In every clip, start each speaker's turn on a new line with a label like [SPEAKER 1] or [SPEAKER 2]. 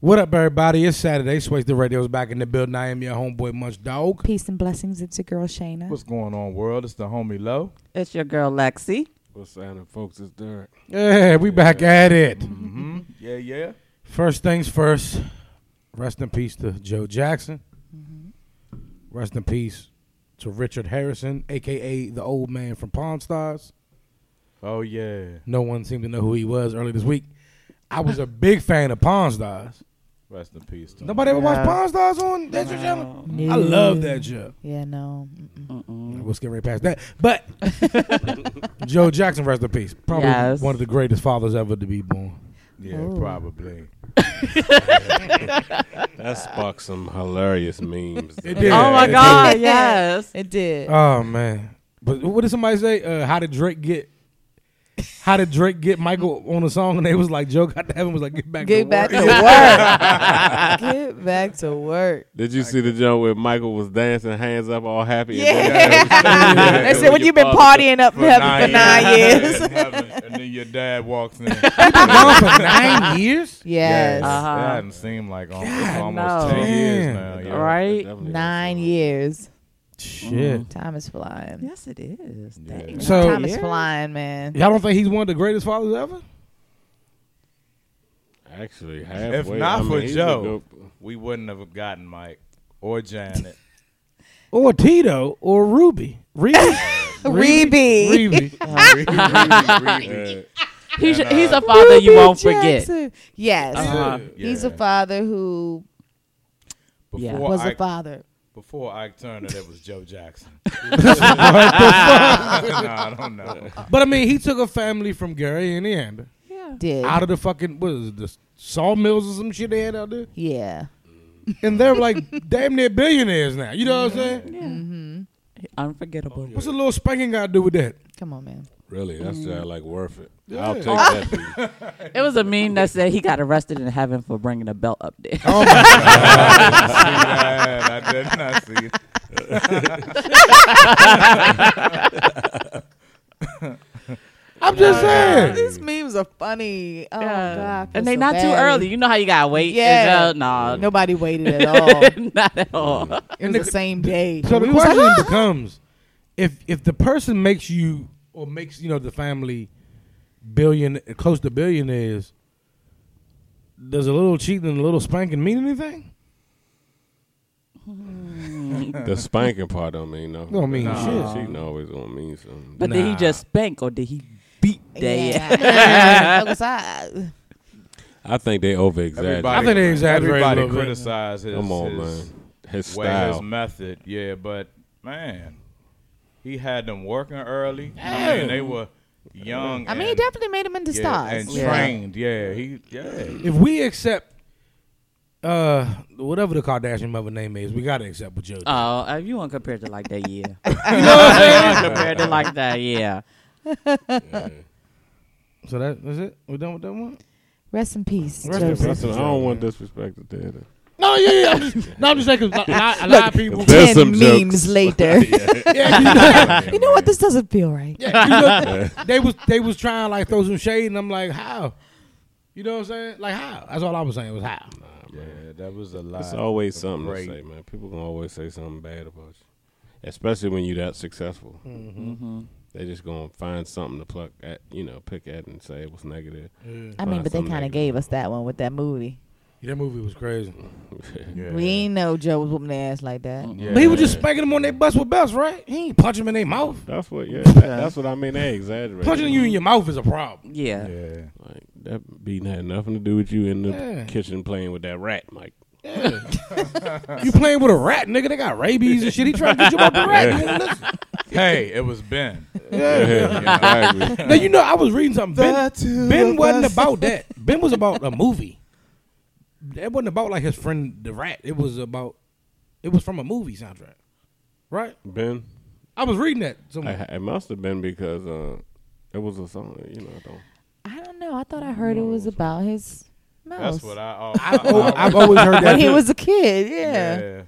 [SPEAKER 1] What up, everybody? It's Saturday. Swayze the Radio's back in the building. I am your homeboy, Munch Dog.
[SPEAKER 2] Peace and blessings. It's your girl Shayna.
[SPEAKER 3] What's going on, world? It's the homie Low.
[SPEAKER 4] It's your girl Lexi.
[SPEAKER 5] What's happening, folks? It's Derek.
[SPEAKER 1] Yeah, we back at it.
[SPEAKER 3] Mm-hmm. yeah, yeah.
[SPEAKER 1] First things first, rest in peace to Joe Jackson. Rest in peace to Richard Harrison, a.k.a. the old man from Pawn Stars.
[SPEAKER 3] Oh yeah.
[SPEAKER 1] No one seemed to know who he was earlier this week. I was a big fan of Pawn Stars.
[SPEAKER 3] Rest in peace. To
[SPEAKER 1] Nobody ever watched
[SPEAKER 4] Yeah.
[SPEAKER 1] Pawn Stars on that channel? I
[SPEAKER 2] No.
[SPEAKER 1] love that show.
[SPEAKER 2] Yeah, no. Mm-mm.
[SPEAKER 1] Mm-hmm. We'll skip right past that. But Joe Jackson, rest in peace. Probably
[SPEAKER 4] Yes.
[SPEAKER 1] one of the greatest fathers ever to be born.
[SPEAKER 3] Yeah,
[SPEAKER 2] Oh.
[SPEAKER 3] probably.
[SPEAKER 5] That sparked some hilarious memes.
[SPEAKER 1] It did.
[SPEAKER 4] oh my
[SPEAKER 1] it
[SPEAKER 4] God! Yes.
[SPEAKER 2] It did.
[SPEAKER 1] Oh man! But what did somebody say? Uh, how did Drake get? How did Drake get Michael on a song? And they was like, "Joe got to heaven." Was like, "Get back, to
[SPEAKER 2] Get back
[SPEAKER 1] work."
[SPEAKER 2] to work. Get back to work.
[SPEAKER 5] Did you see the joke where Michael was dancing, hands up, all happy?
[SPEAKER 2] Yeah. They said, "When you've been partying up in heaven for nine years."
[SPEAKER 3] and then your dad walks in.
[SPEAKER 1] Gone for nine years.
[SPEAKER 2] Yes.
[SPEAKER 4] Uh-huh.
[SPEAKER 3] That hadn't seemed like al- it's
[SPEAKER 4] no.
[SPEAKER 3] almost ten years
[SPEAKER 1] Damn.
[SPEAKER 5] Oh,
[SPEAKER 3] now. Yeah.
[SPEAKER 4] Right?
[SPEAKER 2] Nine years.
[SPEAKER 1] Shit.
[SPEAKER 2] Time is flying.
[SPEAKER 4] Yes, it is. Dang.
[SPEAKER 1] So-
[SPEAKER 2] Time is
[SPEAKER 4] Yeah.
[SPEAKER 2] flying, man.
[SPEAKER 1] Y'all don't think he's one of the greatest fathers ever?
[SPEAKER 5] Actually, halfway.
[SPEAKER 3] not
[SPEAKER 5] I mean,
[SPEAKER 3] for
[SPEAKER 5] he's a
[SPEAKER 3] Joe.
[SPEAKER 5] good-
[SPEAKER 3] We wouldn't have gotten Mike or Janet.
[SPEAKER 1] Or Tito? Or Ruby? Ruby?
[SPEAKER 2] Rebe.
[SPEAKER 1] Ruby.
[SPEAKER 5] yeah.
[SPEAKER 4] He's,
[SPEAKER 3] And,
[SPEAKER 4] he's
[SPEAKER 3] uh,
[SPEAKER 4] a father you
[SPEAKER 2] Ruby
[SPEAKER 4] won't forget.
[SPEAKER 2] Jackson. Yes.
[SPEAKER 4] Uh-huh.
[SPEAKER 2] He's
[SPEAKER 3] Yeah.
[SPEAKER 2] a father who
[SPEAKER 4] Yeah.
[SPEAKER 3] Before
[SPEAKER 2] was a
[SPEAKER 3] Ike,
[SPEAKER 2] father.
[SPEAKER 3] before Ike Turner, that was Joe Jackson. nah, I don't know.
[SPEAKER 1] But I mean, he took a family from Gary, Indiana,
[SPEAKER 4] Yeah.
[SPEAKER 2] Did.
[SPEAKER 1] out of the fucking what is it, the sawmills or some shit they had out there,
[SPEAKER 2] yeah.
[SPEAKER 1] and they're like damn near billionaires now. You know what I'm saying?
[SPEAKER 2] Mm-hmm.
[SPEAKER 4] Unforgettable.
[SPEAKER 1] What's a little spanking got to do with that?
[SPEAKER 2] Come on, man.
[SPEAKER 5] Really,
[SPEAKER 2] Mm.
[SPEAKER 5] that's uh, like worth it.
[SPEAKER 1] Yeah.
[SPEAKER 5] I'll take that. for you.
[SPEAKER 4] It was a meme that said he got arrested in heaven for bringing a belt up there.
[SPEAKER 1] Oh my
[SPEAKER 3] Dad, I did not see. it.
[SPEAKER 1] I'm just saying.
[SPEAKER 2] These memes are funny. Oh,
[SPEAKER 4] Yeah.
[SPEAKER 2] God. I feel
[SPEAKER 4] and they
[SPEAKER 2] so
[SPEAKER 4] not too
[SPEAKER 2] bad.
[SPEAKER 4] early. You know how you gotta wait.
[SPEAKER 2] Yeah.
[SPEAKER 4] Yeah. Oh. Nah.
[SPEAKER 2] Nobody waited at all.
[SPEAKER 4] Not at all.
[SPEAKER 2] It was the same day.
[SPEAKER 1] So the
[SPEAKER 2] We was like,
[SPEAKER 1] question
[SPEAKER 2] "Ah."
[SPEAKER 1] becomes: if if the person makes you or makes you know the family billion close to billionaires, does a little cheating and a little spanking mean anything?
[SPEAKER 5] The spanking part don't mean nothing.
[SPEAKER 1] Don't mean
[SPEAKER 5] Nah.
[SPEAKER 1] shit.
[SPEAKER 5] Cheating always gonna mean something.
[SPEAKER 4] But did he
[SPEAKER 1] Nah.
[SPEAKER 4] just spank or did he beat their ass?
[SPEAKER 2] Yeah. Because I-
[SPEAKER 5] I think they over exaggerate.
[SPEAKER 3] Everybody,
[SPEAKER 1] I think they exaggerate a
[SPEAKER 3] Everybody
[SPEAKER 1] little bit.
[SPEAKER 3] criticized his,
[SPEAKER 5] Come on,
[SPEAKER 3] his
[SPEAKER 5] man. His
[SPEAKER 3] way, his
[SPEAKER 5] style.
[SPEAKER 3] method. Yeah, but man, he had them working early. I mean, they were young.
[SPEAKER 2] I mean, he
[SPEAKER 3] and,
[SPEAKER 2] definitely made him into
[SPEAKER 3] yeah,
[SPEAKER 2] stars.
[SPEAKER 3] and
[SPEAKER 4] Yeah.
[SPEAKER 3] trained. Yeah, he. Yeah,
[SPEAKER 1] If we accept uh whatever the Kardashian mother name is, we gotta accept what Joe. did.
[SPEAKER 4] Oh, if you want to compare it like that, yeah. you know what I'm saying? Compare it like that, yeah.
[SPEAKER 1] so that that's it. We done with that one.
[SPEAKER 2] Rest in peace,
[SPEAKER 1] Rest in
[SPEAKER 2] Joseph.
[SPEAKER 5] That's what- I don't want disrespected there.
[SPEAKER 1] No, yeah, yeah. I'm just, no, I'm just saying 'cause a lot, a lot of people.
[SPEAKER 2] Ten
[SPEAKER 5] There's some
[SPEAKER 2] memes
[SPEAKER 5] jokes.
[SPEAKER 2] later.
[SPEAKER 1] Yeah, you know,
[SPEAKER 2] you know what? This doesn't feel right.
[SPEAKER 1] Yeah, you know, they was they was trying to, like throw some shade, and I'm like, how? You know what I'm saying? Like how? That's all I was saying was how.
[SPEAKER 3] yeah, that was a lot.
[SPEAKER 5] It's always
[SPEAKER 3] of
[SPEAKER 5] something
[SPEAKER 3] great-
[SPEAKER 5] to say, man. People can always say something bad about you, especially when you're that successful.
[SPEAKER 2] Mm-hmm.
[SPEAKER 5] They just gonna find something to pluck at, you know, pick at and say it was negative.
[SPEAKER 2] I mean, but they kind of gave us that one with that movie.
[SPEAKER 1] That movie was crazy.
[SPEAKER 3] Yeah.
[SPEAKER 2] We ain't know Joe was whooping their ass like that.
[SPEAKER 3] Yeah.
[SPEAKER 1] But he was just spanking them on their butts with belts, right? He ain't punching them in their mouth.
[SPEAKER 5] That's what, yeah. that- that's what I mean. They exaggerate.
[SPEAKER 1] Punching you in your mouth is a problem.
[SPEAKER 4] Yeah.
[SPEAKER 3] Yeah.
[SPEAKER 5] Like that beating had nothing to do with you in the
[SPEAKER 1] Yeah.
[SPEAKER 5] kitchen playing with that rat, Mike.
[SPEAKER 1] You playing with a rat, nigga? They got rabies and shit. He trying to get you off the rat. You won't listen.
[SPEAKER 3] Hey, it was Ben.
[SPEAKER 5] Yeah, exactly.
[SPEAKER 1] Now you know I was reading something. Ben,
[SPEAKER 3] two
[SPEAKER 1] Ben
[SPEAKER 3] of
[SPEAKER 1] wasn't
[SPEAKER 3] us.
[SPEAKER 1] about that. Ben was about a movie. That wasn't about like his friend the rat. It was about. It was from a movie soundtrack, right?
[SPEAKER 5] Ben,
[SPEAKER 1] I was reading that. Somewhere.
[SPEAKER 5] I, it must have been because uh, it was a song. You know, I don't.
[SPEAKER 2] I don't know. I thought I heard it was about his mouse.
[SPEAKER 3] That's what I. al-
[SPEAKER 1] I've,
[SPEAKER 3] I-
[SPEAKER 1] al- I've always heard
[SPEAKER 2] when
[SPEAKER 1] that.
[SPEAKER 2] he was a kid,
[SPEAKER 3] I-
[SPEAKER 2] yeah.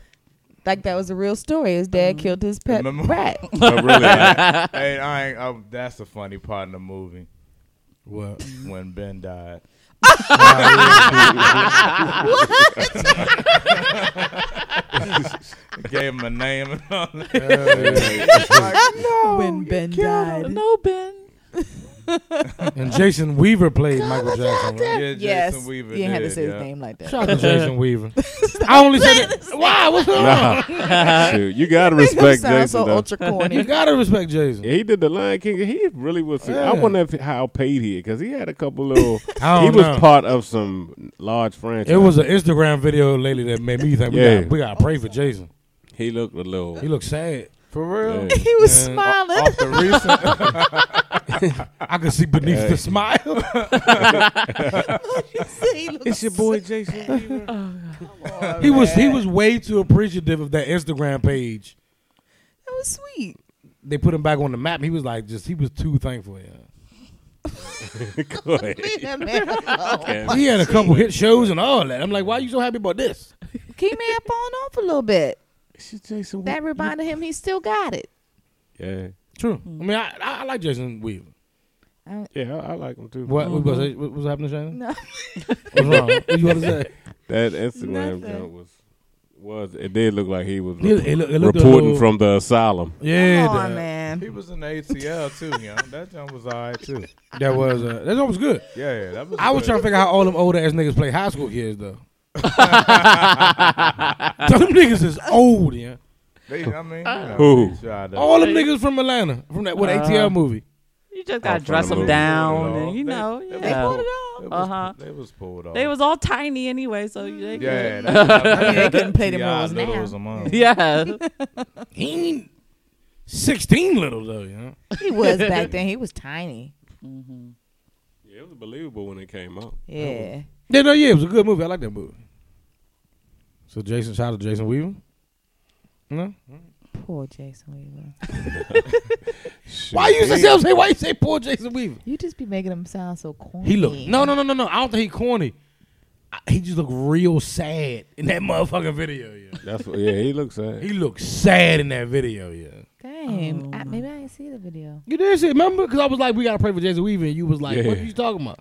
[SPEAKER 2] Like that was a real story. His dad killed his pet
[SPEAKER 3] Remember-
[SPEAKER 2] rat.
[SPEAKER 5] But really, like,
[SPEAKER 3] hey, I ain't. I, that's the funny part in the movie
[SPEAKER 1] Well,
[SPEAKER 3] when Ben died. Gave him a name and all that.
[SPEAKER 2] when Ben died.
[SPEAKER 4] No, Ben.
[SPEAKER 1] and Jason Weaver played Michael Jackson. Right?
[SPEAKER 3] Yeah,
[SPEAKER 2] yes,
[SPEAKER 3] Jason Weaver
[SPEAKER 2] you didn't have to
[SPEAKER 3] did,
[SPEAKER 2] say
[SPEAKER 3] yeah.
[SPEAKER 2] his name like that.
[SPEAKER 1] Shout out to Jason Weaver. I only said it. Why? What's going on?
[SPEAKER 5] Nah. Shoot, you gotta respect Jason.
[SPEAKER 2] sounds so
[SPEAKER 5] though.
[SPEAKER 2] ultra
[SPEAKER 1] You
[SPEAKER 2] corny.
[SPEAKER 1] gotta respect Jason.
[SPEAKER 5] Yeah, he did the Lion King. He really was.
[SPEAKER 1] Yeah.
[SPEAKER 5] I wonder if, how paid he because he had a couple little.
[SPEAKER 1] I
[SPEAKER 5] he
[SPEAKER 1] don't
[SPEAKER 5] was
[SPEAKER 1] know.
[SPEAKER 5] part of some large franchise.
[SPEAKER 1] It was an Instagram video lately that made me think we,
[SPEAKER 5] Yeah.
[SPEAKER 1] gotta, we gotta pray for Jason.
[SPEAKER 5] He looked a little.
[SPEAKER 1] He looks sad.
[SPEAKER 3] For real?
[SPEAKER 5] Yeah.
[SPEAKER 2] he was
[SPEAKER 1] Yeah.
[SPEAKER 2] smiling.
[SPEAKER 3] Off the recent.
[SPEAKER 1] I could see beneath
[SPEAKER 5] Hey.
[SPEAKER 1] the smile.
[SPEAKER 2] You said he looked
[SPEAKER 5] It's your boy Jason. Weaver.
[SPEAKER 2] so
[SPEAKER 1] Oh, he was he
[SPEAKER 2] bad.
[SPEAKER 1] was way too appreciative of that Instagram page.
[SPEAKER 2] That was sweet.
[SPEAKER 1] They put him back on the map. He was like just he was too thankful. Yeah.
[SPEAKER 5] Go ahead.
[SPEAKER 2] Leave that man alone.
[SPEAKER 5] Okay.
[SPEAKER 1] He had a couple hit shows and all that. I'm like, why are you so happy about this?
[SPEAKER 2] Keep me up on off a little bit.
[SPEAKER 5] It's your Jason.
[SPEAKER 2] That reminded him he still got it.
[SPEAKER 5] Yeah,
[SPEAKER 1] True. I mean, I, I, I like Jason Weaver.
[SPEAKER 5] yeah, I, I like him too.
[SPEAKER 1] What, what, was, what was happening, Shannon?
[SPEAKER 2] No.
[SPEAKER 1] What's wrong? What you want to say?
[SPEAKER 5] That Instagram
[SPEAKER 2] Nothing.
[SPEAKER 5] jump was was it did look like he was
[SPEAKER 1] He- he look- it looked a
[SPEAKER 5] reporting
[SPEAKER 1] little-
[SPEAKER 5] from the asylum.
[SPEAKER 1] Yeah,
[SPEAKER 2] Come on,
[SPEAKER 1] that,
[SPEAKER 2] man.
[SPEAKER 3] He was in the ATL too, young. That jump was all right too.
[SPEAKER 1] that was uh, that was good.
[SPEAKER 3] Yeah, yeah, that was.
[SPEAKER 1] I was
[SPEAKER 3] good.
[SPEAKER 1] trying to figure out how all them old ass niggas play high school kids though. them niggas is old, yeah.
[SPEAKER 3] They, I mean, you know,
[SPEAKER 5] Who?
[SPEAKER 3] they tried to-
[SPEAKER 1] All them niggas from Atlanta, from that what
[SPEAKER 4] Uh,
[SPEAKER 1] ATL movie.
[SPEAKER 4] You just gotta
[SPEAKER 5] from
[SPEAKER 4] dress
[SPEAKER 5] the
[SPEAKER 4] them
[SPEAKER 5] movie.
[SPEAKER 4] down,
[SPEAKER 3] They-
[SPEAKER 4] and you
[SPEAKER 3] they-
[SPEAKER 4] know,
[SPEAKER 3] they
[SPEAKER 4] yeah.
[SPEAKER 3] pulled it
[SPEAKER 4] off.
[SPEAKER 1] Oh.
[SPEAKER 3] They was,
[SPEAKER 4] Uh-huh.
[SPEAKER 3] They was pulled off.
[SPEAKER 4] They was all tiny anyway, so they could-
[SPEAKER 3] Yeah, that,
[SPEAKER 2] I mean, they couldn't play them roles
[SPEAKER 3] Little was
[SPEAKER 2] now.
[SPEAKER 3] among.
[SPEAKER 4] yeah.
[SPEAKER 1] He ain't sixteen little though, you know.
[SPEAKER 2] He was back then. He was tiny.
[SPEAKER 1] Oh.
[SPEAKER 5] Yeah, it was believable when it came out.
[SPEAKER 2] Yeah.
[SPEAKER 1] Yeah, no, yeah, it was a good movie. I like that movie. So Jason, shout out to Jason Weaver. No,
[SPEAKER 2] Poor Jason Weaver.
[SPEAKER 1] why you say say why you say poor Jason Weaver?
[SPEAKER 2] You just be making him sound so corny.
[SPEAKER 1] He look no no no no no. I don't think he corny. I- He just looked real sad in that motherfucking video. Yeah,
[SPEAKER 5] That's what, yeah, he looks sad.
[SPEAKER 1] he looked sad in that video. Yeah. Oh,
[SPEAKER 2] Dang. I, maybe I didn't see the video.
[SPEAKER 1] You did say, remember? Because I was like, we gotta pray for Jason Weaver, and you was like, what
[SPEAKER 5] Yeah.
[SPEAKER 1] are you talking about?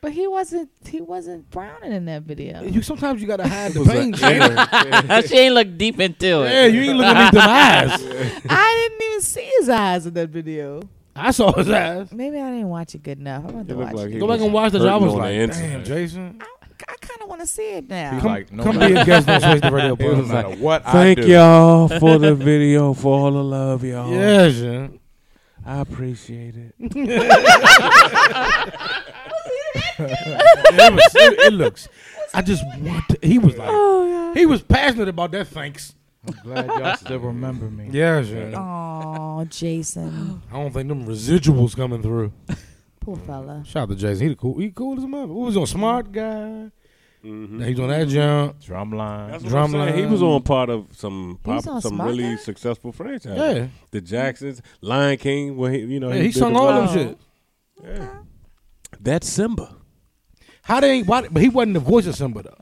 [SPEAKER 2] But he wasn't. He wasn't frowning in that video.
[SPEAKER 1] You sometimes you gotta hide the
[SPEAKER 5] was
[SPEAKER 1] pain.
[SPEAKER 5] like-
[SPEAKER 1] Jada.
[SPEAKER 4] she ain't look deep into it.
[SPEAKER 1] yeah, you ain't looking at them eyes.
[SPEAKER 2] I didn't even see his eyes in that video.
[SPEAKER 1] I saw his eyes.
[SPEAKER 2] Maybe I didn't watch it good enough. I'm going
[SPEAKER 5] It
[SPEAKER 2] to
[SPEAKER 5] looked
[SPEAKER 2] watch
[SPEAKER 5] like
[SPEAKER 2] it.
[SPEAKER 5] he
[SPEAKER 1] Go back
[SPEAKER 5] was
[SPEAKER 1] and watch the show. I
[SPEAKER 5] hurting
[SPEAKER 1] was
[SPEAKER 5] on
[SPEAKER 1] like,
[SPEAKER 5] the
[SPEAKER 1] damn,
[SPEAKER 5] inside.
[SPEAKER 1] Jason,
[SPEAKER 2] I, I kind of want to see it now.
[SPEAKER 3] He's like, no
[SPEAKER 1] come be
[SPEAKER 3] matter,
[SPEAKER 1] a guest on Switch the Radio
[SPEAKER 3] it
[SPEAKER 1] Program.
[SPEAKER 3] was matter what I
[SPEAKER 5] Thank
[SPEAKER 3] do.
[SPEAKER 5] y'all for the video, for all the love, y'all.
[SPEAKER 1] Yes, yeah.
[SPEAKER 5] I appreciate it.
[SPEAKER 1] it, was, it, it looks. I just want. To, he was like, he was passionate about that. Thanks.
[SPEAKER 3] I'm glad y'all still remember me.
[SPEAKER 1] Yes, yeah.
[SPEAKER 2] oh, Jason.
[SPEAKER 1] I don't think them residuals coming through.
[SPEAKER 2] Poor fella.
[SPEAKER 1] Shout out to Jason. He the cool. He cool as a mother. What was he on Smart Guy?
[SPEAKER 3] Mm-hmm.
[SPEAKER 1] He was on that jump.
[SPEAKER 3] Drumline.
[SPEAKER 1] Drumline.
[SPEAKER 5] He was on part of some
[SPEAKER 2] He was
[SPEAKER 5] pop,
[SPEAKER 2] on
[SPEAKER 5] some
[SPEAKER 2] Smart
[SPEAKER 5] really
[SPEAKER 2] Guy?
[SPEAKER 5] successful franchise.
[SPEAKER 1] Yeah.
[SPEAKER 5] The Jacksons, Lion King. Where he, you know,
[SPEAKER 1] Yeah, he
[SPEAKER 5] did
[SPEAKER 1] sung
[SPEAKER 5] the-
[SPEAKER 1] all them
[SPEAKER 4] Oh.
[SPEAKER 1] shit.
[SPEAKER 5] That's Simba.
[SPEAKER 1] How they ain't? Why, but he wasn't the voice of Simba though.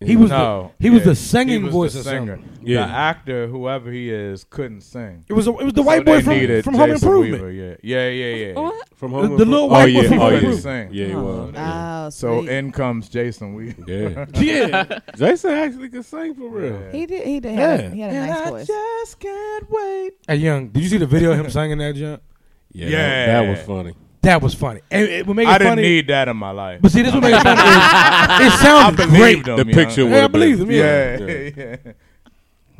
[SPEAKER 1] He was.
[SPEAKER 3] No,
[SPEAKER 1] the, he was
[SPEAKER 3] yeah,
[SPEAKER 1] the singing
[SPEAKER 3] he was
[SPEAKER 1] voice
[SPEAKER 3] the
[SPEAKER 1] of
[SPEAKER 3] singer.
[SPEAKER 1] Simba.
[SPEAKER 5] Yeah.
[SPEAKER 3] The actor, whoever he is, couldn't sing.
[SPEAKER 1] It was. A, it was the
[SPEAKER 3] So
[SPEAKER 1] white
[SPEAKER 3] they
[SPEAKER 1] boy from,
[SPEAKER 3] needed
[SPEAKER 1] from Home
[SPEAKER 3] Jason
[SPEAKER 1] Improvement.
[SPEAKER 3] Weaver, Yeah, yeah, yeah, yeah.
[SPEAKER 4] What?
[SPEAKER 5] From
[SPEAKER 1] The-
[SPEAKER 5] home.
[SPEAKER 1] the
[SPEAKER 5] Impro-
[SPEAKER 1] little
[SPEAKER 5] oh,
[SPEAKER 1] white boy
[SPEAKER 5] yeah,
[SPEAKER 1] from
[SPEAKER 5] oh,
[SPEAKER 1] Home
[SPEAKER 5] yeah.
[SPEAKER 3] Improvement.
[SPEAKER 5] Yeah, he
[SPEAKER 4] Oh.
[SPEAKER 5] was.
[SPEAKER 2] Oh,
[SPEAKER 3] So
[SPEAKER 2] sweet.
[SPEAKER 3] in comes Jason Weaver.
[SPEAKER 5] Yeah.
[SPEAKER 1] Yeah,
[SPEAKER 5] Jason actually could sing for real.
[SPEAKER 3] Yeah.
[SPEAKER 2] he did. He did.
[SPEAKER 1] Yeah.
[SPEAKER 2] Had a, he had a nice voice.
[SPEAKER 3] just can't wait.
[SPEAKER 1] hey young, did you see the video of him singing that jump?
[SPEAKER 5] Yeah,
[SPEAKER 3] Yeah.
[SPEAKER 5] That, that was funny.
[SPEAKER 1] That was funny. And it would make it
[SPEAKER 3] I didn't
[SPEAKER 1] funny.
[SPEAKER 3] need that in my life.
[SPEAKER 1] but see, this would make it funny. is It
[SPEAKER 3] I
[SPEAKER 1] sounded great.
[SPEAKER 3] believed him.
[SPEAKER 5] The
[SPEAKER 3] you know?
[SPEAKER 5] picture would
[SPEAKER 1] Yeah, I believe him. Yeah.
[SPEAKER 3] Yeah, yeah.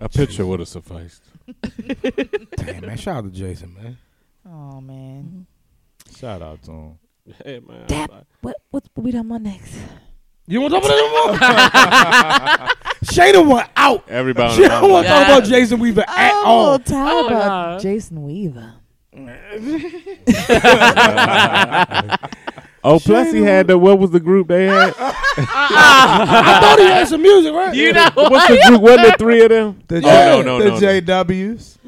[SPEAKER 5] A picture would have sufficed.
[SPEAKER 1] Damn man, shout out to Jason man.
[SPEAKER 2] Oh man.
[SPEAKER 3] Shout out to him.
[SPEAKER 5] Hey, man.
[SPEAKER 2] That. What? What? What we done on next?
[SPEAKER 1] You want to talk about that anymore? Shada went out.
[SPEAKER 5] Everybody.
[SPEAKER 1] She don't want to talk about Jason Weaver at
[SPEAKER 2] I'm a
[SPEAKER 1] all.
[SPEAKER 2] little tired
[SPEAKER 4] Oh,
[SPEAKER 2] about
[SPEAKER 4] no.
[SPEAKER 2] Jason Weaver.
[SPEAKER 5] oh, plus he had the what was the group they had?
[SPEAKER 1] I thought he had some music, right?
[SPEAKER 4] You know
[SPEAKER 5] What's the group? Wasn't it three of them? Oh,
[SPEAKER 3] The,
[SPEAKER 5] no, no, no, no.
[SPEAKER 3] JWs.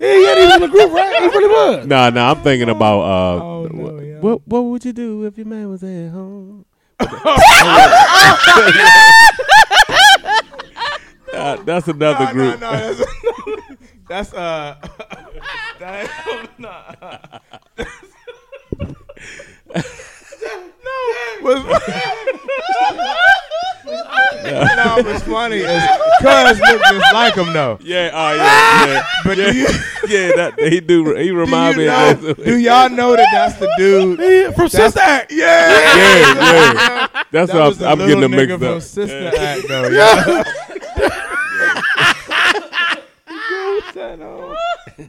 [SPEAKER 1] Yeah, yeah, he was in the group, right? He really was.
[SPEAKER 5] Nah, nah. I'm thinking about uh,
[SPEAKER 3] Oh, no, yeah.
[SPEAKER 5] what what would you do if your man was at home? Nah, that's another
[SPEAKER 3] No, no,
[SPEAKER 5] group.
[SPEAKER 3] no, that's, that's uh. that, no. What's no, what's funny is Cuz look just like him though.
[SPEAKER 5] Yeah, oh yeah, yeah.
[SPEAKER 3] But do you,
[SPEAKER 5] yeah, that he do. He
[SPEAKER 3] do
[SPEAKER 5] remind
[SPEAKER 3] you
[SPEAKER 5] me.
[SPEAKER 3] know?
[SPEAKER 5] Of that.
[SPEAKER 3] Do y'all know that that's the dude?
[SPEAKER 1] Yeah, from Sister Act.
[SPEAKER 3] Yeah,
[SPEAKER 5] yeah, yeah. That's
[SPEAKER 3] that was
[SPEAKER 5] what
[SPEAKER 3] the
[SPEAKER 5] I'm, I'm getting
[SPEAKER 3] little
[SPEAKER 5] them
[SPEAKER 3] nigga
[SPEAKER 5] mixed
[SPEAKER 3] from
[SPEAKER 5] up.
[SPEAKER 3] Sister Act though. Yeah.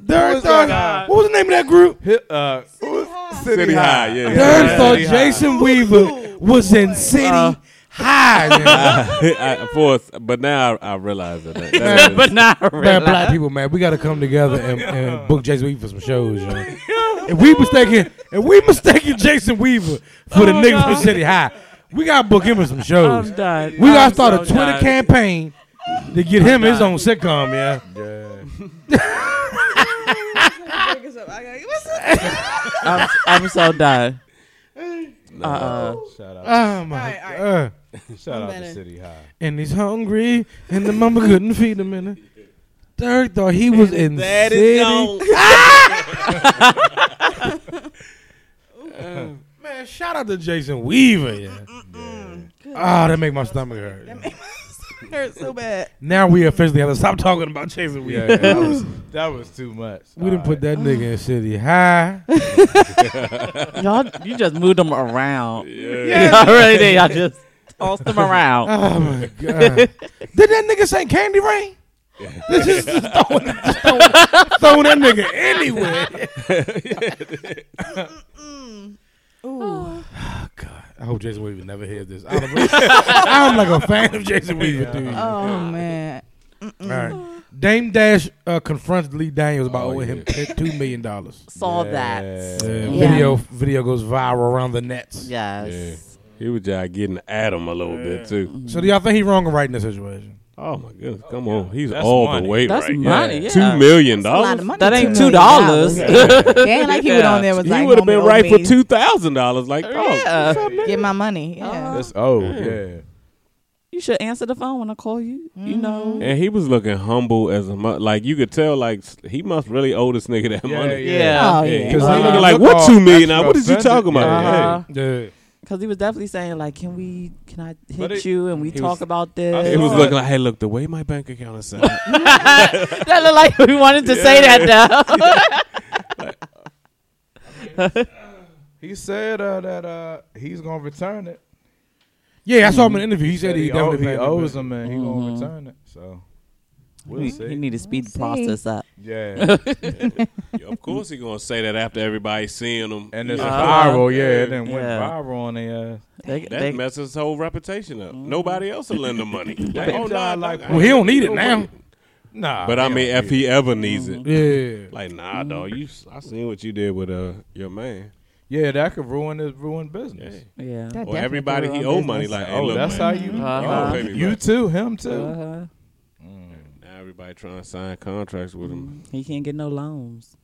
[SPEAKER 1] Darren
[SPEAKER 3] was
[SPEAKER 1] Thug.
[SPEAKER 3] that, uh,
[SPEAKER 1] what was the name of that group?
[SPEAKER 3] Hi- uh, who was- City,
[SPEAKER 5] City High, yeah, yeah.
[SPEAKER 1] Darren
[SPEAKER 3] Yeah. Uh,
[SPEAKER 1] Thug.
[SPEAKER 3] City High.
[SPEAKER 1] Jason Weaver was in City High. Man.
[SPEAKER 5] I, of course, but now I, I realize that. that, that
[SPEAKER 4] but not
[SPEAKER 1] Man,
[SPEAKER 4] really.
[SPEAKER 1] black people, man, we got to come together and, and book Jason Weaver for some shows. You know? if we mistaken, if we mistaken Jason Weaver for the niggas from City High, we got to book him for some shows.
[SPEAKER 4] Oh, I'm done.
[SPEAKER 1] We
[SPEAKER 4] I'm
[SPEAKER 1] gotta start a
[SPEAKER 4] so
[SPEAKER 1] Twitter
[SPEAKER 4] done.
[SPEAKER 1] campaign to get him his own sitcom, yeah.
[SPEAKER 4] I'm, I'm so done. Uh-uh.
[SPEAKER 3] Shout out,
[SPEAKER 1] Oh my
[SPEAKER 2] Alright, alright.
[SPEAKER 1] god.
[SPEAKER 3] shout out
[SPEAKER 2] better.
[SPEAKER 3] to City High.
[SPEAKER 1] And he's hungry and the mama couldn't feed him in it. Derek thought he was in
[SPEAKER 5] that
[SPEAKER 1] city.
[SPEAKER 5] is gone.
[SPEAKER 1] Man, shout out to Jason Weaver, yeah. Ah, that make my stomach hurt.
[SPEAKER 2] Hurt so bad.
[SPEAKER 1] Now we officially have to stop talking about Jason Weaver.
[SPEAKER 3] Yeah, that was that was too much.
[SPEAKER 1] We didn't put
[SPEAKER 3] All
[SPEAKER 1] that nigga in City High.
[SPEAKER 4] Y'all, you just moved them around.
[SPEAKER 5] Yeah.
[SPEAKER 4] Yeah. Already, did. y'all just tossed them around.
[SPEAKER 1] Oh my god! Did that nigga say Candy Rain? This is just throwing, just throwing, throwing that nigga anywhere.
[SPEAKER 2] Ooh.
[SPEAKER 1] God, I hope Jason Weaver never hears this. I don't believe- I'm like a fan of Jason Weaver, dude.
[SPEAKER 2] Oh man.
[SPEAKER 1] All right. Dame Dash uh, confronts Lee Daniels about
[SPEAKER 5] Oh,
[SPEAKER 1] owing him two million dollars.
[SPEAKER 4] Saw
[SPEAKER 3] Yeah.
[SPEAKER 4] that.
[SPEAKER 2] Yeah.
[SPEAKER 1] Video video goes viral around the nets.
[SPEAKER 4] Yes.
[SPEAKER 5] He was just getting at him a little bit too.
[SPEAKER 1] So do y'all think he wrong or right in this situation?
[SPEAKER 5] Oh my goodness, come on, he's
[SPEAKER 3] That's
[SPEAKER 5] all
[SPEAKER 3] money.
[SPEAKER 5] the way
[SPEAKER 4] That's
[SPEAKER 5] right.
[SPEAKER 4] money, yeah.
[SPEAKER 5] Two million
[SPEAKER 2] That's a lot of
[SPEAKER 5] dollars.
[SPEAKER 2] money.
[SPEAKER 4] That
[SPEAKER 2] Two
[SPEAKER 4] ain't
[SPEAKER 2] million
[SPEAKER 4] two dollars.
[SPEAKER 2] Damn, like he went on there was
[SPEAKER 5] He
[SPEAKER 2] like,
[SPEAKER 5] would have been
[SPEAKER 2] homie, owe
[SPEAKER 5] right for
[SPEAKER 2] me.
[SPEAKER 5] two thousand dollars. Like, oh,
[SPEAKER 4] Yeah.
[SPEAKER 2] Get my money. Yeah.
[SPEAKER 3] right. That's old. Yeah.
[SPEAKER 4] You should answer the phone when I call you. You know.
[SPEAKER 5] and he was looking humble as a mu- like you could tell like s- he must really owe this nigga that
[SPEAKER 3] Yeah,
[SPEAKER 5] money.
[SPEAKER 3] yeah.
[SPEAKER 4] Yeah.
[SPEAKER 2] Oh yeah.
[SPEAKER 5] 'Cause
[SPEAKER 3] Uh,
[SPEAKER 5] he looking like
[SPEAKER 3] look
[SPEAKER 5] what
[SPEAKER 3] all
[SPEAKER 5] two million? Now
[SPEAKER 3] extra
[SPEAKER 5] what is you
[SPEAKER 3] offended.
[SPEAKER 5] talking about?
[SPEAKER 4] Uh-huh.
[SPEAKER 5] Hey.
[SPEAKER 1] Yeah.
[SPEAKER 4] Because he was definitely saying like, "Can we? Can I hit
[SPEAKER 3] But it-
[SPEAKER 4] you? And we
[SPEAKER 5] he
[SPEAKER 4] talk
[SPEAKER 5] was-
[SPEAKER 4] about
[SPEAKER 3] I
[SPEAKER 4] this."
[SPEAKER 5] It was
[SPEAKER 3] Uh,
[SPEAKER 5] looking like, hey, look, the way my bank account is set, up,
[SPEAKER 4] that looked like we wanted to say that though.
[SPEAKER 3] He said uh, that uh, he's gonna return it.
[SPEAKER 1] Yeah, I saw him in an interview. He said
[SPEAKER 3] That
[SPEAKER 1] he,
[SPEAKER 3] he, owe-
[SPEAKER 1] definitely
[SPEAKER 3] he
[SPEAKER 1] paid
[SPEAKER 3] owes
[SPEAKER 1] back.
[SPEAKER 3] him and he gonna return it. So we'll
[SPEAKER 4] he,
[SPEAKER 3] see.
[SPEAKER 4] need to speed the
[SPEAKER 2] We'll see.
[SPEAKER 4] process up.
[SPEAKER 3] Yeah,
[SPEAKER 5] Yeah, of course he gonna say that after everybody seeing him.
[SPEAKER 3] and it's
[SPEAKER 5] Yeah.
[SPEAKER 4] Uh-huh.
[SPEAKER 3] viral. Yeah, it then went
[SPEAKER 4] Yeah.
[SPEAKER 3] viral on the. Uh,
[SPEAKER 4] They,
[SPEAKER 5] that
[SPEAKER 4] they-
[SPEAKER 5] messes his whole reputation up.
[SPEAKER 2] Mm-hmm.
[SPEAKER 5] Nobody else will lend him money. Like, oh,
[SPEAKER 3] Y'all
[SPEAKER 5] nah,
[SPEAKER 3] like-
[SPEAKER 5] dog, I-
[SPEAKER 1] Well, he don't need it
[SPEAKER 5] Don't
[SPEAKER 1] now.
[SPEAKER 5] worry.
[SPEAKER 1] Nah.
[SPEAKER 5] But I mean, if he ever needs it,
[SPEAKER 2] Mm-hmm.
[SPEAKER 1] yeah.
[SPEAKER 5] like, nah, dog, you, s- I seen what you did with uh your man.
[SPEAKER 3] yeah, that could ruin his ruin business.
[SPEAKER 5] Yeah.
[SPEAKER 4] yeah.
[SPEAKER 2] That
[SPEAKER 5] Or
[SPEAKER 2] definitely
[SPEAKER 5] everybody
[SPEAKER 2] ruined
[SPEAKER 5] he
[SPEAKER 2] business.
[SPEAKER 5] owe money, like, hey,
[SPEAKER 3] Oh,
[SPEAKER 5] look,
[SPEAKER 3] that's
[SPEAKER 5] man, Uh,
[SPEAKER 3] how you.
[SPEAKER 4] Uh-huh.
[SPEAKER 5] You owe me
[SPEAKER 3] You
[SPEAKER 5] back.
[SPEAKER 3] too, him too.
[SPEAKER 4] Uh-huh.
[SPEAKER 5] Now everybody trying to sign contracts with
[SPEAKER 3] Mm-hmm.
[SPEAKER 5] him.
[SPEAKER 4] He can't get no loans.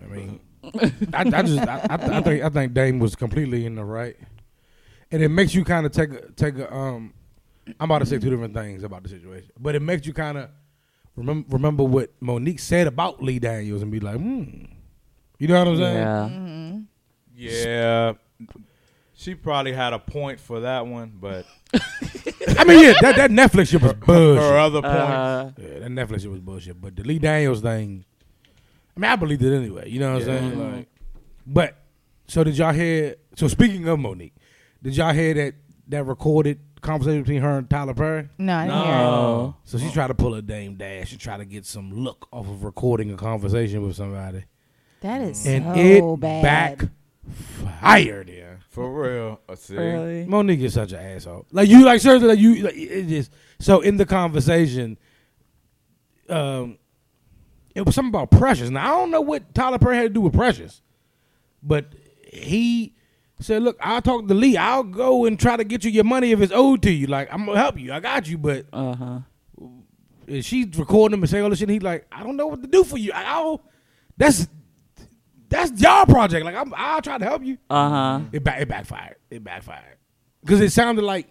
[SPEAKER 1] I mean, I, I just I, I, th- I think I think Dame was completely in the right, and it makes you kind of take a, take a um. I'm about to say two different things about the situation, but it makes you kind of remember remember what Monique said about Lee Daniels and be like, hmm, you know what I'm saying?
[SPEAKER 2] Mm-hmm.
[SPEAKER 4] Yeah.
[SPEAKER 3] Yeah, she probably had a point for that one, but
[SPEAKER 1] I mean, yeah, that, that Netflix shit was
[SPEAKER 3] her
[SPEAKER 1] bullshit.
[SPEAKER 3] other point.
[SPEAKER 4] Uh,
[SPEAKER 1] Yeah, that Netflix shit was bullshit. But the Lee Daniels thing, I mean, I believed it anyway. You know what I'm saying? Like, But so did y'all hear? So speaking of Monique, did y'all hear that that recorded conversation between her and Tyler Perry?
[SPEAKER 2] No, I didn't
[SPEAKER 4] no.
[SPEAKER 1] So she tried to pull a Dame Dash and try to get some look off of recording a conversation with somebody,
[SPEAKER 2] hear it. That is
[SPEAKER 1] and
[SPEAKER 2] so
[SPEAKER 1] it
[SPEAKER 2] bad.
[SPEAKER 1] backfired. Yeah,
[SPEAKER 3] For real, uh, see,
[SPEAKER 4] Really?
[SPEAKER 1] Monique is such an asshole. Like you, like seriously, like you, like it just. So in the conversation, um, it was something about Precious. Now I don't know what Tyler Perry had to do with Precious, but he said, "Look, I'll talk to Lee. I'll go and try to get you your money if it's owed to you. Like I'm gonna help you. I got you, but."
[SPEAKER 4] Uh huh.
[SPEAKER 1] and she's recording him and saying all this shit. And he's like, I don't know what to do for you. I, I don't. That's that's y'all project. Like I'm, I'll try to help you.
[SPEAKER 4] Uh huh.
[SPEAKER 1] It back, it backfired. It backfired because it sounded like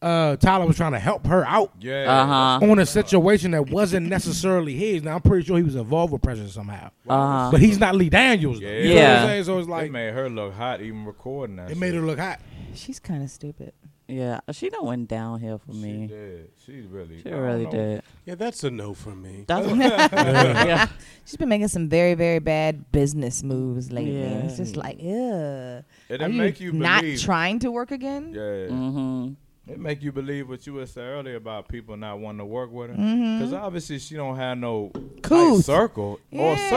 [SPEAKER 1] uh, Tyler was trying to help her out
[SPEAKER 3] Yeah.
[SPEAKER 4] Uh huh.
[SPEAKER 1] on a situation that wasn't necessarily his. Now I'm pretty sure he was involved with pressure somehow,
[SPEAKER 4] Uh huh.
[SPEAKER 1] but he's not Lee Daniels. Though. You know what
[SPEAKER 4] Yeah.
[SPEAKER 1] I'm saying? So it's
[SPEAKER 3] it
[SPEAKER 1] like
[SPEAKER 3] made her look hot even recording that.
[SPEAKER 1] it made her look hot.
[SPEAKER 2] She's kind of stupid.
[SPEAKER 4] Yeah, she done went downhill for
[SPEAKER 3] She
[SPEAKER 4] me.
[SPEAKER 3] did. She really.
[SPEAKER 4] She
[SPEAKER 3] I don't
[SPEAKER 4] really
[SPEAKER 2] Oh.
[SPEAKER 3] know.
[SPEAKER 4] did.
[SPEAKER 5] Yeah, that's a no for me.
[SPEAKER 4] That's yeah.
[SPEAKER 2] She's been making some very, very bad business moves lately.
[SPEAKER 4] Yeah.
[SPEAKER 2] It's just like, ugh.
[SPEAKER 3] It
[SPEAKER 2] Are
[SPEAKER 3] didn't make you
[SPEAKER 2] not
[SPEAKER 3] believe.
[SPEAKER 2] trying to work again?
[SPEAKER 3] yeah.
[SPEAKER 4] Mm-hmm.
[SPEAKER 3] It make you believe what you had said earlier about people not wanting to work with her.
[SPEAKER 2] Mm-hmm.
[SPEAKER 3] Because obviously she don't have no tight
[SPEAKER 2] Couth.
[SPEAKER 3] circle or
[SPEAKER 2] Yeah.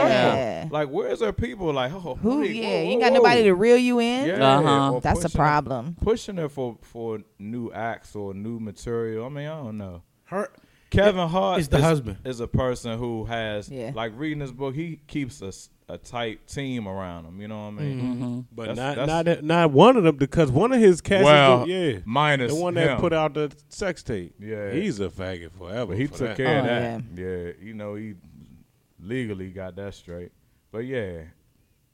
[SPEAKER 3] circle. Like where's her people? Like oh,
[SPEAKER 2] Who?
[SPEAKER 3] wait,
[SPEAKER 2] yeah,
[SPEAKER 3] whoa,
[SPEAKER 2] you
[SPEAKER 3] whoa,
[SPEAKER 2] ain't got
[SPEAKER 3] whoa.
[SPEAKER 2] nobody to reel you in.
[SPEAKER 3] Yeah,
[SPEAKER 4] Uh-huh.
[SPEAKER 3] or
[SPEAKER 2] That's a
[SPEAKER 3] pushing her-
[SPEAKER 2] problem.
[SPEAKER 3] pushing her for for new acts or new material. I mean, I don't know.
[SPEAKER 1] Her
[SPEAKER 3] Kevin Hart
[SPEAKER 1] It's the
[SPEAKER 3] is,
[SPEAKER 1] husband.
[SPEAKER 3] is a person who has
[SPEAKER 2] Yeah.
[SPEAKER 3] like reading this book. He keeps a, s- a tight team around him. You know what I mean?
[SPEAKER 4] Mm-hmm.
[SPEAKER 5] But
[SPEAKER 3] That's-
[SPEAKER 5] not
[SPEAKER 3] that's-
[SPEAKER 5] not that- not one of them because one of his cats,
[SPEAKER 3] Well,
[SPEAKER 5] is the, yeah,
[SPEAKER 3] minus
[SPEAKER 5] the one that
[SPEAKER 3] him.
[SPEAKER 5] put out the sex tape.
[SPEAKER 3] Yeah.
[SPEAKER 5] he's a faggot forever.
[SPEAKER 3] But he
[SPEAKER 5] for
[SPEAKER 3] took
[SPEAKER 5] that.
[SPEAKER 3] care of
[SPEAKER 2] Oh,
[SPEAKER 3] that. Yeah. you know he legally got that straight. But yeah,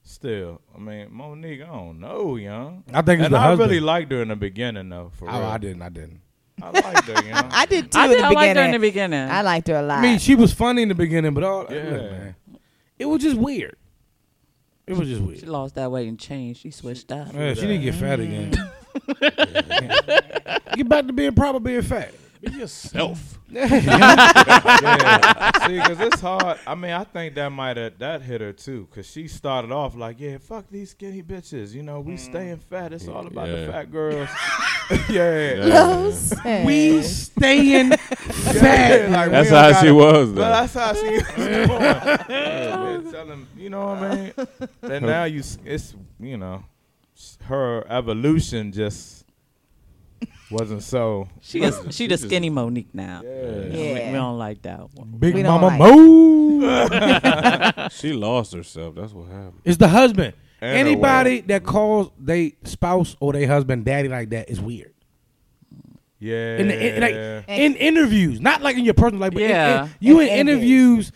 [SPEAKER 3] still, I mean Monique, I don't know, young.
[SPEAKER 1] I think it's
[SPEAKER 3] and
[SPEAKER 1] the
[SPEAKER 3] I
[SPEAKER 1] husband.
[SPEAKER 3] really liked her in the beginning though. For
[SPEAKER 1] Oh,
[SPEAKER 3] real,
[SPEAKER 1] I didn't. I didn't.
[SPEAKER 3] I liked her, young.
[SPEAKER 2] I did too
[SPEAKER 4] I
[SPEAKER 2] in,
[SPEAKER 4] did.
[SPEAKER 2] the
[SPEAKER 4] I liked her in the
[SPEAKER 2] beginning.
[SPEAKER 4] beginning.
[SPEAKER 2] I liked her a lot.
[SPEAKER 1] I mean, she was funny in the beginning, but all
[SPEAKER 3] Yeah.
[SPEAKER 1] look, man, it was just weird. It was just
[SPEAKER 4] She
[SPEAKER 1] weird.
[SPEAKER 4] lost that weight and changed. She switched up.
[SPEAKER 1] Yeah, she didn't get fat again.
[SPEAKER 4] Mm.
[SPEAKER 1] Get back to being proper being fat.
[SPEAKER 5] Be yourself.
[SPEAKER 3] yeah. See, because it's hard. I mean, I think that might have that hit her too, because she started off like, "Yeah, fuck these skinny bitches. You know, we
[SPEAKER 2] Mm.
[SPEAKER 3] staying fat. It's all about
[SPEAKER 5] Yeah.
[SPEAKER 3] the fat girls." yeah.
[SPEAKER 5] Yeah.
[SPEAKER 1] We staying fat.
[SPEAKER 3] Like, we
[SPEAKER 5] That's
[SPEAKER 3] don't
[SPEAKER 5] how
[SPEAKER 3] gotta-
[SPEAKER 5] she was though.
[SPEAKER 3] But that's how she was going. Yeah, man, tell him, you know what I mean. And now you, s- it's you know, s- her evolution just wasn't so.
[SPEAKER 4] She is she the skinny Monique now.
[SPEAKER 3] Yeah.
[SPEAKER 4] We, we
[SPEAKER 2] yeah.
[SPEAKER 4] don't like that one.
[SPEAKER 1] Big
[SPEAKER 2] We don't
[SPEAKER 1] Mama
[SPEAKER 2] like-
[SPEAKER 1] Mo.
[SPEAKER 5] she lost herself. That's what happened.
[SPEAKER 1] It's the husband.
[SPEAKER 3] And the
[SPEAKER 1] Anybody that calls they spouse or they husband daddy like that is weird.
[SPEAKER 3] Yeah.
[SPEAKER 1] In, the, in, like, in interviews, not like in your personal life, but in-
[SPEAKER 4] Yeah.
[SPEAKER 1] in- you in
[SPEAKER 2] In interviews.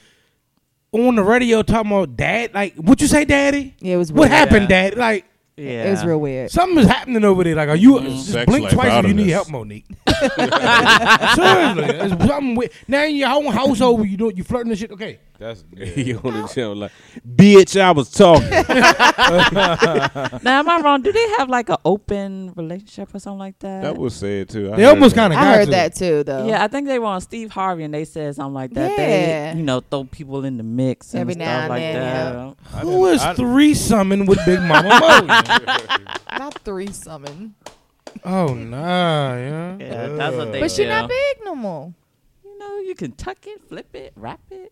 [SPEAKER 1] interviews on the radio talking about dad. Like, what you say, daddy?
[SPEAKER 2] Yeah, it was
[SPEAKER 1] What
[SPEAKER 2] weird.
[SPEAKER 1] happened, dad? Like,
[SPEAKER 4] Yeah.
[SPEAKER 2] It was real weird.
[SPEAKER 1] Something is happening over there. Like, are you just
[SPEAKER 5] Sex
[SPEAKER 1] blink
[SPEAKER 5] life
[SPEAKER 1] twice if
[SPEAKER 5] out
[SPEAKER 1] you
[SPEAKER 5] of
[SPEAKER 1] need
[SPEAKER 5] this.
[SPEAKER 1] help, Monique? Seriously, it's something weird. Now in your own household, you doing you flirting and shit. Okay,
[SPEAKER 3] That's
[SPEAKER 5] he on the channel like, bitch, I was talking.
[SPEAKER 4] Now am I wrong? Do they have like an open relationship or something like that?
[SPEAKER 5] that was said too. I
[SPEAKER 1] they
[SPEAKER 5] heard
[SPEAKER 1] almost
[SPEAKER 5] that.
[SPEAKER 1] kind of.
[SPEAKER 2] I heard that too, though.
[SPEAKER 4] yeah, I think they were on Steve Harvey and they said something like that.
[SPEAKER 2] Yeah.
[SPEAKER 4] They you know, throw people in the mix and
[SPEAKER 2] Every
[SPEAKER 4] stuff
[SPEAKER 2] now and
[SPEAKER 4] like
[SPEAKER 2] then,
[SPEAKER 4] that.
[SPEAKER 2] yeah.
[SPEAKER 1] Who is threesoming with Big Mama Mo?
[SPEAKER 2] Not threesoming.
[SPEAKER 1] oh nah, yeah.
[SPEAKER 4] Yeah, that's what they
[SPEAKER 2] But she
[SPEAKER 4] do.
[SPEAKER 2] not big no more.
[SPEAKER 4] You know, you can tuck it, flip it, wrap it.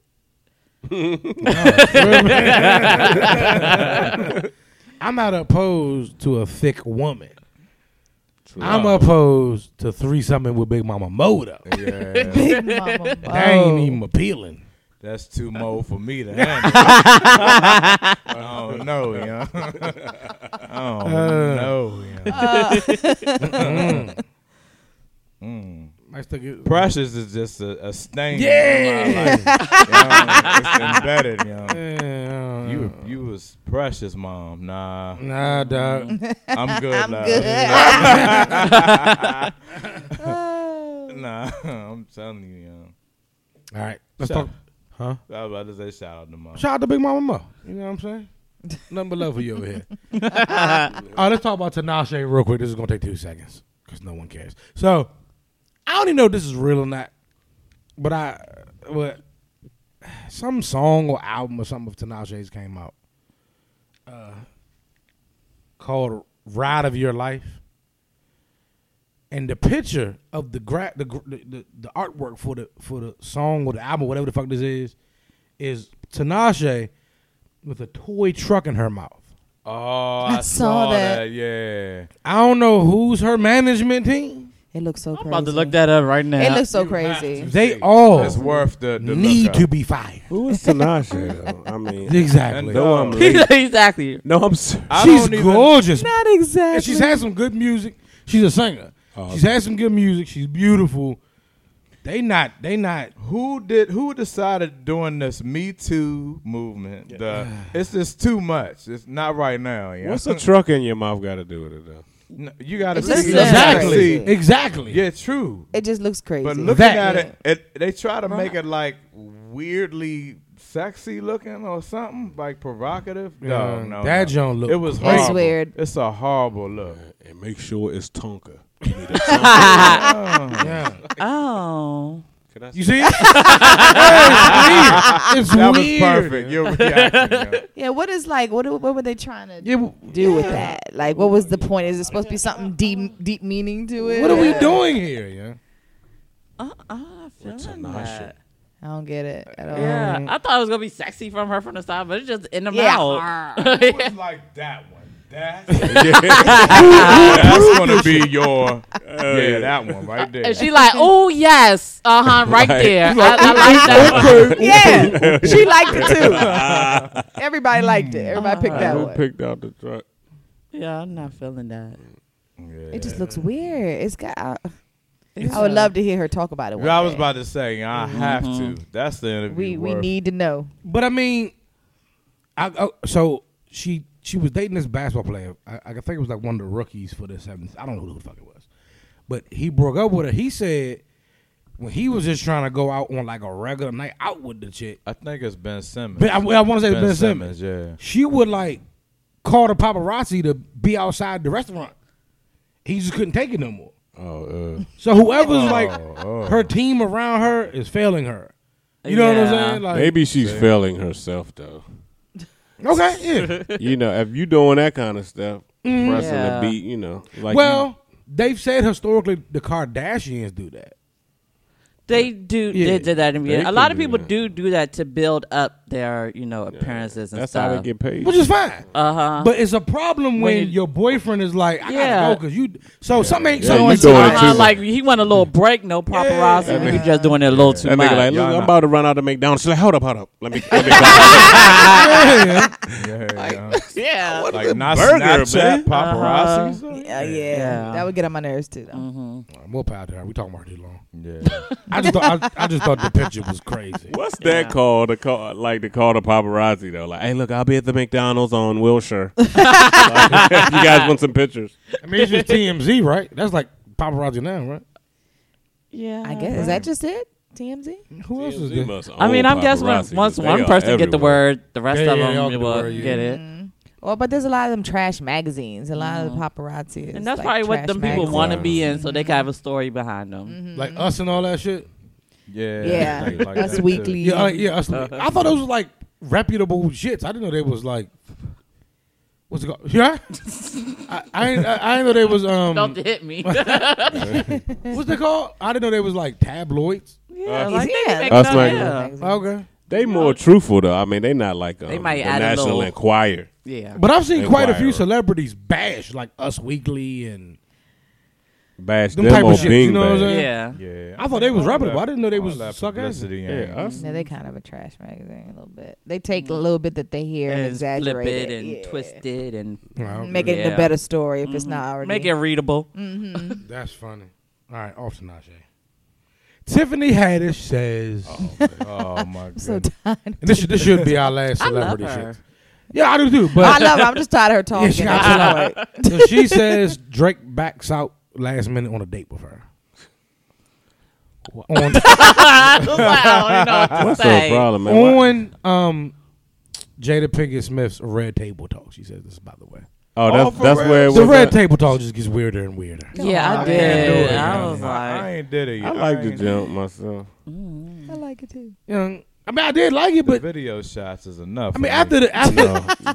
[SPEAKER 1] I'm not opposed to a thick woman.
[SPEAKER 5] True.
[SPEAKER 1] I'm opposed to threesoming with Big Mama Mo though.
[SPEAKER 3] Yeah,
[SPEAKER 2] Big mama.
[SPEAKER 1] That
[SPEAKER 2] Oh.
[SPEAKER 1] ain't even appealing.
[SPEAKER 3] that's too mo for me to handle. I don't know, yeah. I don't
[SPEAKER 1] Uh.
[SPEAKER 3] know, yeah. Mm.
[SPEAKER 1] I still get
[SPEAKER 3] Precious is just a, a stain. in my
[SPEAKER 1] Yeah.
[SPEAKER 3] life, you know? It's embedded, you know.
[SPEAKER 1] Yeah, I don't
[SPEAKER 3] You
[SPEAKER 1] know.
[SPEAKER 3] you was precious, mom. Nah,
[SPEAKER 1] nah, dog.
[SPEAKER 3] I'm good. I'm
[SPEAKER 2] Oh.
[SPEAKER 3] Nah, I'm telling you, yeah.
[SPEAKER 1] All right, let's
[SPEAKER 3] Shout-
[SPEAKER 1] talk. Huh?
[SPEAKER 3] I was about to say shout out to mom.
[SPEAKER 1] Shout out to Big Mama Mo. You know what I'm saying? Nothing but love for you over here. All right, let's talk about Tinashe real quick. This is gonna take two seconds because no one cares. So I don't even know if this is real or not, but I but some song or album or something of Tinashe's came out uh, called "Ride of Your Life," and the picture of the gra- the, gr- the the the artwork for the for the song or the album, whatever the fuck this is, is Tinashe with a toy truck in her mouth.
[SPEAKER 3] Oh, I,
[SPEAKER 2] I saw
[SPEAKER 3] saw,
[SPEAKER 2] that.
[SPEAKER 3] that. Yeah.
[SPEAKER 1] I don't know who's her management team.
[SPEAKER 2] It looks so crazy.
[SPEAKER 4] I'm about to look that up right now.
[SPEAKER 2] It looks so crazy.
[SPEAKER 1] They all
[SPEAKER 3] It's worth the, the
[SPEAKER 1] need
[SPEAKER 3] lookup.
[SPEAKER 1] to be fired.
[SPEAKER 5] Who is Tinashe? though? I mean,
[SPEAKER 1] Exactly.
[SPEAKER 5] no, I'm late.
[SPEAKER 4] exactly.
[SPEAKER 5] No, I'm. Ser-
[SPEAKER 3] uh, I
[SPEAKER 1] she's
[SPEAKER 3] don't even-
[SPEAKER 1] gorgeous.
[SPEAKER 2] Not
[SPEAKER 1] And
[SPEAKER 2] exactly.
[SPEAKER 1] she's had some good music. She's a singer.
[SPEAKER 3] Uh-huh.
[SPEAKER 5] Oh,
[SPEAKER 1] she's had some good music. She's beautiful. They not. They not.
[SPEAKER 3] Who did who decided doing this Me Too movement? The, it's just too much. It's not right now. Yeah.
[SPEAKER 5] What's a truck in your mouth got to do with it though?
[SPEAKER 3] No, you gotta
[SPEAKER 2] It's
[SPEAKER 3] see
[SPEAKER 2] just
[SPEAKER 1] exactly,
[SPEAKER 2] crazy.
[SPEAKER 1] exactly.
[SPEAKER 3] Yeah, true.
[SPEAKER 2] It just looks crazy.
[SPEAKER 3] But looking
[SPEAKER 1] That-
[SPEAKER 3] at it, it, they try to make it like weirdly sexy looking or something, like provocative. No,
[SPEAKER 1] Yeah,
[SPEAKER 3] no,
[SPEAKER 1] that
[SPEAKER 3] no.
[SPEAKER 1] joint look
[SPEAKER 3] It was
[SPEAKER 1] crazy.
[SPEAKER 3] horrible.
[SPEAKER 2] It's weird.
[SPEAKER 3] It's a horrible look.
[SPEAKER 5] And make sure it's Tonka. You need a Tonka.
[SPEAKER 1] Yeah.
[SPEAKER 4] Oh.
[SPEAKER 5] Can I
[SPEAKER 1] You see? Hey, it's weird. It's
[SPEAKER 3] That
[SPEAKER 1] weird.
[SPEAKER 3] was perfect. Your reaction. yeah.
[SPEAKER 2] yeah, what is like? What what were they trying to
[SPEAKER 1] Yeah, w-
[SPEAKER 2] do with that? Like, what was the point? Is it supposed to be something deep deep meaning to it?
[SPEAKER 1] what are we doing here? Yeah.
[SPEAKER 4] Uh uh.
[SPEAKER 5] Tinashe.
[SPEAKER 2] I don't get it at all.
[SPEAKER 4] Yeah, I thought it was gonna be sexy from her from the start, but it's just in the
[SPEAKER 2] Yeah.
[SPEAKER 4] mouth.
[SPEAKER 3] It was like that one. That's, that's gonna be your
[SPEAKER 1] Oh,
[SPEAKER 3] yeah, that one right there.
[SPEAKER 4] and she like, oh yes, uh huh, right
[SPEAKER 5] Right.
[SPEAKER 4] there. I, I like that. one."
[SPEAKER 2] Yeah, she liked it too. Everybody liked it. Everybody picked that
[SPEAKER 5] Who
[SPEAKER 2] one.
[SPEAKER 5] picked out the truck?
[SPEAKER 4] Yeah, I'm not feeling that.
[SPEAKER 3] Yeah.
[SPEAKER 2] It just looks weird. It's got. I,
[SPEAKER 4] It's
[SPEAKER 2] I would
[SPEAKER 4] a-
[SPEAKER 2] love to hear her talk about it. one
[SPEAKER 3] I was
[SPEAKER 2] day.
[SPEAKER 3] about to say I have
[SPEAKER 1] Mm-hmm.
[SPEAKER 3] to. That's the interview.
[SPEAKER 2] We we
[SPEAKER 3] word.
[SPEAKER 2] need to know.
[SPEAKER 1] But I mean, I, oh, so she she was dating this basketball player. I, I think it was like one of the rookies for the seventh. I don't know who the fuck it was, but he broke up with her. He said when he was just trying to go out on like a regular night out with the chick.
[SPEAKER 3] I think it's Ben Simmons.
[SPEAKER 1] Ben, I, want to say
[SPEAKER 3] Ben
[SPEAKER 1] ben, ben Simmons.
[SPEAKER 3] Simmons, yeah.
[SPEAKER 1] She would like call the paparazzi to be outside the restaurant. He just couldn't take it no more.
[SPEAKER 5] Oh, uh,
[SPEAKER 1] So whoever's like
[SPEAKER 3] oh.
[SPEAKER 1] her team around her is failing her. You know what
[SPEAKER 4] Yeah.
[SPEAKER 1] I'm saying? Like
[SPEAKER 5] maybe she's failing herself though.
[SPEAKER 1] okay, yeah.
[SPEAKER 5] you know, if you doing that kind of stuff, pressing
[SPEAKER 4] Mm, Yeah.
[SPEAKER 5] the beat, you know, like
[SPEAKER 1] well, they've said historically the Kardashians do that.
[SPEAKER 4] They do.
[SPEAKER 1] Yeah.
[SPEAKER 4] They did that in
[SPEAKER 5] They
[SPEAKER 4] A lot
[SPEAKER 5] can
[SPEAKER 4] of
[SPEAKER 5] do
[SPEAKER 4] people
[SPEAKER 5] that.
[SPEAKER 4] do do that to build up their, you know,
[SPEAKER 5] you-
[SPEAKER 4] appearances and
[SPEAKER 5] that's
[SPEAKER 4] stuff.
[SPEAKER 5] how they get paid.
[SPEAKER 1] Which is fine,
[SPEAKER 4] uh huh.
[SPEAKER 1] but it's a problem when,
[SPEAKER 4] When you-
[SPEAKER 1] your boyfriend is like, "I
[SPEAKER 4] Yeah.
[SPEAKER 1] gotta go," because you. So something ain't
[SPEAKER 5] Yeah,
[SPEAKER 1] something
[SPEAKER 5] you
[SPEAKER 1] ain't
[SPEAKER 5] doing
[SPEAKER 1] right.
[SPEAKER 5] it
[SPEAKER 4] Uh-huh,
[SPEAKER 5] too.
[SPEAKER 4] like he want a little break, no paparazzi.
[SPEAKER 5] Yeah.
[SPEAKER 4] You just doing it a little too
[SPEAKER 5] that
[SPEAKER 4] much.
[SPEAKER 5] nigga like, look,
[SPEAKER 3] Y'all
[SPEAKER 5] I'm
[SPEAKER 3] not-
[SPEAKER 5] about to run out of McDonald's. She's like, hold up, hold up, let me. Let me go.
[SPEAKER 3] Yeah, yeah.
[SPEAKER 4] yeah.
[SPEAKER 3] like not
[SPEAKER 5] burger,
[SPEAKER 3] Snapchat
[SPEAKER 5] man.
[SPEAKER 3] paparazzi. or
[SPEAKER 2] Yeah, yeah,
[SPEAKER 4] Yeah.
[SPEAKER 2] that would get on my nerves too. Though.
[SPEAKER 1] More power to her. We talking about it too long.
[SPEAKER 3] something? Yeah.
[SPEAKER 1] I just thought I, I just thought the picture was crazy.
[SPEAKER 5] What's that called? The call, like the call to paparazzi though. Like, hey, look, I'll be at the McDonald's on Wilshire. Like, you guys want some pictures?
[SPEAKER 1] I mean, it's just TMZ, right? That's like paparazzi now, right?
[SPEAKER 4] Yeah.
[SPEAKER 2] I guess is that just it? TMZ.
[SPEAKER 1] Who else is
[SPEAKER 5] They
[SPEAKER 1] there?
[SPEAKER 5] must
[SPEAKER 4] I mean,
[SPEAKER 5] own
[SPEAKER 4] I'm guessing when-
[SPEAKER 5] Oh, paparazzi,
[SPEAKER 4] once
[SPEAKER 5] 'cause
[SPEAKER 4] one
[SPEAKER 5] they are
[SPEAKER 4] person get the
[SPEAKER 5] everywhere.
[SPEAKER 4] word, the rest
[SPEAKER 1] Yeah,
[SPEAKER 4] of
[SPEAKER 1] yeah, they all
[SPEAKER 4] them
[SPEAKER 1] get the
[SPEAKER 4] will
[SPEAKER 1] word, yeah.
[SPEAKER 4] get
[SPEAKER 2] Mm-hmm.
[SPEAKER 4] it.
[SPEAKER 2] Well, but there's a lot of them trash magazines. A lot of the paparazzi. is
[SPEAKER 4] Mm-hmm. And that's
[SPEAKER 2] like
[SPEAKER 4] probably what
[SPEAKER 2] trash Mm-hmm.
[SPEAKER 4] them people
[SPEAKER 2] magazines.
[SPEAKER 4] want to be in, so they can have
[SPEAKER 5] Mm-hmm.
[SPEAKER 4] a story behind them.
[SPEAKER 1] Like us and all that shit.
[SPEAKER 3] Yeah.
[SPEAKER 2] Yeah,
[SPEAKER 3] like- like
[SPEAKER 2] that's
[SPEAKER 3] that, too.
[SPEAKER 2] weekly.
[SPEAKER 1] Yeah, like, yeah.
[SPEAKER 3] Uh-huh.
[SPEAKER 1] Us, I thought those was like reputable shits. I didn't know they was like. What's it called? Yeah, I, I, ain't- I, I didn't know they was um.
[SPEAKER 4] Don't hit me.
[SPEAKER 1] What's they called? I didn't know they was like tabloids.
[SPEAKER 4] yeah,
[SPEAKER 2] Yeah,
[SPEAKER 4] like they
[SPEAKER 2] yeah,
[SPEAKER 4] can make
[SPEAKER 5] That's
[SPEAKER 4] stuff,
[SPEAKER 5] like-
[SPEAKER 4] yeah.
[SPEAKER 3] Mm-hmm.
[SPEAKER 1] Okay.
[SPEAKER 5] They more truthful though. I mean, they not like um,
[SPEAKER 4] They might
[SPEAKER 5] the
[SPEAKER 4] add a
[SPEAKER 5] National
[SPEAKER 4] little-
[SPEAKER 5] Enquirer.
[SPEAKER 4] yeah.
[SPEAKER 1] But I've seen quite a few
[SPEAKER 5] Enquirer.
[SPEAKER 1] celebrities bash like Us Weekly and
[SPEAKER 5] Bash
[SPEAKER 1] Them
[SPEAKER 5] them,
[SPEAKER 1] type of
[SPEAKER 5] or
[SPEAKER 1] shit, you know what I'm
[SPEAKER 5] beanbags.
[SPEAKER 1] saying?
[SPEAKER 4] yeah.
[SPEAKER 3] Yeah.
[SPEAKER 1] I thought they was
[SPEAKER 3] All
[SPEAKER 1] reputable.
[SPEAKER 3] that-
[SPEAKER 1] I didn't know they
[SPEAKER 3] all
[SPEAKER 1] was
[SPEAKER 3] that
[SPEAKER 1] suck ass.
[SPEAKER 3] publicity
[SPEAKER 5] Yeah,
[SPEAKER 3] ain't-
[SPEAKER 5] us-
[SPEAKER 2] No, they kind of a trash magazine a little bit. They take a little bit that they hear and,
[SPEAKER 4] Mm-hmm. And flip
[SPEAKER 2] exaggerate
[SPEAKER 4] it and
[SPEAKER 2] yeah.
[SPEAKER 4] twist it and
[SPEAKER 1] Wow,
[SPEAKER 2] Make it
[SPEAKER 4] Yeah. Mm-hmm.
[SPEAKER 2] a better story if it's not already.
[SPEAKER 4] make it readable.
[SPEAKER 1] That's funny. All right, off to Najee. Tiffany Haddish says,
[SPEAKER 3] Oh my god.
[SPEAKER 2] so tired.
[SPEAKER 1] and this should, this should be our last celebrity
[SPEAKER 4] love her.
[SPEAKER 1] shit. Yeah, I do too. But
[SPEAKER 2] Oh, I love her. I'm just tired of her
[SPEAKER 1] Yeah,
[SPEAKER 2] talking.
[SPEAKER 1] she got to know it. So she says Drake backs out last minute on a date with her. On,
[SPEAKER 5] What's the problem, man? Why-
[SPEAKER 1] on um, Jada Pinkett Smith's Red Table Talk. She says this, by the way.
[SPEAKER 5] Oh,
[SPEAKER 3] All
[SPEAKER 5] that's
[SPEAKER 3] for
[SPEAKER 5] that's
[SPEAKER 3] red.
[SPEAKER 5] where it was.
[SPEAKER 1] The Red
[SPEAKER 5] at.
[SPEAKER 1] Table Talk just gets weirder and weirder.
[SPEAKER 4] Yeah, I
[SPEAKER 3] do
[SPEAKER 4] did.
[SPEAKER 3] it,
[SPEAKER 4] I
[SPEAKER 3] man.
[SPEAKER 4] was
[SPEAKER 3] I
[SPEAKER 4] like,
[SPEAKER 3] ain't did it.
[SPEAKER 5] I like the
[SPEAKER 3] ain't-
[SPEAKER 5] jump myself.
[SPEAKER 2] I like it too.
[SPEAKER 1] You know, I mean, I did like it,
[SPEAKER 3] The
[SPEAKER 1] but
[SPEAKER 3] video shots is enough.
[SPEAKER 1] I mean, after the after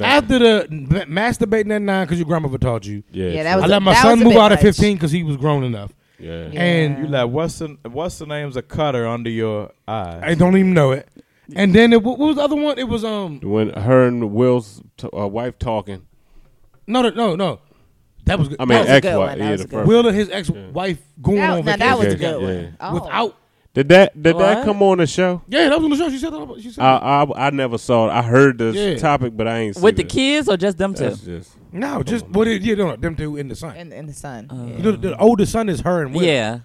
[SPEAKER 1] after the ma- masturbating at nine because your grandmother taught you.
[SPEAKER 5] Yeah,
[SPEAKER 2] Yeah, that
[SPEAKER 5] sure.
[SPEAKER 1] I
[SPEAKER 2] was-
[SPEAKER 1] let my
[SPEAKER 2] that
[SPEAKER 1] son
[SPEAKER 2] a
[SPEAKER 1] move
[SPEAKER 2] bit
[SPEAKER 1] out at
[SPEAKER 2] much.
[SPEAKER 1] fifteen because he was grown enough,
[SPEAKER 5] yeah.
[SPEAKER 2] Yeah.
[SPEAKER 1] and you
[SPEAKER 3] you
[SPEAKER 1] like,
[SPEAKER 3] like what's the what's the name's a cutter under your eye?
[SPEAKER 1] I don't even know it. And then it, what was the other one? It was um
[SPEAKER 5] When her and Will's t- uh, wife talking,
[SPEAKER 1] no no no no that was good.
[SPEAKER 5] I mean
[SPEAKER 2] was a good
[SPEAKER 5] ex-wife.
[SPEAKER 2] one, that
[SPEAKER 5] Yeah,
[SPEAKER 2] was
[SPEAKER 5] the
[SPEAKER 2] a good
[SPEAKER 5] first.
[SPEAKER 1] Will and his ex wife going
[SPEAKER 2] That,
[SPEAKER 1] on
[SPEAKER 2] now
[SPEAKER 1] vacation
[SPEAKER 2] that was a
[SPEAKER 5] Yeah,
[SPEAKER 2] good
[SPEAKER 5] yeah.
[SPEAKER 2] one. Oh.
[SPEAKER 1] without
[SPEAKER 5] Did that did that
[SPEAKER 4] What?
[SPEAKER 5] come on the show?
[SPEAKER 1] yeah that was on the show. She said that about- she said
[SPEAKER 5] I I, I never saw it. I heard this
[SPEAKER 1] Yeah.
[SPEAKER 5] topic, but I ain't
[SPEAKER 4] with the
[SPEAKER 5] see
[SPEAKER 4] kids or just them
[SPEAKER 5] that.
[SPEAKER 4] two?
[SPEAKER 5] That's just
[SPEAKER 1] no just what it, you know them two in the sun.
[SPEAKER 2] in, in the sun.
[SPEAKER 4] Uh-huh.
[SPEAKER 1] You know, the, the older son is her and Will.
[SPEAKER 4] Yeah.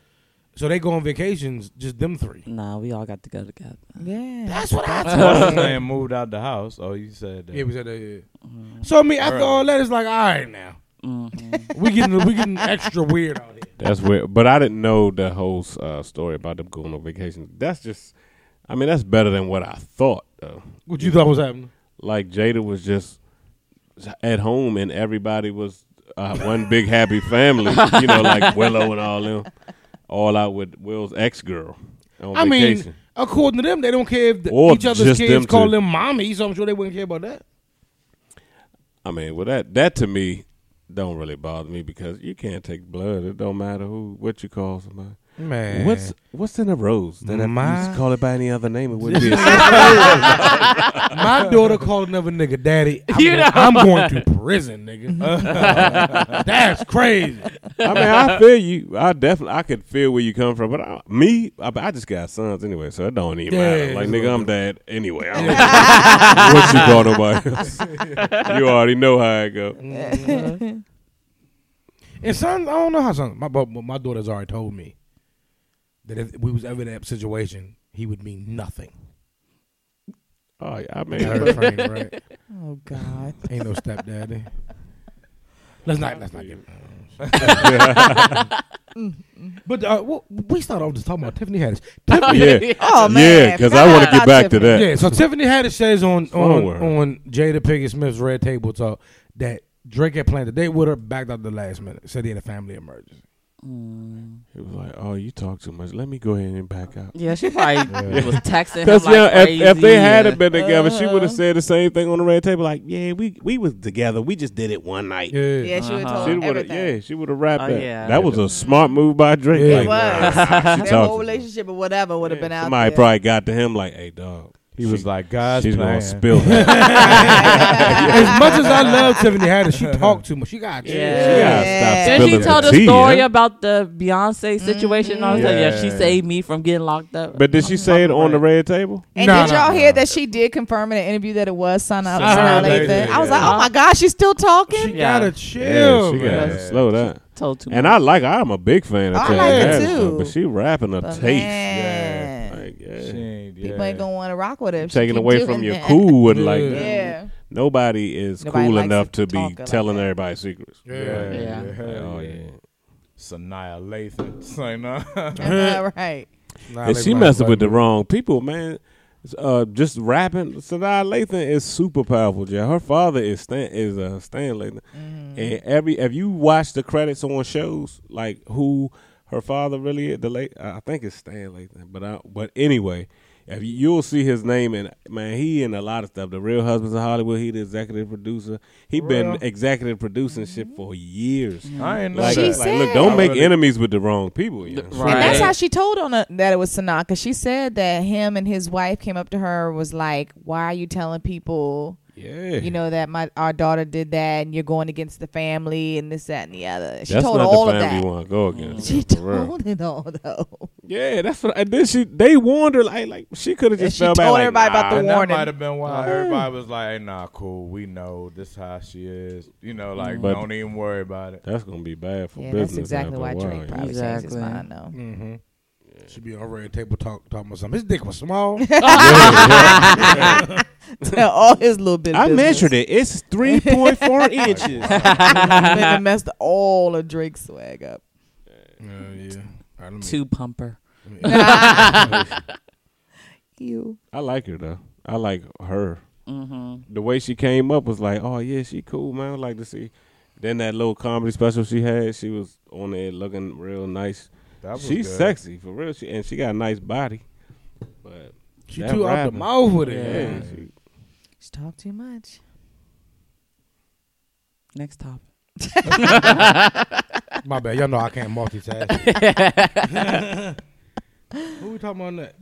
[SPEAKER 1] So they go on vacations, just them three.
[SPEAKER 4] Nah, we all got to go together.
[SPEAKER 2] yeah. yeah.
[SPEAKER 1] That's what I
[SPEAKER 3] What's his name moved out the house? Oh, you said that.
[SPEAKER 1] Yeah, we said that. Yeah. So I mean, after
[SPEAKER 3] Bruh.
[SPEAKER 1] all that, it's like all right now.
[SPEAKER 2] Mm-hmm.
[SPEAKER 1] we getting we getting extra weird out here.
[SPEAKER 5] That's weird. But I didn't know the whole uh, story about them going on vacation. That's just, I mean, that's better than what I thought, though.
[SPEAKER 1] What you thought was happening?
[SPEAKER 5] Like, Jada was just at home and everybody was uh, one big happy family, you know, like Willow and all them, all out with Will's ex girl on
[SPEAKER 1] I mean,
[SPEAKER 5] vacation.
[SPEAKER 1] according to them, they don't care if the,
[SPEAKER 5] Or
[SPEAKER 1] each other's
[SPEAKER 5] just them
[SPEAKER 1] kids call
[SPEAKER 5] two.
[SPEAKER 1] them mommy, so I'm sure they wouldn't care about that.
[SPEAKER 5] I mean, well, that that to me don't really bother me because you can't take blood. It don't matter who what you call somebody.
[SPEAKER 1] Man,
[SPEAKER 5] What's what's in a rose that if you
[SPEAKER 1] My-
[SPEAKER 5] just call it by any other name, it wouldn't be. A
[SPEAKER 1] my daughter called another nigga daddy? I'm,
[SPEAKER 4] You
[SPEAKER 1] go-
[SPEAKER 4] know.
[SPEAKER 1] I'm going to prison, nigga. That's crazy.
[SPEAKER 5] I mean, I feel you. I definitely, I could feel where you come from, but I, me, I, I just got sons anyway, so it don't even
[SPEAKER 1] Yeah,
[SPEAKER 5] matter. Like,
[SPEAKER 1] it's
[SPEAKER 5] nigga, I'm dad anyway. I don't what you call nobody else? you already know how it go.
[SPEAKER 4] Mm-hmm.
[SPEAKER 1] And son, I don't know how son. My but my daughter's already told me that if we was ever in that situation, he would mean nothing.
[SPEAKER 5] Oh, yeah, I mean,
[SPEAKER 1] Her frame, right?
[SPEAKER 2] Oh God.
[SPEAKER 1] Ain't no stepdaddy. Let's not. Let's not get. but uh, well, we started off just talking about Tiffany Haddish. Tiffany,
[SPEAKER 5] yeah,
[SPEAKER 2] Oh man.
[SPEAKER 5] yeah, because I want to get back to that.
[SPEAKER 1] Yeah, so Tiffany Haddish says on
[SPEAKER 5] wrong
[SPEAKER 1] on,
[SPEAKER 5] with her?
[SPEAKER 1] on Jada Pinkett Smith's Red Table Talk that Drake had planned to date with her, backed out the last minute, said he had a family emergency.
[SPEAKER 5] It was like, oh, you talk too much. Let me go ahead and back out.
[SPEAKER 4] Yeah, she probably was texting him
[SPEAKER 5] Because
[SPEAKER 4] like
[SPEAKER 5] yeah,
[SPEAKER 4] crazy.
[SPEAKER 5] if, if they
[SPEAKER 4] and-
[SPEAKER 5] hadn't been together, she would have said the same thing on the red table. Like, yeah, we we was together. We just did it one night.
[SPEAKER 1] Yeah,
[SPEAKER 2] Yeah, she would have
[SPEAKER 4] Uh-huh.
[SPEAKER 2] told
[SPEAKER 5] She
[SPEAKER 2] him
[SPEAKER 5] would have,
[SPEAKER 2] Um, everything.
[SPEAKER 5] yeah, she would have wrapped
[SPEAKER 4] Oh,
[SPEAKER 5] that.
[SPEAKER 4] yeah.
[SPEAKER 5] That was a smart move by Drake.
[SPEAKER 1] Yeah.
[SPEAKER 5] Like,
[SPEAKER 1] It
[SPEAKER 2] was.
[SPEAKER 5] nah, she
[SPEAKER 2] That
[SPEAKER 5] talked
[SPEAKER 2] whole
[SPEAKER 5] to-
[SPEAKER 2] relationship or whatever would have been out
[SPEAKER 5] Somebody
[SPEAKER 2] there.
[SPEAKER 5] probably got to him like, "Hey, dog,
[SPEAKER 3] He was
[SPEAKER 5] She-
[SPEAKER 3] like, God's
[SPEAKER 5] she's
[SPEAKER 3] plan.
[SPEAKER 5] gonna spill that.
[SPEAKER 1] as much as I love Tiffany Haddish, she talked too much. She got
[SPEAKER 4] Yeah.
[SPEAKER 5] You gotta
[SPEAKER 2] Yeah.
[SPEAKER 5] stop
[SPEAKER 2] Then
[SPEAKER 4] Then
[SPEAKER 5] spilling
[SPEAKER 4] she told
[SPEAKER 5] the
[SPEAKER 4] a
[SPEAKER 5] tea,
[SPEAKER 4] story
[SPEAKER 5] huh?
[SPEAKER 4] about the Beyonce situation. And I was like, yeah, she
[SPEAKER 3] Yeah.
[SPEAKER 4] saved me from getting locked up.
[SPEAKER 5] But did she say it on the red table?
[SPEAKER 2] And
[SPEAKER 1] Nah,
[SPEAKER 2] did
[SPEAKER 1] nah,
[SPEAKER 2] y'all
[SPEAKER 1] nah.
[SPEAKER 2] hear that she did confirm in an interview that it was Sana
[SPEAKER 1] I heard
[SPEAKER 2] Sinale
[SPEAKER 1] that,
[SPEAKER 2] Lathan?
[SPEAKER 3] yeah,
[SPEAKER 2] I was
[SPEAKER 3] yeah.
[SPEAKER 2] like, oh my gosh, she's still talking.
[SPEAKER 1] She
[SPEAKER 4] Yeah.
[SPEAKER 1] gotta chill.
[SPEAKER 5] she
[SPEAKER 1] man.
[SPEAKER 5] got
[SPEAKER 3] man.
[SPEAKER 5] slow that.
[SPEAKER 4] told too
[SPEAKER 5] And
[SPEAKER 4] much.
[SPEAKER 5] I like. I'm a big fan of
[SPEAKER 2] I
[SPEAKER 5] Taylor
[SPEAKER 1] like her
[SPEAKER 5] Harrison,
[SPEAKER 2] too.
[SPEAKER 5] but she rapping a
[SPEAKER 2] But
[SPEAKER 5] taste.
[SPEAKER 2] man,
[SPEAKER 5] Like, yeah.
[SPEAKER 3] She ain't-
[SPEAKER 2] people
[SPEAKER 3] yeah.
[SPEAKER 2] ain't gonna want to rock with her. if she
[SPEAKER 5] Taking
[SPEAKER 2] keep
[SPEAKER 5] away
[SPEAKER 2] doing
[SPEAKER 5] from your
[SPEAKER 2] that.
[SPEAKER 5] cool and like
[SPEAKER 1] Yeah.
[SPEAKER 5] that.
[SPEAKER 2] Yeah.
[SPEAKER 5] nobody is
[SPEAKER 4] Nobody
[SPEAKER 5] cool
[SPEAKER 4] likes
[SPEAKER 5] enough
[SPEAKER 4] it
[SPEAKER 5] to
[SPEAKER 4] talking
[SPEAKER 5] be
[SPEAKER 4] like
[SPEAKER 5] telling
[SPEAKER 4] that.
[SPEAKER 5] everybody secrets.
[SPEAKER 1] Yeah.
[SPEAKER 3] Yeah.
[SPEAKER 4] Yeah.
[SPEAKER 3] yeah.
[SPEAKER 5] Like, oh yeah.
[SPEAKER 3] Sanaa Lathan. Sanaa.
[SPEAKER 2] Am I right.
[SPEAKER 1] Nah,
[SPEAKER 5] And
[SPEAKER 1] they
[SPEAKER 5] she
[SPEAKER 1] black,
[SPEAKER 5] messing
[SPEAKER 1] black
[SPEAKER 5] with the
[SPEAKER 1] people.
[SPEAKER 5] wrong people, man. Uh, just rapping. Sanaa Lathan is super powerful, yeah. Her father is Stan is uh, Stan Lathan,
[SPEAKER 2] Mm-hmm.
[SPEAKER 5] and every if you watch the credits on shows like who her father really is, the late I think it's Stan Lathan, but I, but anyway, if you, you'll see his name and man, he in a lot of stuff. The Real Husbands of Hollywood, he the executive producer. He been
[SPEAKER 3] Real.
[SPEAKER 5] executive producing shit for years.
[SPEAKER 3] I ain't know
[SPEAKER 5] Like,
[SPEAKER 2] Mm-hmm. She
[SPEAKER 5] like,
[SPEAKER 3] that.
[SPEAKER 2] said-
[SPEAKER 5] look, don't
[SPEAKER 3] I
[SPEAKER 5] make
[SPEAKER 3] really-
[SPEAKER 5] enemies with the wrong people. You know?
[SPEAKER 4] Right.
[SPEAKER 2] And that's how she told on uh that it was Sanaa, because she said that him and his wife came up to her was like, "Why are you telling people,
[SPEAKER 5] Yeah,
[SPEAKER 2] you know, that my our daughter did that, and you're going against the family and this, that, and the other." She
[SPEAKER 5] that's
[SPEAKER 2] told
[SPEAKER 5] not
[SPEAKER 2] all
[SPEAKER 5] the
[SPEAKER 2] of
[SPEAKER 5] family
[SPEAKER 2] that.
[SPEAKER 5] you want to go against.
[SPEAKER 2] She
[SPEAKER 5] for real.
[SPEAKER 2] told it all though.
[SPEAKER 5] Yeah, that's what. And then she they warned her like like she could have
[SPEAKER 2] And
[SPEAKER 5] just
[SPEAKER 2] she
[SPEAKER 5] fell back,
[SPEAKER 2] told
[SPEAKER 5] like,
[SPEAKER 2] everybody about the
[SPEAKER 5] nah,
[SPEAKER 3] And
[SPEAKER 2] warning.
[SPEAKER 3] that might have been why everybody was like, hey, nah, cool. We know this how she is. You know, like,
[SPEAKER 5] Mm. But-
[SPEAKER 3] don't even worry about it.
[SPEAKER 5] That's gonna be bad for
[SPEAKER 2] Yeah,
[SPEAKER 5] business.
[SPEAKER 2] that's exactly
[SPEAKER 5] after a
[SPEAKER 2] why
[SPEAKER 5] while,
[SPEAKER 2] Drake
[SPEAKER 5] yeah.
[SPEAKER 2] probably changed his
[SPEAKER 4] Exactly.
[SPEAKER 2] mind though.
[SPEAKER 1] Mm-hmm. She be on red table talk talking about something. His dick was small.
[SPEAKER 2] all his little bit. of
[SPEAKER 5] I
[SPEAKER 2] business.
[SPEAKER 5] measured it. It's three point four inches.
[SPEAKER 2] I meant to mess all of Drake's swag up.
[SPEAKER 1] yeah. All right, let me-
[SPEAKER 4] Two pumper.
[SPEAKER 2] You.
[SPEAKER 5] I like her though. I like her.
[SPEAKER 4] Mm-hmm.
[SPEAKER 5] The way she came up was like, oh yeah, she cool man. I like to see. Then that little comedy special she had, she was on there looking real nice.
[SPEAKER 3] That was
[SPEAKER 5] She's
[SPEAKER 3] good.
[SPEAKER 5] sexy for real. She and she got a nice body, but
[SPEAKER 1] She
[SPEAKER 5] that
[SPEAKER 1] too out the
[SPEAKER 5] rapping-
[SPEAKER 1] mouth with it.
[SPEAKER 5] Yeah,
[SPEAKER 1] man.
[SPEAKER 5] she-
[SPEAKER 2] Just talk too much.
[SPEAKER 4] Next topic.
[SPEAKER 1] My bad. Y'all know I can't multitask. Who we talking about next?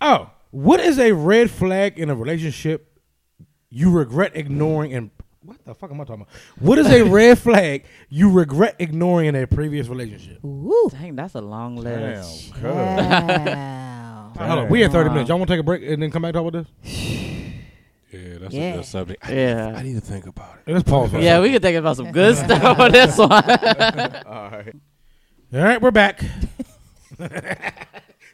[SPEAKER 1] Oh, what is a red flag in a relationship you regret ignoring and what the fuck am I talking about? What is a red flag you regret ignoring in a previous relationship?
[SPEAKER 2] Ooh.
[SPEAKER 4] Dang, that's a long
[SPEAKER 3] Damn,
[SPEAKER 4] list.
[SPEAKER 3] cuz.
[SPEAKER 2] Wow.
[SPEAKER 1] Hold on, we had thirty minutes. Y'all want to take a break and then come back and talk about this?
[SPEAKER 5] yeah, that's
[SPEAKER 2] Yeah.
[SPEAKER 5] a good subject. I,
[SPEAKER 4] Yeah.
[SPEAKER 5] I need to think about it.
[SPEAKER 1] Let's pause. For a
[SPEAKER 4] Yeah,
[SPEAKER 1] second.
[SPEAKER 4] we could think about some good stuff on this one.
[SPEAKER 1] All right, we're back.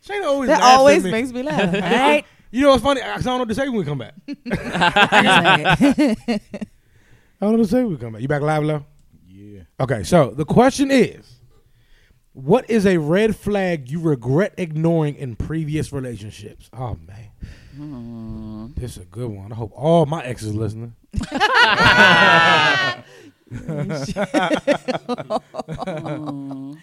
[SPEAKER 1] Shayna always
[SPEAKER 2] That
[SPEAKER 1] laughs at
[SPEAKER 2] always
[SPEAKER 1] me.
[SPEAKER 2] makes me laugh. All right.
[SPEAKER 1] You know what's funny? I I don't know what to say when we come back. I
[SPEAKER 2] He's like,
[SPEAKER 1] don't know what to say when we come back. You back live, Lo?
[SPEAKER 3] Yeah. Yeah.
[SPEAKER 1] Okay, so the question is, what is a red flag you regret ignoring in previous relationships? Oh man, this is a good one. I hope all my exes listening.
[SPEAKER 5] You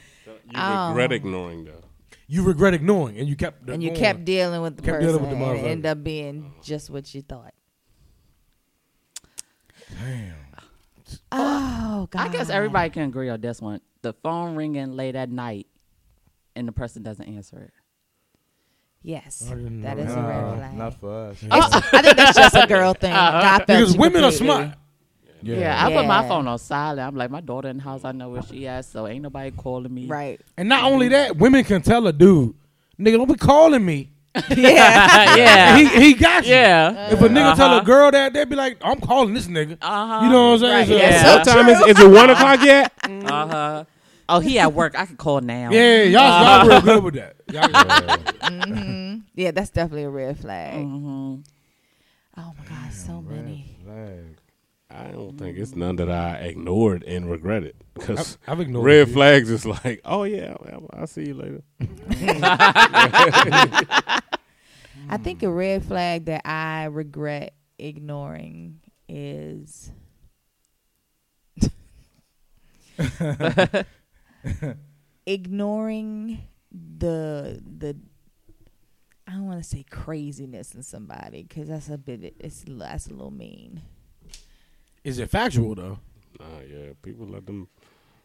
[SPEAKER 5] regret ignoring though.
[SPEAKER 1] You regret ignoring, and you kept
[SPEAKER 2] and you
[SPEAKER 1] ignoring.
[SPEAKER 2] kept dealing with the
[SPEAKER 1] Kept
[SPEAKER 2] person
[SPEAKER 1] dealing with the
[SPEAKER 2] and it
[SPEAKER 1] motherfucker.
[SPEAKER 2] ended up being just what you thought.
[SPEAKER 3] Damn.
[SPEAKER 2] Oh God!
[SPEAKER 4] I guess everybody can agree on this one. The phone ringing late at night, and the person doesn't answer it.
[SPEAKER 2] Yes,
[SPEAKER 1] I didn't
[SPEAKER 2] that
[SPEAKER 1] know
[SPEAKER 2] is a
[SPEAKER 3] No,
[SPEAKER 2] red flag.
[SPEAKER 3] not for us.
[SPEAKER 2] I think that's just a girl thing. God felt
[SPEAKER 1] because
[SPEAKER 2] you
[SPEAKER 1] women are
[SPEAKER 2] completely.
[SPEAKER 1] smart.
[SPEAKER 4] Yeah, I put my
[SPEAKER 2] Yeah.
[SPEAKER 4] phone on silent. I'm like, my daughter in the house. I know where she at, so ain't nobody calling me.
[SPEAKER 2] right?
[SPEAKER 1] And not only that, women can tell a dude, nigga, don't be calling me.
[SPEAKER 2] Yeah,
[SPEAKER 4] yeah,
[SPEAKER 1] He, he got you.
[SPEAKER 4] yeah.
[SPEAKER 1] If a nigga tell
[SPEAKER 4] Uh-huh.
[SPEAKER 1] a girl that, they'd be like, I'm calling this nigga.
[SPEAKER 4] Uh
[SPEAKER 2] Uh-huh.
[SPEAKER 1] You know what I'm saying?
[SPEAKER 2] Right,
[SPEAKER 1] So-
[SPEAKER 4] yeah.
[SPEAKER 5] What time is, is it one o'clock yet?
[SPEAKER 4] huh.
[SPEAKER 2] Uh-huh.
[SPEAKER 4] Uh huh. Oh, he at work. I can call now.
[SPEAKER 1] yeah, y'all, y'all real good with that. Y'all-
[SPEAKER 2] yeah, that's definitely a red flag.
[SPEAKER 4] hmm
[SPEAKER 2] Oh my God, so many.
[SPEAKER 3] Flag.
[SPEAKER 5] I don't think it's none that I ignored and regretted because
[SPEAKER 1] I've ignored
[SPEAKER 5] red
[SPEAKER 1] you.
[SPEAKER 5] flags is like, oh yeah, I'll, I'll see you later.
[SPEAKER 2] I think a red flag that I regret ignoring is. ignoring the the I don't want to say craziness in somebody because that's a bit it's that's a little mean.
[SPEAKER 1] Is it factual though?
[SPEAKER 5] Nah, yeah, people let them.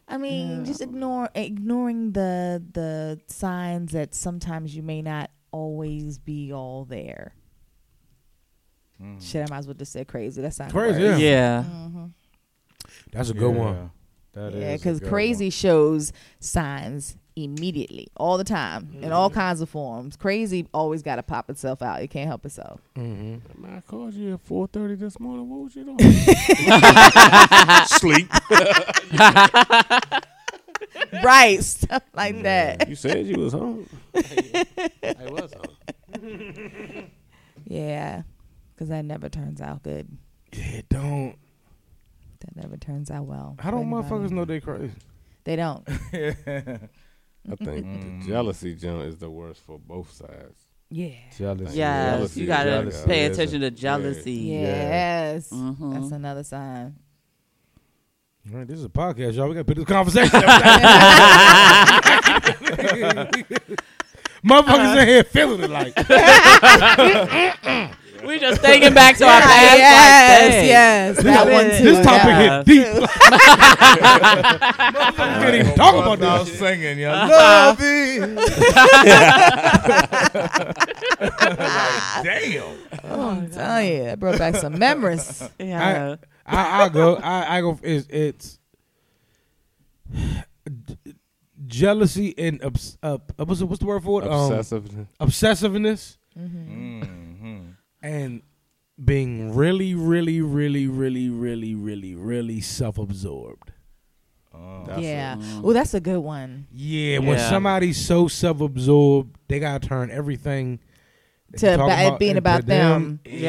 [SPEAKER 2] I mean, just ignore ignoring the the signs that sometimes you may not always be all there.
[SPEAKER 3] Mm-hmm.
[SPEAKER 2] Shit, I might as well just say crazy. That's not
[SPEAKER 1] Crazy,
[SPEAKER 4] Yeah.
[SPEAKER 1] Yeah.
[SPEAKER 2] Worse.
[SPEAKER 1] That's a good one.
[SPEAKER 3] That is
[SPEAKER 2] Yeah,
[SPEAKER 3] a
[SPEAKER 2] because
[SPEAKER 3] good one.
[SPEAKER 2] crazy shows signs immediately, all the time, in all kinds of forms. Crazy always got to pop itself out. It can't help itself.
[SPEAKER 5] Man, I called you at four thirty this morning. What was you doing? Sleep.
[SPEAKER 2] right, stuff like that.
[SPEAKER 5] You said you was home. I was home.
[SPEAKER 2] Yeah, because that never turns out good.
[SPEAKER 1] Yeah, don't.
[SPEAKER 2] That never turns out well.
[SPEAKER 1] How
[SPEAKER 2] for
[SPEAKER 1] don't
[SPEAKER 2] anybody.
[SPEAKER 1] motherfuckers know they crazy?
[SPEAKER 2] They don't.
[SPEAKER 5] I think the jealousy jump is the worst for both sides.
[SPEAKER 2] Yeah.
[SPEAKER 3] Jealousy.
[SPEAKER 4] Yes,
[SPEAKER 5] Jealousy,
[SPEAKER 4] you gotta
[SPEAKER 5] jealousy,
[SPEAKER 4] pay
[SPEAKER 5] yes.
[SPEAKER 4] attention to jealousy.
[SPEAKER 2] Yes.
[SPEAKER 4] Mhm.
[SPEAKER 2] That's another sign.
[SPEAKER 1] All right, this is a podcast, y'all. We gotta put this conversation.
[SPEAKER 2] Uh-huh.
[SPEAKER 1] Motherfuckers in here feeling it like
[SPEAKER 4] We just thinking back to our past. like,
[SPEAKER 2] yes,
[SPEAKER 4] dang.
[SPEAKER 2] yes. That
[SPEAKER 4] is-
[SPEAKER 2] one too.
[SPEAKER 1] this topic
[SPEAKER 2] yeah.
[SPEAKER 1] hit deep. Motherfuckers can't even talk about
[SPEAKER 3] I
[SPEAKER 1] that
[SPEAKER 3] was
[SPEAKER 1] shit.
[SPEAKER 3] singing, you love it. Like, damn.
[SPEAKER 2] Oh, yeah. That brought back some memories.
[SPEAKER 4] Yeah.
[SPEAKER 1] I, I go. I, I go. It's, it's jealousy and obs, uh, what's, the- what's the word for it? Um,
[SPEAKER 5] Obsessive.
[SPEAKER 1] obsessiveness
[SPEAKER 3] Mm-hmm.
[SPEAKER 1] and being really, really, really, really, really, really, really self-absorbed.
[SPEAKER 2] yeah. Oh, that's a good one.
[SPEAKER 1] Yeah, when
[SPEAKER 4] Yeah.
[SPEAKER 1] somebody's so self-absorbed, they gotta turn everything they
[SPEAKER 2] To
[SPEAKER 1] talk
[SPEAKER 2] about it being
[SPEAKER 1] into
[SPEAKER 2] about them. Oh.
[SPEAKER 4] Yes.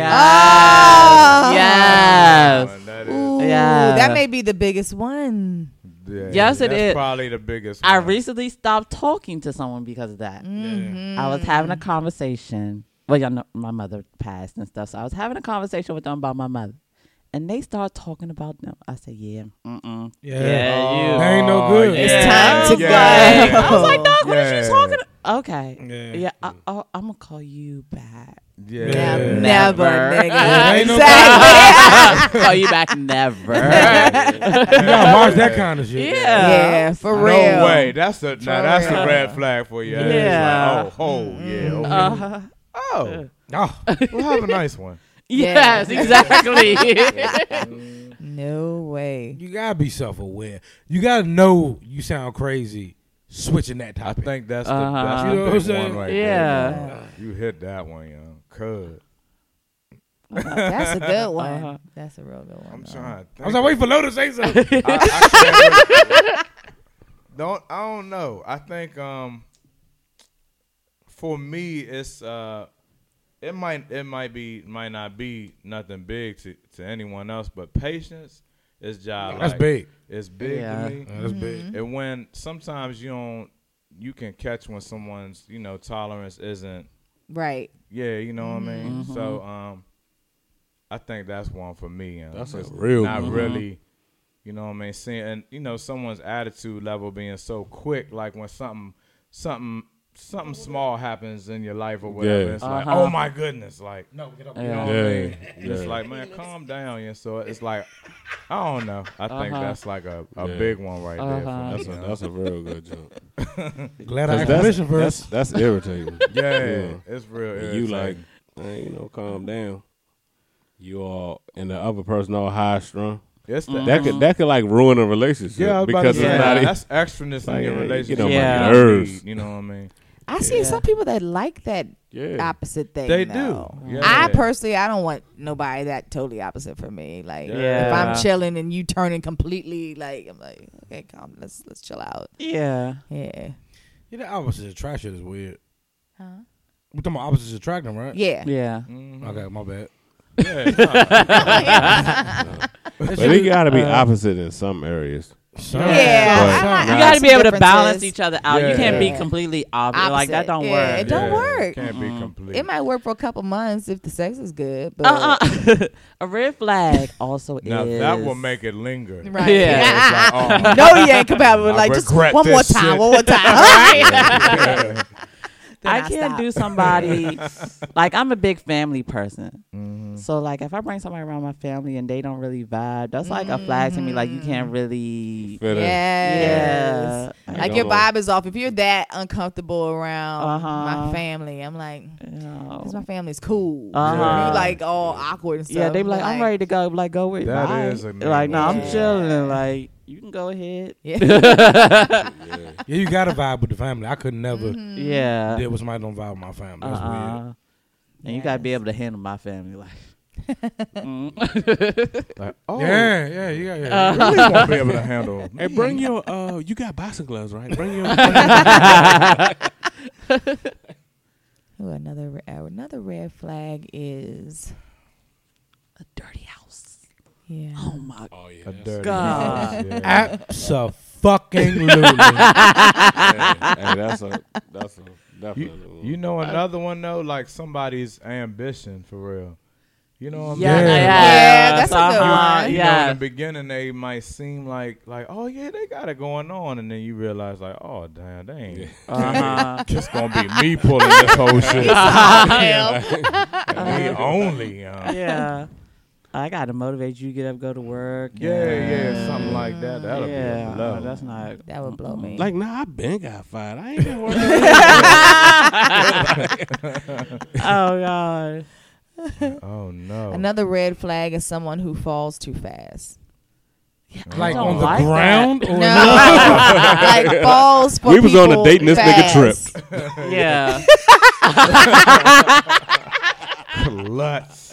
[SPEAKER 4] Yes.
[SPEAKER 3] Oh, That is,
[SPEAKER 2] Ooh,
[SPEAKER 4] Yeah.
[SPEAKER 2] that may be the biggest one.
[SPEAKER 3] yeah,
[SPEAKER 4] Yes, it
[SPEAKER 3] that's
[SPEAKER 4] is.
[SPEAKER 3] probably the biggest.
[SPEAKER 4] I
[SPEAKER 3] one.
[SPEAKER 4] recently stopped talking to someone because of that. I was having a
[SPEAKER 2] Mm.
[SPEAKER 4] conversation. Well, y'all know my mother passed and stuff, so I was having a conversation with them about my mother, and they start talking about them. I said, "Yeah, mm-mm,
[SPEAKER 1] Yeah,
[SPEAKER 4] yeah,
[SPEAKER 1] That ain't no good.
[SPEAKER 3] Oh, yeah.
[SPEAKER 2] It's time to
[SPEAKER 3] yeah.
[SPEAKER 2] go.
[SPEAKER 4] I was like, "Dog, Oh, what
[SPEAKER 3] Yeah.
[SPEAKER 4] is you talking?" a- Okay,
[SPEAKER 1] Yeah.
[SPEAKER 4] yeah, I, I, I'm gonna call you back.
[SPEAKER 3] Yeah.
[SPEAKER 1] Yeah.
[SPEAKER 2] Never,
[SPEAKER 1] Never.
[SPEAKER 2] never, nigga.
[SPEAKER 1] Yeah, ain't no
[SPEAKER 2] exactly.
[SPEAKER 4] call you back never.
[SPEAKER 1] You gotta watch that kind of shit.
[SPEAKER 4] Yeah.
[SPEAKER 2] yeah, for
[SPEAKER 3] No
[SPEAKER 2] real.
[SPEAKER 3] way. That's a now that's
[SPEAKER 2] real.
[SPEAKER 3] a red flag for you. It's
[SPEAKER 4] Yeah.
[SPEAKER 3] Like, oh, oh,
[SPEAKER 1] Mm-hmm.
[SPEAKER 3] yeah. Okay.
[SPEAKER 4] Uh,
[SPEAKER 3] oh,
[SPEAKER 1] Oh,
[SPEAKER 3] we'll have a nice one.
[SPEAKER 4] yes, exactly.
[SPEAKER 2] No way.
[SPEAKER 1] you gotta be self-aware. You gotta know you sound crazy. Switching that
[SPEAKER 3] I
[SPEAKER 1] topic.
[SPEAKER 3] think that's the,
[SPEAKER 4] Uh-huh.
[SPEAKER 3] that's
[SPEAKER 1] You know what
[SPEAKER 3] the
[SPEAKER 1] I'm
[SPEAKER 3] big
[SPEAKER 1] saying?
[SPEAKER 3] one right there.
[SPEAKER 4] yeah.
[SPEAKER 3] You hit that one, you know. Cuz.
[SPEAKER 2] That's a good one.
[SPEAKER 4] Uh-huh.
[SPEAKER 2] That's a real good one.
[SPEAKER 3] I'm
[SPEAKER 2] though.
[SPEAKER 3] trying to think.
[SPEAKER 1] I was like, wait for Lo to say something.
[SPEAKER 3] I, I can't really- don't I don't know. I think um for me it's uh it might it might be might not be nothing big to, to anyone else, but patience It's job.
[SPEAKER 1] That's
[SPEAKER 3] like,
[SPEAKER 1] big.
[SPEAKER 3] It's big
[SPEAKER 4] Yeah.
[SPEAKER 3] to me.
[SPEAKER 1] Yeah, That's big.
[SPEAKER 3] And when sometimes you don't, you can catch when someone's you know tolerance isn't.
[SPEAKER 2] Right.
[SPEAKER 3] Yeah, you know what I mean.
[SPEAKER 4] Mm-hmm.
[SPEAKER 3] So um, I think that's one for me. And
[SPEAKER 5] That's a
[SPEAKER 3] just
[SPEAKER 5] real
[SPEAKER 3] Not
[SPEAKER 5] one.
[SPEAKER 3] really. You know what I mean? Seeing and you know someone's attitude level being so quick, like when something, something, something small happens in your life or whatever,
[SPEAKER 5] Yeah.
[SPEAKER 3] it's like,
[SPEAKER 4] Uh-huh.
[SPEAKER 3] oh my goodness, like no, get up, you know what I
[SPEAKER 5] Yeah.
[SPEAKER 3] mean? It's like, man, calm down. Yeah, so it's like, I don't know. I think
[SPEAKER 4] Uh-huh.
[SPEAKER 3] that's like a, a
[SPEAKER 5] Yeah.
[SPEAKER 3] big one right there.
[SPEAKER 4] Uh-huh.
[SPEAKER 5] That's
[SPEAKER 3] For
[SPEAKER 5] a,
[SPEAKER 3] me.
[SPEAKER 5] that's a real good jump.
[SPEAKER 1] Glad I
[SPEAKER 5] That's,
[SPEAKER 1] asked permission
[SPEAKER 5] that's,
[SPEAKER 1] first.
[SPEAKER 5] that's irritating.
[SPEAKER 3] yeah, it's real.
[SPEAKER 5] And you
[SPEAKER 3] irritating.
[SPEAKER 5] like, hey, you know, calm down. You all and the other person all high strung.
[SPEAKER 3] it's
[SPEAKER 4] Mm-hmm.
[SPEAKER 3] the
[SPEAKER 5] That could that could like ruin a relationship.
[SPEAKER 3] Yeah, I was about to
[SPEAKER 5] because
[SPEAKER 3] say,
[SPEAKER 5] it's
[SPEAKER 4] yeah.
[SPEAKER 5] not e-
[SPEAKER 3] that's extraness
[SPEAKER 5] like,
[SPEAKER 3] in your
[SPEAKER 5] you get on
[SPEAKER 3] relationship.
[SPEAKER 4] my Yeah.
[SPEAKER 5] nerves.
[SPEAKER 3] You know what I mean?
[SPEAKER 2] I see some people that like that
[SPEAKER 5] yeah.
[SPEAKER 2] opposite thing.
[SPEAKER 3] They
[SPEAKER 2] though.
[SPEAKER 3] do. Yeah.
[SPEAKER 2] I personally, I don't want nobody that totally opposite for me. Like, if
[SPEAKER 4] Yeah.
[SPEAKER 2] I'm chilling and you turning completely, like, I'm like, okay, come, let's let's chill out.
[SPEAKER 4] Yeah.
[SPEAKER 2] Yeah.
[SPEAKER 1] Yeah, that opposites attract shit is weird.
[SPEAKER 2] Huh?
[SPEAKER 1] We're talking about opposites attracting, right?
[SPEAKER 2] Yeah.
[SPEAKER 4] Yeah.
[SPEAKER 2] Mm.
[SPEAKER 5] Mm-hmm.
[SPEAKER 1] Okay, my bad.
[SPEAKER 3] Yeah,
[SPEAKER 5] But it Uh, got to be opposite in some areas.
[SPEAKER 1] Some-
[SPEAKER 2] Yeah.
[SPEAKER 1] some-
[SPEAKER 2] I- I-
[SPEAKER 4] You
[SPEAKER 2] I
[SPEAKER 4] got
[SPEAKER 2] got
[SPEAKER 4] to
[SPEAKER 2] some
[SPEAKER 4] be able to balance
[SPEAKER 2] differences.
[SPEAKER 4] each other out. You
[SPEAKER 3] Yeah.
[SPEAKER 4] can't be
[SPEAKER 2] Yeah.
[SPEAKER 4] completely obvious. Like that
[SPEAKER 2] Opposite.
[SPEAKER 4] don't
[SPEAKER 2] Yeah,
[SPEAKER 4] work.
[SPEAKER 2] it don't
[SPEAKER 3] Yeah.
[SPEAKER 2] work.
[SPEAKER 3] Can't be complete.
[SPEAKER 2] It might work for a couple months if the sex is good, but
[SPEAKER 4] Uh uh a red flag also
[SPEAKER 3] now
[SPEAKER 4] is
[SPEAKER 3] that will make it linger.
[SPEAKER 2] right.
[SPEAKER 4] Yeah.
[SPEAKER 3] It's like, oh,
[SPEAKER 2] no, you ain't compatible.
[SPEAKER 3] I
[SPEAKER 2] Like, just
[SPEAKER 3] regret
[SPEAKER 2] one more
[SPEAKER 3] this
[SPEAKER 2] time,
[SPEAKER 3] shit.
[SPEAKER 2] one more time. Right? Then
[SPEAKER 4] I
[SPEAKER 2] I
[SPEAKER 4] can't
[SPEAKER 2] stop.
[SPEAKER 4] do somebody like I'm a big family person.
[SPEAKER 3] Mm-hmm.
[SPEAKER 4] So like if I bring somebody around my family and they don't really vibe, that's like a flag to me. Like you
[SPEAKER 3] Mm.
[SPEAKER 4] can't really.
[SPEAKER 5] Fit in.
[SPEAKER 2] Yes.
[SPEAKER 4] Yeah.
[SPEAKER 2] Like
[SPEAKER 5] don't
[SPEAKER 2] your
[SPEAKER 5] like-
[SPEAKER 2] vibe is off. If you're that uncomfortable around
[SPEAKER 4] Uh-huh.
[SPEAKER 2] my family, I'm like,
[SPEAKER 4] You know.
[SPEAKER 2] because my family's cool.
[SPEAKER 4] Uh-huh.
[SPEAKER 2] You like all awkward and stuff.
[SPEAKER 4] yeah, they be like, I'm ready to go. Like go with
[SPEAKER 3] That
[SPEAKER 4] bye.
[SPEAKER 3] is a mean
[SPEAKER 4] like no,
[SPEAKER 3] one.
[SPEAKER 4] I'm
[SPEAKER 3] Yeah.
[SPEAKER 4] chilling. Like you can go ahead.
[SPEAKER 2] Yeah.
[SPEAKER 1] Yeah, you got to vibe with the family. I could never
[SPEAKER 2] Mm-hmm.
[SPEAKER 4] Yeah.
[SPEAKER 1] deal with somebody don't vibe with my family. That's
[SPEAKER 5] Uh-huh.
[SPEAKER 1] weird.
[SPEAKER 4] Uh-uh. And you gotta be able to handle my family. Like mm,
[SPEAKER 3] Like, oh,
[SPEAKER 1] Yeah, yeah, you got yeah.
[SPEAKER 2] Uh-huh.
[SPEAKER 3] you really won't be able to handle.
[SPEAKER 5] Hey, bring your uh, you got boxing gloves, right? Bring your.
[SPEAKER 2] Ooh, another re- uh, another red flag is
[SPEAKER 4] a dirty house.
[SPEAKER 2] yeah.
[SPEAKER 4] Oh my
[SPEAKER 5] oh yeah,
[SPEAKER 3] A dirty
[SPEAKER 4] God.
[SPEAKER 3] Yeah.
[SPEAKER 1] Abso-fucking-lutely.
[SPEAKER 5] hey, hey, that's a that's a
[SPEAKER 3] You,
[SPEAKER 5] definitely.
[SPEAKER 3] you know another one though, like somebody's ambition for real. You know what I mean?
[SPEAKER 1] Yeah.
[SPEAKER 2] Yeah, that's a good
[SPEAKER 4] Uh-huh.
[SPEAKER 2] one.
[SPEAKER 3] Uh, You know, in
[SPEAKER 4] Yeah.
[SPEAKER 3] the beginning they might seem like like oh yeah they got it going on, and then you realize like oh damn they ain't.
[SPEAKER 4] Uh-huh.
[SPEAKER 3] It's gonna be me pulling this whole shit.
[SPEAKER 2] Yeah.
[SPEAKER 3] me only. Uh, yeah.
[SPEAKER 4] yeah. I gotta motivate you to get up, go to work.
[SPEAKER 3] yeah, something like that. That'll
[SPEAKER 4] yeah,
[SPEAKER 3] be a
[SPEAKER 4] uh,
[SPEAKER 3] love.
[SPEAKER 4] that's not.
[SPEAKER 2] That would blow me.
[SPEAKER 5] like, nah, I've been got fired. I ain't been working.
[SPEAKER 4] Oh god.
[SPEAKER 3] oh no.
[SPEAKER 2] Another red flag is someone who falls too fast.
[SPEAKER 1] like
[SPEAKER 4] don't
[SPEAKER 1] on the
[SPEAKER 4] like that.
[SPEAKER 1] ground or
[SPEAKER 2] No, like falls for
[SPEAKER 5] Oh, We was on a
[SPEAKER 2] people
[SPEAKER 5] date and this nigga
[SPEAKER 2] fast.
[SPEAKER 4] Yeah.
[SPEAKER 3] Klutz.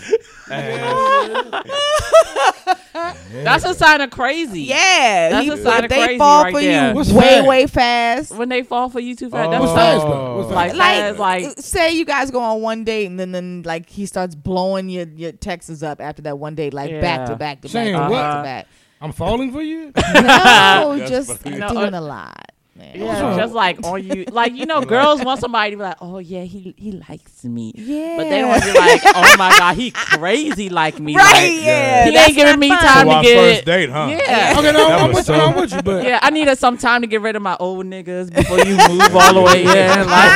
[SPEAKER 4] That's a sign of crazy.
[SPEAKER 2] Yeah,
[SPEAKER 4] That's
[SPEAKER 2] he-
[SPEAKER 4] a sign
[SPEAKER 2] if
[SPEAKER 4] of
[SPEAKER 2] they
[SPEAKER 4] crazy
[SPEAKER 2] fall
[SPEAKER 4] right
[SPEAKER 2] for
[SPEAKER 4] there.
[SPEAKER 2] you
[SPEAKER 1] What's
[SPEAKER 2] way
[SPEAKER 1] fast?
[SPEAKER 2] way fast.
[SPEAKER 4] When they fall for you too fast, that's
[SPEAKER 3] Oh.
[SPEAKER 4] a
[SPEAKER 1] What's
[SPEAKER 4] sign.
[SPEAKER 1] fast though? What's
[SPEAKER 4] Like,
[SPEAKER 1] fast?
[SPEAKER 2] Like, uh,
[SPEAKER 4] fast, like
[SPEAKER 2] say you guys go on one date and then, then like he starts blowing your your texts up after that one date, like back
[SPEAKER 4] Yeah.
[SPEAKER 2] to back to
[SPEAKER 1] Saying
[SPEAKER 2] back to
[SPEAKER 4] what?
[SPEAKER 2] back
[SPEAKER 1] I'm falling for you?
[SPEAKER 2] to back. No, just
[SPEAKER 5] funny.
[SPEAKER 4] No,
[SPEAKER 2] doing
[SPEAKER 4] uh,
[SPEAKER 2] a lot. man.
[SPEAKER 4] yeah, just like on you, like you know, girls want somebody to be like, oh yeah, he he likes me,
[SPEAKER 2] Yeah.
[SPEAKER 4] but they don't want to be like, oh my god, he crazy like me,
[SPEAKER 2] Right,
[SPEAKER 4] Like,
[SPEAKER 2] yeah.
[SPEAKER 4] he
[SPEAKER 2] That's
[SPEAKER 4] ain't giving me
[SPEAKER 2] fun.
[SPEAKER 4] time
[SPEAKER 3] So
[SPEAKER 4] to
[SPEAKER 3] our
[SPEAKER 4] get
[SPEAKER 3] first date, huh?
[SPEAKER 4] Yeah.
[SPEAKER 1] Okay, no,
[SPEAKER 3] That
[SPEAKER 1] I'm
[SPEAKER 3] was
[SPEAKER 1] with you.
[SPEAKER 3] so-
[SPEAKER 1] I'm with you, but
[SPEAKER 4] Yeah, I needed some time to get rid of my old niggas before you move all the way in. Like,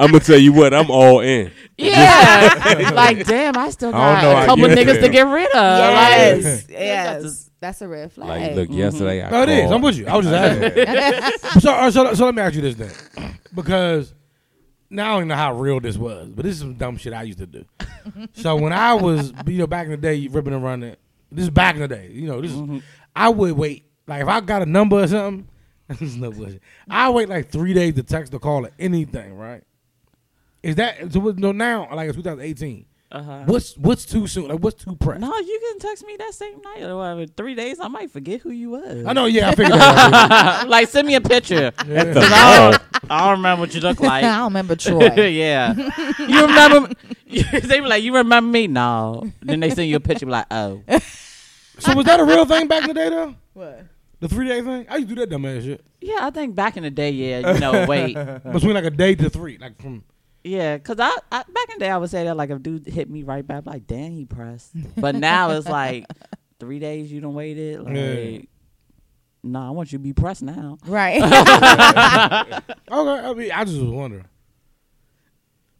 [SPEAKER 5] I'm gonna tell you what, I'm all in.
[SPEAKER 4] yeah, like damn, I still
[SPEAKER 3] I
[SPEAKER 4] got
[SPEAKER 3] don't know
[SPEAKER 4] a
[SPEAKER 3] how
[SPEAKER 4] couple
[SPEAKER 3] you
[SPEAKER 4] niggas
[SPEAKER 3] feel.
[SPEAKER 4] to get rid of. Like,
[SPEAKER 2] Yes,
[SPEAKER 4] That's
[SPEAKER 2] yes, that's a red flag.
[SPEAKER 5] Like, look, yesterday I
[SPEAKER 1] No, it is.
[SPEAKER 5] called.
[SPEAKER 1] Mm-hmm. I'm with you. I was just asking. so, uh, so, so let me ask you this then, because now I don't even know how real this was, but this is some dumb shit I used to do. so when I was, you know, back in the day, ripping and running. This is back in the day. You know, this.
[SPEAKER 4] Mm-hmm.
[SPEAKER 1] Is, I would wait. Like if I got a number or something, this is no bullshit. I wait like three days to text or call or anything. Right? Is that so? what- No, now like it's 2018.
[SPEAKER 4] Uh-huh.
[SPEAKER 1] What's what's too soon? Like what's too pressed?
[SPEAKER 4] No, you can text me that same night or whatever. Three days, I might forget who you was.
[SPEAKER 1] I know. Yeah, I figured that out.
[SPEAKER 4] like, send me a picture.
[SPEAKER 5] What the
[SPEAKER 4] I,
[SPEAKER 5] fuck?
[SPEAKER 4] don't, I don't remember what you look
[SPEAKER 2] I
[SPEAKER 4] like.
[SPEAKER 2] don't remember Troy.
[SPEAKER 4] yeah, you remember? they be like, you remember me? No. Then they send you a picture, be like, oh,
[SPEAKER 1] So was that a real thing back in the day though?
[SPEAKER 2] What?
[SPEAKER 1] The three day thing? I used to do that dumb ass shit.
[SPEAKER 4] Yeah, I think back in the day, yeah, you know, wait,
[SPEAKER 1] Between like a day to three. Like from
[SPEAKER 4] yeah, cause I, I back in the day I would say that like if dude hit me right back, like damn, he pressed. But now it's like three days you done waited. Like,
[SPEAKER 1] Yeah.
[SPEAKER 4] nah, I want you to be pressed now.
[SPEAKER 2] Right.
[SPEAKER 1] Okay, I mean I just was wondering.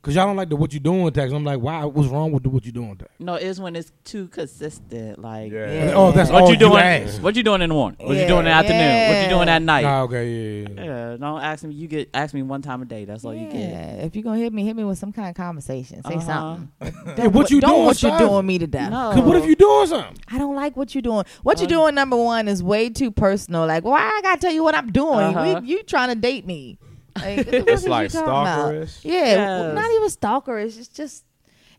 [SPEAKER 1] Cause y'all don't like the what you doing tax. I'm like, why what's wrong with the what you doing tax?
[SPEAKER 4] No, it's when it's too consistent. Like,
[SPEAKER 3] Yeah.
[SPEAKER 2] Yeah.
[SPEAKER 1] Oh, that's
[SPEAKER 4] what
[SPEAKER 1] all
[SPEAKER 4] you doing?
[SPEAKER 1] asked.
[SPEAKER 4] what you doing in the morning? What
[SPEAKER 2] Yeah.
[SPEAKER 4] you doing in the afternoon? What you doing
[SPEAKER 2] Yeah.
[SPEAKER 4] at night?
[SPEAKER 1] Ah, okay, yeah, yeah, yeah.
[SPEAKER 4] Yeah, don't ask me. You get ask me one time a day. That's all you get.
[SPEAKER 2] yeah. If you're gonna hit me, hit me with some kind of conversation. Say
[SPEAKER 4] Uh-huh.
[SPEAKER 2] something.
[SPEAKER 1] Hey, what you
[SPEAKER 2] don't
[SPEAKER 1] doing?
[SPEAKER 2] what you
[SPEAKER 1] son?
[SPEAKER 2] doing me to death.
[SPEAKER 4] No.
[SPEAKER 1] Cause what if you doing something?
[SPEAKER 2] I don't like what you're doing. What you're doing, number one, is way too personal. Like, why I gotta tell you what I'm doing?
[SPEAKER 4] Uh-huh.
[SPEAKER 2] We, you trying to date me? Like,
[SPEAKER 3] It's
[SPEAKER 2] what
[SPEAKER 3] like
[SPEAKER 2] is you talking about?
[SPEAKER 3] stalkerish.
[SPEAKER 2] Yeah, w-
[SPEAKER 4] Yes.
[SPEAKER 2] not even stalkerish. It's just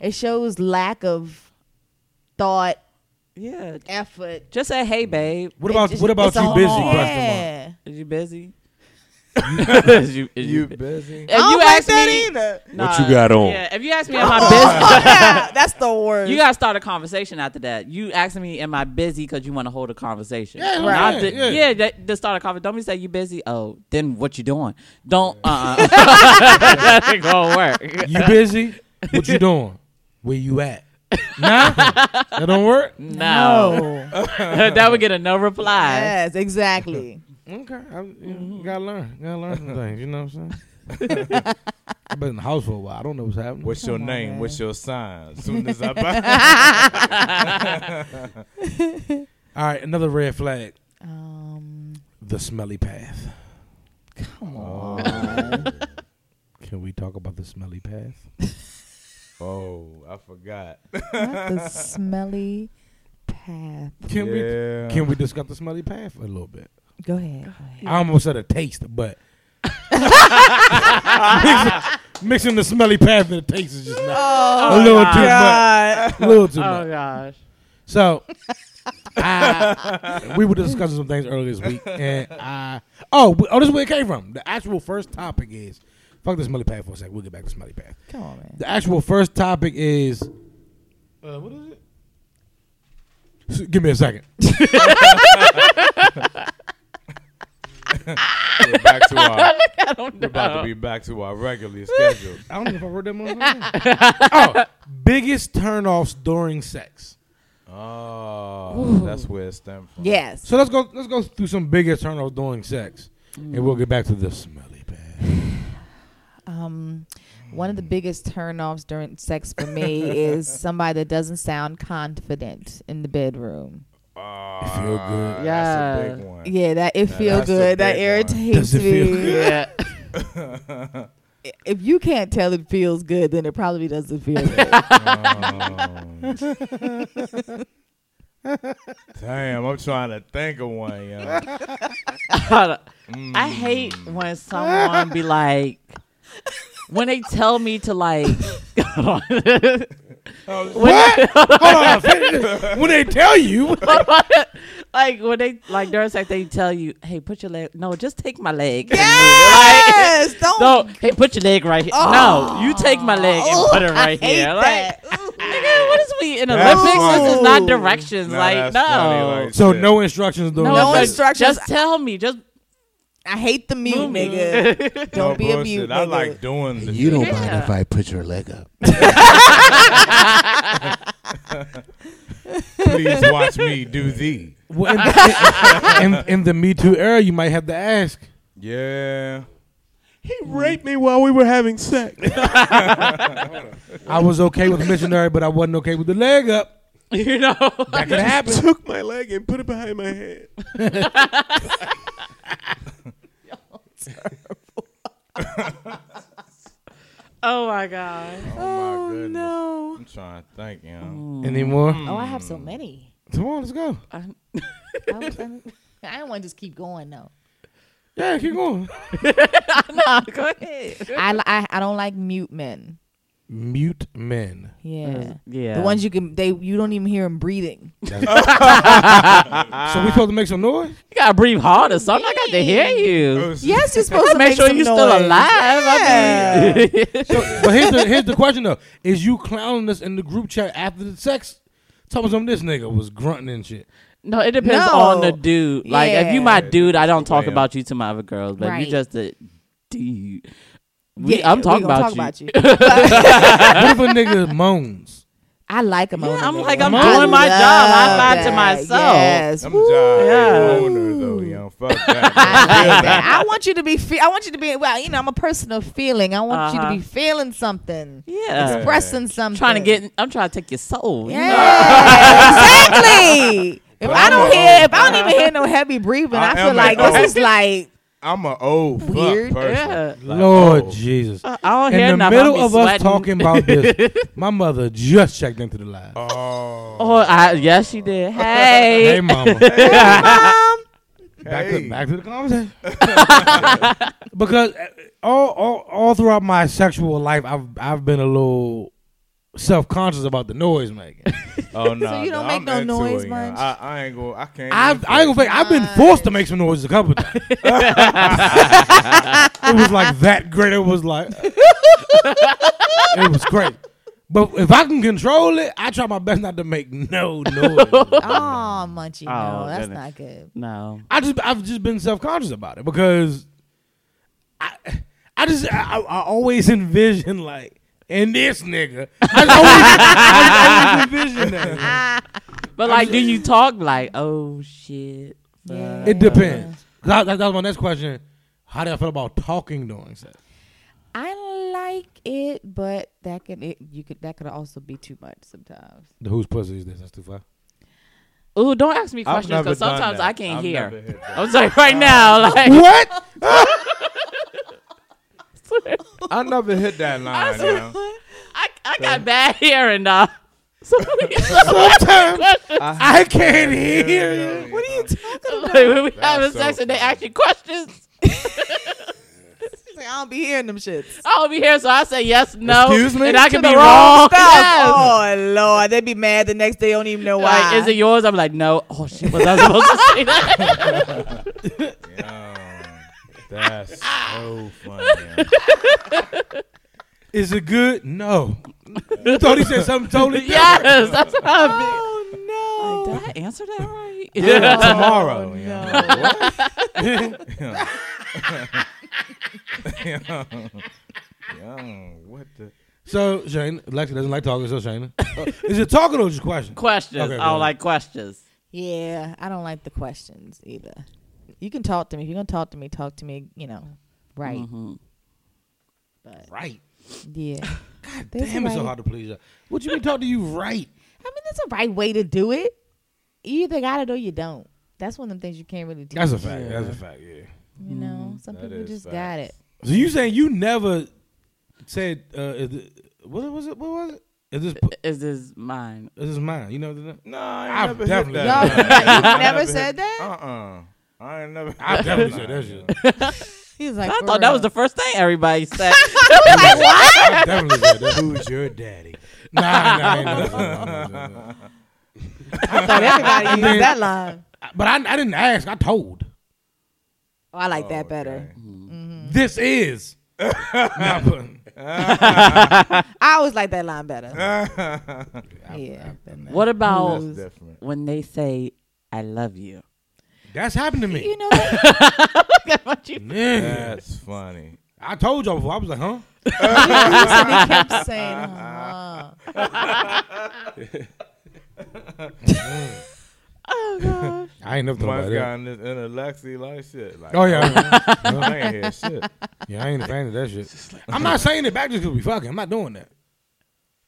[SPEAKER 2] it shows lack of thought,
[SPEAKER 4] Yeah.
[SPEAKER 2] effort.
[SPEAKER 4] Just say, hey, babe,
[SPEAKER 1] What
[SPEAKER 2] It
[SPEAKER 1] about
[SPEAKER 2] just-
[SPEAKER 1] what about
[SPEAKER 2] it's a
[SPEAKER 1] you busy?
[SPEAKER 2] whole-
[SPEAKER 1] question mark?
[SPEAKER 2] Yeah.
[SPEAKER 4] is you busy? is you, is
[SPEAKER 3] You
[SPEAKER 4] bu-
[SPEAKER 3] busy?
[SPEAKER 4] If
[SPEAKER 2] I
[SPEAKER 4] you
[SPEAKER 2] don't like
[SPEAKER 4] ask
[SPEAKER 2] that
[SPEAKER 4] me,
[SPEAKER 2] either.
[SPEAKER 5] What you got on?
[SPEAKER 4] Yeah, if you ask me, am
[SPEAKER 2] Oh.
[SPEAKER 4] I
[SPEAKER 2] That's the worst.
[SPEAKER 4] busy? You gotta start a conversation after that. You asking me, am I busy? Because you want to hold a conversation.
[SPEAKER 1] Yeah,
[SPEAKER 4] Not
[SPEAKER 1] right,
[SPEAKER 4] to-
[SPEAKER 1] yeah.
[SPEAKER 4] yeah. that- to start a conversation. Don't be say you busy. Oh, then what you doing? Don't. Uh. uh that ain't gonna work.
[SPEAKER 1] You busy? What you doing? Where you at? Nah, that don't work.
[SPEAKER 4] No, that would get a no reply.
[SPEAKER 2] Oh. yes, exactly.
[SPEAKER 1] Okay, I, you know, gotta learn, gotta learn some things. You know what I'm saying? I've been in the house for a while. I don't know what's happening.
[SPEAKER 3] What's your
[SPEAKER 2] Come on,
[SPEAKER 3] name?
[SPEAKER 2] man.
[SPEAKER 3] What's your sign? Soon as I buy.
[SPEAKER 1] All right, another red flag:
[SPEAKER 2] Um,
[SPEAKER 1] the smelly path.
[SPEAKER 2] come
[SPEAKER 3] Oh.
[SPEAKER 2] on.
[SPEAKER 1] Can we talk about the smelly path?
[SPEAKER 3] oh, I forgot.
[SPEAKER 2] Not the smelly path.
[SPEAKER 1] Can
[SPEAKER 3] yeah.
[SPEAKER 1] we can we discuss the smelly path a little bit?
[SPEAKER 2] Go ahead. Go
[SPEAKER 1] I almost said a taste, but mixing, mixing the smelly path and the taste is just not
[SPEAKER 2] Oh
[SPEAKER 1] a little too much. A little too much.
[SPEAKER 4] Oh gosh.
[SPEAKER 1] So I, we were discussing some things earlier this week, and I oh we- oh this is where it came from. The actual first topic is fuck the smelly path for a second. We'll get back to smelly path.
[SPEAKER 2] Come on, man.
[SPEAKER 1] The actual first topic is uh, what is it? S- Give me a second.
[SPEAKER 3] We're back to our. We're about to be back to our regularly scheduled.
[SPEAKER 1] I don't know if I wrote that motherfucker. down. oh, biggest turnoffs during sex.
[SPEAKER 3] Oh, that's where it stemmed from.
[SPEAKER 2] Yes.
[SPEAKER 1] So let's go. Let's go through some biggest turnoffs during sex, and we'll get back to the smelly path.
[SPEAKER 2] Um, one of the biggest turnoffs during sex for me is somebody that doesn't sound confident in the bedroom.
[SPEAKER 3] Oh,
[SPEAKER 1] Feel good.
[SPEAKER 3] That's a big
[SPEAKER 4] Yeah.
[SPEAKER 3] one.
[SPEAKER 2] Yeah, that it
[SPEAKER 3] Now
[SPEAKER 2] feels
[SPEAKER 3] that's a
[SPEAKER 2] good. That
[SPEAKER 3] big
[SPEAKER 2] irritates
[SPEAKER 1] Does it feel
[SPEAKER 2] me.
[SPEAKER 4] Yeah.
[SPEAKER 2] If you can't tell it feels good, then it probably doesn't feel good.
[SPEAKER 3] Damn, I'm trying to think of one, yo.
[SPEAKER 4] I hate when someone be like, when they tell me to like,
[SPEAKER 1] What? Hold on. When they tell you,
[SPEAKER 4] like when they like during sex they tell you, hey, put your leg. No, just take my leg. and
[SPEAKER 2] yes, don't.
[SPEAKER 4] move it." No, hey, put your leg right here. No, you take my leg and
[SPEAKER 2] Ooh,
[SPEAKER 4] put it right
[SPEAKER 2] Oh. I hate
[SPEAKER 4] here. Like,
[SPEAKER 2] that. Ooh.
[SPEAKER 4] nigga, what is we in
[SPEAKER 3] That's
[SPEAKER 4] Olympics? This is
[SPEAKER 2] funny.
[SPEAKER 4] not directions.
[SPEAKER 3] Nah,
[SPEAKER 4] like,
[SPEAKER 3] that's funny,
[SPEAKER 4] no.
[SPEAKER 3] like-
[SPEAKER 1] so no instructions during
[SPEAKER 2] No
[SPEAKER 1] sex.
[SPEAKER 4] but
[SPEAKER 2] instructions.
[SPEAKER 4] Just tell me. Just
[SPEAKER 2] I hate the mute, nigga.
[SPEAKER 3] No
[SPEAKER 2] Don't be a
[SPEAKER 3] bullshit.
[SPEAKER 2] mute.
[SPEAKER 3] I
[SPEAKER 2] nigga.
[SPEAKER 3] like doing the
[SPEAKER 6] You don't
[SPEAKER 4] Yeah.
[SPEAKER 6] mind if I put your leg up.
[SPEAKER 3] please watch me do thee.
[SPEAKER 1] Well, in, the, in, in the Me Too era, you might have to ask.
[SPEAKER 3] Yeah.
[SPEAKER 5] He raped me while we were having sex.
[SPEAKER 1] I was okay with missionary, but I wasn't okay with the leg up.
[SPEAKER 4] you know.
[SPEAKER 1] That could happen.
[SPEAKER 5] Took my leg and put it behind my head.
[SPEAKER 4] Oh my god.
[SPEAKER 3] Oh, my goodness. No. I'm trying to think, you know.
[SPEAKER 1] Anymore?
[SPEAKER 2] Oh, I have so many.
[SPEAKER 1] Come on, let's go.
[SPEAKER 2] I, was- I don't want to just keep going though.
[SPEAKER 1] Yeah, keep going.
[SPEAKER 4] no, go ahead.
[SPEAKER 2] I, li- I I don't like mute men.
[SPEAKER 1] Mute men.
[SPEAKER 2] Yeah.
[SPEAKER 4] Yeah.
[SPEAKER 2] The ones you can they you don't even hear them breathing.
[SPEAKER 3] Ah.
[SPEAKER 1] so we supposed to make some noise?
[SPEAKER 4] You gotta breathe hard or something. I got to hear
[SPEAKER 3] Oh,
[SPEAKER 4] you.
[SPEAKER 2] Yes, you're supposed to
[SPEAKER 4] Make sure
[SPEAKER 2] some
[SPEAKER 4] you're still
[SPEAKER 2] noise.
[SPEAKER 4] alive. I mean,
[SPEAKER 1] But here's the, here's the question though: Is you clowning us in the group chat after the sex? Talking some this nigga was grunting and shit.
[SPEAKER 4] No, it depends
[SPEAKER 2] No.
[SPEAKER 4] on the dude. Like if you my
[SPEAKER 3] Yeah.
[SPEAKER 4] dude, I don't talk
[SPEAKER 3] Right.
[SPEAKER 4] about you to my other girls, but if
[SPEAKER 2] Right.
[SPEAKER 4] you just a dude. We,
[SPEAKER 2] Yeah,
[SPEAKER 4] I'm
[SPEAKER 2] we
[SPEAKER 4] talking
[SPEAKER 2] gonna
[SPEAKER 4] about, you.
[SPEAKER 2] talk about you.
[SPEAKER 1] what if a nigga moans?
[SPEAKER 2] I like him.
[SPEAKER 4] Yeah, I'm like
[SPEAKER 1] I'm
[SPEAKER 2] I
[SPEAKER 1] doing
[SPEAKER 4] my
[SPEAKER 2] love
[SPEAKER 4] job. High five to
[SPEAKER 2] that.
[SPEAKER 4] myself.
[SPEAKER 2] Yes.
[SPEAKER 3] I'm
[SPEAKER 2] Woo.
[SPEAKER 3] John
[SPEAKER 4] Yeah.
[SPEAKER 3] Owner though, yo. Fuck
[SPEAKER 2] I like
[SPEAKER 3] that.
[SPEAKER 2] that. I want you to be. Fe- I want you to be. Well, you know, I'm a person of feeling. I want you to
[SPEAKER 4] Uh-huh.
[SPEAKER 2] be feeling something,
[SPEAKER 4] Yeah.
[SPEAKER 3] Yeah.
[SPEAKER 2] expressing something.
[SPEAKER 4] I'm trying to get I'm trying to take your soul. you know?
[SPEAKER 2] Yeah, exactly. If
[SPEAKER 3] But
[SPEAKER 2] I
[SPEAKER 3] I'm
[SPEAKER 2] don't
[SPEAKER 3] a-
[SPEAKER 2] hear, if I don't even hear no heavy breathing,
[SPEAKER 3] I
[SPEAKER 2] I,
[SPEAKER 3] am
[SPEAKER 2] feel like
[SPEAKER 3] a-
[SPEAKER 2] this is like
[SPEAKER 3] I'm an old fuck
[SPEAKER 2] Weird.
[SPEAKER 3] person.
[SPEAKER 4] Yeah.
[SPEAKER 3] Like,
[SPEAKER 1] Lord
[SPEAKER 3] oh.
[SPEAKER 1] Jesus.
[SPEAKER 4] I don't hear
[SPEAKER 1] In the
[SPEAKER 4] nothing.
[SPEAKER 1] middle
[SPEAKER 4] I'll
[SPEAKER 1] of
[SPEAKER 4] be
[SPEAKER 1] us
[SPEAKER 4] sweating.
[SPEAKER 1] talking about this, my mother just checked into the live.
[SPEAKER 3] Oh.
[SPEAKER 4] Oh, I, yes, she did.
[SPEAKER 1] Hey,
[SPEAKER 4] Hey,
[SPEAKER 1] mama.
[SPEAKER 2] um,
[SPEAKER 1] Back,
[SPEAKER 3] Hey.
[SPEAKER 1] to, back to the conversation. because uh, all, all all throughout my sexual life, I've I've been a little self conscious about the noise making.
[SPEAKER 3] Oh no!
[SPEAKER 2] you don't
[SPEAKER 3] no,
[SPEAKER 2] make
[SPEAKER 3] I'm
[SPEAKER 2] no
[SPEAKER 3] into
[SPEAKER 2] noise
[SPEAKER 3] it, yo.
[SPEAKER 2] much?
[SPEAKER 3] I, I ain't go. I can't.
[SPEAKER 1] I've,
[SPEAKER 3] even
[SPEAKER 1] I ain't gonna
[SPEAKER 3] feel it.
[SPEAKER 1] fake. I've been forced to make some noises a couple times. it was like that great. It was like it was great. But if I can control it, I try my best not to make no noise.
[SPEAKER 2] oh, Munchie, no,
[SPEAKER 4] Oh,
[SPEAKER 2] that's
[SPEAKER 4] goodness.
[SPEAKER 2] not good.
[SPEAKER 4] no.
[SPEAKER 1] I just I've just been self conscious about it because I I just I, I- I always envision like and this nigga I just always, I just always envision that.
[SPEAKER 4] But like, do you talk like, oh shit? fuck.
[SPEAKER 2] Yeah.
[SPEAKER 1] It depends. 'Cause I- that, that was my next question. How do I feel about talking during sex?
[SPEAKER 2] I like it, but that could it, you could that could also be too much sometimes.
[SPEAKER 1] The whose pussy is this? That's too far.
[SPEAKER 4] Ooh, don't ask me
[SPEAKER 3] I've
[SPEAKER 4] questions
[SPEAKER 3] never
[SPEAKER 4] because
[SPEAKER 3] done
[SPEAKER 4] sometimes
[SPEAKER 3] that.
[SPEAKER 4] I can't
[SPEAKER 3] I've
[SPEAKER 4] hear.
[SPEAKER 3] never hit that.
[SPEAKER 4] I'm sorry, right now, like,
[SPEAKER 1] What?
[SPEAKER 3] I never hit that line. yo.
[SPEAKER 4] I, I got bad hearing now. Somebody-
[SPEAKER 1] Sometimes I can't
[SPEAKER 3] Yeah,
[SPEAKER 1] hear
[SPEAKER 3] yeah,
[SPEAKER 1] you.
[SPEAKER 3] yeah.
[SPEAKER 4] like, when we having
[SPEAKER 3] so
[SPEAKER 4] sex and they
[SPEAKER 3] funny.
[SPEAKER 4] ask you questions,
[SPEAKER 2] She's like, I don't be hearing them shits.
[SPEAKER 4] I'll be here, so I say yes, no,
[SPEAKER 3] Excuse me?
[SPEAKER 4] and I can
[SPEAKER 2] The
[SPEAKER 4] be
[SPEAKER 2] wrong
[SPEAKER 4] wrong.
[SPEAKER 2] stuff.
[SPEAKER 4] Yes.
[SPEAKER 2] Oh Lord, they be mad the next day. Don't even know why.
[SPEAKER 4] Like, is it yours? I'm like, no. Oh shit, was I supposed to say that?
[SPEAKER 3] Yo, Oh, That's so funny. yo.
[SPEAKER 1] Is it good? No. You thought he said something totally different.
[SPEAKER 4] yes, that's what I
[SPEAKER 2] Oh
[SPEAKER 4] be. Did I answer that right?
[SPEAKER 1] Oh,
[SPEAKER 3] Tomorrow. yo. Yo, Oh, what the?
[SPEAKER 1] So Shane, Lexi doesn't like talking. So Shane, is it talking or just question?
[SPEAKER 4] questions.
[SPEAKER 1] Okay, go
[SPEAKER 4] I don't
[SPEAKER 1] ahead.
[SPEAKER 4] like questions.
[SPEAKER 2] Yeah, I don't like the questions either. You can talk to me. If you're gonna talk to me, talk to me, you know, right. But
[SPEAKER 1] Right.
[SPEAKER 2] yeah. There's a
[SPEAKER 1] Damn, it's so
[SPEAKER 2] right-
[SPEAKER 1] hard to please her. What you mean talk to you right?
[SPEAKER 2] I mean there's a right way to do it. You either got it or you don't. That's one of the things you can't really do.
[SPEAKER 1] That's a fact. That's a fact. Yeah.
[SPEAKER 2] you know, some
[SPEAKER 3] That
[SPEAKER 2] people
[SPEAKER 3] is
[SPEAKER 2] just got it.
[SPEAKER 3] facts.
[SPEAKER 1] So you saying you never said uh, is it- what was it? What was it? Is this pu-
[SPEAKER 4] Is this mine?
[SPEAKER 1] is this mine? You know. what I'm saying?
[SPEAKER 3] No, I
[SPEAKER 1] I've
[SPEAKER 3] ain't never hit
[SPEAKER 1] definitely-
[SPEAKER 3] that.
[SPEAKER 1] Y'all-
[SPEAKER 3] line.
[SPEAKER 2] you
[SPEAKER 3] I
[SPEAKER 2] never
[SPEAKER 3] hit-
[SPEAKER 2] said that?
[SPEAKER 3] Uh-uh. I ain't never.
[SPEAKER 1] I
[SPEAKER 3] hit
[SPEAKER 1] definitely said
[SPEAKER 3] line,
[SPEAKER 1] that
[SPEAKER 3] yo.
[SPEAKER 1] shit.
[SPEAKER 2] He was like,
[SPEAKER 4] I
[SPEAKER 2] for
[SPEAKER 4] thought that was
[SPEAKER 2] real.
[SPEAKER 4] the first thing everybody said.
[SPEAKER 1] I definitely said that. Who's your daddy? Nah, nah, I ain't never said that. Nah, nah, nah, nah.
[SPEAKER 2] I thought everybody used that line.
[SPEAKER 1] But I, I didn't ask. I told.
[SPEAKER 2] Oh, I like that
[SPEAKER 3] Oh,
[SPEAKER 2] better.
[SPEAKER 3] okay.
[SPEAKER 2] Mm.
[SPEAKER 1] This is. Nah, but-
[SPEAKER 2] I always like that line better. yeah.
[SPEAKER 4] what about
[SPEAKER 3] That's different.
[SPEAKER 4] when they say "I love you"?
[SPEAKER 1] that's happened to me.
[SPEAKER 2] you know, that-
[SPEAKER 1] Nigga.
[SPEAKER 3] That's funny.
[SPEAKER 1] I told y'all before. I was like, huh?
[SPEAKER 2] he kept saying, uh-huh.
[SPEAKER 1] I ain't never thought
[SPEAKER 3] Mike's
[SPEAKER 1] about that.
[SPEAKER 3] gotten this intellectually like shit. Like,
[SPEAKER 1] Oh yeah,
[SPEAKER 3] I ain't hear shit.
[SPEAKER 1] yeah. I ain't a fan of that shit. I'm not saying it back just because we fucking. I'm not doing that.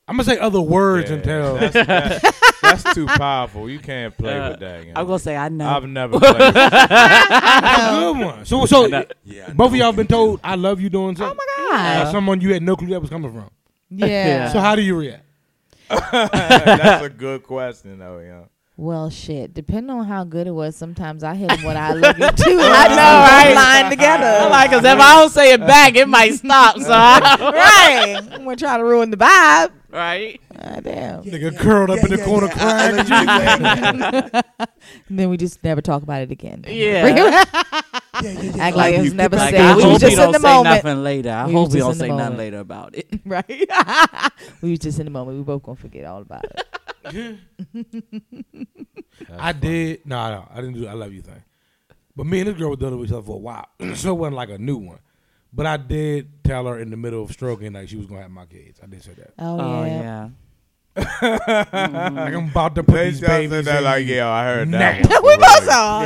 [SPEAKER 1] I'm gonna say other words
[SPEAKER 3] Yeah,
[SPEAKER 1] until
[SPEAKER 3] that's, that's- that's too powerful. You can't play
[SPEAKER 4] Uh,
[SPEAKER 3] with that. You
[SPEAKER 4] I'm
[SPEAKER 3] know.
[SPEAKER 4] gonna say I know.
[SPEAKER 3] I've never played. with that.
[SPEAKER 1] that's a good one. So, so both of y'all been told I love you doing
[SPEAKER 2] Oh
[SPEAKER 1] something.
[SPEAKER 2] my God.
[SPEAKER 1] By someone you had no clue that was coming from.
[SPEAKER 2] Yeah.
[SPEAKER 1] So how do you react?
[SPEAKER 3] that's a good question though. You know.
[SPEAKER 2] well, shit. Depending on how good it was, sometimes I hit him what I love you too. I know, right? Line
[SPEAKER 4] I
[SPEAKER 2] together.
[SPEAKER 4] like, cause if I don't say it back, it might stop. So, I,
[SPEAKER 2] right. I'm gonna try to ruin the vibe.
[SPEAKER 4] right?
[SPEAKER 2] Ah, damn.
[SPEAKER 1] Nigga curled up in the corner crying. at you.
[SPEAKER 2] And then we just never talk about it again.
[SPEAKER 4] Yeah.
[SPEAKER 2] Act like it was never
[SPEAKER 4] Like, I
[SPEAKER 2] said. We
[SPEAKER 4] hope
[SPEAKER 2] was
[SPEAKER 4] you
[SPEAKER 2] just in
[SPEAKER 4] don't
[SPEAKER 2] the
[SPEAKER 4] say
[SPEAKER 2] moment.
[SPEAKER 4] nothing later. I
[SPEAKER 2] We was
[SPEAKER 4] hope
[SPEAKER 2] just
[SPEAKER 4] you don't
[SPEAKER 2] in the
[SPEAKER 4] say nothing
[SPEAKER 2] moment.
[SPEAKER 4] later about it.
[SPEAKER 2] Right. we was just in the moment. We both gonna forget all about it.
[SPEAKER 1] I did. No, no, I didn't do. the I love you thing. But me and this girl were dealing with each other for a while, so it wasn't like a new one. But I did tell her in the middle of stroking like she was gonna have my kids. I did say that.
[SPEAKER 2] Oh,
[SPEAKER 4] Oh
[SPEAKER 2] yeah.
[SPEAKER 4] yeah.
[SPEAKER 1] Like I'm about to put
[SPEAKER 3] Mm. They
[SPEAKER 1] these
[SPEAKER 3] just said
[SPEAKER 1] babies.
[SPEAKER 3] that
[SPEAKER 1] in
[SPEAKER 3] like,
[SPEAKER 1] you.
[SPEAKER 3] yeah, I heard
[SPEAKER 1] Now.
[SPEAKER 3] that. one.
[SPEAKER 2] we both saw. Oh,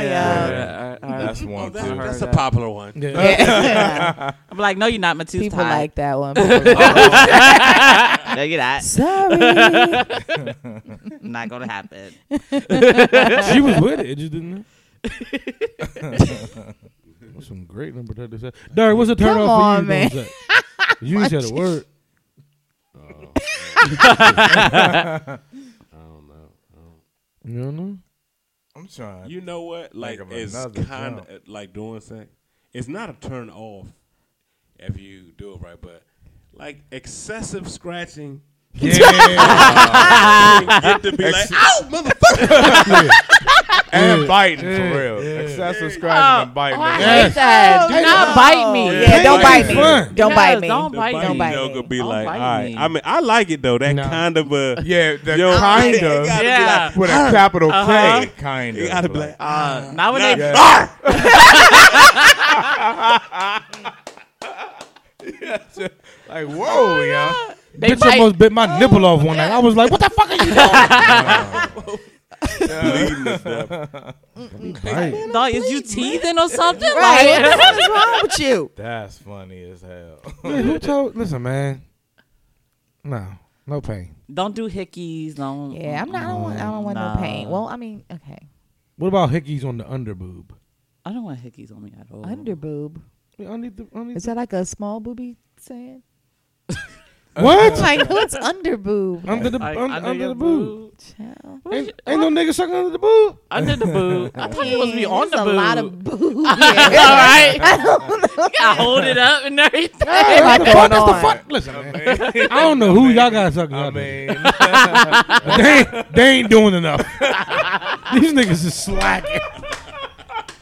[SPEAKER 2] yeah.
[SPEAKER 3] Yeah. That's one too.
[SPEAKER 4] Oh, that's a
[SPEAKER 5] popular one.
[SPEAKER 1] Yeah.
[SPEAKER 4] I'm like, no, you're not. Oh. My tooth
[SPEAKER 2] People
[SPEAKER 4] tied.
[SPEAKER 2] like that one. People like-
[SPEAKER 4] no, you're not.
[SPEAKER 2] Sorry.
[SPEAKER 4] not gonna happen.
[SPEAKER 1] she was with it. It just didn't. That's some great number thirty seven. Derek, what's the turn
[SPEAKER 2] Come
[SPEAKER 1] off for
[SPEAKER 2] on,
[SPEAKER 1] you?
[SPEAKER 2] man.
[SPEAKER 1] Doing that? You ain't said a word.
[SPEAKER 5] Oh, I don't know. I don't-
[SPEAKER 1] You don't know?
[SPEAKER 3] I'm trying.
[SPEAKER 5] You know what? Like
[SPEAKER 3] of
[SPEAKER 5] it's
[SPEAKER 3] another
[SPEAKER 5] kind
[SPEAKER 3] jump.
[SPEAKER 5] of like doing sex. It's not a turn off if you do it right, but like excessive scratching.
[SPEAKER 3] yeah.
[SPEAKER 5] get to be like, ow, motherfucker!
[SPEAKER 3] and biting
[SPEAKER 1] Yeah.
[SPEAKER 3] for real.
[SPEAKER 1] Yeah.
[SPEAKER 3] Excessive
[SPEAKER 4] Oh,
[SPEAKER 3] scratching and biting.
[SPEAKER 4] oh, I
[SPEAKER 1] Yes.
[SPEAKER 4] hate that. Do
[SPEAKER 2] Oh,
[SPEAKER 4] not
[SPEAKER 2] no.
[SPEAKER 4] bite me.
[SPEAKER 2] Yeah, don't
[SPEAKER 5] Pain
[SPEAKER 2] bite
[SPEAKER 5] is
[SPEAKER 2] me.
[SPEAKER 1] fun.
[SPEAKER 2] Don't
[SPEAKER 4] Yes,
[SPEAKER 2] bite me.
[SPEAKER 4] Don't
[SPEAKER 5] The
[SPEAKER 4] bite
[SPEAKER 5] biting
[SPEAKER 4] me.
[SPEAKER 2] bite me.
[SPEAKER 5] yoga be
[SPEAKER 4] Don't
[SPEAKER 5] like, all
[SPEAKER 4] bite
[SPEAKER 5] right.
[SPEAKER 4] me.
[SPEAKER 5] I mean, I like it though. That
[SPEAKER 1] No.
[SPEAKER 5] kind of a
[SPEAKER 3] yeah, the
[SPEAKER 5] Yo,
[SPEAKER 3] kind
[SPEAKER 5] it
[SPEAKER 3] of.
[SPEAKER 5] gotta be
[SPEAKER 4] Yeah.
[SPEAKER 5] like,
[SPEAKER 3] With a
[SPEAKER 5] "Arr."
[SPEAKER 3] capital
[SPEAKER 4] Uh-huh.
[SPEAKER 3] K, kind of.
[SPEAKER 5] You gotta be like, ah,
[SPEAKER 4] Uh, now when they
[SPEAKER 3] Yeah. like, whoa, yo.
[SPEAKER 4] They
[SPEAKER 1] Bitch
[SPEAKER 4] bite.
[SPEAKER 1] almost bit my nipple off one night. I was like, "What the fuck are you doing?"
[SPEAKER 5] bleeding to death.
[SPEAKER 1] Right.
[SPEAKER 4] Dog, is you teething or something?
[SPEAKER 2] Right.
[SPEAKER 4] Like,
[SPEAKER 2] What is wrong with you?
[SPEAKER 3] That's funny as hell.
[SPEAKER 1] Man, who told? Listen, man. No, no pain.
[SPEAKER 4] don't do hickeys. Don't.
[SPEAKER 2] Yeah, I'm not. I don't want. I don't want
[SPEAKER 4] Nah.
[SPEAKER 2] no pain. Well, I mean, okay.
[SPEAKER 1] What about hickeys on the underboob?
[SPEAKER 4] I don't want hickeys on me at all.
[SPEAKER 2] Under boob.
[SPEAKER 1] Underneath the, underneath
[SPEAKER 2] Is that like a small booby saying?
[SPEAKER 1] the, what?
[SPEAKER 2] Like what's under boob?
[SPEAKER 1] under the
[SPEAKER 4] Like,
[SPEAKER 1] un- under, the boob?
[SPEAKER 2] Child.
[SPEAKER 1] Ain't, ain't no nigga sucking under the boob.
[SPEAKER 4] Under the boob. I thought you was supposed to be
[SPEAKER 2] Yeah,
[SPEAKER 4] on the
[SPEAKER 2] there's
[SPEAKER 4] boob.
[SPEAKER 2] a lot of boob. Yeah.
[SPEAKER 4] All right. You gotta hold it up and everything.
[SPEAKER 1] Hey, what
[SPEAKER 2] Like
[SPEAKER 1] the fuck?
[SPEAKER 2] going
[SPEAKER 1] That's the
[SPEAKER 2] on.
[SPEAKER 1] fuck. Listen, man. I don't know who y'all got sucking
[SPEAKER 3] I
[SPEAKER 1] under.
[SPEAKER 3] mean,
[SPEAKER 1] they, ain't, they ain't doing enough. These niggas is slacking.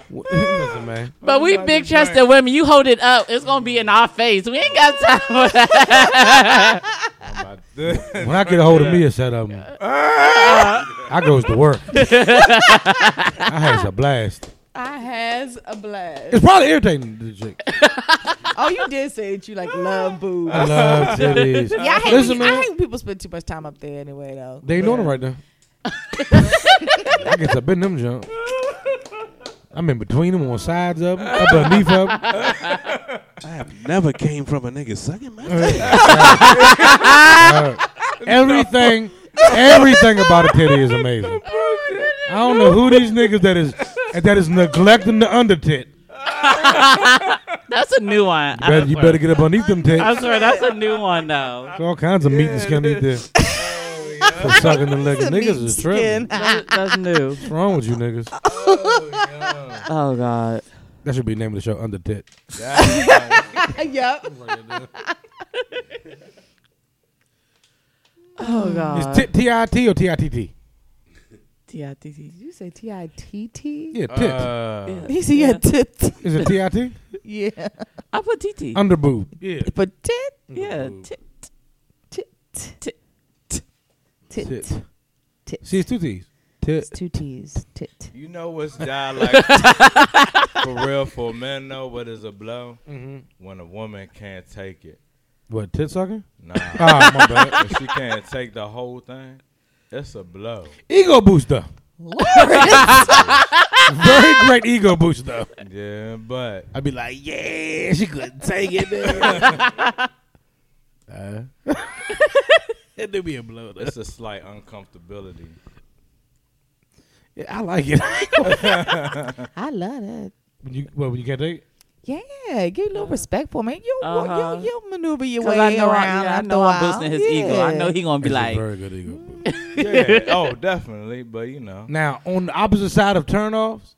[SPEAKER 1] Wh- Listen, man.
[SPEAKER 4] But we big chested women. You hold it up, it's gonna be in our face. We ain't got time for that.
[SPEAKER 1] When I get a hold of me a set of 'em, I goes to work. I has a blast.
[SPEAKER 2] I has a blast.
[SPEAKER 1] It's probably irritating to the chick.
[SPEAKER 2] Oh, you did say that you like love boob.
[SPEAKER 1] I love titties.
[SPEAKER 2] Yeah, I hate,
[SPEAKER 1] Listen,
[SPEAKER 2] when, I
[SPEAKER 1] man.
[SPEAKER 2] hate when people spend too much time up there anyway, though.
[SPEAKER 1] They ain't doing it right now. I guess I've been them jump. I'm in between them on sides of them, up underneath of them.
[SPEAKER 5] I have never came from a nigga sucking my dick.
[SPEAKER 1] everything, everything about a titty is amazing. I don't know who these niggas that is that is neglecting the under tit.
[SPEAKER 4] That's a new one.
[SPEAKER 1] You better,
[SPEAKER 4] I
[SPEAKER 1] you better get up underneath them tits.
[SPEAKER 4] I swear that's a new one though.
[SPEAKER 1] There's all kinds of meat and skin underneath there. For sucking the leg. Niggas is tripping.
[SPEAKER 4] That's, that's new.
[SPEAKER 1] What's wrong with you niggas?
[SPEAKER 4] Oh God.
[SPEAKER 1] That should be the name of the show, Under Tit.
[SPEAKER 2] yep.
[SPEAKER 4] Oh God.
[SPEAKER 1] Is tit T-I-T or T-I-T-T?
[SPEAKER 4] T-I-T-T.
[SPEAKER 2] Did you say T I T T?
[SPEAKER 1] Yeah, tit.
[SPEAKER 3] uh,
[SPEAKER 2] He said yeah, tit.
[SPEAKER 1] is it T-I-T?
[SPEAKER 2] Yeah.
[SPEAKER 4] I put TT.
[SPEAKER 1] Under boob. Yeah.
[SPEAKER 2] But tit,
[SPEAKER 4] yeah. T-
[SPEAKER 2] tit,
[SPEAKER 4] Tit.
[SPEAKER 2] tit,
[SPEAKER 1] Tit.
[SPEAKER 2] tit.
[SPEAKER 1] See, it's two T's. Tit.
[SPEAKER 2] It's two T's. Tit.
[SPEAKER 3] you know what's dialect for real for men know what is a blow
[SPEAKER 1] Mm-hmm.
[SPEAKER 3] when a woman can't take it.
[SPEAKER 1] What, tit sucking?
[SPEAKER 3] Nah,
[SPEAKER 1] Ah, my bad.
[SPEAKER 3] if she can't take the whole thing, it's a blow.
[SPEAKER 1] Ego booster. Very great ego booster.
[SPEAKER 3] Yeah, but
[SPEAKER 1] I'd be like, yeah, she couldn't take it. uh, it do be a blow. though.
[SPEAKER 3] it's a slight uncomfortability.
[SPEAKER 1] Yeah, I like it.
[SPEAKER 2] I love that.
[SPEAKER 1] when you, well, when you can't take it?
[SPEAKER 2] Yeah, give you a little respect for me. You,
[SPEAKER 4] Uh-huh.
[SPEAKER 2] you, you, you maneuver your
[SPEAKER 4] 'Cause
[SPEAKER 2] way
[SPEAKER 4] I know, I,
[SPEAKER 2] around.
[SPEAKER 4] yeah, I
[SPEAKER 2] after
[SPEAKER 4] know
[SPEAKER 2] a
[SPEAKER 4] I'm
[SPEAKER 2] while.
[SPEAKER 4] boosting his ego.
[SPEAKER 2] Yeah.
[SPEAKER 4] I know he gonna be
[SPEAKER 1] It's a
[SPEAKER 4] like,
[SPEAKER 1] very good ego booster.
[SPEAKER 3] Yeah, oh, definitely. But you know,
[SPEAKER 1] Now, on the opposite side of turnoffs,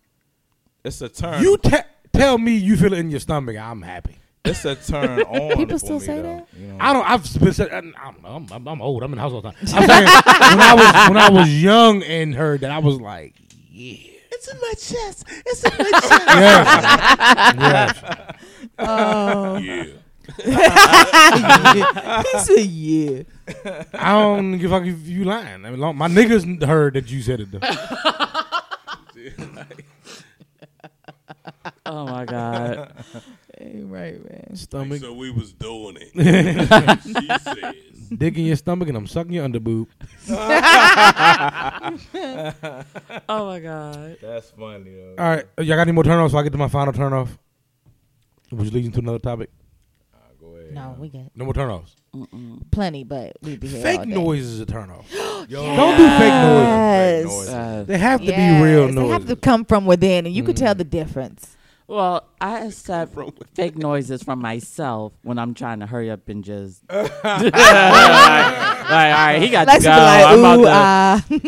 [SPEAKER 3] it's a turn.
[SPEAKER 1] you te- tell me you feel it in your stomach. I'm happy.
[SPEAKER 3] it's a turn on.
[SPEAKER 2] People
[SPEAKER 3] for
[SPEAKER 2] still
[SPEAKER 3] me,
[SPEAKER 2] say
[SPEAKER 3] though. You know?
[SPEAKER 1] I don't. I've been. Said, I don't know, I'm, I'm, I'm old. I'm in the house all the time. I'm saying when I was when I was young and heard that, I was like, yeah,
[SPEAKER 4] "It's in my chest. It's in my chest."
[SPEAKER 1] yes, yes.
[SPEAKER 2] Oh.
[SPEAKER 5] Yeah.
[SPEAKER 2] he said, yeah.
[SPEAKER 1] I don't give a fuck if you lying. I mean, long, my niggas heard that you said it though.
[SPEAKER 4] Oh my god.
[SPEAKER 2] right, man.
[SPEAKER 1] Stomach,
[SPEAKER 5] So we was doing it. she says.
[SPEAKER 1] dick in your stomach, and I'm sucking your underboob.
[SPEAKER 4] Oh my god.
[SPEAKER 3] That's funny though.
[SPEAKER 1] All right, y'all got any more turn offs? So I get to my final turn off, which leads into another topic.
[SPEAKER 3] Go ahead.
[SPEAKER 2] No, we got
[SPEAKER 1] No more turn offs.
[SPEAKER 2] plenty, but we'd be here. all
[SPEAKER 1] Fake
[SPEAKER 2] day.
[SPEAKER 1] noise is a turn off.
[SPEAKER 3] Yo,
[SPEAKER 1] Don't do fake noises.
[SPEAKER 2] Yes.
[SPEAKER 3] noise.
[SPEAKER 4] Uh,
[SPEAKER 1] They have to
[SPEAKER 2] Yes,
[SPEAKER 1] be real
[SPEAKER 2] They
[SPEAKER 1] noises.
[SPEAKER 2] have to come from within, and you could tell the difference.
[SPEAKER 4] well, I accept fake noises from myself when I'm trying to hurry up and just. like, like, all right, he got
[SPEAKER 2] Lex
[SPEAKER 4] to
[SPEAKER 2] would be
[SPEAKER 4] go.
[SPEAKER 2] like,
[SPEAKER 4] I'm
[SPEAKER 2] ooh,
[SPEAKER 4] about
[SPEAKER 2] ah.
[SPEAKER 4] to.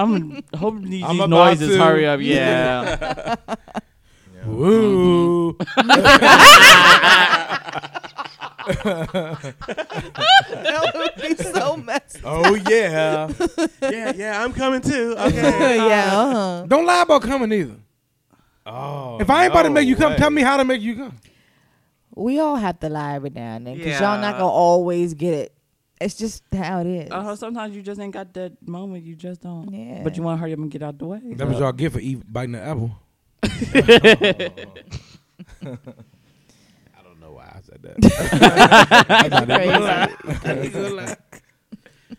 [SPEAKER 4] I'm hoping these,
[SPEAKER 3] I'm
[SPEAKER 4] these
[SPEAKER 3] about
[SPEAKER 4] noises
[SPEAKER 3] to.
[SPEAKER 4] hurry up. Yeah.
[SPEAKER 1] Ooh.
[SPEAKER 2] Mm-hmm. that would be so messed.
[SPEAKER 3] Oh yeah.
[SPEAKER 5] yeah, yeah, I'm coming too. Okay.
[SPEAKER 2] yeah, uh-huh.
[SPEAKER 1] Don't lie about coming either.
[SPEAKER 3] oh.
[SPEAKER 1] If I ain't about to
[SPEAKER 3] no
[SPEAKER 1] make you come,
[SPEAKER 3] way.
[SPEAKER 1] tell me how to make you come.
[SPEAKER 2] we all have to lie every now and then because y'all not
[SPEAKER 4] Yeah.
[SPEAKER 2] gonna always get it. It's just how it is.
[SPEAKER 4] Uh, sometimes you just ain't got that moment. You just don't.
[SPEAKER 2] Yeah.
[SPEAKER 4] But you want to hurry up and get out the way.
[SPEAKER 1] That was y'all gift for eat, biting the apple.
[SPEAKER 3] I don't know why I said that.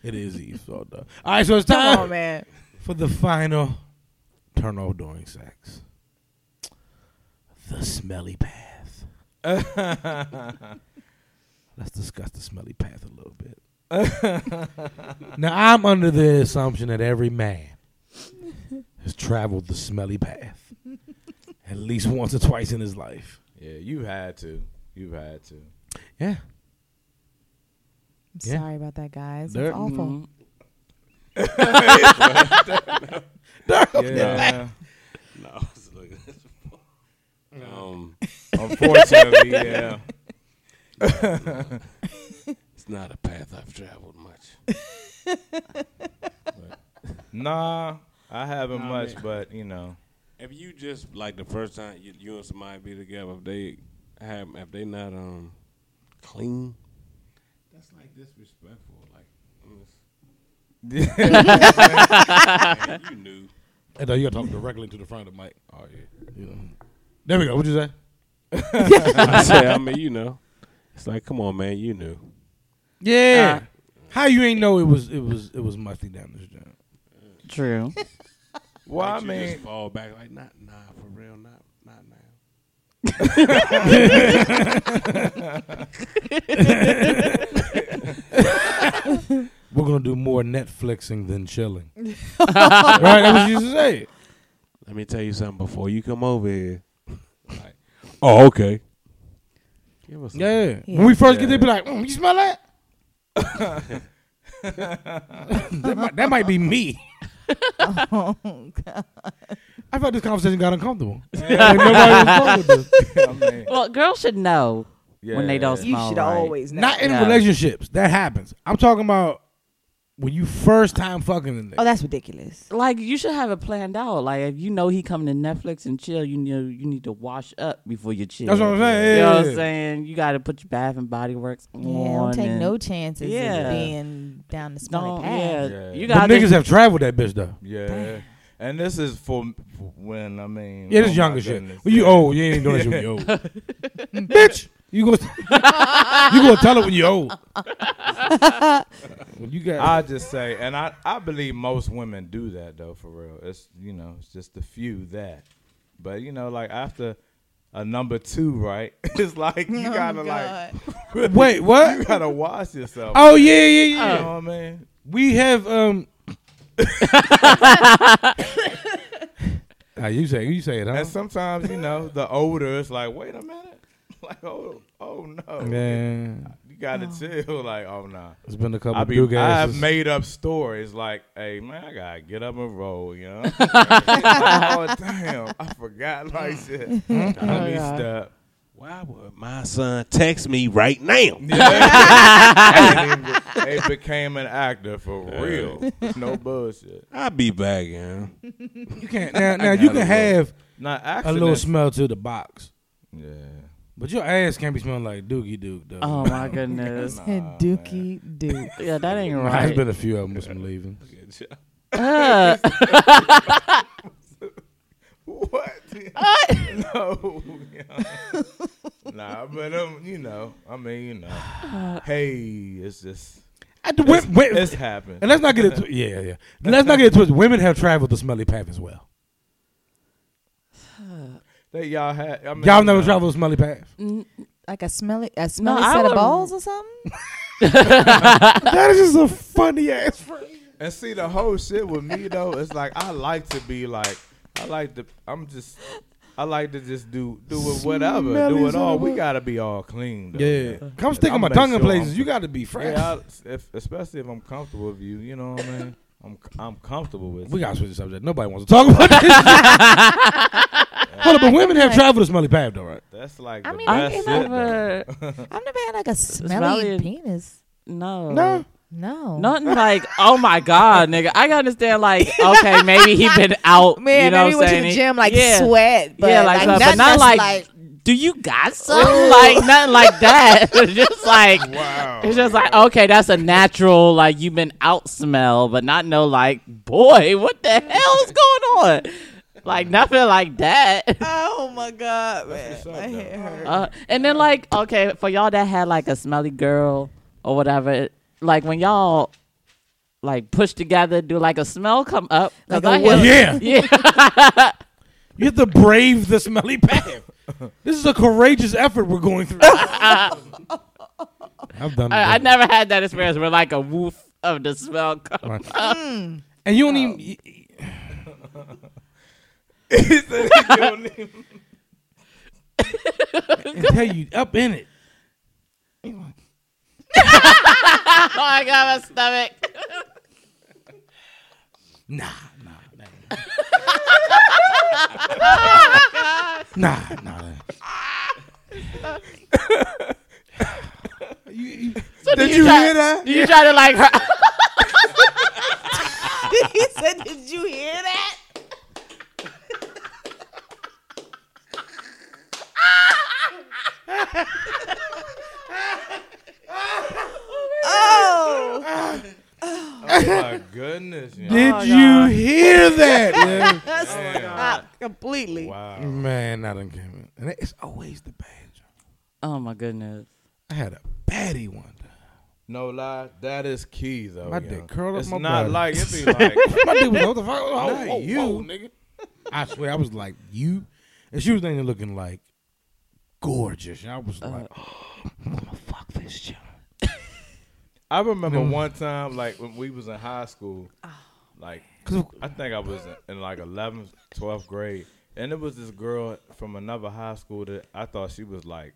[SPEAKER 1] It is Eve. So duh. All right, so it's
[SPEAKER 2] Come
[SPEAKER 1] time
[SPEAKER 2] on, man.
[SPEAKER 1] for the final turn off during sex. The smelly path. Let's discuss the smelly path a little bit. now, I'm under the assumption that every man has traveled the smelly path at least once or twice in his life.
[SPEAKER 3] yeah, you had to. You had to.
[SPEAKER 1] Yeah.
[SPEAKER 2] I'm
[SPEAKER 1] Yeah.
[SPEAKER 2] Sorry about that, guys.
[SPEAKER 1] There-
[SPEAKER 2] It's
[SPEAKER 4] Mm-hmm.
[SPEAKER 2] awful.
[SPEAKER 3] Yeah.
[SPEAKER 5] no, I was looking at this one. um,
[SPEAKER 3] Unfortunately, yeah.
[SPEAKER 5] it's not a path I've traveled much.
[SPEAKER 3] Nah, I haven't
[SPEAKER 5] Nah,
[SPEAKER 3] much,
[SPEAKER 5] man.
[SPEAKER 3] but you know.
[SPEAKER 5] If you just like the first time you, you and somebody be together, if they have, if they not um clean, that's like disrespectful. Like, man, you knew.
[SPEAKER 1] And uh, you gotta talk directly to the front of the mic. Oh yeah. You know. There we go. What you say?
[SPEAKER 5] I said, I mean, you know, it's like, come on, man, you knew.
[SPEAKER 1] Yeah. How you ain't know it was it was it was musty down this joint.
[SPEAKER 4] True.
[SPEAKER 3] Well, I
[SPEAKER 5] Like, you just
[SPEAKER 3] mean,
[SPEAKER 5] fall back like, not, nah, for real, not, not now.
[SPEAKER 1] We're gonna do more Netflixing than chilling. right? That's what you used to say.
[SPEAKER 5] Let me tell you something before you come over here. like, oh, okay. Give us.
[SPEAKER 1] Yeah. When we first get there, be like, mm, you smell that? that, might, that might be me.
[SPEAKER 2] Oh,
[SPEAKER 1] I felt this conversation got uncomfortable. Like, nobody was fucking with this.
[SPEAKER 3] I mean,
[SPEAKER 4] Well, girls should know when they don't
[SPEAKER 2] You
[SPEAKER 4] smell
[SPEAKER 2] should
[SPEAKER 4] right.
[SPEAKER 2] always know.
[SPEAKER 1] Not in
[SPEAKER 4] Yeah.
[SPEAKER 1] relationships. That happens. I'm talking about when you first time fucking in there.
[SPEAKER 2] oh, that's ridiculous.
[SPEAKER 4] Like you should have it planned out. Like if you know he coming to Netflix and chill, you know you need to wash up before you chill.
[SPEAKER 1] That's what I'm saying.
[SPEAKER 4] You know what
[SPEAKER 1] Yeah.
[SPEAKER 4] I'm saying? You got to put your Bath and Body Works on.
[SPEAKER 2] Yeah, don't take
[SPEAKER 4] and
[SPEAKER 2] no chances
[SPEAKER 4] Yeah.
[SPEAKER 2] of being down the smelly
[SPEAKER 4] Don't,
[SPEAKER 2] path.
[SPEAKER 4] yeah,
[SPEAKER 3] Yeah.
[SPEAKER 4] you
[SPEAKER 1] Them
[SPEAKER 4] got
[SPEAKER 1] niggas have traveled that bitch though.
[SPEAKER 3] Yeah. And this is for for when I mean.
[SPEAKER 1] Yeah, this
[SPEAKER 3] oh
[SPEAKER 1] younger
[SPEAKER 3] my
[SPEAKER 1] shit.
[SPEAKER 3] goodness.
[SPEAKER 1] When you old, you ain't doing that shit when you old. Bitch, you gonna you gonna tell it when you old. When you got
[SPEAKER 3] I just say, and I I believe most women do that though, for real. It's you know, it's just a few that, but you know, like after a number two, right? It's like you
[SPEAKER 2] Oh,
[SPEAKER 3] gotta like
[SPEAKER 1] wait,
[SPEAKER 3] you
[SPEAKER 1] what?
[SPEAKER 3] gotta wash yourself.
[SPEAKER 1] Oh yeah, yeah,
[SPEAKER 3] you
[SPEAKER 1] yeah.
[SPEAKER 3] know what I mean?
[SPEAKER 1] We have um. Ah, you say you say it, huh?
[SPEAKER 3] And sometimes you know, the older it's like, wait a minute, like oh oh no,
[SPEAKER 1] Man,
[SPEAKER 3] you gotta chill. Like oh nah.
[SPEAKER 1] it's been a couple
[SPEAKER 3] I
[SPEAKER 1] of
[SPEAKER 3] be,
[SPEAKER 1] dude
[SPEAKER 3] I have
[SPEAKER 1] asses.
[SPEAKER 3] made up stories like, "Hey man, I gotta get up and roll," you know. oh damn, I forgot like shit. Let me stop.
[SPEAKER 5] Why would my son text me right now?
[SPEAKER 3] I didn't even- They became an actor for real. No bullshit.
[SPEAKER 5] I'll be back, yeah.
[SPEAKER 1] you can't now. Now you
[SPEAKER 5] gotta
[SPEAKER 1] can have
[SPEAKER 3] Not
[SPEAKER 1] a
[SPEAKER 3] accident.
[SPEAKER 1] little smell to the box,
[SPEAKER 3] Yeah.
[SPEAKER 1] But your ass can't be smelling like Doogie Duke though.
[SPEAKER 4] Oh my goodness.
[SPEAKER 2] Dookie Duke.
[SPEAKER 4] Yeah, that ain't
[SPEAKER 1] There's
[SPEAKER 4] right.
[SPEAKER 1] been a few of them with some leaving.
[SPEAKER 4] Uh,
[SPEAKER 3] What? no. nah, but um, you know, I mean, you know, hey, it's just
[SPEAKER 1] At the wait, wait,
[SPEAKER 3] it's happened.
[SPEAKER 1] and let's not get it. Tw- yeah, yeah. Let's not get it twisted. Women have traveled the smelly path as well.
[SPEAKER 3] That y'all had. I mean,
[SPEAKER 1] Y'all
[SPEAKER 3] you
[SPEAKER 1] never
[SPEAKER 3] know,
[SPEAKER 1] traveled the smelly path.
[SPEAKER 2] Like a smelly, a smelly
[SPEAKER 4] I
[SPEAKER 2] set of
[SPEAKER 4] would-
[SPEAKER 2] balls or something.
[SPEAKER 1] that is just a funny ass phrase.
[SPEAKER 3] And see, the whole shit with me though, it's like I like to be like, I like to. I'm just. I like to just do do it whatever, do
[SPEAKER 1] Smelly
[SPEAKER 3] it
[SPEAKER 1] son
[SPEAKER 3] all.
[SPEAKER 1] of
[SPEAKER 3] We
[SPEAKER 1] a-
[SPEAKER 3] gotta be all clean. Though,
[SPEAKER 1] Yeah, come sticking
[SPEAKER 3] I'll
[SPEAKER 1] my
[SPEAKER 3] make
[SPEAKER 1] tongue in
[SPEAKER 3] sure
[SPEAKER 1] places.
[SPEAKER 3] I'm-
[SPEAKER 1] You got to be fresh.
[SPEAKER 3] Yeah, I, if, especially if I'm comfortable with you, you know what I mean. I'm I'm comfortable with.
[SPEAKER 1] We
[SPEAKER 3] it.
[SPEAKER 1] gotta switch the subject. Nobody wants to talk about this. Hold up, but women have traveled the smelly path, though, right?
[SPEAKER 3] That's like
[SPEAKER 2] I
[SPEAKER 3] the
[SPEAKER 2] mean, I
[SPEAKER 3] best
[SPEAKER 4] I
[SPEAKER 2] ain't
[SPEAKER 3] shit.
[SPEAKER 4] ain't
[SPEAKER 3] though.
[SPEAKER 4] never.
[SPEAKER 2] I've never had like a smelly,
[SPEAKER 4] Smelly-
[SPEAKER 2] penis.
[SPEAKER 4] No.
[SPEAKER 1] No.
[SPEAKER 2] No.
[SPEAKER 4] Nothing like, oh my God, nigga. I gotta understand, like, okay, maybe he been out.
[SPEAKER 2] Man,
[SPEAKER 4] you know
[SPEAKER 2] maybe
[SPEAKER 4] what
[SPEAKER 2] went to
[SPEAKER 4] I'm saying?
[SPEAKER 2] the gym like
[SPEAKER 4] yeah.
[SPEAKER 2] sweat, but
[SPEAKER 4] yeah,
[SPEAKER 2] like,
[SPEAKER 4] like, but
[SPEAKER 2] nothing
[SPEAKER 4] not
[SPEAKER 2] that's
[SPEAKER 4] like,
[SPEAKER 2] like
[SPEAKER 4] do you got some?
[SPEAKER 2] So-
[SPEAKER 4] Like, nothing like that. It's just like,
[SPEAKER 3] Wow.
[SPEAKER 4] it's just like, okay, that's a natural, like, you've been out smell, but not no, like, boy, what the hell's going on? Like, nothing like that.
[SPEAKER 2] Oh my god, man!
[SPEAKER 3] That's what's up, though.
[SPEAKER 4] Uh, and then like okay for y'all that had like a smelly girl or whatever it- like when y'all like push together do like a smell come up 'Cause
[SPEAKER 2] Like a
[SPEAKER 4] I
[SPEAKER 2] whiff.
[SPEAKER 4] hear-
[SPEAKER 1] Yeah,
[SPEAKER 4] yeah
[SPEAKER 1] you have to brave the smelly path. this is a courageous effort we're going through. I've done it.
[SPEAKER 4] I,
[SPEAKER 1] before.
[SPEAKER 4] I never had that experience where like a woof of the smell come
[SPEAKER 1] Right.
[SPEAKER 3] Mm.
[SPEAKER 1] And you don't even.
[SPEAKER 3] He said he don't even-
[SPEAKER 1] until you up in it.
[SPEAKER 4] oh my god my stomach
[SPEAKER 1] Nah, nah, nah. nah, nah. you, you,
[SPEAKER 3] Did you
[SPEAKER 4] you try-
[SPEAKER 3] hear that?
[SPEAKER 4] do you try to like her
[SPEAKER 2] he said, "Did you hear that?" oh,
[SPEAKER 3] Oh my goodness. you know.
[SPEAKER 1] did
[SPEAKER 4] Oh,
[SPEAKER 1] you
[SPEAKER 4] God.
[SPEAKER 1] hear that?
[SPEAKER 2] completely.
[SPEAKER 1] man?
[SPEAKER 3] Wow.
[SPEAKER 1] man, I done came in. And it's always the bad job.
[SPEAKER 4] oh my goodness
[SPEAKER 1] I had a baddie one. time.
[SPEAKER 3] No lie, that is key though.
[SPEAKER 1] My
[SPEAKER 3] yo.
[SPEAKER 1] dick curled up
[SPEAKER 3] It's
[SPEAKER 1] my
[SPEAKER 3] not
[SPEAKER 1] body.
[SPEAKER 3] like it be like
[SPEAKER 1] My dude was, what the fuck? Oh,
[SPEAKER 3] Not
[SPEAKER 1] whoa,
[SPEAKER 3] you.
[SPEAKER 1] whoa, nigga. I swear, I was like, you? And she was then looking like gorgeous. And I was like, I'm going to Uh, fuck this shit.
[SPEAKER 3] I remember one time, like when we was in high school, like I think I was in, in like 11th, 12th grade, and it was this girl from another high school that I thought she was like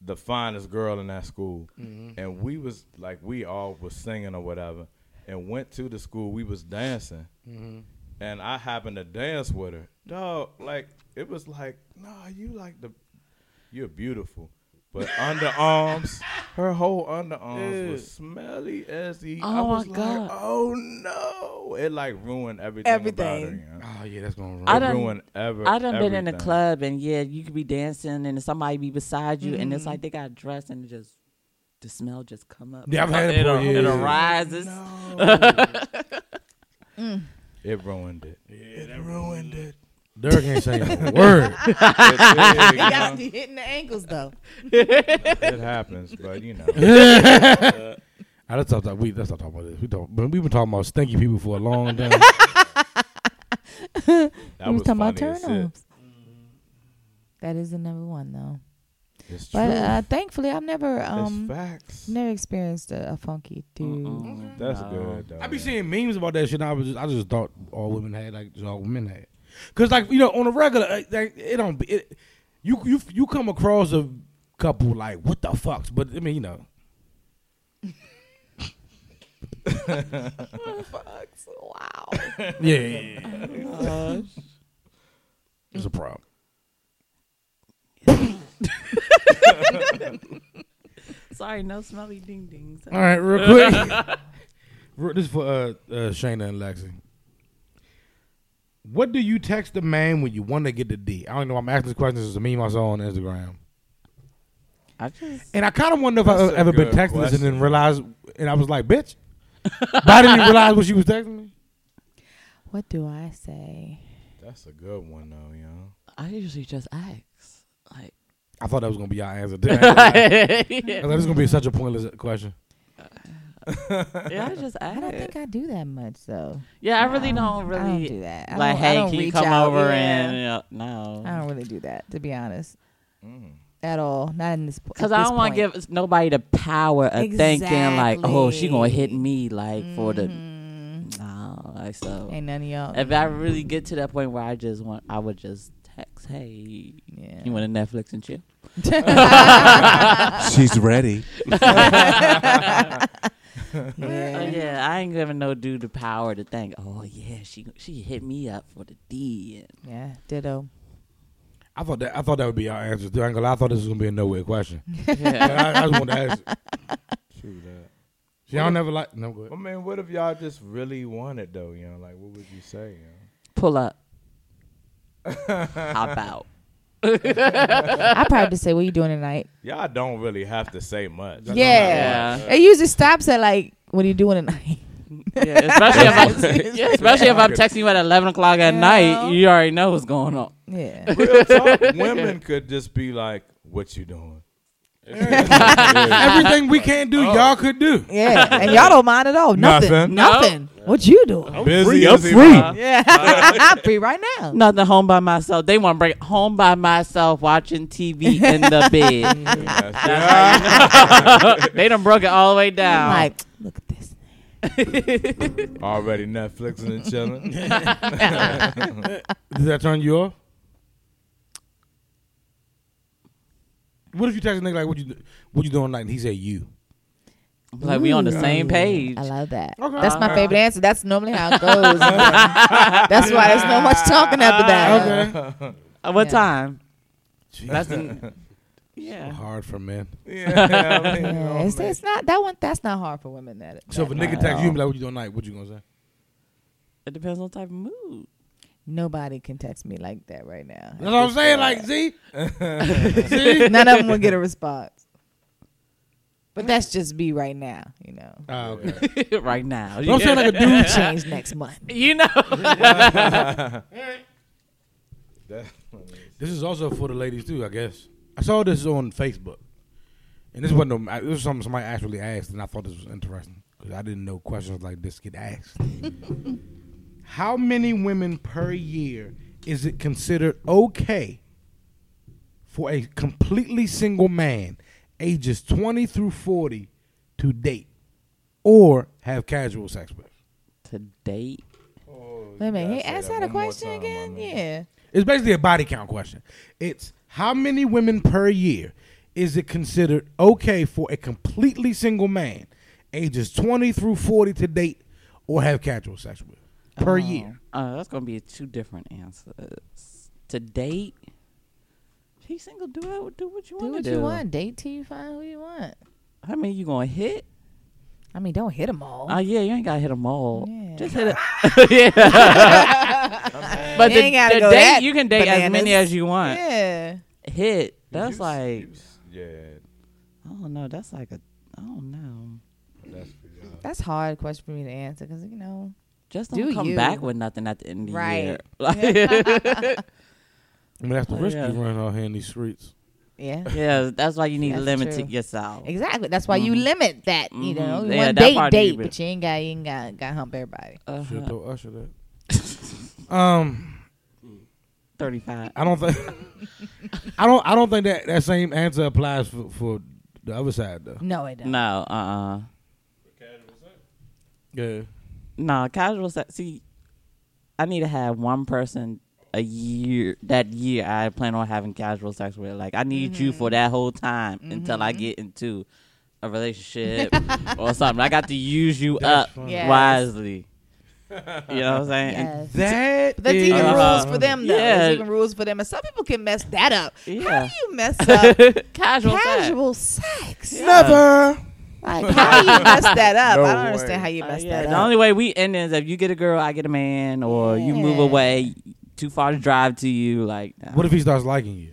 [SPEAKER 3] the finest girl in that school,
[SPEAKER 4] Mm-hmm.
[SPEAKER 3] and we was like we all was singing or whatever, and went to the school we was dancing,
[SPEAKER 4] Mm-hmm.
[SPEAKER 3] and I happened to dance with her. Dog, like it was like, nah, you like the, you're beautiful. But underarms, her whole underarms was smelly as the. I
[SPEAKER 4] Oh, my
[SPEAKER 3] was like,
[SPEAKER 4] God.
[SPEAKER 3] oh no! It like ruined everything. Everything. About her,
[SPEAKER 2] Everything.
[SPEAKER 3] you know?
[SPEAKER 1] Oh, yeah, that's going to
[SPEAKER 4] I
[SPEAKER 1] run.
[SPEAKER 3] It
[SPEAKER 4] done-
[SPEAKER 3] ruined ever.
[SPEAKER 4] I done been in a
[SPEAKER 3] everything.
[SPEAKER 4] club and yeah, you could be dancing and somebody be beside you and it's like they got dressed and it just the smell just come up.
[SPEAKER 1] Yeah, I've had it
[SPEAKER 4] it.
[SPEAKER 1] for
[SPEAKER 4] ar- It
[SPEAKER 1] years.
[SPEAKER 4] arises.
[SPEAKER 3] It ruined it. Yeah, it ruined it.
[SPEAKER 1] Derek ain't saying a word.
[SPEAKER 3] It, did,
[SPEAKER 2] He
[SPEAKER 3] you
[SPEAKER 2] got
[SPEAKER 3] know?
[SPEAKER 2] you hitting the ankles though.
[SPEAKER 3] It happens, but you know.
[SPEAKER 1] All right, let's talk about we. Let's not talk about this. We talk, but we've been talking about stinky people for a long time.
[SPEAKER 3] That
[SPEAKER 2] We
[SPEAKER 3] was,
[SPEAKER 2] was talking about
[SPEAKER 3] funny as shit.
[SPEAKER 2] turn-offs. That is the number one though.
[SPEAKER 3] It's true.
[SPEAKER 2] But uh, thankfully, I've never um
[SPEAKER 3] it's facts.
[SPEAKER 2] never experienced a, a funky dude.
[SPEAKER 1] Mm-hmm.
[SPEAKER 3] That's good. Though.
[SPEAKER 1] I be seeing memes about that shit. And I was just, I just thought all women had like just all men had, cause like you know on a regular like, like, it don't be it, you you you come across a couple like what the fucks, but I mean you know
[SPEAKER 2] Fucks, wow.
[SPEAKER 1] yeah, yeah, yeah. it's a problem.
[SPEAKER 4] Sorry, no smelly ding dings.
[SPEAKER 1] All right, real quick. Real- this is for uh, uh, Shayna and Lexi. What do you text a man when you want to get the D? I don't know. why I'm asking this question. This is a meme I saw on Instagram.
[SPEAKER 4] I just
[SPEAKER 1] And I kind of wonder if I've
[SPEAKER 3] That's a
[SPEAKER 1] ever been
[SPEAKER 3] good
[SPEAKER 1] texting this and then
[SPEAKER 3] question.
[SPEAKER 1] realized, and I was like, bitch. but I didn't even realize what she was texting me.
[SPEAKER 2] What do I say?
[SPEAKER 3] That's a good one though, you know.
[SPEAKER 4] I usually just ask. Like
[SPEAKER 1] I thought that was going to be your answer. I ain't gonna lie. I thought this was going to be such a pointless question.
[SPEAKER 4] Yeah, I just ask.
[SPEAKER 2] I don't think I do that much though.
[SPEAKER 4] yeah, I really don't
[SPEAKER 2] I don't
[SPEAKER 4] really
[SPEAKER 2] do that. I
[SPEAKER 4] like.
[SPEAKER 2] don't, I
[SPEAKER 4] Hey,
[SPEAKER 2] don't
[SPEAKER 4] can you
[SPEAKER 2] reach
[SPEAKER 4] come
[SPEAKER 2] out,
[SPEAKER 4] over
[SPEAKER 2] yeah.
[SPEAKER 4] and you know, no?
[SPEAKER 2] I don't really do that to be honest
[SPEAKER 3] Mm.
[SPEAKER 2] at all. Not in this point.
[SPEAKER 4] Cause I don't want to give s- nobody the power of thinking like, oh, she gonna hit me like for the no, like so.
[SPEAKER 2] Mm-hmm. Mm. Ain't none of y'all.
[SPEAKER 4] if I really get to that point where I just want, I would just text, hey,
[SPEAKER 2] yeah.
[SPEAKER 4] you want to Netflix and chill?
[SPEAKER 5] She's ready.
[SPEAKER 4] Oh,
[SPEAKER 2] yeah.
[SPEAKER 4] yeah, I ain't giving no dude the power to think. Oh yeah, she she hit me up for the D.
[SPEAKER 2] yeah. Ditto.
[SPEAKER 1] I thought that I thought that would be our answer. too. I ain't gonna lie, I thought this was gonna be a nowhere question.
[SPEAKER 4] Yeah.
[SPEAKER 1] But I, I just wanted to ask. it.
[SPEAKER 3] True that.
[SPEAKER 1] See, I don't never like. No, go
[SPEAKER 3] I
[SPEAKER 1] ahead.
[SPEAKER 3] mean, what if y'all just really wanted though, you know? Like, what would you say? You
[SPEAKER 4] Pull up. Hop out.
[SPEAKER 2] I probably just say, "What you doing tonight?"
[SPEAKER 3] know? Y'all don't really have to say much. That's
[SPEAKER 2] yeah.
[SPEAKER 4] Yeah.
[SPEAKER 2] It usually stops at like, "What are you doing tonight?"
[SPEAKER 4] Yeah, especially if I'm, yeah, especially if I'm texting you at eleven o'clock at
[SPEAKER 2] Yeah.
[SPEAKER 4] night, you already know what's going on.
[SPEAKER 2] Yeah.
[SPEAKER 3] not- Real talk, women could just be like, "What you doing?"
[SPEAKER 1] Everything we can't
[SPEAKER 5] Oh.
[SPEAKER 1] do, y'all could do.
[SPEAKER 2] Yeah. And y'all don't mind at all. Nothing.
[SPEAKER 3] Nothing.
[SPEAKER 2] Nothing.
[SPEAKER 4] No.
[SPEAKER 2] What you doing?
[SPEAKER 3] Busy
[SPEAKER 5] free,
[SPEAKER 3] as
[SPEAKER 5] I'm
[SPEAKER 3] he
[SPEAKER 5] free.
[SPEAKER 3] was.
[SPEAKER 2] Yeah. I'm free right now.
[SPEAKER 4] Nothing home by myself. They want to bring it home by myself, watching TV in the bed.
[SPEAKER 3] Yes.
[SPEAKER 4] they done broke it all the way down.
[SPEAKER 2] I'm like, look at this.
[SPEAKER 3] Already Netflixing and chilling.
[SPEAKER 1] Does that turn you off? What if you text a nigga like, "What you do- what you doing tonight?" And he said, "You."
[SPEAKER 4] I'm like we on the same page.
[SPEAKER 2] I love that.
[SPEAKER 1] Okay.
[SPEAKER 2] That's my favorite answer. That's normally how it goes. that's why there's no much talking after that.
[SPEAKER 1] Okay.
[SPEAKER 4] At what
[SPEAKER 2] Yeah.
[SPEAKER 4] time?
[SPEAKER 1] Jeez,
[SPEAKER 4] That's the, yeah.
[SPEAKER 1] hard for men.
[SPEAKER 3] yeah, I mean, you know,
[SPEAKER 2] Yeah, it's,
[SPEAKER 3] man.
[SPEAKER 2] it's not that one. That's not hard for women. That
[SPEAKER 1] Oh, So if a
[SPEAKER 2] that hard.
[SPEAKER 1] nigga texts you and be like, "What you doing tonight?" What you gonna say?
[SPEAKER 4] It depends on type of mood.
[SPEAKER 2] nobody can text me like that right now.
[SPEAKER 1] That's what I'm saying. Like, see, see.
[SPEAKER 2] None of them will get a response. But that's just me right now. You know,
[SPEAKER 1] Ah, okay.
[SPEAKER 4] right now.
[SPEAKER 1] But I'm saying like a dude. Oh,
[SPEAKER 2] It'll change next month.
[SPEAKER 4] you know.
[SPEAKER 1] This is also for the ladies too, I guess. I saw this on Facebook, and this wasn't. No, I- this was something somebody actually asked, and I thought this was interesting because I didn't know questions like this get asked. How many women per year is it considered okay for a completely single man, ages twenty through forty, to date or have casual sex with?
[SPEAKER 4] to date.
[SPEAKER 2] Wait a minute. He
[SPEAKER 3] Gotta say
[SPEAKER 2] asked
[SPEAKER 3] that
[SPEAKER 2] that a
[SPEAKER 3] one more
[SPEAKER 2] question
[SPEAKER 3] time, my
[SPEAKER 2] again.
[SPEAKER 3] man.
[SPEAKER 2] Yeah.
[SPEAKER 1] It's basically a body count question. It's how many women per year is it considered okay for a completely single man, ages 20 through 40 to date or have casual sex with per year?
[SPEAKER 4] Uh, that's gonna be two different answers. To date, he single. Do it. Do what you
[SPEAKER 2] Do
[SPEAKER 4] want to
[SPEAKER 2] what
[SPEAKER 4] do.
[SPEAKER 2] you want. Date till you find who you want.
[SPEAKER 4] I mean, you gonna hit?
[SPEAKER 2] I mean, don't hit them all.
[SPEAKER 4] Oh yeah, you ain't gotta hit them all.
[SPEAKER 2] Yeah.
[SPEAKER 4] Just hit it. yeah. but
[SPEAKER 2] You
[SPEAKER 4] the,
[SPEAKER 2] ain't gotta
[SPEAKER 4] the
[SPEAKER 2] go
[SPEAKER 4] date,
[SPEAKER 2] that
[SPEAKER 4] you can date as many
[SPEAKER 2] bananas.
[SPEAKER 4] as you want.
[SPEAKER 2] yeah.
[SPEAKER 4] Hit. That's
[SPEAKER 3] You-
[SPEAKER 4] like
[SPEAKER 3] you- yeah,
[SPEAKER 4] I don't know. That's like a I don't know.
[SPEAKER 3] that's pretty hard.
[SPEAKER 2] That's a hard question for me to answer because you know.
[SPEAKER 4] Just don't
[SPEAKER 2] Do
[SPEAKER 4] come
[SPEAKER 2] you.
[SPEAKER 4] back with nothing at the end of the
[SPEAKER 2] Right.
[SPEAKER 4] year. Like-
[SPEAKER 1] I mean, that's the
[SPEAKER 4] Oh,
[SPEAKER 1] risk
[SPEAKER 4] yeah.
[SPEAKER 1] you run out here in these streets.
[SPEAKER 2] Yeah.
[SPEAKER 4] yeah, that's why you need to
[SPEAKER 2] That's
[SPEAKER 4] limit to
[SPEAKER 2] true.
[SPEAKER 4] yourself.
[SPEAKER 2] Exactly. That's why you limit that. You know,
[SPEAKER 4] Mhm.
[SPEAKER 2] you
[SPEAKER 4] Mm-hmm. Yeah,
[SPEAKER 2] want
[SPEAKER 4] that
[SPEAKER 2] date
[SPEAKER 4] part need to
[SPEAKER 2] date,
[SPEAKER 4] be-
[SPEAKER 2] but you ain't got you ain't got got hump everybody.
[SPEAKER 1] Should
[SPEAKER 4] Uh-huh.
[SPEAKER 1] have told Usher that. um,
[SPEAKER 4] Thirty-five.
[SPEAKER 1] I don't think I don't I don't think that that same answer applies for, for the other side though.
[SPEAKER 2] No, it don't.
[SPEAKER 4] No. Uh. uh
[SPEAKER 1] Yeah.
[SPEAKER 4] No. Casual sex. See, I need to have one person a year. That year, I plan on having casual sex with. Like, I need you
[SPEAKER 2] Mm-hmm.
[SPEAKER 4] for that whole time until I get into a relationship or something. I got to use you
[SPEAKER 1] That's
[SPEAKER 4] up
[SPEAKER 1] funny.
[SPEAKER 2] Yes.
[SPEAKER 4] wisely. You know what I'm saying? And-
[SPEAKER 2] Yes.
[SPEAKER 1] That
[SPEAKER 2] But there's
[SPEAKER 1] is-
[SPEAKER 2] even
[SPEAKER 4] Uh-huh.
[SPEAKER 2] rules for them though.
[SPEAKER 4] Yeah.
[SPEAKER 2] There's even rules for them, and some people can mess that up. How
[SPEAKER 4] Yeah.
[SPEAKER 2] do you mess up
[SPEAKER 4] casual, casual.
[SPEAKER 2] casual sex?
[SPEAKER 1] never.
[SPEAKER 2] Like how do you mess that up?
[SPEAKER 3] No
[SPEAKER 2] I don't
[SPEAKER 3] way.
[SPEAKER 2] understand how you mess
[SPEAKER 4] Uh, yeah,
[SPEAKER 2] that
[SPEAKER 4] the
[SPEAKER 2] up.
[SPEAKER 4] only way we end is if you get a girl, I get a man, or you move
[SPEAKER 2] Yeah.
[SPEAKER 4] away too far to drive to you. Like, nah,
[SPEAKER 1] What if he starts liking you?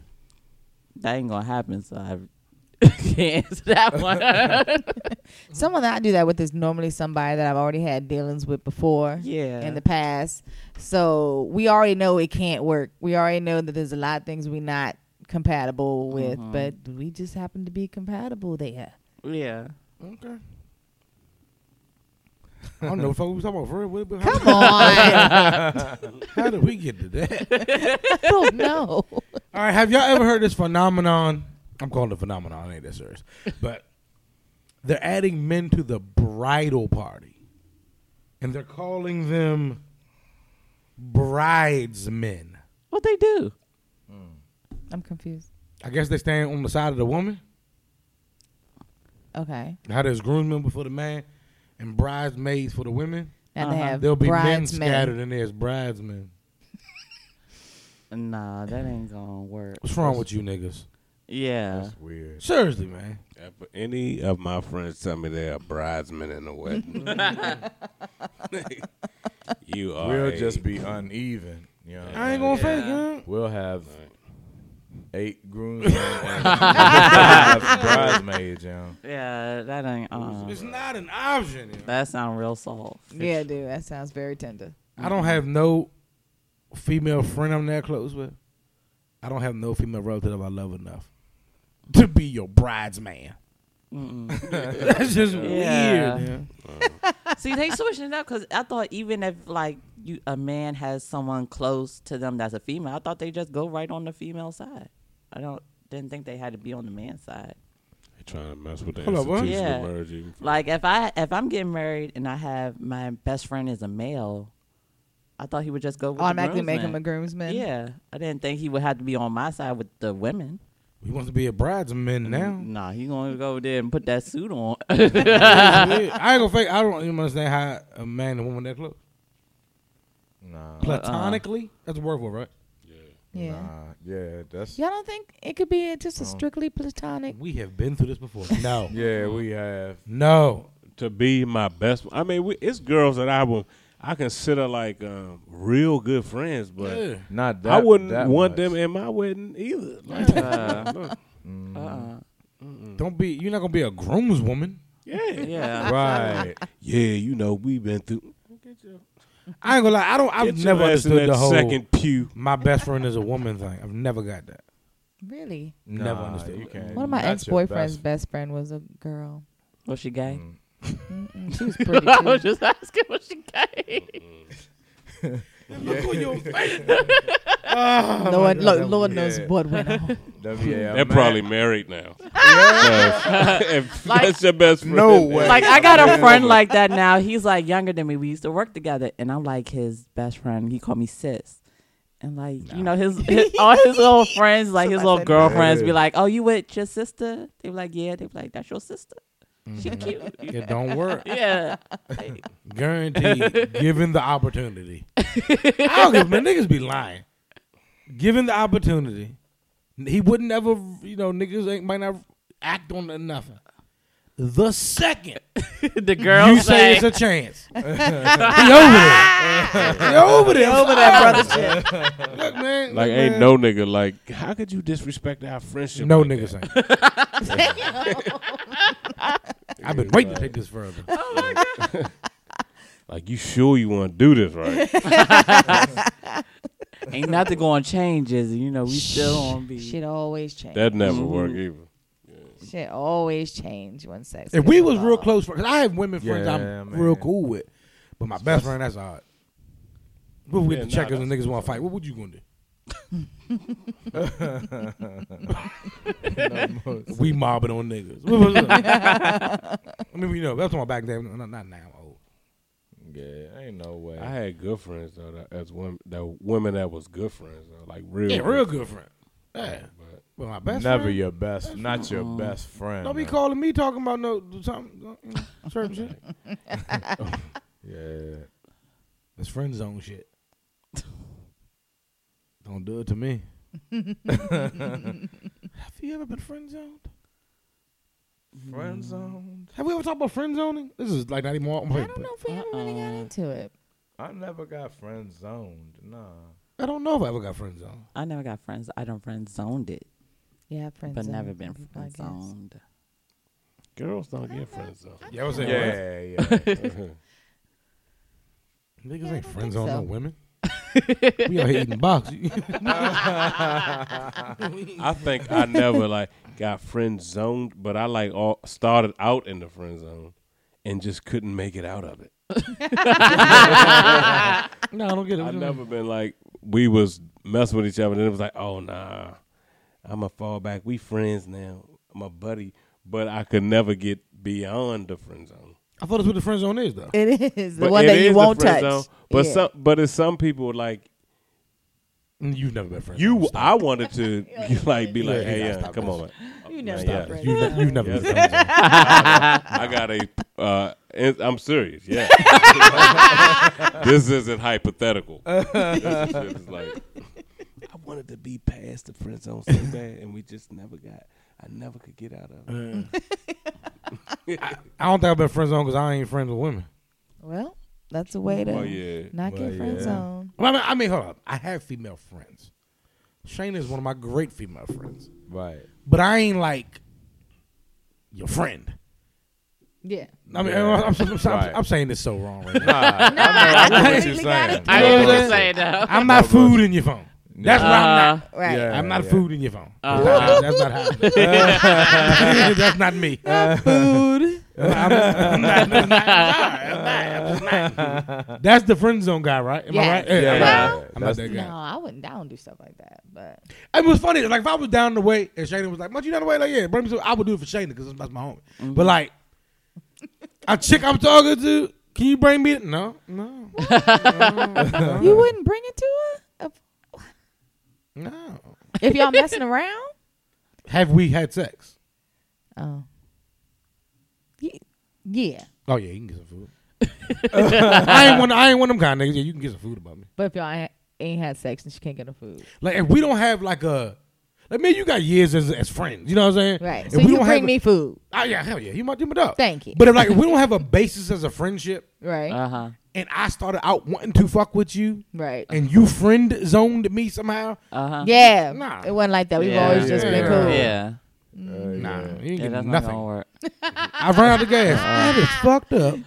[SPEAKER 4] that ain't gonna happen. So I Can't answer that one.
[SPEAKER 2] Someone that I do that with is normally somebody that I've already had dealings with before
[SPEAKER 4] yeah.
[SPEAKER 2] in the past. So we already know it can't work. We already know that there's a lot of things we're not compatible with,
[SPEAKER 4] Mhm.
[SPEAKER 2] but we just happen to be compatible there.
[SPEAKER 4] yeah.
[SPEAKER 1] Okay. I don't know if I was talking about for real. What- How,
[SPEAKER 2] Come on.
[SPEAKER 1] how did we get to that?
[SPEAKER 2] I don't know.
[SPEAKER 1] All right, have y'all ever heard this phenomenon? I'm calling it a phenomenon. It ain't that serious, but they're adding men to the bridal party, and they're calling them bridesmen.
[SPEAKER 4] What they do?
[SPEAKER 2] I'm confused.
[SPEAKER 1] I guess they stand on the side of the woman.
[SPEAKER 2] Okay.
[SPEAKER 1] How there's groomsmen for the man, and bridesmaids for the women.
[SPEAKER 2] Now they
[SPEAKER 4] Uh-huh.
[SPEAKER 2] have
[SPEAKER 1] There'll be men
[SPEAKER 2] bridesmen.
[SPEAKER 1] scattered, and there's bridesmen.
[SPEAKER 4] Nah, that ain't gonna work.
[SPEAKER 1] What's wrong with you niggas?
[SPEAKER 4] Yeah.
[SPEAKER 3] That's weird.
[SPEAKER 1] Seriously, man.
[SPEAKER 5] If any of my friends tell me they're bridesmen in the wedding, you are.
[SPEAKER 3] We'll
[SPEAKER 5] a-
[SPEAKER 3] just be uneven. You know what I
[SPEAKER 1] I ain't
[SPEAKER 3] mean?
[SPEAKER 1] gonna fake, man.
[SPEAKER 3] We'll have eight grooms and five bridesmaids. You know?
[SPEAKER 4] Yeah, that ain't. Um,
[SPEAKER 1] It's not an option. you know.
[SPEAKER 4] that sound real soft.
[SPEAKER 2] Yeah, dude. That sounds very tender.
[SPEAKER 1] I don't have no female friend I'm that close with. I don't have no female relative I love enough to be your bridesman.
[SPEAKER 4] Mm-mm.
[SPEAKER 1] That's just
[SPEAKER 4] Yeah.
[SPEAKER 1] weird. man.
[SPEAKER 4] See, they switching it up because I thought even if like you a man has someone close to them that's a female, I thought they just go right on the female side. I don't didn't think they had to be on the man's side.
[SPEAKER 5] They trying to mess with the
[SPEAKER 1] Hold up, what?
[SPEAKER 5] institution
[SPEAKER 4] Yeah.
[SPEAKER 5] of marriage. even further.
[SPEAKER 4] Like if I if I'm getting married and I have my best friend is a male, I thought he would just go with
[SPEAKER 2] Automatically
[SPEAKER 4] the
[SPEAKER 2] make him a
[SPEAKER 4] groomsmen.
[SPEAKER 2] groomsman.
[SPEAKER 4] Yeah, I didn't think he would have to be on my side with the women.
[SPEAKER 1] He wants to be a bridesman now.
[SPEAKER 4] Nah, he gonna go there and put that suit on.
[SPEAKER 1] That's weird. I ain't gonna fake. I don't even understand how a man and woman that close
[SPEAKER 3] Nah,
[SPEAKER 1] platonically. That's a word for it, right?
[SPEAKER 2] Yeah.
[SPEAKER 3] nah, yeah, that's
[SPEAKER 2] Y'all don't think it could be just a
[SPEAKER 3] Um,
[SPEAKER 2] strictly platonic?
[SPEAKER 1] We have been through this before. No,
[SPEAKER 3] yeah. We have
[SPEAKER 1] no.
[SPEAKER 5] to be my best. I mean, we, it's girls that I will. I consider like um, real good friends, but
[SPEAKER 1] Yeah.
[SPEAKER 3] not that.
[SPEAKER 5] I wouldn't
[SPEAKER 3] that
[SPEAKER 5] want
[SPEAKER 3] much.
[SPEAKER 5] them in my wedding either. Like,
[SPEAKER 4] Uh,
[SPEAKER 5] no.
[SPEAKER 4] uh-uh.
[SPEAKER 1] Don't be. You're not gonna be a groomswoman.
[SPEAKER 5] yeah,
[SPEAKER 4] Yeah,
[SPEAKER 3] Right.
[SPEAKER 5] yeah. You know, we've been through.
[SPEAKER 1] I ain't gonna lie. I don't. I've
[SPEAKER 5] Get your
[SPEAKER 1] never
[SPEAKER 5] ass in
[SPEAKER 1] understood
[SPEAKER 5] that
[SPEAKER 1] the whole.
[SPEAKER 5] second pew.
[SPEAKER 1] My best friend is a woman thing. I've never got that.
[SPEAKER 2] Really?
[SPEAKER 1] Never
[SPEAKER 3] Nah,
[SPEAKER 1] understood.
[SPEAKER 3] You can't.
[SPEAKER 2] One of my ex
[SPEAKER 3] That's your
[SPEAKER 2] boyfriend's
[SPEAKER 3] best
[SPEAKER 2] best. friend was a girl.
[SPEAKER 4] was she gay?
[SPEAKER 3] Mm.
[SPEAKER 2] Mm-mm, she was pretty.
[SPEAKER 4] I was
[SPEAKER 2] too.
[SPEAKER 4] just asking was she gay.
[SPEAKER 1] Look who you-
[SPEAKER 2] Lord, lo- Lord
[SPEAKER 3] yeah.
[SPEAKER 2] knows what went on.
[SPEAKER 3] That'd be a
[SPEAKER 5] They're
[SPEAKER 3] man.
[SPEAKER 5] probably married now. So, if that's your best friend.
[SPEAKER 3] No
[SPEAKER 5] then-
[SPEAKER 3] way.
[SPEAKER 4] like I got a friend like that now. He's like younger than me. We used to work together, and I'm like his best friend. He called me sis. And like you know his, his all his little friends like his
[SPEAKER 2] Somebody
[SPEAKER 4] little
[SPEAKER 2] said-
[SPEAKER 4] girlfriends
[SPEAKER 3] Yeah.
[SPEAKER 4] be like oh you with your sister they be like yeah they be like that's your sister she cute
[SPEAKER 1] It don't work.
[SPEAKER 4] yeah
[SPEAKER 1] Guaranteed. given the opportunity. I don't give man. Niggas be lying. Given the opportunity, he wouldn't ever. You know, niggas ain't might not act on the nothing. The second
[SPEAKER 4] the girl
[SPEAKER 1] you say it's a chance, he over there. he over there. Over there, brother. Look, man.
[SPEAKER 5] Like,
[SPEAKER 1] look,
[SPEAKER 5] ain't
[SPEAKER 1] man.
[SPEAKER 5] no nigga like, how could you disrespect our friendship?
[SPEAKER 1] No
[SPEAKER 5] like
[SPEAKER 1] niggas
[SPEAKER 5] that?
[SPEAKER 1] ain't. I've been waiting to take this further.
[SPEAKER 5] Like, you sure you want to do this right?
[SPEAKER 4] ain't nothing gonna change is it? you know we still gonna be
[SPEAKER 2] Shit always change.
[SPEAKER 5] that never work
[SPEAKER 1] Mm-hmm.
[SPEAKER 5] either.
[SPEAKER 2] Shit always change when sex.
[SPEAKER 1] If
[SPEAKER 2] gets
[SPEAKER 1] we was real
[SPEAKER 2] involved.
[SPEAKER 1] close, because I have women friends
[SPEAKER 3] Yeah,
[SPEAKER 1] I'm
[SPEAKER 3] man.
[SPEAKER 1] real cool with, but my best friend that's odd. What if we
[SPEAKER 5] Yeah,
[SPEAKER 1] get the
[SPEAKER 5] nah,
[SPEAKER 1] checkers and niggas want to fight? What would you gonna do? we mobbing on niggas. What was it? I mean, you know, that's my back then. Not, not now. I'm old.
[SPEAKER 3] Yeah, ain't no way.
[SPEAKER 5] I had good friends, though, that, as women, that women that was good friends, though, like real.
[SPEAKER 1] Yeah, real good friend. Yeah,
[SPEAKER 5] But
[SPEAKER 1] but my best
[SPEAKER 3] Never
[SPEAKER 1] friend.
[SPEAKER 3] your best, not your best friend.
[SPEAKER 1] Don't be
[SPEAKER 3] man.
[SPEAKER 1] calling me talking about no something, you know, certain shit.
[SPEAKER 3] Yeah,
[SPEAKER 1] It's friend zone shit. Don't do it to me. Have you ever been friend zoned?
[SPEAKER 3] friend zone.
[SPEAKER 1] Have we ever talked about friend zoning? This is like not even. on-
[SPEAKER 2] I don't know if we ever really got
[SPEAKER 4] Uh-uh.
[SPEAKER 2] into it.
[SPEAKER 3] I never got friend zoned. Nah.
[SPEAKER 1] I don't know if I ever got friend zoned.
[SPEAKER 4] I never got friends I don't friend zoned it
[SPEAKER 2] Yeah, friend
[SPEAKER 4] but
[SPEAKER 2] zone
[SPEAKER 4] never been
[SPEAKER 2] people, I
[SPEAKER 4] friend
[SPEAKER 2] guess.
[SPEAKER 4] zoned.
[SPEAKER 5] Girls don't get friends though.
[SPEAKER 1] Yeah, I was saying, yeah.
[SPEAKER 3] Yeah, yeah.
[SPEAKER 1] niggas
[SPEAKER 2] I
[SPEAKER 1] ain't
[SPEAKER 2] don't
[SPEAKER 1] friends
[SPEAKER 2] think
[SPEAKER 1] on no
[SPEAKER 2] so.
[SPEAKER 1] women. we out here eating box.
[SPEAKER 5] I think I never like got friend zoned, but I like all started out in the friend zone and just couldn't make it out of it.
[SPEAKER 1] no, I don't get it.
[SPEAKER 5] I've never been like we was messing with each other, and then it was like, oh nah, I'm a fall back. We friends now. I'm a buddy, but I could never get beyond the friend zone.
[SPEAKER 1] I thought that's what the friend zone is, though.
[SPEAKER 2] It is the
[SPEAKER 5] But
[SPEAKER 2] one
[SPEAKER 5] it
[SPEAKER 2] that
[SPEAKER 5] is
[SPEAKER 2] you
[SPEAKER 5] the
[SPEAKER 2] won't
[SPEAKER 5] friend
[SPEAKER 2] touch.
[SPEAKER 5] zone, but
[SPEAKER 2] Yeah.
[SPEAKER 5] some, but it's some people like
[SPEAKER 1] You've never been friends.
[SPEAKER 5] you.
[SPEAKER 1] zoned.
[SPEAKER 5] I wanted to like be like,
[SPEAKER 1] Yeah,
[SPEAKER 5] hey,
[SPEAKER 1] yeah,
[SPEAKER 5] yeah,
[SPEAKER 1] stop
[SPEAKER 5] come
[SPEAKER 1] this.
[SPEAKER 5] on, man.
[SPEAKER 2] you
[SPEAKER 5] Nah,
[SPEAKER 2] never
[SPEAKER 5] yeah.
[SPEAKER 2] stop.
[SPEAKER 1] You've, ne- you've never been
[SPEAKER 5] Yeah.
[SPEAKER 1] friend zoned.
[SPEAKER 5] I got a. Uh, and I'm serious. Yeah. this isn't hypothetical. This shit is like- I wanted to be past the friend zone so bad, and we just never got. I never could get out of it. Mm.
[SPEAKER 1] I don't think I've been friend zone because I ain't friends with women.
[SPEAKER 2] Well, that's a way to
[SPEAKER 5] Oh yeah.
[SPEAKER 2] not
[SPEAKER 3] Well,
[SPEAKER 2] get friend
[SPEAKER 3] yeah.
[SPEAKER 2] zoned.
[SPEAKER 1] Well, I mean, I mean, hold up. I have female friends. Shayna is one of my great female friends,
[SPEAKER 3] right.
[SPEAKER 1] but I ain't like your friend.
[SPEAKER 2] Yeah.
[SPEAKER 1] I mean,
[SPEAKER 3] Yeah.
[SPEAKER 1] I'm, I'm- I'm-
[SPEAKER 3] Right.
[SPEAKER 1] I'm saying this so wrong right now.
[SPEAKER 3] Nah, I know, I know what you're
[SPEAKER 2] Technically got
[SPEAKER 3] saying.
[SPEAKER 2] it.
[SPEAKER 4] I
[SPEAKER 1] know
[SPEAKER 4] know
[SPEAKER 1] what
[SPEAKER 4] what
[SPEAKER 1] I'm
[SPEAKER 4] you're saying though.
[SPEAKER 1] I'm not food in your phone. That's what I'm not.
[SPEAKER 2] Right.
[SPEAKER 3] Yeah.
[SPEAKER 1] I'm not
[SPEAKER 3] Uh-huh. yeah.
[SPEAKER 1] food in your phone.
[SPEAKER 4] Uh-huh.
[SPEAKER 1] That's not how. That's not how. that's not me.
[SPEAKER 3] Uh-huh.
[SPEAKER 2] Food.
[SPEAKER 1] I'm, I'm not, I'm not, I'm not, I'm not, I'm not. That's the friend zone guy, right? Am I
[SPEAKER 2] Yes.
[SPEAKER 1] right?
[SPEAKER 3] Yeah,
[SPEAKER 1] I'm
[SPEAKER 3] yeah.
[SPEAKER 1] not- I'm not
[SPEAKER 3] That's-
[SPEAKER 1] that
[SPEAKER 2] No,
[SPEAKER 1] guy.
[SPEAKER 2] I wouldn't. I don't do stuff like that. But
[SPEAKER 1] It was funny. Like if I was down the way and Shayna was like, "Much you down the way?" Like, yeah, bring me some. I would do it for Shayna because that's my homie. But like, a chick I'm talking to, can you bring me? No, no,
[SPEAKER 2] you wouldn't bring it to her
[SPEAKER 1] no.
[SPEAKER 2] if y'all messing around.
[SPEAKER 1] Have we had sex?
[SPEAKER 2] Oh. Ye- Yeah,
[SPEAKER 1] Oh yeah, you can get some food. I ain't one. I ain't one of them kind of niggas. Yeah, you can get some food about me.
[SPEAKER 2] but if y'all ain't, ain't had sex and she can't get no food,
[SPEAKER 1] Like if we don't have like a, like me, and you got years as, as friends. You know what I'm saying?
[SPEAKER 2] right?
[SPEAKER 1] If
[SPEAKER 2] So
[SPEAKER 1] we
[SPEAKER 2] you
[SPEAKER 1] don't
[SPEAKER 2] bring
[SPEAKER 1] have a-
[SPEAKER 2] me food,
[SPEAKER 1] Oh yeah, hell yeah, you my, you my dog.
[SPEAKER 2] Thank you.
[SPEAKER 1] But if like if we don't have a basis as a friendship,
[SPEAKER 2] right?
[SPEAKER 4] Uh huh.
[SPEAKER 1] and I started out wanting to fuck with you,
[SPEAKER 2] right?
[SPEAKER 1] and you friend zoned me somehow,
[SPEAKER 4] Uh huh.
[SPEAKER 2] yeah,
[SPEAKER 1] Nah.
[SPEAKER 2] it wasn't like that. We've
[SPEAKER 4] Yeah.
[SPEAKER 2] always just been
[SPEAKER 1] Yeah.
[SPEAKER 2] cool.
[SPEAKER 4] Yeah.
[SPEAKER 1] nah, you ain't
[SPEAKER 4] Yeah,
[SPEAKER 1] getting
[SPEAKER 4] that's not gonna
[SPEAKER 1] nothing.
[SPEAKER 4] work.
[SPEAKER 1] I ran out of gas. that is fucked up.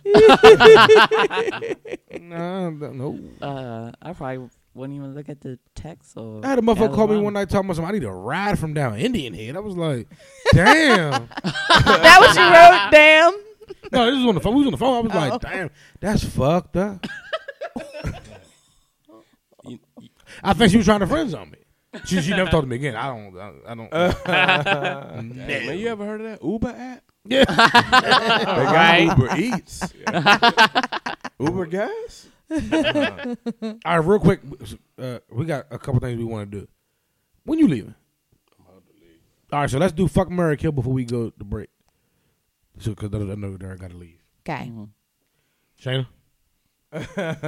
[SPEAKER 1] nah, no.
[SPEAKER 4] Uh, I probably wouldn't even look at the text or.
[SPEAKER 1] I had a motherfucker call me one
[SPEAKER 4] night.
[SPEAKER 1] night talking about something. I need a ride from down Indian Head. I was like, damn.
[SPEAKER 2] that what you wrote, damn.
[SPEAKER 1] no, this was on the phone. We was on the phone. I was like, damn, that's fucked up. I think she was trying to friend zone me. She, she never talked to me again. I don't. I, I don't.
[SPEAKER 5] Hey, man, you ever heard of that Uber app?
[SPEAKER 1] yeah.
[SPEAKER 3] They got
[SPEAKER 4] Right.
[SPEAKER 3] Uber Eats. Uber gas?
[SPEAKER 1] All right, real quick. Uh, we got a couple things we want to do. When you leaving? All right, so let's do fuck Mary Kill before we go to break. So, because I know Darren got to leave.
[SPEAKER 2] Okay,
[SPEAKER 4] Mm-hmm.
[SPEAKER 1] Shayna,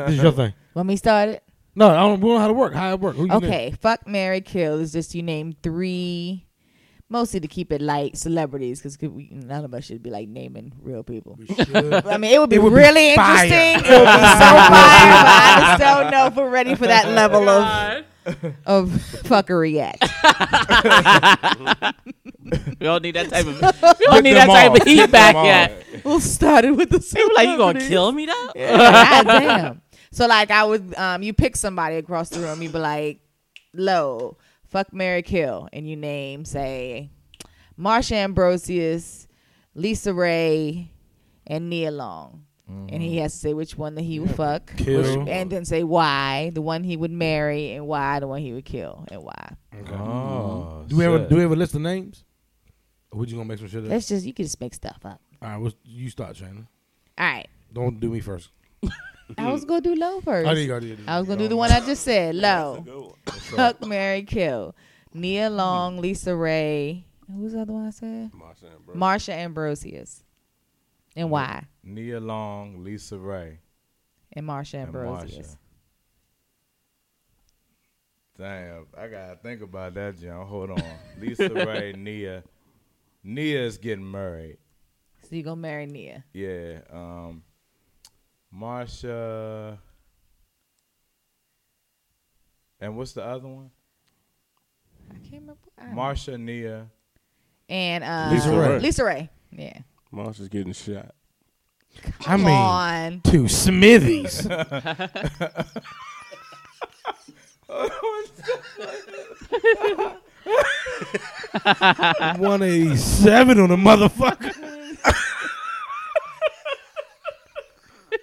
[SPEAKER 1] this is your thing.
[SPEAKER 2] when we started,
[SPEAKER 1] No, I don't, we don't know how to work. How it work? Who you
[SPEAKER 2] okay. Fuck, Mary, kill is just you name three, mostly to keep it light celebrities because none of us should be like naming real people.
[SPEAKER 1] name? We should.
[SPEAKER 2] I mean, it would be
[SPEAKER 1] It would be
[SPEAKER 2] really
[SPEAKER 1] fire.
[SPEAKER 2] interesting. It would be so fire, but I just don't know if we're ready for that level of of fuckery yet.
[SPEAKER 4] We don't need that type of. We don't need
[SPEAKER 3] them
[SPEAKER 4] that type
[SPEAKER 3] all.
[SPEAKER 4] of heat back yet.
[SPEAKER 2] We'll start it with the
[SPEAKER 4] They were like, "You gonna kill me though?"
[SPEAKER 2] God damn. So like, I would um, you pick somebody across the room, you'd be like, "Low, fuck, Mary, kill," and you name say, Marsha Ambrosius, Lisa Ray, and Nia Long. And he has to say which one that he would fuck,
[SPEAKER 1] Kill.
[SPEAKER 2] which- and then say why the one he would marry, and why the one he would kill, and why.
[SPEAKER 3] Oh,
[SPEAKER 1] do we ever
[SPEAKER 3] shit.
[SPEAKER 1] do we ever list the names? Or would you gonna make some shit up?
[SPEAKER 2] That's just you can just make stuff up.
[SPEAKER 1] All right, what's, you start, Shayna.
[SPEAKER 2] All right,
[SPEAKER 1] Don't do me first.
[SPEAKER 2] I was gonna do low first.
[SPEAKER 1] I, need to do
[SPEAKER 2] I was gonna do the one I just said, low. Fuck, Mary, kill. Nia
[SPEAKER 3] Hmm.
[SPEAKER 2] Long, Lisa Ray. Who's the other one I said? Marsha Ambrosius. And why?
[SPEAKER 3] Nia Long, Lisa Ray,
[SPEAKER 2] And Marsha
[SPEAKER 3] and Marsha.
[SPEAKER 2] Ambrosius.
[SPEAKER 3] Damn, I gotta think about that, John. Hold on. Lisa Ray, Nia. Nia's getting married.
[SPEAKER 2] So you gonna marry Nia?
[SPEAKER 3] Yeah. Um, Marsha. And what's the other one?
[SPEAKER 2] I can't remember. I don't know.
[SPEAKER 3] Marsha, Nia,
[SPEAKER 2] and uh,
[SPEAKER 1] Lisa
[SPEAKER 5] Ray.
[SPEAKER 2] Lisa Ray. Yeah.
[SPEAKER 5] Marsha's getting shot.
[SPEAKER 1] I
[SPEAKER 2] Come
[SPEAKER 1] mean,
[SPEAKER 2] on.
[SPEAKER 1] two Smithies. One eighty seven on a motherfucker.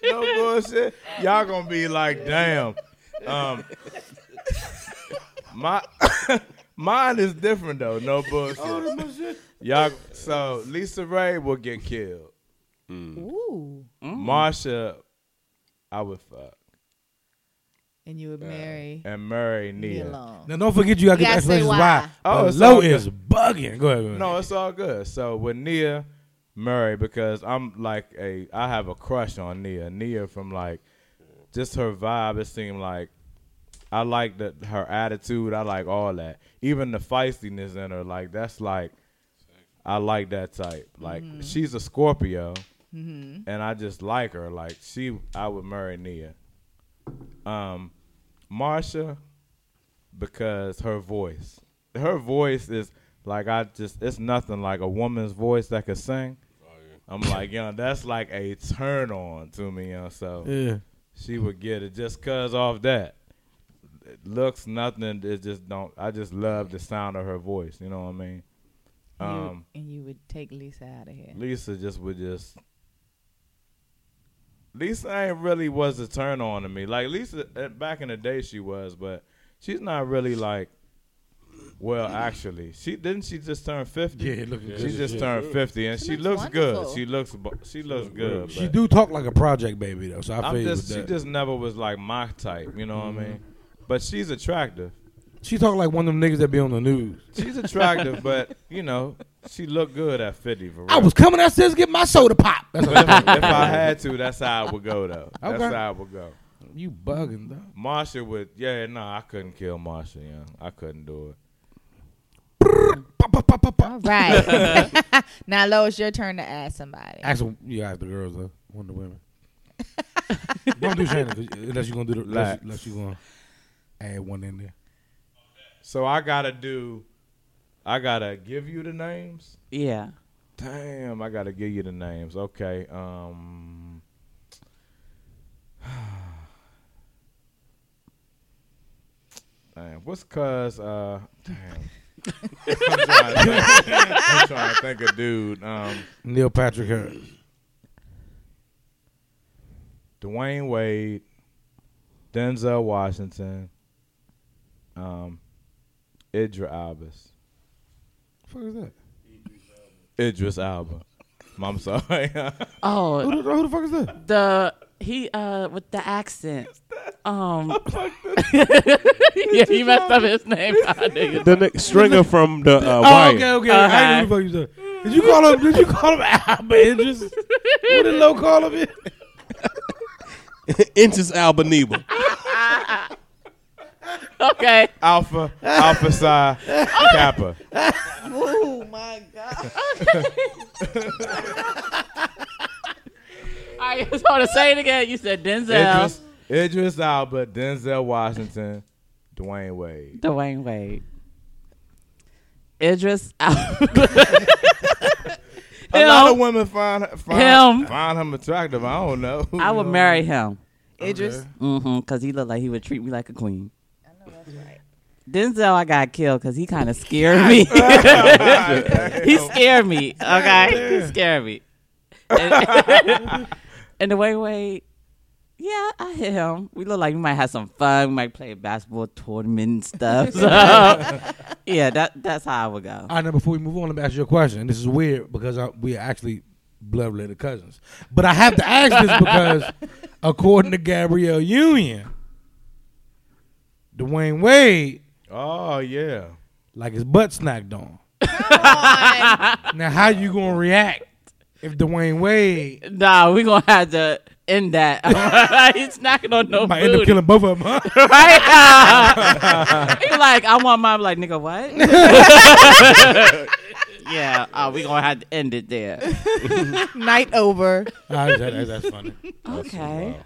[SPEAKER 3] no bullshit. Y'all gonna be like, damn. Um, my mine is different though. Oh, No bullshit. Y'all. So Lisa Ray will get killed. Hmm.
[SPEAKER 2] Ooh.
[SPEAKER 3] Mm. Marsha, I would fuck
[SPEAKER 2] And you would marry
[SPEAKER 3] Uh, and marry
[SPEAKER 2] me
[SPEAKER 3] Nia.
[SPEAKER 2] alone.
[SPEAKER 1] Now don't forget you got to
[SPEAKER 2] You
[SPEAKER 1] get
[SPEAKER 2] gotta say
[SPEAKER 1] explanations
[SPEAKER 2] why.
[SPEAKER 1] why.
[SPEAKER 3] Oh,
[SPEAKER 1] Oh,
[SPEAKER 3] it's
[SPEAKER 1] low
[SPEAKER 3] all good.
[SPEAKER 1] is bugging. Go ahead. Go ahead.
[SPEAKER 3] No, it's all good. So with Nia, Murray, because I'm like a, I have a crush on Nia. Nia from like, just her vibe. It seemed like, I like the her attitude. I like all that. Even the feistiness in her. Like that's like, I like that type. Like she's a Scorpio, and I just like her. Like she, I would marry Nia. Um, Marsha, because her voice. Her voice is like I just it's nothing like a woman's voice that could sing. I'm like, you know, that's like a turn on to me, you know. So
[SPEAKER 1] Yeah.
[SPEAKER 3] she would get it just cause off that. It looks nothing, it just don't I just love the sound of her voice, you know what I mean? Um
[SPEAKER 2] you, and you would take Lisa out of here.
[SPEAKER 3] Lisa just would just. Lisa ain't really was a turn on to me. Like Lisa, uh, back in the day, she was, but she's not really like. Well, actually, she didn't. She just turn fifty.
[SPEAKER 1] Yeah, look at
[SPEAKER 3] she
[SPEAKER 1] this
[SPEAKER 3] just
[SPEAKER 1] shit.
[SPEAKER 3] turned fifty, and
[SPEAKER 2] She
[SPEAKER 3] she,
[SPEAKER 2] looks
[SPEAKER 3] looks,
[SPEAKER 2] wonderful.
[SPEAKER 3] good. She looks. bu- She looks good.
[SPEAKER 1] She
[SPEAKER 3] but
[SPEAKER 1] do talk like a project baby though, so I feel
[SPEAKER 3] I'm
[SPEAKER 1] you
[SPEAKER 3] just.
[SPEAKER 1] with
[SPEAKER 3] She
[SPEAKER 1] that. Mm-hmm.
[SPEAKER 3] just never was like my type. You know what I mean? But she's attractive.
[SPEAKER 1] she talk like one of them niggas that be on the news.
[SPEAKER 3] She's attractive, but you know, she looked good at fifty. For real.
[SPEAKER 1] I was coming upstairs to get my soda pop. That's what
[SPEAKER 3] But if, if I had to, that's how I would go though. That's
[SPEAKER 1] Okay.
[SPEAKER 3] how I would go.
[SPEAKER 1] you bugging though.
[SPEAKER 3] Marsha would, yeah, no, I couldn't kill Marsha, yeah, I couldn't do it.
[SPEAKER 1] Pop, pop, pop, pop, pop.
[SPEAKER 2] All right. now, Lo, it's your turn to ask somebody.
[SPEAKER 1] Ask them, you ask the girls though, one of the women. Don't do Shannon 'cause- unless you gonna do the unless,
[SPEAKER 3] Lax.
[SPEAKER 1] unless you gonna add one in there.
[SPEAKER 3] So I gotta do, I gotta give you the names.
[SPEAKER 4] Yeah.
[SPEAKER 3] Damn, I gotta give you the names. Okay, um, damn, what's cuz? Uh, damn. I'm, trying to think, I'm trying to think of dude. Um,
[SPEAKER 1] Neil Patrick Harris.
[SPEAKER 3] Dwayne Wade, Denzel Washington, um, Idris Albus.
[SPEAKER 1] What the fuck is that?
[SPEAKER 3] Idris Alba. I'm sorry.
[SPEAKER 4] Oh,
[SPEAKER 1] Who the, who the fuck is that?
[SPEAKER 4] the he uh with the accent. Um.
[SPEAKER 1] Oh,
[SPEAKER 4] yeah, he messed up his name.
[SPEAKER 5] The next stringer from the uh,
[SPEAKER 1] Oh,
[SPEAKER 5] wire.
[SPEAKER 1] okay, okay.
[SPEAKER 3] Uh-huh.
[SPEAKER 1] I didn't know who the fuck you said. Did you call him? Did you call him Albert Idris? What did Low call him?
[SPEAKER 5] Inches Albaneba.
[SPEAKER 4] okay.
[SPEAKER 3] Alpha, Alpha Psi, Kappa.
[SPEAKER 2] Oh, my God.
[SPEAKER 4] I just want to say it again. You said Denzel.
[SPEAKER 3] Idris, Idris Alba, Denzel Washington, Dwayne Wade.
[SPEAKER 4] Dwayne Wade. Idris Al-
[SPEAKER 3] A lot of women find find
[SPEAKER 4] Him.
[SPEAKER 3] find him attractive. I don't know.
[SPEAKER 4] I would marry him.
[SPEAKER 2] Idris.
[SPEAKER 4] Mm-hmm. Cause he looked like he would treat me like a queen. Denzel, I got killed because he kind of scared me. he scared me. Okay, he scared me. And, and the way Wade, yeah, I hit him. We look like we might have some fun. We might play a basketball tournament and stuff. So, yeah, that that's how I would go.
[SPEAKER 1] All right, now before we move on, let me ask you a question. This is weird because I, we are actually blood related cousins. But I have to ask this because, according to Gabrielle Union, Dwayne Wade,
[SPEAKER 3] Oh yeah.
[SPEAKER 1] like his butt snacked on. now, how you gonna react if Dwayne Wade
[SPEAKER 4] Nah, we gonna have to end that. He's knocking on no
[SPEAKER 1] might end up
[SPEAKER 4] booty,
[SPEAKER 1] killing both of them? Huh?
[SPEAKER 4] right? He like, I want mine. Like, nigga, what? yeah, uh, we gonna have to end it there.
[SPEAKER 2] Night over.
[SPEAKER 1] Nah, that's, that's- that's funny.
[SPEAKER 4] Okay.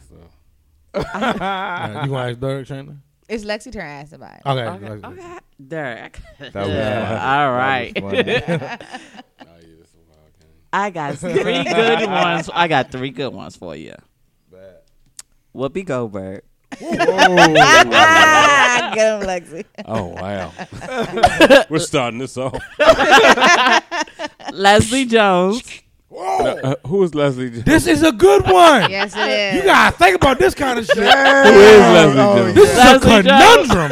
[SPEAKER 1] All right, you gonna ask Derek Chandler?
[SPEAKER 2] It's Lexi Turner asked about it.
[SPEAKER 1] Okay.
[SPEAKER 4] Okay.
[SPEAKER 1] like-
[SPEAKER 4] okay. Derek.
[SPEAKER 3] That was
[SPEAKER 4] Yeah,
[SPEAKER 3] funny.
[SPEAKER 4] all right.
[SPEAKER 3] That was funny.
[SPEAKER 4] I got three good ones. I got three good ones for you.
[SPEAKER 3] But-
[SPEAKER 4] Whoopi Goldberg.
[SPEAKER 2] Ah, get him, Lexi.
[SPEAKER 5] Oh wow, we're starting this off.
[SPEAKER 4] Leslie Jones.
[SPEAKER 5] Uh, who is Leslie? Jo-
[SPEAKER 1] This is a good one.
[SPEAKER 2] Yes, it is.
[SPEAKER 1] You gotta think about this kind of shit.
[SPEAKER 5] Who is Leslie? Jo-
[SPEAKER 1] This is a
[SPEAKER 4] Leslie Jones.
[SPEAKER 1] conundrum.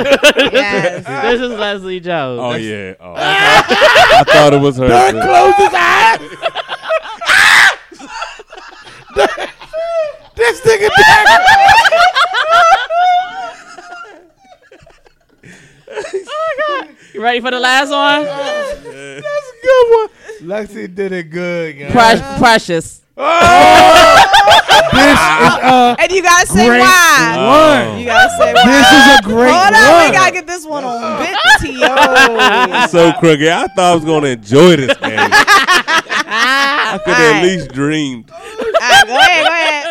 [SPEAKER 2] yes.
[SPEAKER 4] This is Leslie Jones.
[SPEAKER 5] Oh yeah. Oh, I thought- I thought it was her.
[SPEAKER 1] Doug closed his eyes. this nigga Derek.
[SPEAKER 4] You ready for the last one?
[SPEAKER 3] Lexi did it good, guys.
[SPEAKER 4] Pre- Precious.
[SPEAKER 1] This is a
[SPEAKER 2] And you gotta say
[SPEAKER 1] great
[SPEAKER 2] why.
[SPEAKER 5] Oh,
[SPEAKER 1] one.
[SPEAKER 2] You gotta say why.
[SPEAKER 1] This is a great
[SPEAKER 2] Hold on, we
[SPEAKER 1] one.
[SPEAKER 2] gotta get this one on video.
[SPEAKER 5] so crooked. I thought I was gonna enjoy this game. I could have at least dreamed.
[SPEAKER 2] Ah, go ahead, go ahead.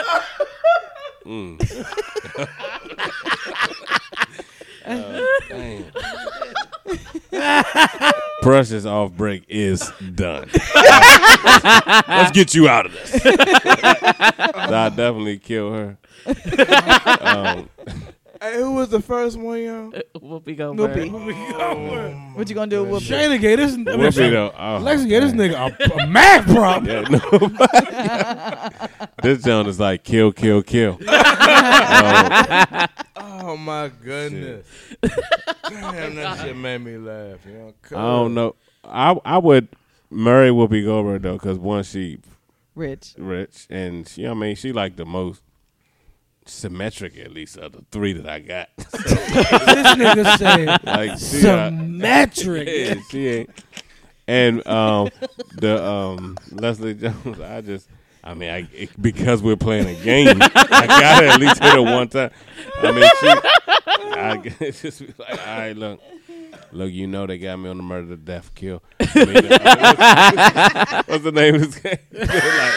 [SPEAKER 5] Precious off break is done. Let's get you out of this. I definitely kill her. Um,
[SPEAKER 3] Hey, who was the first one, yo?
[SPEAKER 4] Whoopi Goldberg.
[SPEAKER 5] Oh,
[SPEAKER 2] What you gonna do with Whoopi?
[SPEAKER 1] Shayna gave this. I mean,
[SPEAKER 5] Whoopi
[SPEAKER 1] Shayna-
[SPEAKER 5] though, oh,
[SPEAKER 1] Lexi gave this nigga a, a math problem.
[SPEAKER 5] Yeah, nobody- this John is like kill, kill, kill. Um,
[SPEAKER 3] Oh my goodness! Damn, that shit made me laugh. You know,
[SPEAKER 5] I don't know. I I would marry Whoopi Goldberg though, because one she
[SPEAKER 2] Rich.
[SPEAKER 5] rich and she, I mean she like the most symmetric at least of the three that I got.
[SPEAKER 1] This nigga said
[SPEAKER 5] like she, uh,
[SPEAKER 1] symmetric.
[SPEAKER 5] Yeah, she ain't. And um, the um, Leslie Jones, I just, I mean, I, it, because we're playing a game, I gotta at least hit her one time. I mean, she, I g- it's just be like, all right, look, look, you know they got me on the murder, death, kill. I mean, uh, what's, what's the name of this game? Like,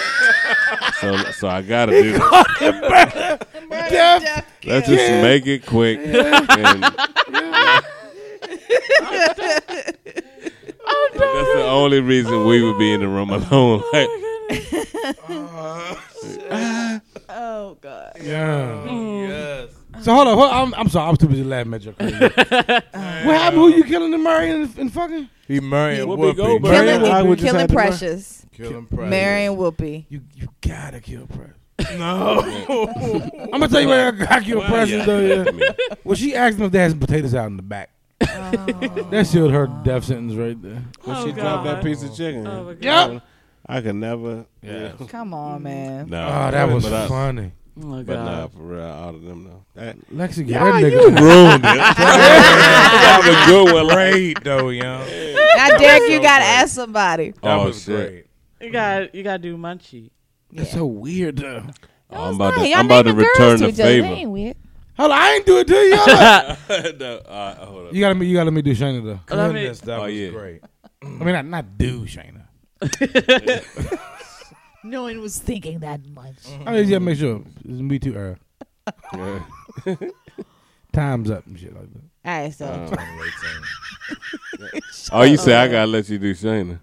[SPEAKER 5] so, so I gotta do. This.
[SPEAKER 2] Death.
[SPEAKER 5] Let's just make it quick. And, That's the only reason we would be in the room alone. Like,
[SPEAKER 2] Oh God.
[SPEAKER 1] Yeah.
[SPEAKER 5] Mm.
[SPEAKER 3] Yes.
[SPEAKER 1] So hold on. Hold on. I'm, I'm sorry. I was too busy laughing at your crazy. what happened? Who you killing in Murray and, and fucking?
[SPEAKER 3] He marrying
[SPEAKER 5] Whoopi
[SPEAKER 3] Whoopi.
[SPEAKER 5] Goldberg.
[SPEAKER 3] Marrying
[SPEAKER 5] Killing- I
[SPEAKER 2] Killing,
[SPEAKER 5] would just
[SPEAKER 2] killing
[SPEAKER 5] have to mar-
[SPEAKER 2] Precious,
[SPEAKER 3] Killing Pride.
[SPEAKER 2] marrying Whoopi.
[SPEAKER 1] You you gotta kill Precious.
[SPEAKER 3] No.
[SPEAKER 1] I'm gonna tell you where I gotta kill Precious though. Yeah.
[SPEAKER 5] I mean,
[SPEAKER 1] Well, she asked him if they had some potatoes out in the back. that sealed her death sentence right there.
[SPEAKER 5] when
[SPEAKER 4] Oh,
[SPEAKER 5] she dropped that
[SPEAKER 4] God.
[SPEAKER 5] piece of chicken,
[SPEAKER 1] Yep.
[SPEAKER 5] I could never. Yeah.
[SPEAKER 2] Come on, man.
[SPEAKER 5] No.
[SPEAKER 1] Oh, that was
[SPEAKER 5] but I-
[SPEAKER 1] funny.
[SPEAKER 4] Oh, my
[SPEAKER 5] But nah,
[SPEAKER 4] God.
[SPEAKER 5] for real, out of them though. That
[SPEAKER 1] Lexi, get that
[SPEAKER 5] you
[SPEAKER 1] nigga.
[SPEAKER 5] ruined it. that was a good one. Like,
[SPEAKER 3] Great though, young.
[SPEAKER 2] Now, Derek, you gotta ask somebody.
[SPEAKER 3] That
[SPEAKER 5] Oh,
[SPEAKER 3] was
[SPEAKER 5] shit.
[SPEAKER 3] great.
[SPEAKER 4] You got you got to do Munchie.
[SPEAKER 1] That's so weird. Though.
[SPEAKER 5] Oh, I'm about to, I'm about to return the favor.
[SPEAKER 1] Hold on, I ain't do it to you. Hold on.
[SPEAKER 5] No, all right, hold up.
[SPEAKER 1] you gotta me. You gotta let me do Shayna though.
[SPEAKER 4] Let me-
[SPEAKER 3] Goodness, that
[SPEAKER 5] Oh,
[SPEAKER 3] was
[SPEAKER 5] yeah.
[SPEAKER 3] great.
[SPEAKER 1] I mean, not not do Shayna.
[SPEAKER 2] No one was thinking that much.
[SPEAKER 1] I just gotta make sure it's me too. Earl.
[SPEAKER 5] Yeah.
[SPEAKER 1] Time's up and shit like that.
[SPEAKER 2] All right, so.
[SPEAKER 5] Uh, Oh, you say I gotta let you do Shayna.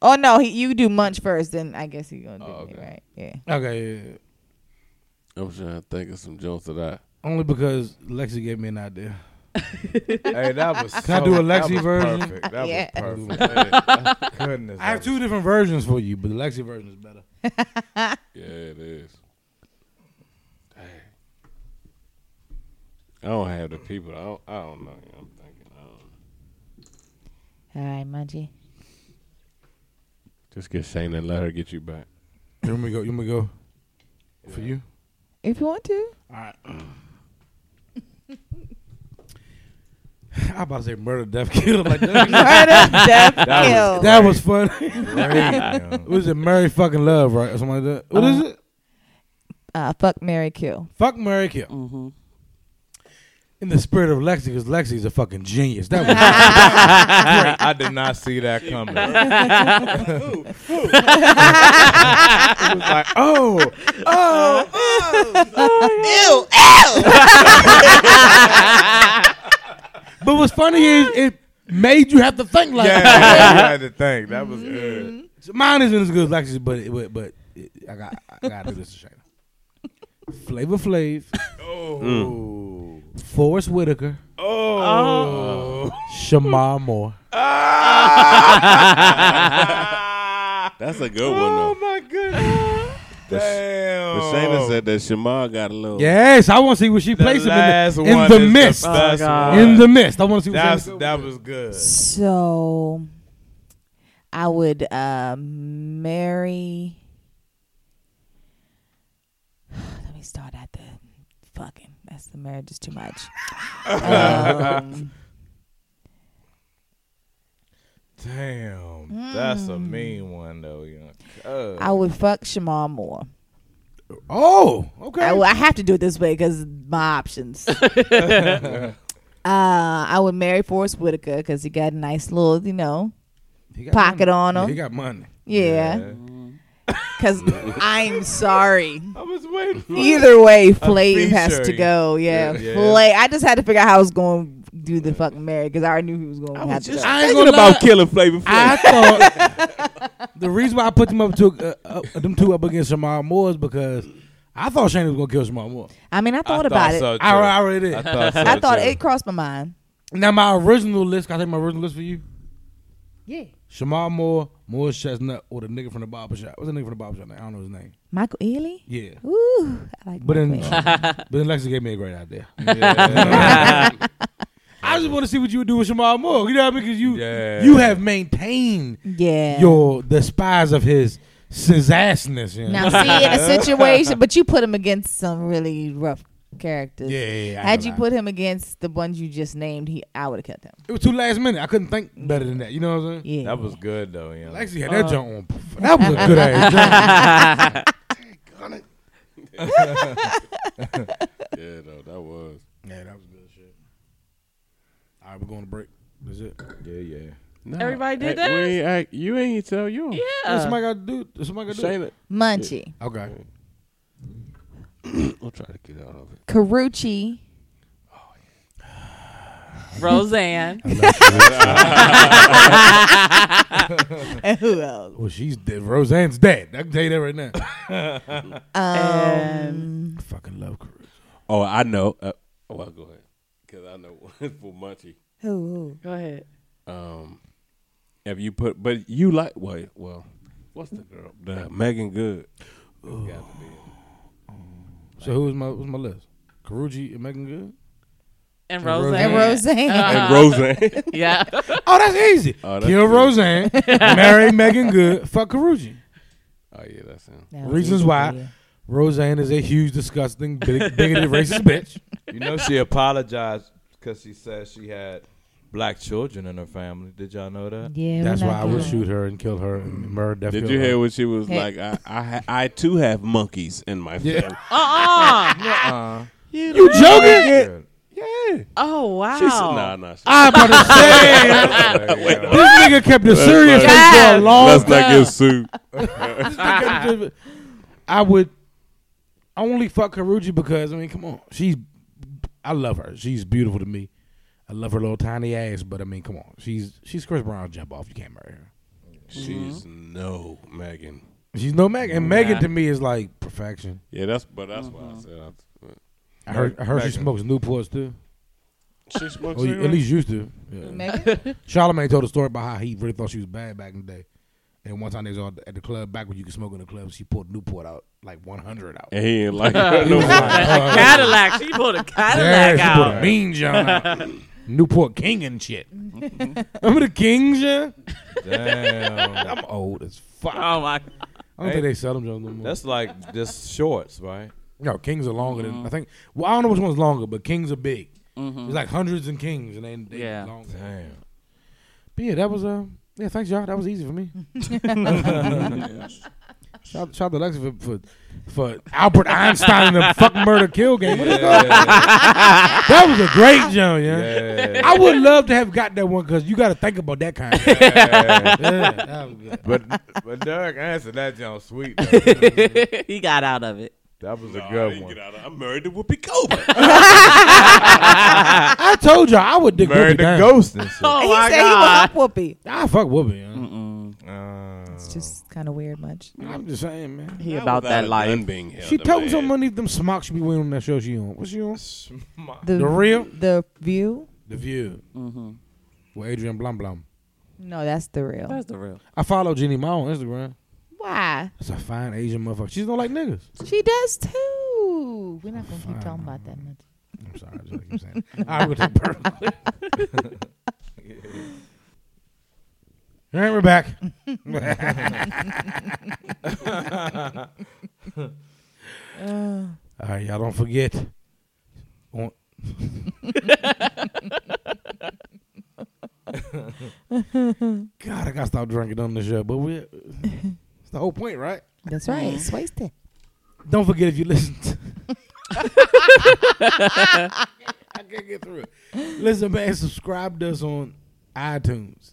[SPEAKER 2] oh no, he, you do Munch first, then I guess he gonna do
[SPEAKER 5] Oh,
[SPEAKER 2] me,
[SPEAKER 5] okay.
[SPEAKER 2] right? Yeah.
[SPEAKER 1] Okay, yeah, yeah.
[SPEAKER 5] I'm trying to think of some jokes that I.
[SPEAKER 1] only because Lexi gave me an idea.
[SPEAKER 3] hey, that was. Can
[SPEAKER 1] I do a Lexi version?
[SPEAKER 3] Perfect. That
[SPEAKER 2] Yeah.
[SPEAKER 3] was perfect. Goodness.
[SPEAKER 1] I have
[SPEAKER 3] that
[SPEAKER 1] two different versions for you, but the Lexi version is better.
[SPEAKER 5] Yeah, it is. Dang. I don't have the people. I don't, I don't know. I'm thinking. I don't know.
[SPEAKER 2] All right, Munchie.
[SPEAKER 5] Just get Shayna and let her get you back.
[SPEAKER 1] Here we go. Here we go. For you.
[SPEAKER 2] If you want to.
[SPEAKER 1] I about to say murder, death, kill. Like that,
[SPEAKER 2] Murder, death,
[SPEAKER 3] was-
[SPEAKER 2] kill.
[SPEAKER 1] that was funny.
[SPEAKER 3] was great.
[SPEAKER 1] What is it? Mary fucking love, right? Or something like that. What is it?
[SPEAKER 2] uh, fuck, Mary, kill.
[SPEAKER 1] Fuck Mary Kill.
[SPEAKER 4] Mm-hmm.
[SPEAKER 1] In the spirit of Lexi, because Lexi's a fucking genius. That was
[SPEAKER 3] Great. I did not see that coming. it was like, oh,
[SPEAKER 1] Oh.
[SPEAKER 2] Ew, ew.
[SPEAKER 1] But what's funny is it made you have to think like
[SPEAKER 3] yeah,
[SPEAKER 1] that.
[SPEAKER 3] yeah, I had to think. That was
[SPEAKER 5] Mm-hmm.
[SPEAKER 3] good.
[SPEAKER 1] So mine isn't as good as Lexi's, but it, but, but it, I got I got to do this to Shayna. Flavor Flav,
[SPEAKER 5] Mm.
[SPEAKER 3] Oh.
[SPEAKER 1] Forrest Whitaker,
[SPEAKER 3] Oh.
[SPEAKER 1] Shamar Moore.
[SPEAKER 5] That's a good one
[SPEAKER 3] Oh,
[SPEAKER 5] though.
[SPEAKER 3] my goodness.
[SPEAKER 5] But Oh,
[SPEAKER 3] Damn.
[SPEAKER 5] Shayna said that Shamar got a little.
[SPEAKER 1] Yes, I want to see where she
[SPEAKER 3] The
[SPEAKER 1] plays him in
[SPEAKER 3] last
[SPEAKER 1] the,
[SPEAKER 3] one
[SPEAKER 1] in the
[SPEAKER 3] is
[SPEAKER 1] mist.
[SPEAKER 3] The best
[SPEAKER 4] Oh, God.
[SPEAKER 3] one.
[SPEAKER 1] in the mist, I want to see. What
[SPEAKER 3] That's,
[SPEAKER 1] Shayna-
[SPEAKER 3] that was good.
[SPEAKER 2] So I would uh, marry. Let me start at the fucking. That's the marriage is too much. um,
[SPEAKER 3] Damn. That's a mean one, though. young. Uh,
[SPEAKER 2] I would fuck Shamar Moore.
[SPEAKER 1] oh, okay.
[SPEAKER 2] I, would- I have to do it this way because my options. uh, I would marry Forrest Whitaker because he got a nice little, you know,
[SPEAKER 1] He got
[SPEAKER 2] pocket
[SPEAKER 1] money.
[SPEAKER 2] on
[SPEAKER 1] Yeah,
[SPEAKER 2] him.
[SPEAKER 1] he got money.
[SPEAKER 2] yeah. Because I'm sorry.
[SPEAKER 3] I was waiting for
[SPEAKER 2] Either way, Flav has
[SPEAKER 3] feature.
[SPEAKER 2] to go. Yeah,
[SPEAKER 3] Yeah.
[SPEAKER 2] Flav. I just had to figure out how I was going to do the fucking marry because I already knew he was going to have to go.
[SPEAKER 1] I ain't
[SPEAKER 5] Thinking
[SPEAKER 1] gonna
[SPEAKER 5] about
[SPEAKER 1] lie.
[SPEAKER 5] killing Flavor Flav.
[SPEAKER 1] I thought the reason why I put them up to uh, uh, them two up against Shamar Moore is because I thought Shayna was gonna kill Shamar Moore.
[SPEAKER 2] I mean, I thought about it.
[SPEAKER 3] so,
[SPEAKER 1] I,
[SPEAKER 3] too.
[SPEAKER 1] I already did.
[SPEAKER 3] I thought so,
[SPEAKER 2] I thought
[SPEAKER 3] too.
[SPEAKER 2] it crossed my mind.
[SPEAKER 1] now my original list. Can I take my original list for you?
[SPEAKER 2] Yeah,
[SPEAKER 1] Shamar Moore, Moore Chestnut, or the nigga from the barber shop. What's the nigga from the barber shop? name? I don't know his name.
[SPEAKER 2] Michael Ealy.
[SPEAKER 1] Yeah.
[SPEAKER 2] Ooh, I like.
[SPEAKER 1] But then,
[SPEAKER 2] Michael Ealy.
[SPEAKER 1] but then Lexi gave me a great idea.
[SPEAKER 3] Yeah.
[SPEAKER 1] I just want to see what you would do with Shamar Moore. You know what I mean? Because you
[SPEAKER 3] Yeah.
[SPEAKER 1] you have maintained
[SPEAKER 2] yeah.
[SPEAKER 1] your the spies of his sizzassness. You know?
[SPEAKER 2] now see in a situation, but you put him against some really rough characters.
[SPEAKER 1] yeah, yeah, yeah, I
[SPEAKER 2] Had
[SPEAKER 1] ain't
[SPEAKER 2] you
[SPEAKER 1] gonna lie.
[SPEAKER 2] put him against the ones you just named, he I would have kept him.
[SPEAKER 1] It was too last minute. I couldn't think better than that. You know what I'm saying?
[SPEAKER 2] Yeah.
[SPEAKER 3] That was good, though. young.
[SPEAKER 1] Lexi had that
[SPEAKER 2] Uh,
[SPEAKER 1] jump on. That was a good ass jump.
[SPEAKER 5] yeah, though that was.
[SPEAKER 1] Yeah, that was good shit. All right, we're going to break. That's it.
[SPEAKER 3] Yeah, yeah.
[SPEAKER 4] Everybody did
[SPEAKER 5] that.
[SPEAKER 4] that?
[SPEAKER 5] We ain't act, you ain't tell you.
[SPEAKER 1] What
[SPEAKER 4] Yeah.
[SPEAKER 1] somebody got to do? Somebody got to do? it?
[SPEAKER 5] Shayna,
[SPEAKER 2] Munchie,
[SPEAKER 1] Okay.
[SPEAKER 5] I'm trying to get out of it.
[SPEAKER 2] Carucci,
[SPEAKER 4] Roseanne.
[SPEAKER 2] and who else?
[SPEAKER 1] Well, she's dead. Roseanne's dead. I can tell you that right now.
[SPEAKER 2] Um,
[SPEAKER 1] I fucking love Caruso.
[SPEAKER 5] Oh, I know. Uh, oh, well, go ahead. Because I know one for Munchie.
[SPEAKER 2] who, who?
[SPEAKER 4] Go ahead.
[SPEAKER 5] Um, if you put, but you like, wait, well, what's the girl? The Megan Good.
[SPEAKER 1] So who was my who's my list? Karuji and Megan Good.
[SPEAKER 4] And
[SPEAKER 1] Roseanne.
[SPEAKER 4] Roseanne.
[SPEAKER 2] And Roseanne.
[SPEAKER 4] Uh-huh.
[SPEAKER 5] And Roseanne.
[SPEAKER 4] Yeah.
[SPEAKER 1] Oh, that's easy.
[SPEAKER 5] Oh, that's
[SPEAKER 1] Kill
[SPEAKER 5] easy.
[SPEAKER 1] Roseanne, marry Megan Good, fuck Karuji.
[SPEAKER 5] oh, yeah, that's him.
[SPEAKER 2] That was
[SPEAKER 1] Reasons
[SPEAKER 2] easy
[SPEAKER 1] why
[SPEAKER 2] for you.
[SPEAKER 1] Roseanne is a huge, disgusting, big, bigoted, racist bitch.
[SPEAKER 3] You know, she apologized because she said she had black children in her family. Did y'all know that?
[SPEAKER 2] Yeah,
[SPEAKER 1] That's
[SPEAKER 2] we're
[SPEAKER 1] why
[SPEAKER 2] not
[SPEAKER 1] I would
[SPEAKER 2] doing
[SPEAKER 1] shoot her and kill her and murder.
[SPEAKER 5] Did
[SPEAKER 1] kill
[SPEAKER 5] you
[SPEAKER 1] her.
[SPEAKER 5] hear what she was
[SPEAKER 2] Hey.
[SPEAKER 5] like? I, I, ha- I too have monkeys in my family.
[SPEAKER 1] Yeah.
[SPEAKER 4] Uh-uh.
[SPEAKER 3] Uh-uh.
[SPEAKER 1] You joking?
[SPEAKER 5] Yeah.
[SPEAKER 4] Oh, wow.
[SPEAKER 5] She said, nah, nah. She,
[SPEAKER 1] I about to say
[SPEAKER 3] Yeah.
[SPEAKER 1] this nigga kept a serious
[SPEAKER 5] not-
[SPEAKER 1] face for a
[SPEAKER 4] Yes.
[SPEAKER 1] long
[SPEAKER 5] let's
[SPEAKER 1] time.
[SPEAKER 5] not get sued.
[SPEAKER 1] I would I only fuck Karuji because I mean, come on, she's I love her. She's beautiful to me. I love her little tiny ass, but I mean, come on, she's she's Chris Brown's jump off. You can't marry her.
[SPEAKER 5] She's
[SPEAKER 4] Mm-hmm.
[SPEAKER 5] no Megan.
[SPEAKER 1] She's no Megan, and Megan
[SPEAKER 4] Yeah.
[SPEAKER 1] to me is like perfection.
[SPEAKER 5] Yeah, that's but that's why
[SPEAKER 1] Mm-hmm.
[SPEAKER 5] I said
[SPEAKER 1] I heard, I heard she
[SPEAKER 3] Megan.
[SPEAKER 1] smokes Newports too.
[SPEAKER 5] I, she smokes
[SPEAKER 1] Or Oh, at least used to. Yeah.
[SPEAKER 2] Megan?
[SPEAKER 1] Charlamagne told a story about how he really thought she was bad back in the day. And one time they was all at the club, back when you could smoke in the club, she pulled Newport out like 100 out.
[SPEAKER 5] and he ain't like her no
[SPEAKER 1] He was
[SPEAKER 5] more.
[SPEAKER 1] like, uh,
[SPEAKER 4] Cadillac. She pulled a Cadillac
[SPEAKER 1] yeah, she
[SPEAKER 4] out.
[SPEAKER 1] put a mean John out. Newport King and shit.
[SPEAKER 4] Mm-hmm.
[SPEAKER 1] Remember the Kings, yeah?
[SPEAKER 3] Damn.
[SPEAKER 1] I'm old as fuck. I
[SPEAKER 4] Oh, my.
[SPEAKER 1] don't think they sell them John no more.
[SPEAKER 3] That's like just shorts, right?
[SPEAKER 1] no, Kings are longer
[SPEAKER 4] Mm-hmm.
[SPEAKER 1] than I think. Well, I don't know which one's longer, but Kings are big. There's like hundreds and Kings, and they, they
[SPEAKER 4] Yeah.
[SPEAKER 1] longer.
[SPEAKER 3] Damn.
[SPEAKER 1] But yeah, that was uh, yeah. Thanks, y'all. That was easy for me. shout, shout out to Lexi for, for for Albert Einstein and the fuck murder kill game. What is that?
[SPEAKER 3] Yeah.
[SPEAKER 1] That was a great jump, yeah.
[SPEAKER 3] yeah.
[SPEAKER 1] I would love to have got that one because you got to think about that kind. of yeah, that was good.
[SPEAKER 3] But but Derek answered that John sweet. though.
[SPEAKER 4] he got out of it.
[SPEAKER 3] That was
[SPEAKER 5] Nah,
[SPEAKER 3] a
[SPEAKER 5] I
[SPEAKER 3] good
[SPEAKER 5] didn't
[SPEAKER 3] one.
[SPEAKER 5] get out of- I'm married to Whoopi Goldberg.
[SPEAKER 1] I told y'all I would dig Whoopi
[SPEAKER 3] Married the
[SPEAKER 1] down.
[SPEAKER 3] ghost and
[SPEAKER 5] Oh.
[SPEAKER 3] shit.
[SPEAKER 4] Oh,
[SPEAKER 2] he said he was up whoopee.
[SPEAKER 1] I fuck Whoopi. you know.
[SPEAKER 3] Uh,
[SPEAKER 1] Oh.
[SPEAKER 2] It's just kind of weird, much.
[SPEAKER 1] I'm just saying, man.
[SPEAKER 4] He about that
[SPEAKER 5] Without a
[SPEAKER 4] life.
[SPEAKER 5] gun Being held
[SPEAKER 1] She
[SPEAKER 5] in
[SPEAKER 1] told
[SPEAKER 5] my
[SPEAKER 1] me
[SPEAKER 5] hand.
[SPEAKER 1] something underneath them smocks she be wearing on that show she on. What's she on?
[SPEAKER 2] The,
[SPEAKER 1] The Real?
[SPEAKER 2] the view.
[SPEAKER 1] The View. Mm-hmm. With Adrian Blum Blum.
[SPEAKER 2] No, that's the real.
[SPEAKER 4] That's the real.
[SPEAKER 1] I follow Jeannie Ma on Instagram.
[SPEAKER 2] Why?
[SPEAKER 1] That's a fine Asian motherfucker. She don't like niggas.
[SPEAKER 2] She does too. We're not gonna keep talking about that much.
[SPEAKER 1] I'm sorry, I just keep saying. it. All right, we'll take a break. All right, we're back. All right, y'all don't forget. On- God, I gotta stop drinking on the show, but we it's the whole point, right?
[SPEAKER 2] That's right. It's wasted.
[SPEAKER 1] Don't forget if you listen. To- I can't get through it. Listen, man, subscribe to us on iTunes.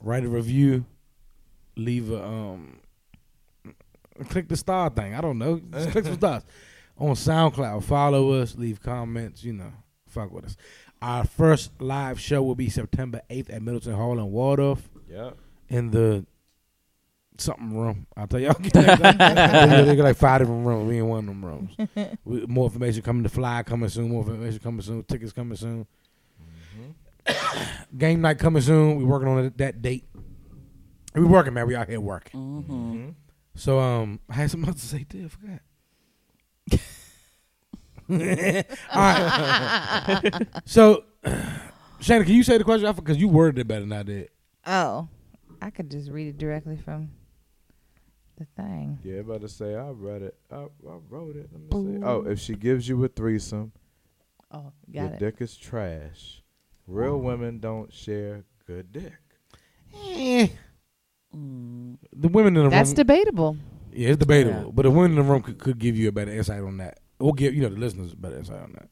[SPEAKER 1] Write a review. Leave a um. Click the star thing. I don't know. Just click some stars on SoundCloud. Follow us. Leave comments. You know, fuck with us. Our first live show will be September eighth at Middleton Hall in Waldorf
[SPEAKER 3] yeah.
[SPEAKER 1] in the something room. I'll tell y'all. they got like five different rooms. We in one of them rooms. We- more information coming. The fly coming soon. More information coming soon. Tickets coming soon. Game night coming soon. We're working on it- that date. We working, man. We out here working. So um, I had something else to say too. I forgot. All right. so, Shannon, can you say the question? Because you worded it better than I did.
[SPEAKER 2] Oh, I could just read it directly from the thing.
[SPEAKER 3] Yeah, about to say I read it. I, I wrote it. Let me see. Oh, if she gives you a threesome,
[SPEAKER 2] Oh,
[SPEAKER 3] your
[SPEAKER 2] got it.
[SPEAKER 3] dick is trash. Real women don't share good dick.
[SPEAKER 1] Eh. Mm. The women in the
[SPEAKER 2] That's
[SPEAKER 1] room.
[SPEAKER 2] debatable.
[SPEAKER 1] yeah, it's debatable.
[SPEAKER 4] Yeah.
[SPEAKER 1] But the women in the room could, could give you a better insight on that. We'll give you know the listeners a better insight on that.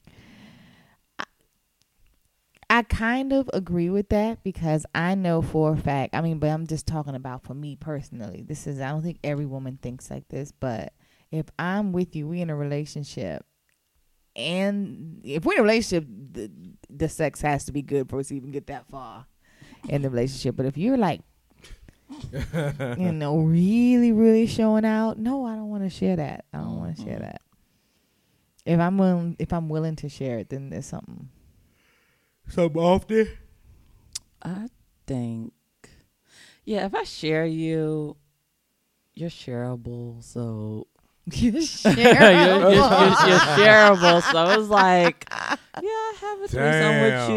[SPEAKER 2] I kind of agree with that because I know for a fact. I mean, but I'm just talking about for me personally. This is I don't think every woman thinks like this, but if I'm with you, we in a relationship, and if we're in a relationship, the, the sex has to be good for us to even get that far in the relationship. But if you're like, you know, really, really showing out, no, I don't want to share that. I don't want to share that. If I'm willing, if I'm willing to share it, then there's something.
[SPEAKER 1] So often,
[SPEAKER 4] I think, yeah, if I share you, you're shareable. So
[SPEAKER 2] You're
[SPEAKER 4] you're, you're-
[SPEAKER 2] shareable.
[SPEAKER 4] you're- you're shareable. So it's like, yeah, I have a threesome with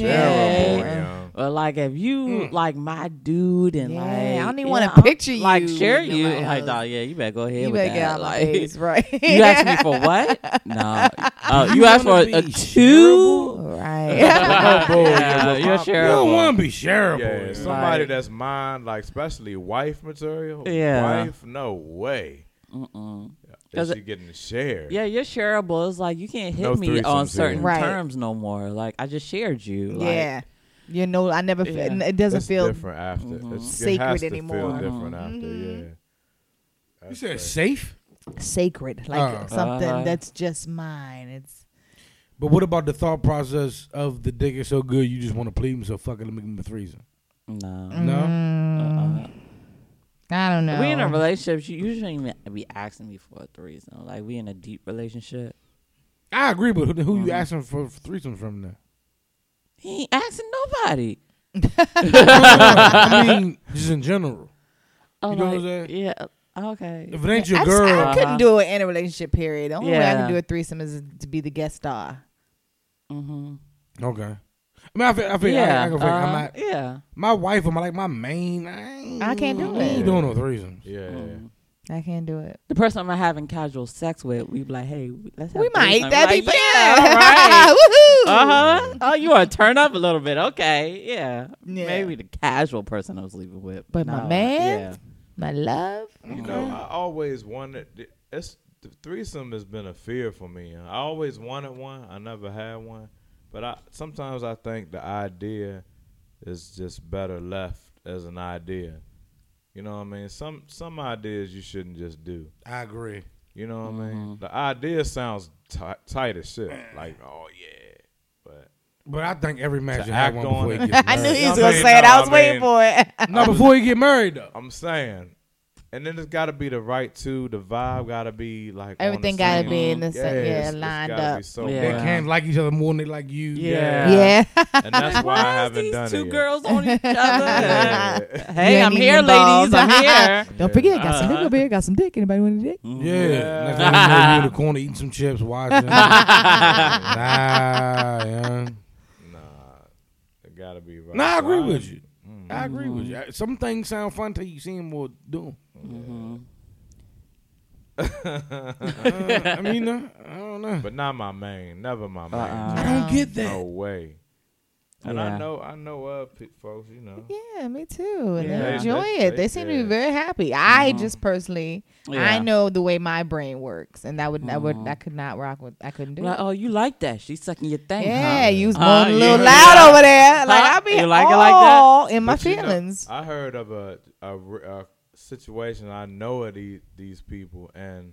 [SPEAKER 4] you.
[SPEAKER 3] Shareable,
[SPEAKER 4] Okay.
[SPEAKER 2] Yeah.
[SPEAKER 3] yeah.
[SPEAKER 4] Or like if you like my dude and
[SPEAKER 2] Hmm. Yeah,
[SPEAKER 4] like
[SPEAKER 2] I don't even
[SPEAKER 4] you
[SPEAKER 2] wanna
[SPEAKER 4] know,
[SPEAKER 2] picture
[SPEAKER 4] like
[SPEAKER 2] you
[SPEAKER 4] share
[SPEAKER 2] in
[SPEAKER 4] you
[SPEAKER 2] my
[SPEAKER 4] like
[SPEAKER 2] house.
[SPEAKER 4] dog yeah you better go ahead
[SPEAKER 2] you
[SPEAKER 4] with
[SPEAKER 2] better get
[SPEAKER 4] that
[SPEAKER 2] out
[SPEAKER 4] like
[SPEAKER 2] my face, right?
[SPEAKER 4] you asked me for what no oh you asked for
[SPEAKER 1] wanna
[SPEAKER 4] a, a
[SPEAKER 1] be
[SPEAKER 4] two
[SPEAKER 2] right.
[SPEAKER 4] yeah, you're
[SPEAKER 1] you don't
[SPEAKER 4] shareable
[SPEAKER 1] want to be shareable.
[SPEAKER 3] Yeah,
[SPEAKER 1] It's like-
[SPEAKER 3] somebody
[SPEAKER 4] Right.
[SPEAKER 3] that's mine, like especially wife material.
[SPEAKER 4] Yeah.
[SPEAKER 3] wife, no way.
[SPEAKER 4] Mm-mm.
[SPEAKER 3] Is
[SPEAKER 4] 'Cause
[SPEAKER 3] she getting shared?
[SPEAKER 4] yeah you're shareable it's like you can't hit
[SPEAKER 3] No
[SPEAKER 4] me on
[SPEAKER 3] threesomes
[SPEAKER 4] certain
[SPEAKER 2] here. Right.
[SPEAKER 4] terms no more like I just shared you like,
[SPEAKER 2] yeah. You know, I never. Feel,
[SPEAKER 4] Yeah.
[SPEAKER 2] n- It doesn't
[SPEAKER 3] it's
[SPEAKER 2] feel. Mm-hmm.
[SPEAKER 3] different after. It's, it
[SPEAKER 2] Sacred
[SPEAKER 3] has to Feel
[SPEAKER 2] anymore. Mm-hmm.
[SPEAKER 3] different after, yeah.
[SPEAKER 1] you
[SPEAKER 3] That's
[SPEAKER 1] said
[SPEAKER 3] right.
[SPEAKER 1] safe,
[SPEAKER 2] sacred, like
[SPEAKER 1] Uh.
[SPEAKER 2] something
[SPEAKER 4] Uh-huh.
[SPEAKER 2] that's just mine. It's
[SPEAKER 1] but what about the thought process of the dick is so good you just want to please him? So fuck it, let me give him a threesome.
[SPEAKER 4] no
[SPEAKER 1] No,
[SPEAKER 2] Mm.
[SPEAKER 4] uh-uh.
[SPEAKER 2] I don't know.
[SPEAKER 4] we in a relationship you, you shouldn't even be asking me for a threesome like we in a deep relationship
[SPEAKER 1] I agree, but who, who you asking for threesomes from there?
[SPEAKER 4] he ain't asking nobody.
[SPEAKER 1] I mean, just in general.
[SPEAKER 4] Oh,
[SPEAKER 1] You know what I'm saying?
[SPEAKER 4] Yeah. Okay.
[SPEAKER 1] If it ain't your
[SPEAKER 2] I, just-
[SPEAKER 1] girl,
[SPEAKER 2] I couldn't do it in a relationship. Period. The only way I
[SPEAKER 4] Uh-huh. Yeah.
[SPEAKER 2] can do a threesome is to be the guest star.
[SPEAKER 4] Mm-hmm.
[SPEAKER 1] okay. I mean, I feel, I feel,
[SPEAKER 4] yeah.
[SPEAKER 1] I, I, I feel I'm
[SPEAKER 4] uh,
[SPEAKER 1] not.
[SPEAKER 4] yeah.
[SPEAKER 1] My wife, I'm like my main. I, ain't-
[SPEAKER 2] I can't do
[SPEAKER 1] I ain't
[SPEAKER 2] it.
[SPEAKER 1] doing no threesomes.
[SPEAKER 2] Mm-hmm.
[SPEAKER 3] Yeah,
[SPEAKER 2] I can't do it.
[SPEAKER 4] The person I'm having casual sex with, we be like, hey, we- let's have
[SPEAKER 2] We
[SPEAKER 4] a
[SPEAKER 2] might.
[SPEAKER 4] threesome.
[SPEAKER 2] That'd
[SPEAKER 4] like,
[SPEAKER 2] be
[SPEAKER 4] yeah,
[SPEAKER 2] fun.
[SPEAKER 4] all right.
[SPEAKER 2] Woohoo!
[SPEAKER 4] Uh huh. Oh, you want to turn up a little bit? Okay. Yeah.
[SPEAKER 2] Yeah.
[SPEAKER 4] Maybe the casual person I was leaving with,
[SPEAKER 2] But my
[SPEAKER 4] no,
[SPEAKER 2] man? My love.
[SPEAKER 3] You know, I always wanted. It's the threesome has been a fear for me. I always wanted one. I never had one, but I sometimes I think the idea is just better left as an idea. You know what I mean? Some some ideas you shouldn't just do.
[SPEAKER 1] I agree.
[SPEAKER 3] You know what I mean? The idea sounds ti tight as shit. Like, oh yeah, but
[SPEAKER 1] But I think every man
[SPEAKER 3] To
[SPEAKER 1] should have
[SPEAKER 3] act
[SPEAKER 1] one
[SPEAKER 3] on
[SPEAKER 1] before he
[SPEAKER 3] it.
[SPEAKER 1] gets married.
[SPEAKER 2] I knew he was
[SPEAKER 3] I
[SPEAKER 2] gonna
[SPEAKER 3] mean,
[SPEAKER 2] say it.
[SPEAKER 3] no,
[SPEAKER 2] I was
[SPEAKER 3] I
[SPEAKER 2] waiting
[SPEAKER 3] mean-
[SPEAKER 2] for it.
[SPEAKER 1] No, before he get married though.
[SPEAKER 3] I'm saying, and then it's got to be the right too. The vibe got to be like on the
[SPEAKER 2] Everything gotta
[SPEAKER 3] same-
[SPEAKER 2] be in the same- yeah,
[SPEAKER 3] it's- it's
[SPEAKER 2] lined
[SPEAKER 3] gotta be
[SPEAKER 2] up.
[SPEAKER 3] so
[SPEAKER 4] Yeah.
[SPEAKER 1] They
[SPEAKER 3] balanced.
[SPEAKER 1] can't like each other more than they like you.
[SPEAKER 4] Yeah.
[SPEAKER 2] Yeah.
[SPEAKER 3] and that's why I
[SPEAKER 4] Why is
[SPEAKER 3] haven't
[SPEAKER 4] these
[SPEAKER 3] done
[SPEAKER 4] two
[SPEAKER 3] it.
[SPEAKER 4] girls on each other?
[SPEAKER 3] yet. Yeah.
[SPEAKER 4] Hey,
[SPEAKER 2] ain't
[SPEAKER 4] I'm
[SPEAKER 2] even
[SPEAKER 4] here,
[SPEAKER 2] involved.
[SPEAKER 4] ladies. I'm here.
[SPEAKER 2] Don't forget, got some dick over here, got some dick. Anybody want a dick?
[SPEAKER 4] Mm-hmm.
[SPEAKER 1] Yeah. Next thing you know, you in the corner eating some chips, watching. nah, yeah.
[SPEAKER 3] Nah, it gotta be right.
[SPEAKER 1] Nah, I agree
[SPEAKER 3] vibe.
[SPEAKER 1] with you.
[SPEAKER 3] Mm.
[SPEAKER 1] I agree with you. Some things sound fun till you see them or do
[SPEAKER 2] Mm-hmm.
[SPEAKER 1] 'em. Uh, I mean, uh, I don't know.
[SPEAKER 3] But not my main. Never my main.
[SPEAKER 1] I don't get that.
[SPEAKER 3] No way. And
[SPEAKER 4] Yeah.
[SPEAKER 3] I know, I know, uh, pe- folks. You know,
[SPEAKER 2] Yeah, me too. And
[SPEAKER 4] Yeah.
[SPEAKER 2] they enjoy
[SPEAKER 3] They-
[SPEAKER 2] it.
[SPEAKER 3] they-
[SPEAKER 2] They seem to
[SPEAKER 3] yeah.
[SPEAKER 2] be very happy. I just personally, I
[SPEAKER 4] Yeah.
[SPEAKER 2] know the way my brain works, and that would that would
[SPEAKER 3] Mm-hmm.
[SPEAKER 2] I could not rock with. I couldn't do.
[SPEAKER 4] Like,
[SPEAKER 2] it.
[SPEAKER 4] oh, you like that? She's sucking your thing.
[SPEAKER 2] Yeah,
[SPEAKER 4] huh?
[SPEAKER 2] you was
[SPEAKER 4] Huh?
[SPEAKER 2] moaning a little
[SPEAKER 4] Uh, Yeah.
[SPEAKER 2] loud over there. Like
[SPEAKER 4] Huh?
[SPEAKER 2] I be
[SPEAKER 4] You like it like that?
[SPEAKER 2] all in my
[SPEAKER 3] But you know, uh,
[SPEAKER 2] feelings.
[SPEAKER 3] I heard of a, a r- a situation. I know of these these people, and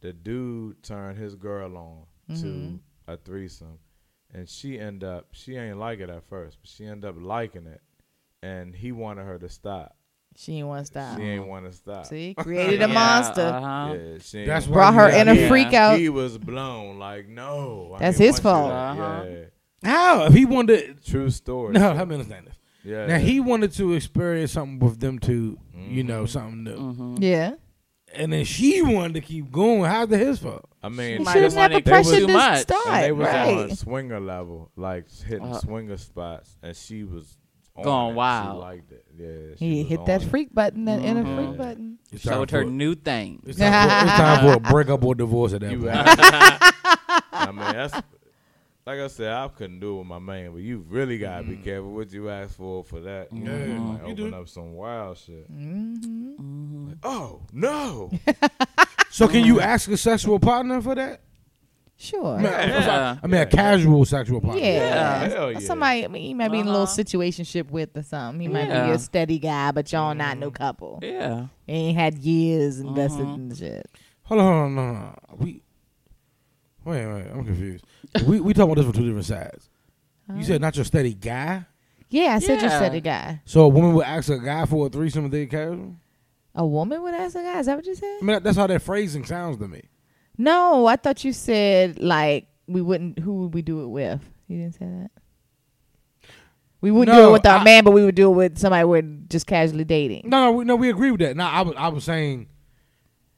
[SPEAKER 3] the dude turned his girl on
[SPEAKER 2] Mm-hmm.
[SPEAKER 3] to a threesome, and she end up she ain't like it at first, but she end up liking it, and he wanted her to stop.
[SPEAKER 2] she ain't want to stop.
[SPEAKER 3] She ain't want to stop.
[SPEAKER 2] See, created a
[SPEAKER 4] Yeah,
[SPEAKER 2] monster.
[SPEAKER 4] uh-huh.
[SPEAKER 3] Yeah, she ain't
[SPEAKER 1] That's
[SPEAKER 3] wanna-
[SPEAKER 2] Brought her
[SPEAKER 1] why you
[SPEAKER 2] in a
[SPEAKER 1] out here.
[SPEAKER 4] Yeah.
[SPEAKER 2] freak out.
[SPEAKER 3] He was blown. Like no, I
[SPEAKER 2] That's
[SPEAKER 3] didn't
[SPEAKER 2] his
[SPEAKER 3] want you to-
[SPEAKER 4] fault.
[SPEAKER 3] Yeah,
[SPEAKER 1] How if he wanted?
[SPEAKER 3] true story.
[SPEAKER 1] Uh-huh. No, let me understand this.
[SPEAKER 3] Yeah.
[SPEAKER 1] Now he wanted to experience something with them two, you know, something new,
[SPEAKER 2] Yeah,
[SPEAKER 1] and then she wanted to keep going. How's that his fault?
[SPEAKER 3] I
[SPEAKER 4] She
[SPEAKER 3] mean,
[SPEAKER 2] you
[SPEAKER 4] might
[SPEAKER 2] should have
[SPEAKER 4] have
[SPEAKER 2] never
[SPEAKER 4] wanted
[SPEAKER 3] they
[SPEAKER 4] pressure
[SPEAKER 2] pressured
[SPEAKER 3] was-
[SPEAKER 4] too
[SPEAKER 2] this
[SPEAKER 4] much.
[SPEAKER 3] And
[SPEAKER 2] start,
[SPEAKER 3] they was on
[SPEAKER 2] right?
[SPEAKER 3] swinger level, like hitting
[SPEAKER 4] Uh,
[SPEAKER 3] swinger spots, and she was on
[SPEAKER 4] Going
[SPEAKER 3] it.
[SPEAKER 4] wild.
[SPEAKER 3] She liked it. Yeah, she
[SPEAKER 2] He
[SPEAKER 3] was
[SPEAKER 2] hit
[SPEAKER 3] on
[SPEAKER 2] that
[SPEAKER 3] it.
[SPEAKER 2] freak button, that inner
[SPEAKER 3] Mhm.
[SPEAKER 2] freak
[SPEAKER 3] Yeah.
[SPEAKER 2] button.
[SPEAKER 1] It's time
[SPEAKER 4] Showed her
[SPEAKER 1] for-
[SPEAKER 4] new thing.
[SPEAKER 1] It's time, for, it's time for a breakup or divorce at that
[SPEAKER 3] You
[SPEAKER 1] point.
[SPEAKER 3] had it. I mean, that's like I said, I couldn't do it with my man, but you really gotta be careful what you ask for for that. You know, you might
[SPEAKER 1] You
[SPEAKER 3] open
[SPEAKER 1] do.
[SPEAKER 3] up some wild shit.
[SPEAKER 2] Mm-hmm.
[SPEAKER 3] Like, oh no!
[SPEAKER 1] So can you ask a sexual partner for that?
[SPEAKER 2] Sure.
[SPEAKER 1] I mean, I'm sorry,
[SPEAKER 4] Yeah.
[SPEAKER 1] I mean a casual sexual partner.
[SPEAKER 2] Yeah.
[SPEAKER 3] Hell yeah.
[SPEAKER 2] Somebody, I mean, he might be in a little
[SPEAKER 4] Uh-huh.
[SPEAKER 2] situationship with or something. He might be
[SPEAKER 4] Yeah.
[SPEAKER 2] a steady guy, but y'all not
[SPEAKER 3] Mm-hmm.
[SPEAKER 2] no couple.
[SPEAKER 4] Yeah.
[SPEAKER 2] Ain't had years invested in the shit.
[SPEAKER 1] Hold on, hold on, hold on. We wait, wait. I'm confused. we we talking about this from two different sides. You said not your steady guy.
[SPEAKER 2] Yeah, I said you
[SPEAKER 4] Yeah.
[SPEAKER 2] said a guy.
[SPEAKER 1] So a woman would ask a guy for a threesome if they casual.
[SPEAKER 2] A woman would ask a guy. Is that what you
[SPEAKER 1] I
[SPEAKER 2] said?
[SPEAKER 1] mean, that's how that phrasing sounds to me.
[SPEAKER 2] No, I thought you said like we wouldn't. Who would we do it with? You didn't say that. We wouldn't do
[SPEAKER 1] No,
[SPEAKER 2] it with our
[SPEAKER 1] I-
[SPEAKER 2] man, but we would do it with somebody we're just casually dating.
[SPEAKER 1] No, no, we, no, we agree with that. No, I was, I was saying,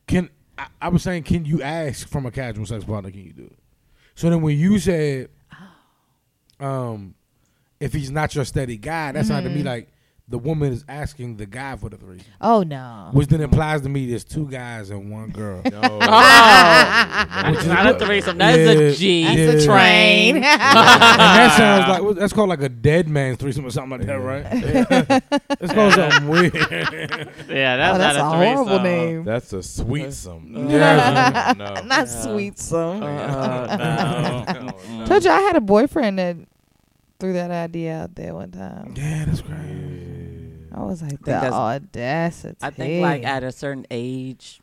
[SPEAKER 1] can I, I was saying, can you ask from a casual sex partner? Can you do it? So then, when you said, um, if he's not your steady guy, that sounded to me like the woman is asking the guy for the threesome,
[SPEAKER 2] Oh no.
[SPEAKER 1] which then implies to me there's two guys and one girl.
[SPEAKER 3] No,
[SPEAKER 2] Oh.
[SPEAKER 4] That's not a threesome. That's
[SPEAKER 1] Yeah.
[SPEAKER 4] a G.
[SPEAKER 1] That's a
[SPEAKER 2] The
[SPEAKER 1] Yeah.
[SPEAKER 2] train.
[SPEAKER 1] and that sounds like what- that's called like a dead man's threesome or something like that, right? it's called something weird.
[SPEAKER 4] Yeah, that's,
[SPEAKER 2] Oh, that's a
[SPEAKER 4] not a threesome. Uh-uh.
[SPEAKER 2] horrible name.
[SPEAKER 3] that's a sweet some.
[SPEAKER 1] Yeah.
[SPEAKER 3] no,
[SPEAKER 2] Not sweet some.
[SPEAKER 3] no, no,
[SPEAKER 4] Um,
[SPEAKER 2] Told you I had a boyfriend that threw that idea out there one time.
[SPEAKER 1] yeah, that's crazy.
[SPEAKER 2] I was like, the
[SPEAKER 4] that's-
[SPEAKER 2] audacity.
[SPEAKER 4] I think like at a certain age,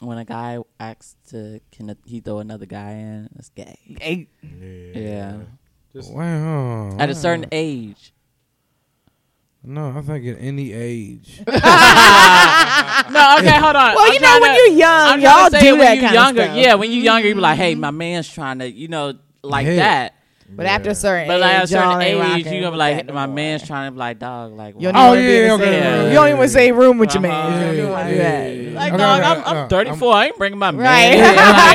[SPEAKER 4] when a guy asks to can he throw another guy in, it's gay.
[SPEAKER 2] Hey,
[SPEAKER 3] Yeah.
[SPEAKER 4] Yeah.
[SPEAKER 3] Just
[SPEAKER 1] Wow.
[SPEAKER 4] At a certain age.
[SPEAKER 1] No, I think at any age.
[SPEAKER 4] No, okay, hold on.
[SPEAKER 2] well,
[SPEAKER 4] I'm
[SPEAKER 2] you know
[SPEAKER 4] trying
[SPEAKER 2] when
[SPEAKER 4] to-
[SPEAKER 2] you're young,
[SPEAKER 4] I'm trying
[SPEAKER 2] y'all
[SPEAKER 4] to
[SPEAKER 2] do
[SPEAKER 4] say when
[SPEAKER 2] that
[SPEAKER 4] you
[SPEAKER 2] kind
[SPEAKER 4] younger,
[SPEAKER 2] of stuff.
[SPEAKER 4] Yeah, when you younger, you be like, hey, my man's trying to, you know, like
[SPEAKER 1] Yeah.
[SPEAKER 4] that.
[SPEAKER 2] But after a certain
[SPEAKER 4] But
[SPEAKER 2] age,
[SPEAKER 4] like at a certain
[SPEAKER 2] y'all ain't
[SPEAKER 4] age,
[SPEAKER 2] rocking
[SPEAKER 4] you gonna be
[SPEAKER 2] with
[SPEAKER 4] like,
[SPEAKER 2] that
[SPEAKER 4] my
[SPEAKER 2] no
[SPEAKER 4] man's
[SPEAKER 2] more.
[SPEAKER 4] trying to be like, dog, like,
[SPEAKER 2] You don't
[SPEAKER 1] Oh,
[SPEAKER 2] even be in
[SPEAKER 1] yeah,
[SPEAKER 2] the same
[SPEAKER 1] okay,
[SPEAKER 2] room.
[SPEAKER 4] yeah,
[SPEAKER 2] You don't even
[SPEAKER 1] yeah.
[SPEAKER 2] say room with your man.
[SPEAKER 4] Uh-huh.
[SPEAKER 2] You don't even wanna do that.
[SPEAKER 4] like,
[SPEAKER 1] Okay,
[SPEAKER 4] dog,
[SPEAKER 1] okay,
[SPEAKER 4] I'm,
[SPEAKER 1] okay,
[SPEAKER 4] I'm
[SPEAKER 1] okay.
[SPEAKER 4] 34. I ain't bringing my
[SPEAKER 2] Right.
[SPEAKER 4] man.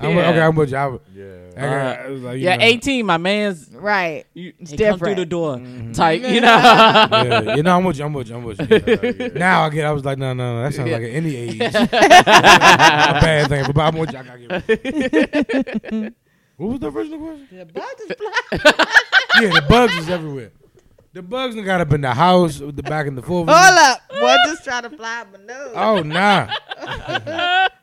[SPEAKER 4] in. Like,
[SPEAKER 1] I'm with you. I'm with, okay, I'm with
[SPEAKER 4] Yeah.
[SPEAKER 1] you. I, was- I got, I
[SPEAKER 3] yeah.
[SPEAKER 1] Uh, was like, you
[SPEAKER 4] yeah,
[SPEAKER 1] know,
[SPEAKER 4] 18. My man's
[SPEAKER 2] Right.
[SPEAKER 4] you,
[SPEAKER 2] It's
[SPEAKER 4] he come through
[SPEAKER 2] different.
[SPEAKER 4] the door type. You know,
[SPEAKER 1] Yeah, you know, I'm with you. I'm with you. I'm with you.
[SPEAKER 3] yeah.
[SPEAKER 1] now I get. I was like, no, no, no. That sounds like at any age. a bad thing. But I'm with you. I gotta get. what was the original question? Yeah, the bugs is everywhere. The bugs done got up in the house, with the back and the forth.
[SPEAKER 2] Hold up. Boy, just trying to fly my nose.
[SPEAKER 1] Oh nah.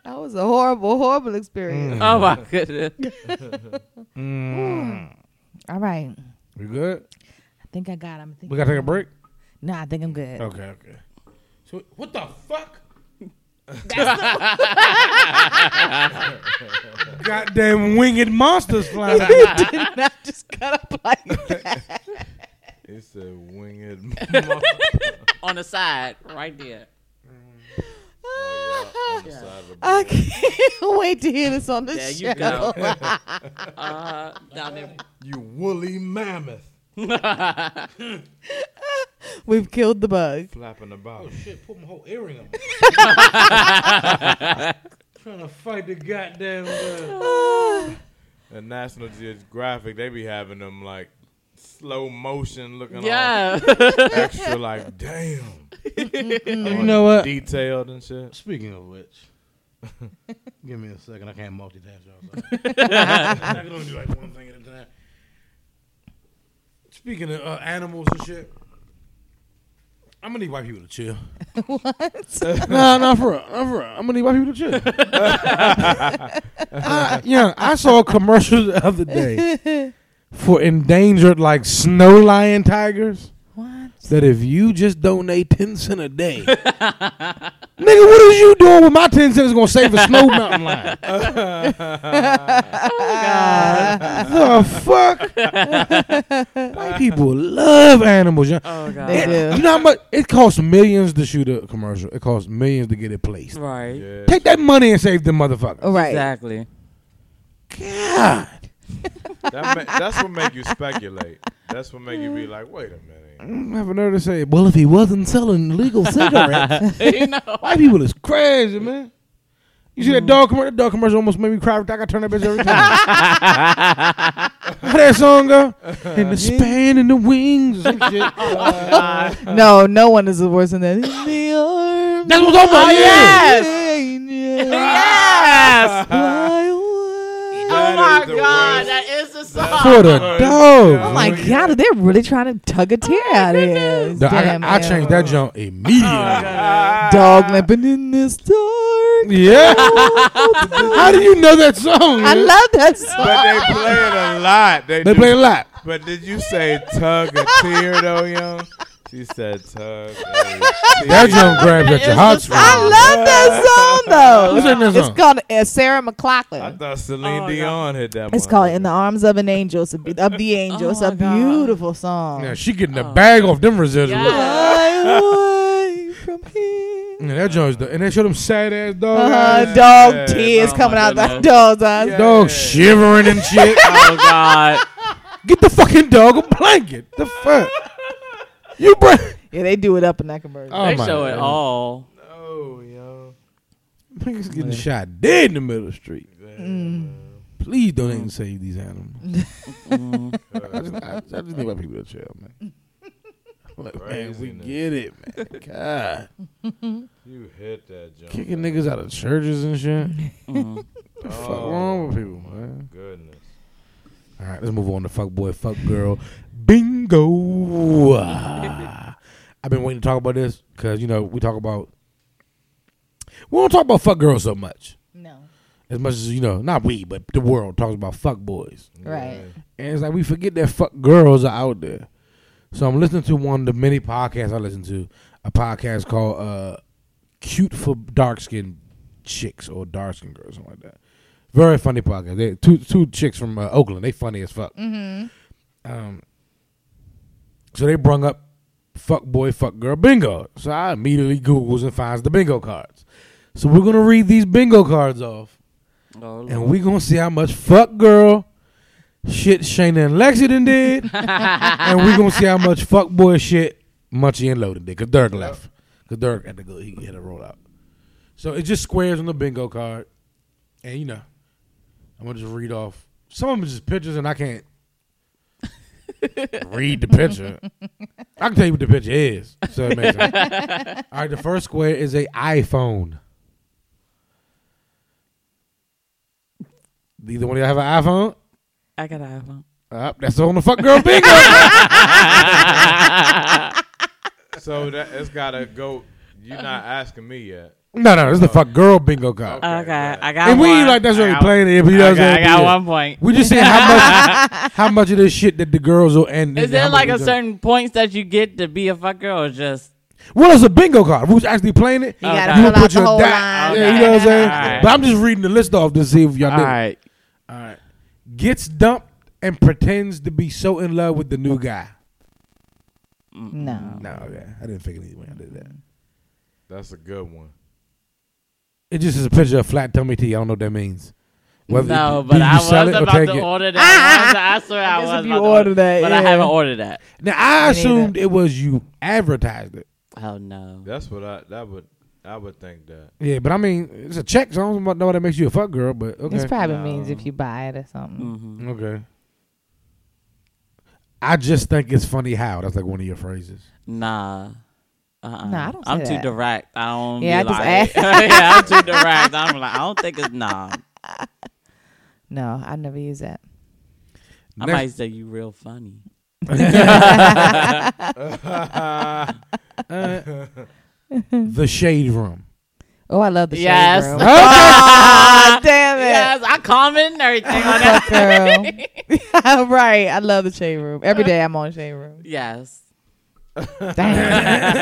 [SPEAKER 2] That was a horrible, horrible experience.
[SPEAKER 4] oh my goodness.
[SPEAKER 1] Mm.
[SPEAKER 2] All right.
[SPEAKER 1] We good?
[SPEAKER 2] I think I got Oh. him. I think
[SPEAKER 1] We gotta take a break.
[SPEAKER 2] No, I think I'm good.
[SPEAKER 1] Okay, okay. So what the fuck? Goddamn winged monsters flying out.
[SPEAKER 2] Did not just cut up like that.
[SPEAKER 3] It's a winged.
[SPEAKER 4] on the side, right there.
[SPEAKER 2] Ah, I can't wait to hear this on the
[SPEAKER 4] Yeah,
[SPEAKER 2] show.
[SPEAKER 4] you go. Uh, down there.
[SPEAKER 3] you woolly mammoth
[SPEAKER 2] We've killed the bug.
[SPEAKER 3] flapping about.
[SPEAKER 1] Oh, Shit, put my whole earring on. Trying to fight the goddamn. Uh,
[SPEAKER 3] The National Geographic, they be having them like slow motion looking
[SPEAKER 4] Yeah.
[SPEAKER 3] all extra like damn.
[SPEAKER 1] you know what?
[SPEAKER 3] Detailed and shit.
[SPEAKER 1] Speaking of which, give me a second. I can't multitask, y'all. so. I can only do like one thing at a time. Speaking of uh, animals and shit, I'm gonna need white people to chill. what? nah, nah, for real, nah, for real. I'm gonna need white people to chill. I, yeah, I saw a commercial the other day for endangered like snow lion tigers
[SPEAKER 2] What?
[SPEAKER 1] that if you just donate 10 cent a day, nigga, what is you doing with my 10 cents going to save a snow mountain lion? the fuck? White people love animals. y'all.
[SPEAKER 4] Oh God.
[SPEAKER 2] They do.
[SPEAKER 1] It, you know how much? It costs millions to shoot a commercial. It costs millions to get it placed.
[SPEAKER 4] Right.
[SPEAKER 3] Yeah.
[SPEAKER 1] Take that money and save them motherfuckers.
[SPEAKER 2] All right.
[SPEAKER 4] Exactly.
[SPEAKER 1] God.
[SPEAKER 3] That ma- that's what make you speculate. That's what make you be like, wait a minute.
[SPEAKER 1] I Mm, haven't heard to say, well, if he wasn't selling legal cigarettes,
[SPEAKER 4] you know.
[SPEAKER 1] White people is crazy, man. You see that dog commercial? That dog commercial almost made me cry. I got turn that bitch every time. How that song go?
[SPEAKER 2] Uh-huh.
[SPEAKER 1] And the span and the wings. and some shit.
[SPEAKER 2] No, no one is worse than that. In the arms
[SPEAKER 1] That's what I'm talking about.
[SPEAKER 2] of
[SPEAKER 1] Oh, yeah.
[SPEAKER 2] an angel, fly away.
[SPEAKER 4] Oh
[SPEAKER 3] That
[SPEAKER 4] my
[SPEAKER 3] is the
[SPEAKER 4] God,
[SPEAKER 3] worst.
[SPEAKER 4] that is the song.
[SPEAKER 1] For the dog.
[SPEAKER 2] Oh my God, they're really trying to tug a tear out of here.
[SPEAKER 1] Dog, I,
[SPEAKER 2] Damn, Oh,
[SPEAKER 1] I
[SPEAKER 2] man.
[SPEAKER 1] changed that jump immediately.
[SPEAKER 2] Dog limping in this dark.
[SPEAKER 1] yeah. How do you know that song?
[SPEAKER 2] I
[SPEAKER 1] man?
[SPEAKER 2] love that
[SPEAKER 3] But
[SPEAKER 2] song.
[SPEAKER 3] they play it a lot. They,
[SPEAKER 1] they
[SPEAKER 3] do.
[SPEAKER 1] play a lot.
[SPEAKER 3] But did you say tug a tear though, young? She said tug. A
[SPEAKER 1] That
[SPEAKER 3] tear.
[SPEAKER 1] jump grabbed at your heartstrings.
[SPEAKER 2] I love that song though.
[SPEAKER 1] Who sang that song?
[SPEAKER 2] It's called uh, Sarah
[SPEAKER 3] I
[SPEAKER 2] McLachlan.
[SPEAKER 3] thought
[SPEAKER 4] Oh,
[SPEAKER 3] Celine Dion hit that.
[SPEAKER 2] It's
[SPEAKER 3] motherfucker.
[SPEAKER 2] called "In the Arms of an Angel." It's a be- of the angel. it's a
[SPEAKER 4] my God.
[SPEAKER 2] beautiful song.
[SPEAKER 1] Yeah, she getting a bag off them residuals.
[SPEAKER 4] Yeah.
[SPEAKER 2] Fly away from here.
[SPEAKER 1] Yeah, that joint's the, and they show them sad ass dog
[SPEAKER 2] Uh,
[SPEAKER 1] eyes.
[SPEAKER 3] yeah.
[SPEAKER 2] dog
[SPEAKER 3] Yeah.
[SPEAKER 2] tears
[SPEAKER 4] Oh,
[SPEAKER 2] coming
[SPEAKER 4] my
[SPEAKER 2] out that
[SPEAKER 4] goodness.
[SPEAKER 2] dog's eyes.
[SPEAKER 3] Yeah.
[SPEAKER 1] Dog shivering and shit.
[SPEAKER 4] Oh God.
[SPEAKER 1] Get the fucking dog a blanket. The fuck? You bring.
[SPEAKER 2] Yeah, they do it up in that commercial.
[SPEAKER 1] Oh
[SPEAKER 4] They
[SPEAKER 1] my
[SPEAKER 4] show it
[SPEAKER 1] God.
[SPEAKER 4] all.
[SPEAKER 3] No, yo.
[SPEAKER 1] Niggas getting shot dead in the middle of the street.
[SPEAKER 2] Mm.
[SPEAKER 1] Please don't even save these animals. I, just, I, I just need my people to chill, man. Look, man, we
[SPEAKER 3] Craziness.
[SPEAKER 1] get it, man. God.
[SPEAKER 3] You hit that jump.
[SPEAKER 1] Kicking niggas out of churches and shit. The fuck
[SPEAKER 3] Oh.
[SPEAKER 1] wrong with people, man?
[SPEAKER 3] Goodness.
[SPEAKER 1] All right, let's move on to fuck boy, fuck girl. Bingo. I've been waiting to talk about this because, you know, we talk about. We don't talk about fuck girls so much.
[SPEAKER 2] No.
[SPEAKER 1] as much as you know, not we, but the world talks about fuck boys,
[SPEAKER 2] Right.
[SPEAKER 1] and it's like we forget that fuck girls are out there. So I'm listening to one of the many podcasts I listen to, a podcast called uh, "Cute for Dark Skinned Chicks" or "Dark Skinned Girls," something like that. Very funny podcast. They two two chicks from uh, Oakland. They funny as fuck. Um, so they brung up fuck boy, fuck girl bingo. So I immediately googles and finds the bingo cards. So we're gonna read these bingo cards off
[SPEAKER 4] Oh,
[SPEAKER 1] and we gonna see how much fuck girl shit Shayna and Lexington did, and we gonna see how much fuck boy shit Munchie and Loden did. Cause Dirk left. Cause Dirk had to go. He had a rollout. So it just squares on the bingo card, and you know, I'm gonna just read off. Some of them just pictures, and I can't read the picture. I can tell you what the picture is, so it makes sense. All right, the first square is a iPhone. Either one of y'all have an iPhone?
[SPEAKER 4] I got an iPhone.
[SPEAKER 1] Uh, that's on the fuck girl bingo.
[SPEAKER 3] So that it's gotta go. You're not asking me yet.
[SPEAKER 1] no, no, this is the fuck girl bingo card.
[SPEAKER 4] Okay,
[SPEAKER 3] got
[SPEAKER 4] I got
[SPEAKER 1] and we
[SPEAKER 4] one.
[SPEAKER 1] ain't like that's
[SPEAKER 4] I
[SPEAKER 1] really
[SPEAKER 4] got
[SPEAKER 1] playing it, but you know
[SPEAKER 4] I
[SPEAKER 1] what I'm
[SPEAKER 4] got,
[SPEAKER 1] saying?
[SPEAKER 4] I got
[SPEAKER 1] Yeah.
[SPEAKER 4] one point.
[SPEAKER 1] We just saying how much, how much of this shit that the girls will end.
[SPEAKER 4] Is there like a certain points that you get to be a fuck girl, or just
[SPEAKER 1] Well, it's a bingo card. Who's actually playing it?
[SPEAKER 2] You
[SPEAKER 4] Okay.
[SPEAKER 2] gotta
[SPEAKER 4] You
[SPEAKER 2] pull
[SPEAKER 1] put
[SPEAKER 2] out the
[SPEAKER 1] your
[SPEAKER 2] whole
[SPEAKER 1] dot-
[SPEAKER 2] line.
[SPEAKER 1] yeah, you know what I'm saying?
[SPEAKER 3] Alright.
[SPEAKER 1] But I'm just reading the list off to see if y'all
[SPEAKER 5] All
[SPEAKER 1] did.
[SPEAKER 5] right.
[SPEAKER 1] All right. Gets dumped and pretends to be so in love with the new guy.
[SPEAKER 2] No.
[SPEAKER 1] No, okay. I didn't figure anything when I did that.
[SPEAKER 3] That's a good one.
[SPEAKER 1] It just is a picture of flat tummy tea. I don't know what that means.
[SPEAKER 4] no,
[SPEAKER 1] do
[SPEAKER 4] but
[SPEAKER 1] you
[SPEAKER 4] I was
[SPEAKER 1] sell it or
[SPEAKER 4] about
[SPEAKER 1] take
[SPEAKER 4] to
[SPEAKER 1] it?
[SPEAKER 4] order that. I swear I
[SPEAKER 2] guess if
[SPEAKER 4] was about
[SPEAKER 2] you
[SPEAKER 4] to
[SPEAKER 2] order
[SPEAKER 4] order
[SPEAKER 2] that,
[SPEAKER 4] that, but I
[SPEAKER 2] yeah.
[SPEAKER 4] haven't ordered that.
[SPEAKER 1] Now I
[SPEAKER 2] Me neither.
[SPEAKER 1] assumed it was you advertised it.
[SPEAKER 4] Oh no.
[SPEAKER 3] That's what I that would I would think that.
[SPEAKER 1] Yeah, but I mean, it's a check, so I don't know that makes you a fuck girl. But okay,
[SPEAKER 2] This probably
[SPEAKER 3] No.
[SPEAKER 2] means if you buy it or something.
[SPEAKER 4] Mm-hmm.
[SPEAKER 1] okay. I just think it's funny how that's like one of your phrases.
[SPEAKER 4] Nah. Uh-uh.
[SPEAKER 2] Nah, I don't
[SPEAKER 4] I'm
[SPEAKER 2] say
[SPEAKER 4] too
[SPEAKER 2] that.
[SPEAKER 4] direct. I don't.
[SPEAKER 2] Yeah,
[SPEAKER 4] be
[SPEAKER 2] I just
[SPEAKER 4] like, yeah, I'm too direct. I'm like, I don't think it's nah.
[SPEAKER 2] No, I never use that.
[SPEAKER 4] I
[SPEAKER 1] Next-
[SPEAKER 4] might say you real funny.
[SPEAKER 1] uh, the shade room.
[SPEAKER 2] Oh, I love the
[SPEAKER 4] Yes.
[SPEAKER 2] shade room. Oh, damn it.
[SPEAKER 4] Yes, I comment and everything on that.
[SPEAKER 2] Fuck, girl. right. I love the shade room. Every day I'm on shade room.
[SPEAKER 4] Yes.
[SPEAKER 2] Damn.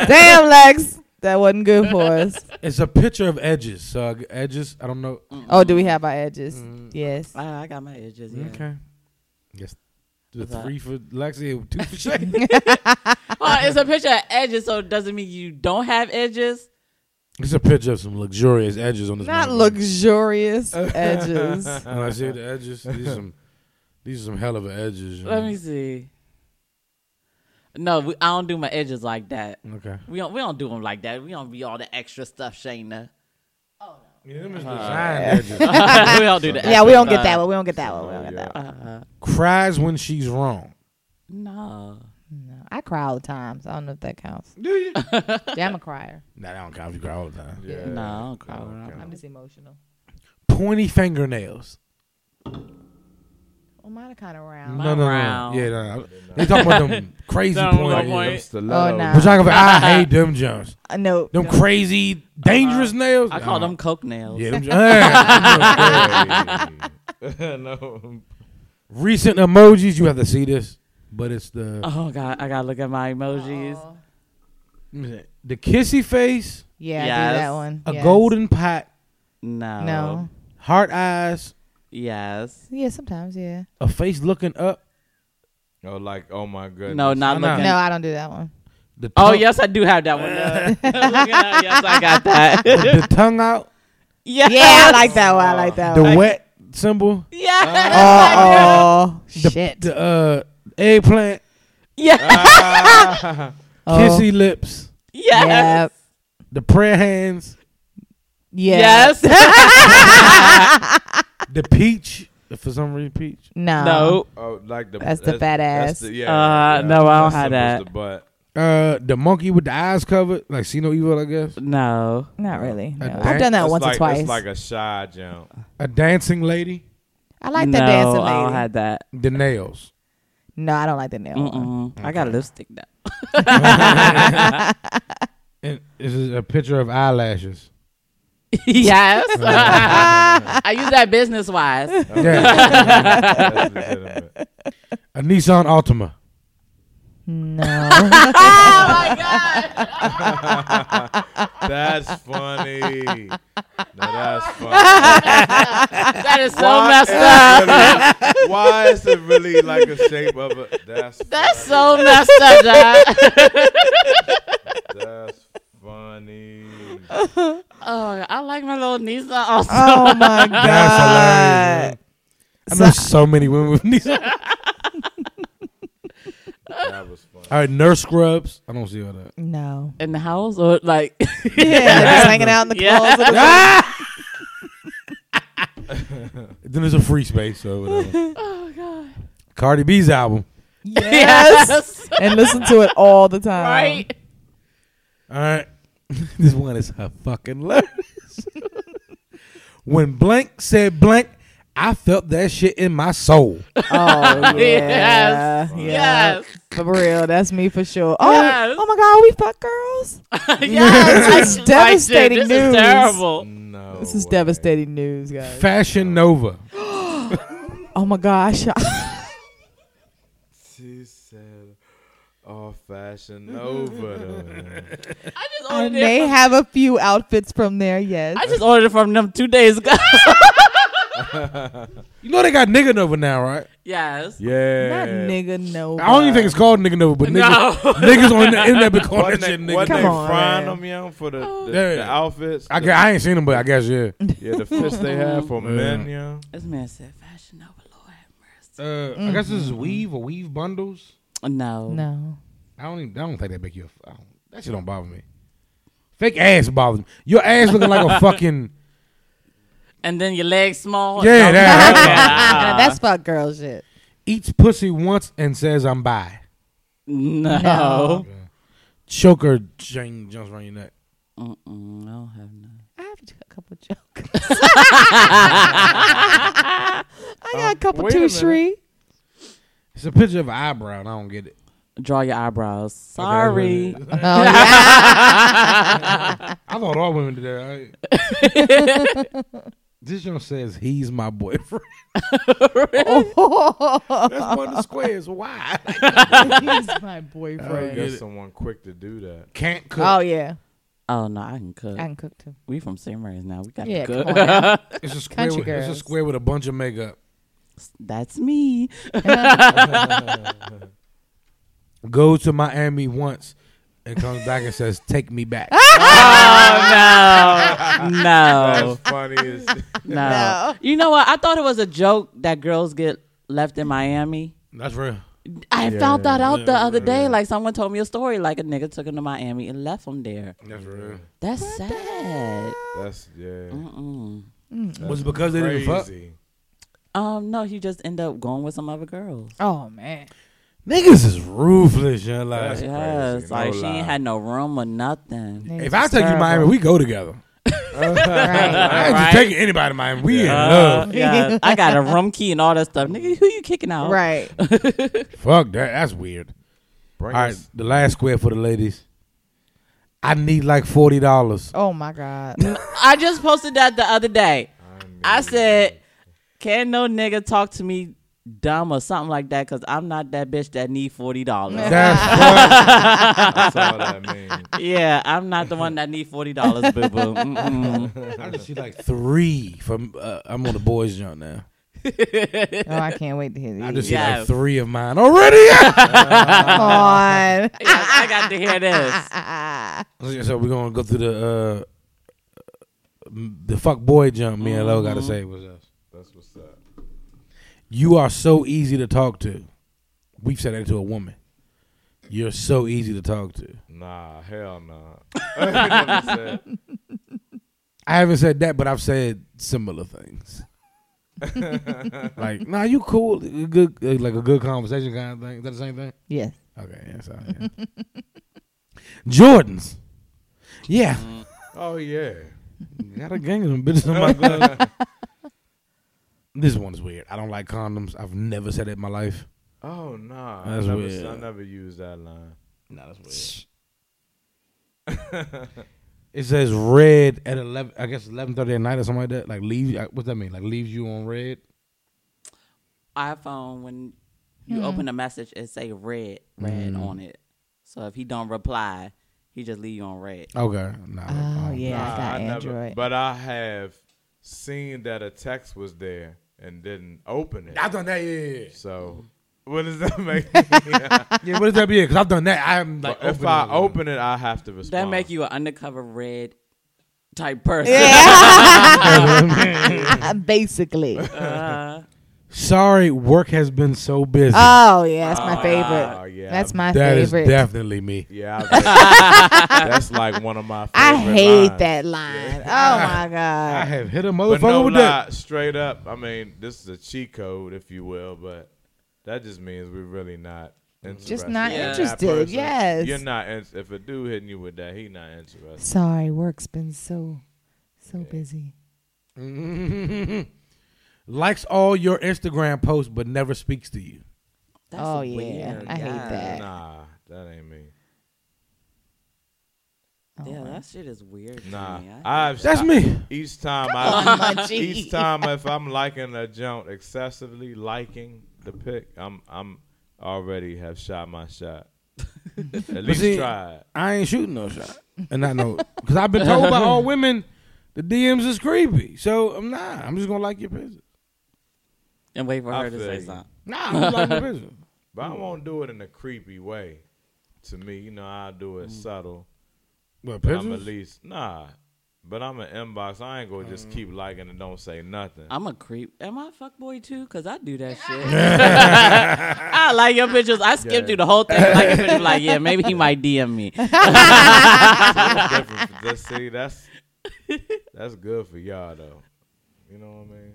[SPEAKER 2] Damn, Lex. That wasn't good for us.
[SPEAKER 1] It's a picture of edges. So I g- edges. I don't know.
[SPEAKER 2] Oh, do we have our edges? Yes.
[SPEAKER 4] I, I got my edges. Yeah.
[SPEAKER 1] Okay. Yes. The
[SPEAKER 4] What's that?
[SPEAKER 1] three for Lexi, and two for Shade.
[SPEAKER 4] Oh, it's a picture of edges, so it doesn't mean you don't have edges.
[SPEAKER 1] it's a picture of some luxurious edges on this.
[SPEAKER 2] Not
[SPEAKER 1] motherfucker.
[SPEAKER 2] luxurious edges.
[SPEAKER 1] When I see the edges, these are some, these are some hell of a edges. you
[SPEAKER 4] Let
[SPEAKER 1] know.
[SPEAKER 4] me see. No, we, I don't do my edges like that.
[SPEAKER 1] Okay.
[SPEAKER 4] We don't. We don't do them like that. We don't be all the extra stuff, Shayna.
[SPEAKER 1] Yeah, them is design edges.
[SPEAKER 4] we don't do that.
[SPEAKER 2] Yeah, we don't get that one. We don't get that one. We don't get that one.
[SPEAKER 4] Uh,
[SPEAKER 1] Cries when she's wrong.
[SPEAKER 4] no.
[SPEAKER 2] No, I cry all the time, so I don't know if that counts.
[SPEAKER 1] Do you?
[SPEAKER 2] Yeah, I'm a crier.
[SPEAKER 1] Nah, that don't count. You cry all the time.
[SPEAKER 3] Yeah.
[SPEAKER 4] No, I don't cry
[SPEAKER 3] No,
[SPEAKER 4] when I'm-
[SPEAKER 3] okay.
[SPEAKER 2] I'm just emotional.
[SPEAKER 1] Pointy fingernails.
[SPEAKER 2] Well, Oh, mine are kind of round.
[SPEAKER 4] My
[SPEAKER 1] No, no, no.
[SPEAKER 4] round.
[SPEAKER 1] Yeah, no, no. They talking about them crazy
[SPEAKER 4] Them
[SPEAKER 1] pointy.
[SPEAKER 4] little point-
[SPEAKER 3] Them
[SPEAKER 1] nails.
[SPEAKER 3] stilettos.
[SPEAKER 2] Oh, nah.
[SPEAKER 1] We're talking about I hate them Jones.
[SPEAKER 2] I know.
[SPEAKER 1] Them crazy dangerous nails.
[SPEAKER 4] Uh-huh. I call
[SPEAKER 1] Nah.
[SPEAKER 4] them coke nails.
[SPEAKER 1] Yeah, them Jones. Hey.
[SPEAKER 3] Hey. no.
[SPEAKER 1] Recent emojis. You have to see this, but it's the
[SPEAKER 4] Oh God, I gotta look at my emojis.
[SPEAKER 2] Oh.
[SPEAKER 1] the kissy face,
[SPEAKER 2] Yeah, I do
[SPEAKER 4] Yes.
[SPEAKER 2] that one.
[SPEAKER 1] a
[SPEAKER 2] Yes.
[SPEAKER 1] golden pot,
[SPEAKER 4] No.
[SPEAKER 2] No.
[SPEAKER 1] heart eyes,
[SPEAKER 4] Yes.
[SPEAKER 2] Yeah, sometimes, yeah.
[SPEAKER 1] a face looking up.
[SPEAKER 3] Oh, like oh my goodness.
[SPEAKER 4] No, not
[SPEAKER 1] I know.
[SPEAKER 4] looking.
[SPEAKER 2] No, I don't do that one.
[SPEAKER 1] The
[SPEAKER 4] Oh
[SPEAKER 1] tongue-
[SPEAKER 4] yes, I do have that one. Look at that. yes, I got that.
[SPEAKER 1] the tongue out,
[SPEAKER 4] yes.
[SPEAKER 2] Yeah, I like that one. I like that
[SPEAKER 1] the
[SPEAKER 2] one.
[SPEAKER 1] wet symbol,
[SPEAKER 4] Yes.
[SPEAKER 2] Uh, Oh,
[SPEAKER 1] the,
[SPEAKER 2] shit.
[SPEAKER 1] the uh, eggplant,
[SPEAKER 4] yes.
[SPEAKER 2] uh, Oh,
[SPEAKER 1] kissy lips,
[SPEAKER 4] Yes.
[SPEAKER 2] Yep.
[SPEAKER 1] the prayer hands,
[SPEAKER 2] Yeah.
[SPEAKER 1] the peach. If for some reason, peach.
[SPEAKER 2] No.
[SPEAKER 4] no.
[SPEAKER 3] Oh, like the
[SPEAKER 2] That's the fat ass.
[SPEAKER 3] the- yeah,
[SPEAKER 4] Uh,
[SPEAKER 3] yeah,
[SPEAKER 4] no, I don't
[SPEAKER 3] that's
[SPEAKER 4] have
[SPEAKER 3] symbol's
[SPEAKER 4] that.
[SPEAKER 3] The butt.
[SPEAKER 1] Uh, the monkey with the eyes covered, like see no evil, I guess.
[SPEAKER 4] No.
[SPEAKER 2] Not really. No.
[SPEAKER 1] Uh,
[SPEAKER 2] I've done that
[SPEAKER 3] That's
[SPEAKER 2] once
[SPEAKER 3] like,
[SPEAKER 2] or twice.
[SPEAKER 3] It's like a shy jump.
[SPEAKER 1] A dancing lady,
[SPEAKER 2] I like
[SPEAKER 4] no,
[SPEAKER 2] that dancing
[SPEAKER 4] I don't
[SPEAKER 2] lady.
[SPEAKER 4] have that.
[SPEAKER 1] the nails.
[SPEAKER 2] no, I don't like the nail one.
[SPEAKER 4] Mm-mm. I got lipstick now.
[SPEAKER 1] And this is a picture of eyelashes.
[SPEAKER 4] yes. I use that business wise.
[SPEAKER 1] Yeah,
[SPEAKER 3] That's legitimate.
[SPEAKER 1] a Nissan Altima.
[SPEAKER 2] No.
[SPEAKER 3] That's funny. No, that's funny.
[SPEAKER 4] That is so
[SPEAKER 3] Why
[SPEAKER 4] messed
[SPEAKER 3] is
[SPEAKER 4] up.
[SPEAKER 3] it really- why is it really like a shape of a? That's
[SPEAKER 4] That's
[SPEAKER 3] funny.
[SPEAKER 4] so messed up, Dad.
[SPEAKER 3] That's funny.
[SPEAKER 4] Oh, I like my little niece also.
[SPEAKER 2] oh my
[SPEAKER 1] That's
[SPEAKER 2] god.
[SPEAKER 1] hilarious. man. I know so many women with Nissan.
[SPEAKER 3] That was funny.
[SPEAKER 1] All right, nurse scrubs. I don't see all that.
[SPEAKER 2] No.
[SPEAKER 4] In the house or like
[SPEAKER 2] Yeah, just hanging out in the
[SPEAKER 4] Yeah.
[SPEAKER 2] closet.
[SPEAKER 1] Then there's a free space, so whatever. oh god. Cardi B's album.
[SPEAKER 2] Yes. and listen to it all the time.
[SPEAKER 4] right?
[SPEAKER 1] All right. this one is her fucking letters. when blank said blank, I felt that shit in my soul.
[SPEAKER 2] Oh yeah.
[SPEAKER 4] Yes.
[SPEAKER 2] Yeah.
[SPEAKER 4] Yes.
[SPEAKER 2] For real, that's me for sure. Oh,
[SPEAKER 4] Yes.
[SPEAKER 2] oh my god, we fuck girls.
[SPEAKER 4] yes.
[SPEAKER 2] That's devastating
[SPEAKER 4] Like, shit, this
[SPEAKER 2] news.
[SPEAKER 4] is terrible.
[SPEAKER 3] No.
[SPEAKER 2] This is
[SPEAKER 3] way.
[SPEAKER 2] devastating news, guys.
[SPEAKER 1] Fashion Nova.
[SPEAKER 2] Oh my gosh.
[SPEAKER 3] She said, Oh, fashion Nova.
[SPEAKER 4] I just
[SPEAKER 2] I
[SPEAKER 4] ordered it.
[SPEAKER 2] may
[SPEAKER 4] from-
[SPEAKER 2] have a few outfits from there. Yes.
[SPEAKER 4] I just ordered it from them two days ago.
[SPEAKER 1] You know they got nigga Nova now, right?
[SPEAKER 4] yes.
[SPEAKER 3] yeah.
[SPEAKER 2] Not nigga no.
[SPEAKER 1] I don't even think it's called nigga Nova, but
[SPEAKER 4] No.
[SPEAKER 1] niggas, niggas on the internet be calling
[SPEAKER 3] Wasn't
[SPEAKER 1] that shit
[SPEAKER 3] they,
[SPEAKER 1] nigga
[SPEAKER 3] wasn't they
[SPEAKER 2] Come
[SPEAKER 1] Nova.
[SPEAKER 2] on,
[SPEAKER 3] frying
[SPEAKER 2] man.
[SPEAKER 3] them young for the, the,
[SPEAKER 1] Yeah.
[SPEAKER 3] the outfits?
[SPEAKER 1] I,
[SPEAKER 3] The-
[SPEAKER 1] gu- I ain't seen them, but I guess yeah.
[SPEAKER 3] Yeah, the fits they have for
[SPEAKER 1] Yeah.
[SPEAKER 3] men, young.
[SPEAKER 4] This man said, "Fashion over, Lord have mercy."
[SPEAKER 1] Uh, I guess this is weave or weave bundles.
[SPEAKER 4] No.
[SPEAKER 2] No.
[SPEAKER 1] I don't even. I don't think that make you. a f- I don't, that shit don't bother me. Fake ass bothers me. Your ass looking like a fucking.
[SPEAKER 4] And then your legs small.
[SPEAKER 1] Yeah, that-
[SPEAKER 4] Nah.
[SPEAKER 2] That's fuck girl shit.
[SPEAKER 1] eats pussy once and says I'm bi.
[SPEAKER 4] no.
[SPEAKER 2] No.
[SPEAKER 1] Choker jing, jumps around your neck.
[SPEAKER 4] Mm-mm, Mm, I don't have none.
[SPEAKER 2] I have a couple jokes. I got a couple
[SPEAKER 3] wait a
[SPEAKER 2] too,
[SPEAKER 3] minute.
[SPEAKER 2] Shree.
[SPEAKER 1] It's a picture of an eyebrow and I don't get it.
[SPEAKER 4] Draw your eyebrows. Sorry.
[SPEAKER 1] Okay,
[SPEAKER 2] Oh, yeah.
[SPEAKER 1] I thought all women did that. Right? this one says he's my boyfriend.
[SPEAKER 2] Oh.
[SPEAKER 1] That's one of the squares. Why?
[SPEAKER 2] He's my
[SPEAKER 3] I
[SPEAKER 1] get
[SPEAKER 2] boyfriend.
[SPEAKER 3] guess
[SPEAKER 1] it.
[SPEAKER 3] someone quick to do that.
[SPEAKER 1] Can't cook.
[SPEAKER 2] Oh, yeah.
[SPEAKER 4] oh no, I can cook.
[SPEAKER 2] I can cook too.
[SPEAKER 4] we from St. Mary's now. We got
[SPEAKER 2] Yeah,
[SPEAKER 4] to cook.
[SPEAKER 2] come on now.
[SPEAKER 1] it's a square.
[SPEAKER 2] Oh, country
[SPEAKER 1] With, it's a
[SPEAKER 2] girls.
[SPEAKER 1] square with a bunch of makeup.
[SPEAKER 4] That's me.
[SPEAKER 1] Goes to Miami once and comes back and says, "Take me back."
[SPEAKER 2] Ah!
[SPEAKER 4] Oh no, no,
[SPEAKER 3] That's funny. As,
[SPEAKER 4] no.
[SPEAKER 2] No.
[SPEAKER 4] You know what? I thought it was a joke that girls get left in Miami.
[SPEAKER 1] That's real.
[SPEAKER 4] I
[SPEAKER 3] Yeah,
[SPEAKER 4] found that out the
[SPEAKER 1] yeah,
[SPEAKER 4] other day.
[SPEAKER 1] yeah.
[SPEAKER 4] Like someone told me a story. Like a nigga took him to Miami and left him there.
[SPEAKER 1] That's real.
[SPEAKER 4] That's sad.
[SPEAKER 3] that's yeah.
[SPEAKER 4] Mm-mm.
[SPEAKER 1] Was it because they didn't fuck?
[SPEAKER 3] Crazy.
[SPEAKER 4] Um, no, he just ended up going with some other girls.
[SPEAKER 2] Oh, man.
[SPEAKER 1] Niggas is ruthless, yeah. Like,
[SPEAKER 3] That's
[SPEAKER 4] yes,
[SPEAKER 3] crazy.
[SPEAKER 4] like
[SPEAKER 3] No
[SPEAKER 4] she
[SPEAKER 3] lie.
[SPEAKER 4] ain't had no room or nothing.
[SPEAKER 1] if I take you to Miami, we go together. I ain't
[SPEAKER 4] Right.
[SPEAKER 1] just taking anybody to Miami. We in
[SPEAKER 4] Uh,
[SPEAKER 1] love.
[SPEAKER 4] yeah, I got a room key and all that stuff. Nigga, who you kicking out?
[SPEAKER 2] Right.
[SPEAKER 1] Fuck that. That's weird.
[SPEAKER 3] Bring
[SPEAKER 1] All right,
[SPEAKER 3] us-
[SPEAKER 1] the last square for the ladies. I need like forty dollars.
[SPEAKER 2] Oh, my God.
[SPEAKER 4] I just posted that the other day. I said, "Can no nigga talk to me dumb or something like that?" Because I'm not that bitch that need forty dollars.
[SPEAKER 1] That's fucked.
[SPEAKER 3] That's all that means.
[SPEAKER 4] yeah, I'm not the one that need forty dollars, boo boo. Mm-mm.
[SPEAKER 1] I just see like three from. Uh, I'm on the boys' jump now.
[SPEAKER 2] Oh, I can't wait to hear these.
[SPEAKER 1] I just see like
[SPEAKER 4] Yes.
[SPEAKER 1] three of mine already.
[SPEAKER 2] Come on.
[SPEAKER 4] Yes, I got to hear this.
[SPEAKER 1] so we're gonna go through the uh, the fuck boy jump. Me and Lo gotta say
[SPEAKER 3] Mm-hmm.
[SPEAKER 1] was us.
[SPEAKER 3] That's what's up.
[SPEAKER 1] You are so easy to talk to. We've said that to a woman. You're so easy to talk to.
[SPEAKER 3] Nah, hell nah.
[SPEAKER 1] I haven't said that, but I've said similar things. like, nah, you cool, good, uh, like a good conversation kind of thing. Is that the same thing?
[SPEAKER 2] Yes.
[SPEAKER 1] Okay, yeah, sorry. Yeah. Jordans, yeah,
[SPEAKER 3] oh yeah.
[SPEAKER 1] got a gang of them bitches on my glove. this one is weird. I don't like condoms. I've never said it in my life.
[SPEAKER 3] Oh nah.
[SPEAKER 1] That's
[SPEAKER 3] I never,
[SPEAKER 1] weird.
[SPEAKER 3] I never used that line.
[SPEAKER 1] No, that's weird. it says red at eleven. I guess eleven thirty at night or something like that. Like leave. uh, What's that mean? Like leaves you on red.
[SPEAKER 4] iPhone when
[SPEAKER 2] Mm-hmm.
[SPEAKER 4] you open a message, it say red, red on it. So if he don't reply, he just leave you on red.
[SPEAKER 1] Okay. Nah,
[SPEAKER 2] Oh,
[SPEAKER 1] oh,
[SPEAKER 2] yeah. I
[SPEAKER 3] Nah,
[SPEAKER 2] got
[SPEAKER 3] never-
[SPEAKER 2] Android.
[SPEAKER 3] but I have seen that a text was there and didn't open it.
[SPEAKER 1] I've done that. Yeah. yeah, yeah.
[SPEAKER 3] So what does that make?
[SPEAKER 1] Yeah, what does that be? Because I've done that. I'm like,
[SPEAKER 3] But if
[SPEAKER 1] opening
[SPEAKER 3] I
[SPEAKER 1] it.
[SPEAKER 3] open it, I have to respond.
[SPEAKER 4] That make you an undercover red type person.
[SPEAKER 2] Basically.
[SPEAKER 1] Sorry, work has been so busy.
[SPEAKER 2] Oh, yeah. That's
[SPEAKER 4] Ah,
[SPEAKER 2] my favorite.
[SPEAKER 3] Oh, yeah.
[SPEAKER 2] That's my
[SPEAKER 1] that is
[SPEAKER 2] favorite.
[SPEAKER 1] definitely me.
[SPEAKER 3] Yeah, I- that's like one of my. Favorite
[SPEAKER 2] I hate
[SPEAKER 3] lines.
[SPEAKER 2] that line. Oh, my
[SPEAKER 1] I
[SPEAKER 2] God.
[SPEAKER 1] have hit a motherfucker
[SPEAKER 3] But no
[SPEAKER 1] with
[SPEAKER 3] lie,
[SPEAKER 1] that.
[SPEAKER 3] straight up. I mean, this is a cheat code, if you will, but that just means we're really not. Interested.
[SPEAKER 2] not
[SPEAKER 3] in that
[SPEAKER 2] interested,
[SPEAKER 3] person.
[SPEAKER 2] yes.
[SPEAKER 3] You're not. In- if a dude hitting you with that, he not interested.
[SPEAKER 2] Sorry, work's been so, so busy.
[SPEAKER 1] Likes all your Instagram posts but never speaks to you.
[SPEAKER 4] That's
[SPEAKER 2] Oh, yeah.
[SPEAKER 4] weird.
[SPEAKER 2] I hate
[SPEAKER 4] Yeah.
[SPEAKER 2] that.
[SPEAKER 3] Nah, that ain't me.
[SPEAKER 2] Oh,
[SPEAKER 4] Yeah, that shit is weird. to
[SPEAKER 3] Nah,
[SPEAKER 4] me. I-
[SPEAKER 3] I've
[SPEAKER 1] That's
[SPEAKER 3] I-
[SPEAKER 1] me.
[SPEAKER 3] Each time I, each time if I'm liking a jump excessively, liking the pick, I'm I'm already have shot my shot. At least
[SPEAKER 1] see-
[SPEAKER 3] try.
[SPEAKER 1] I ain't shooting no shot, and I know because I've been told by all women the DMs is creepy. So I'm not. I'm just gonna like your picture.
[SPEAKER 4] and wait for
[SPEAKER 3] I
[SPEAKER 4] her to
[SPEAKER 3] feel
[SPEAKER 4] say
[SPEAKER 3] you.
[SPEAKER 4] something.
[SPEAKER 1] Nah, I'm just like your picture.
[SPEAKER 3] But
[SPEAKER 1] Hmm.
[SPEAKER 3] I won't do it in a creepy way. To me, you know, I do
[SPEAKER 1] Hmm.
[SPEAKER 3] it subtle.
[SPEAKER 1] What
[SPEAKER 3] But I'm at
[SPEAKER 1] pictures?
[SPEAKER 3] least nah. But I'm an inbox. I ain't gonna just
[SPEAKER 1] Hmm.
[SPEAKER 3] keep liking and don't say nothing.
[SPEAKER 4] I'm a creep. Am I a fuckboy too? Cause I do that shit. I like your pictures. I skip
[SPEAKER 3] Yeah.
[SPEAKER 4] through the whole thing. Like your pictures. Like yeah, maybe he might DM me.
[SPEAKER 3] different. Just see, that's that's good for y'all though. You know what I mean?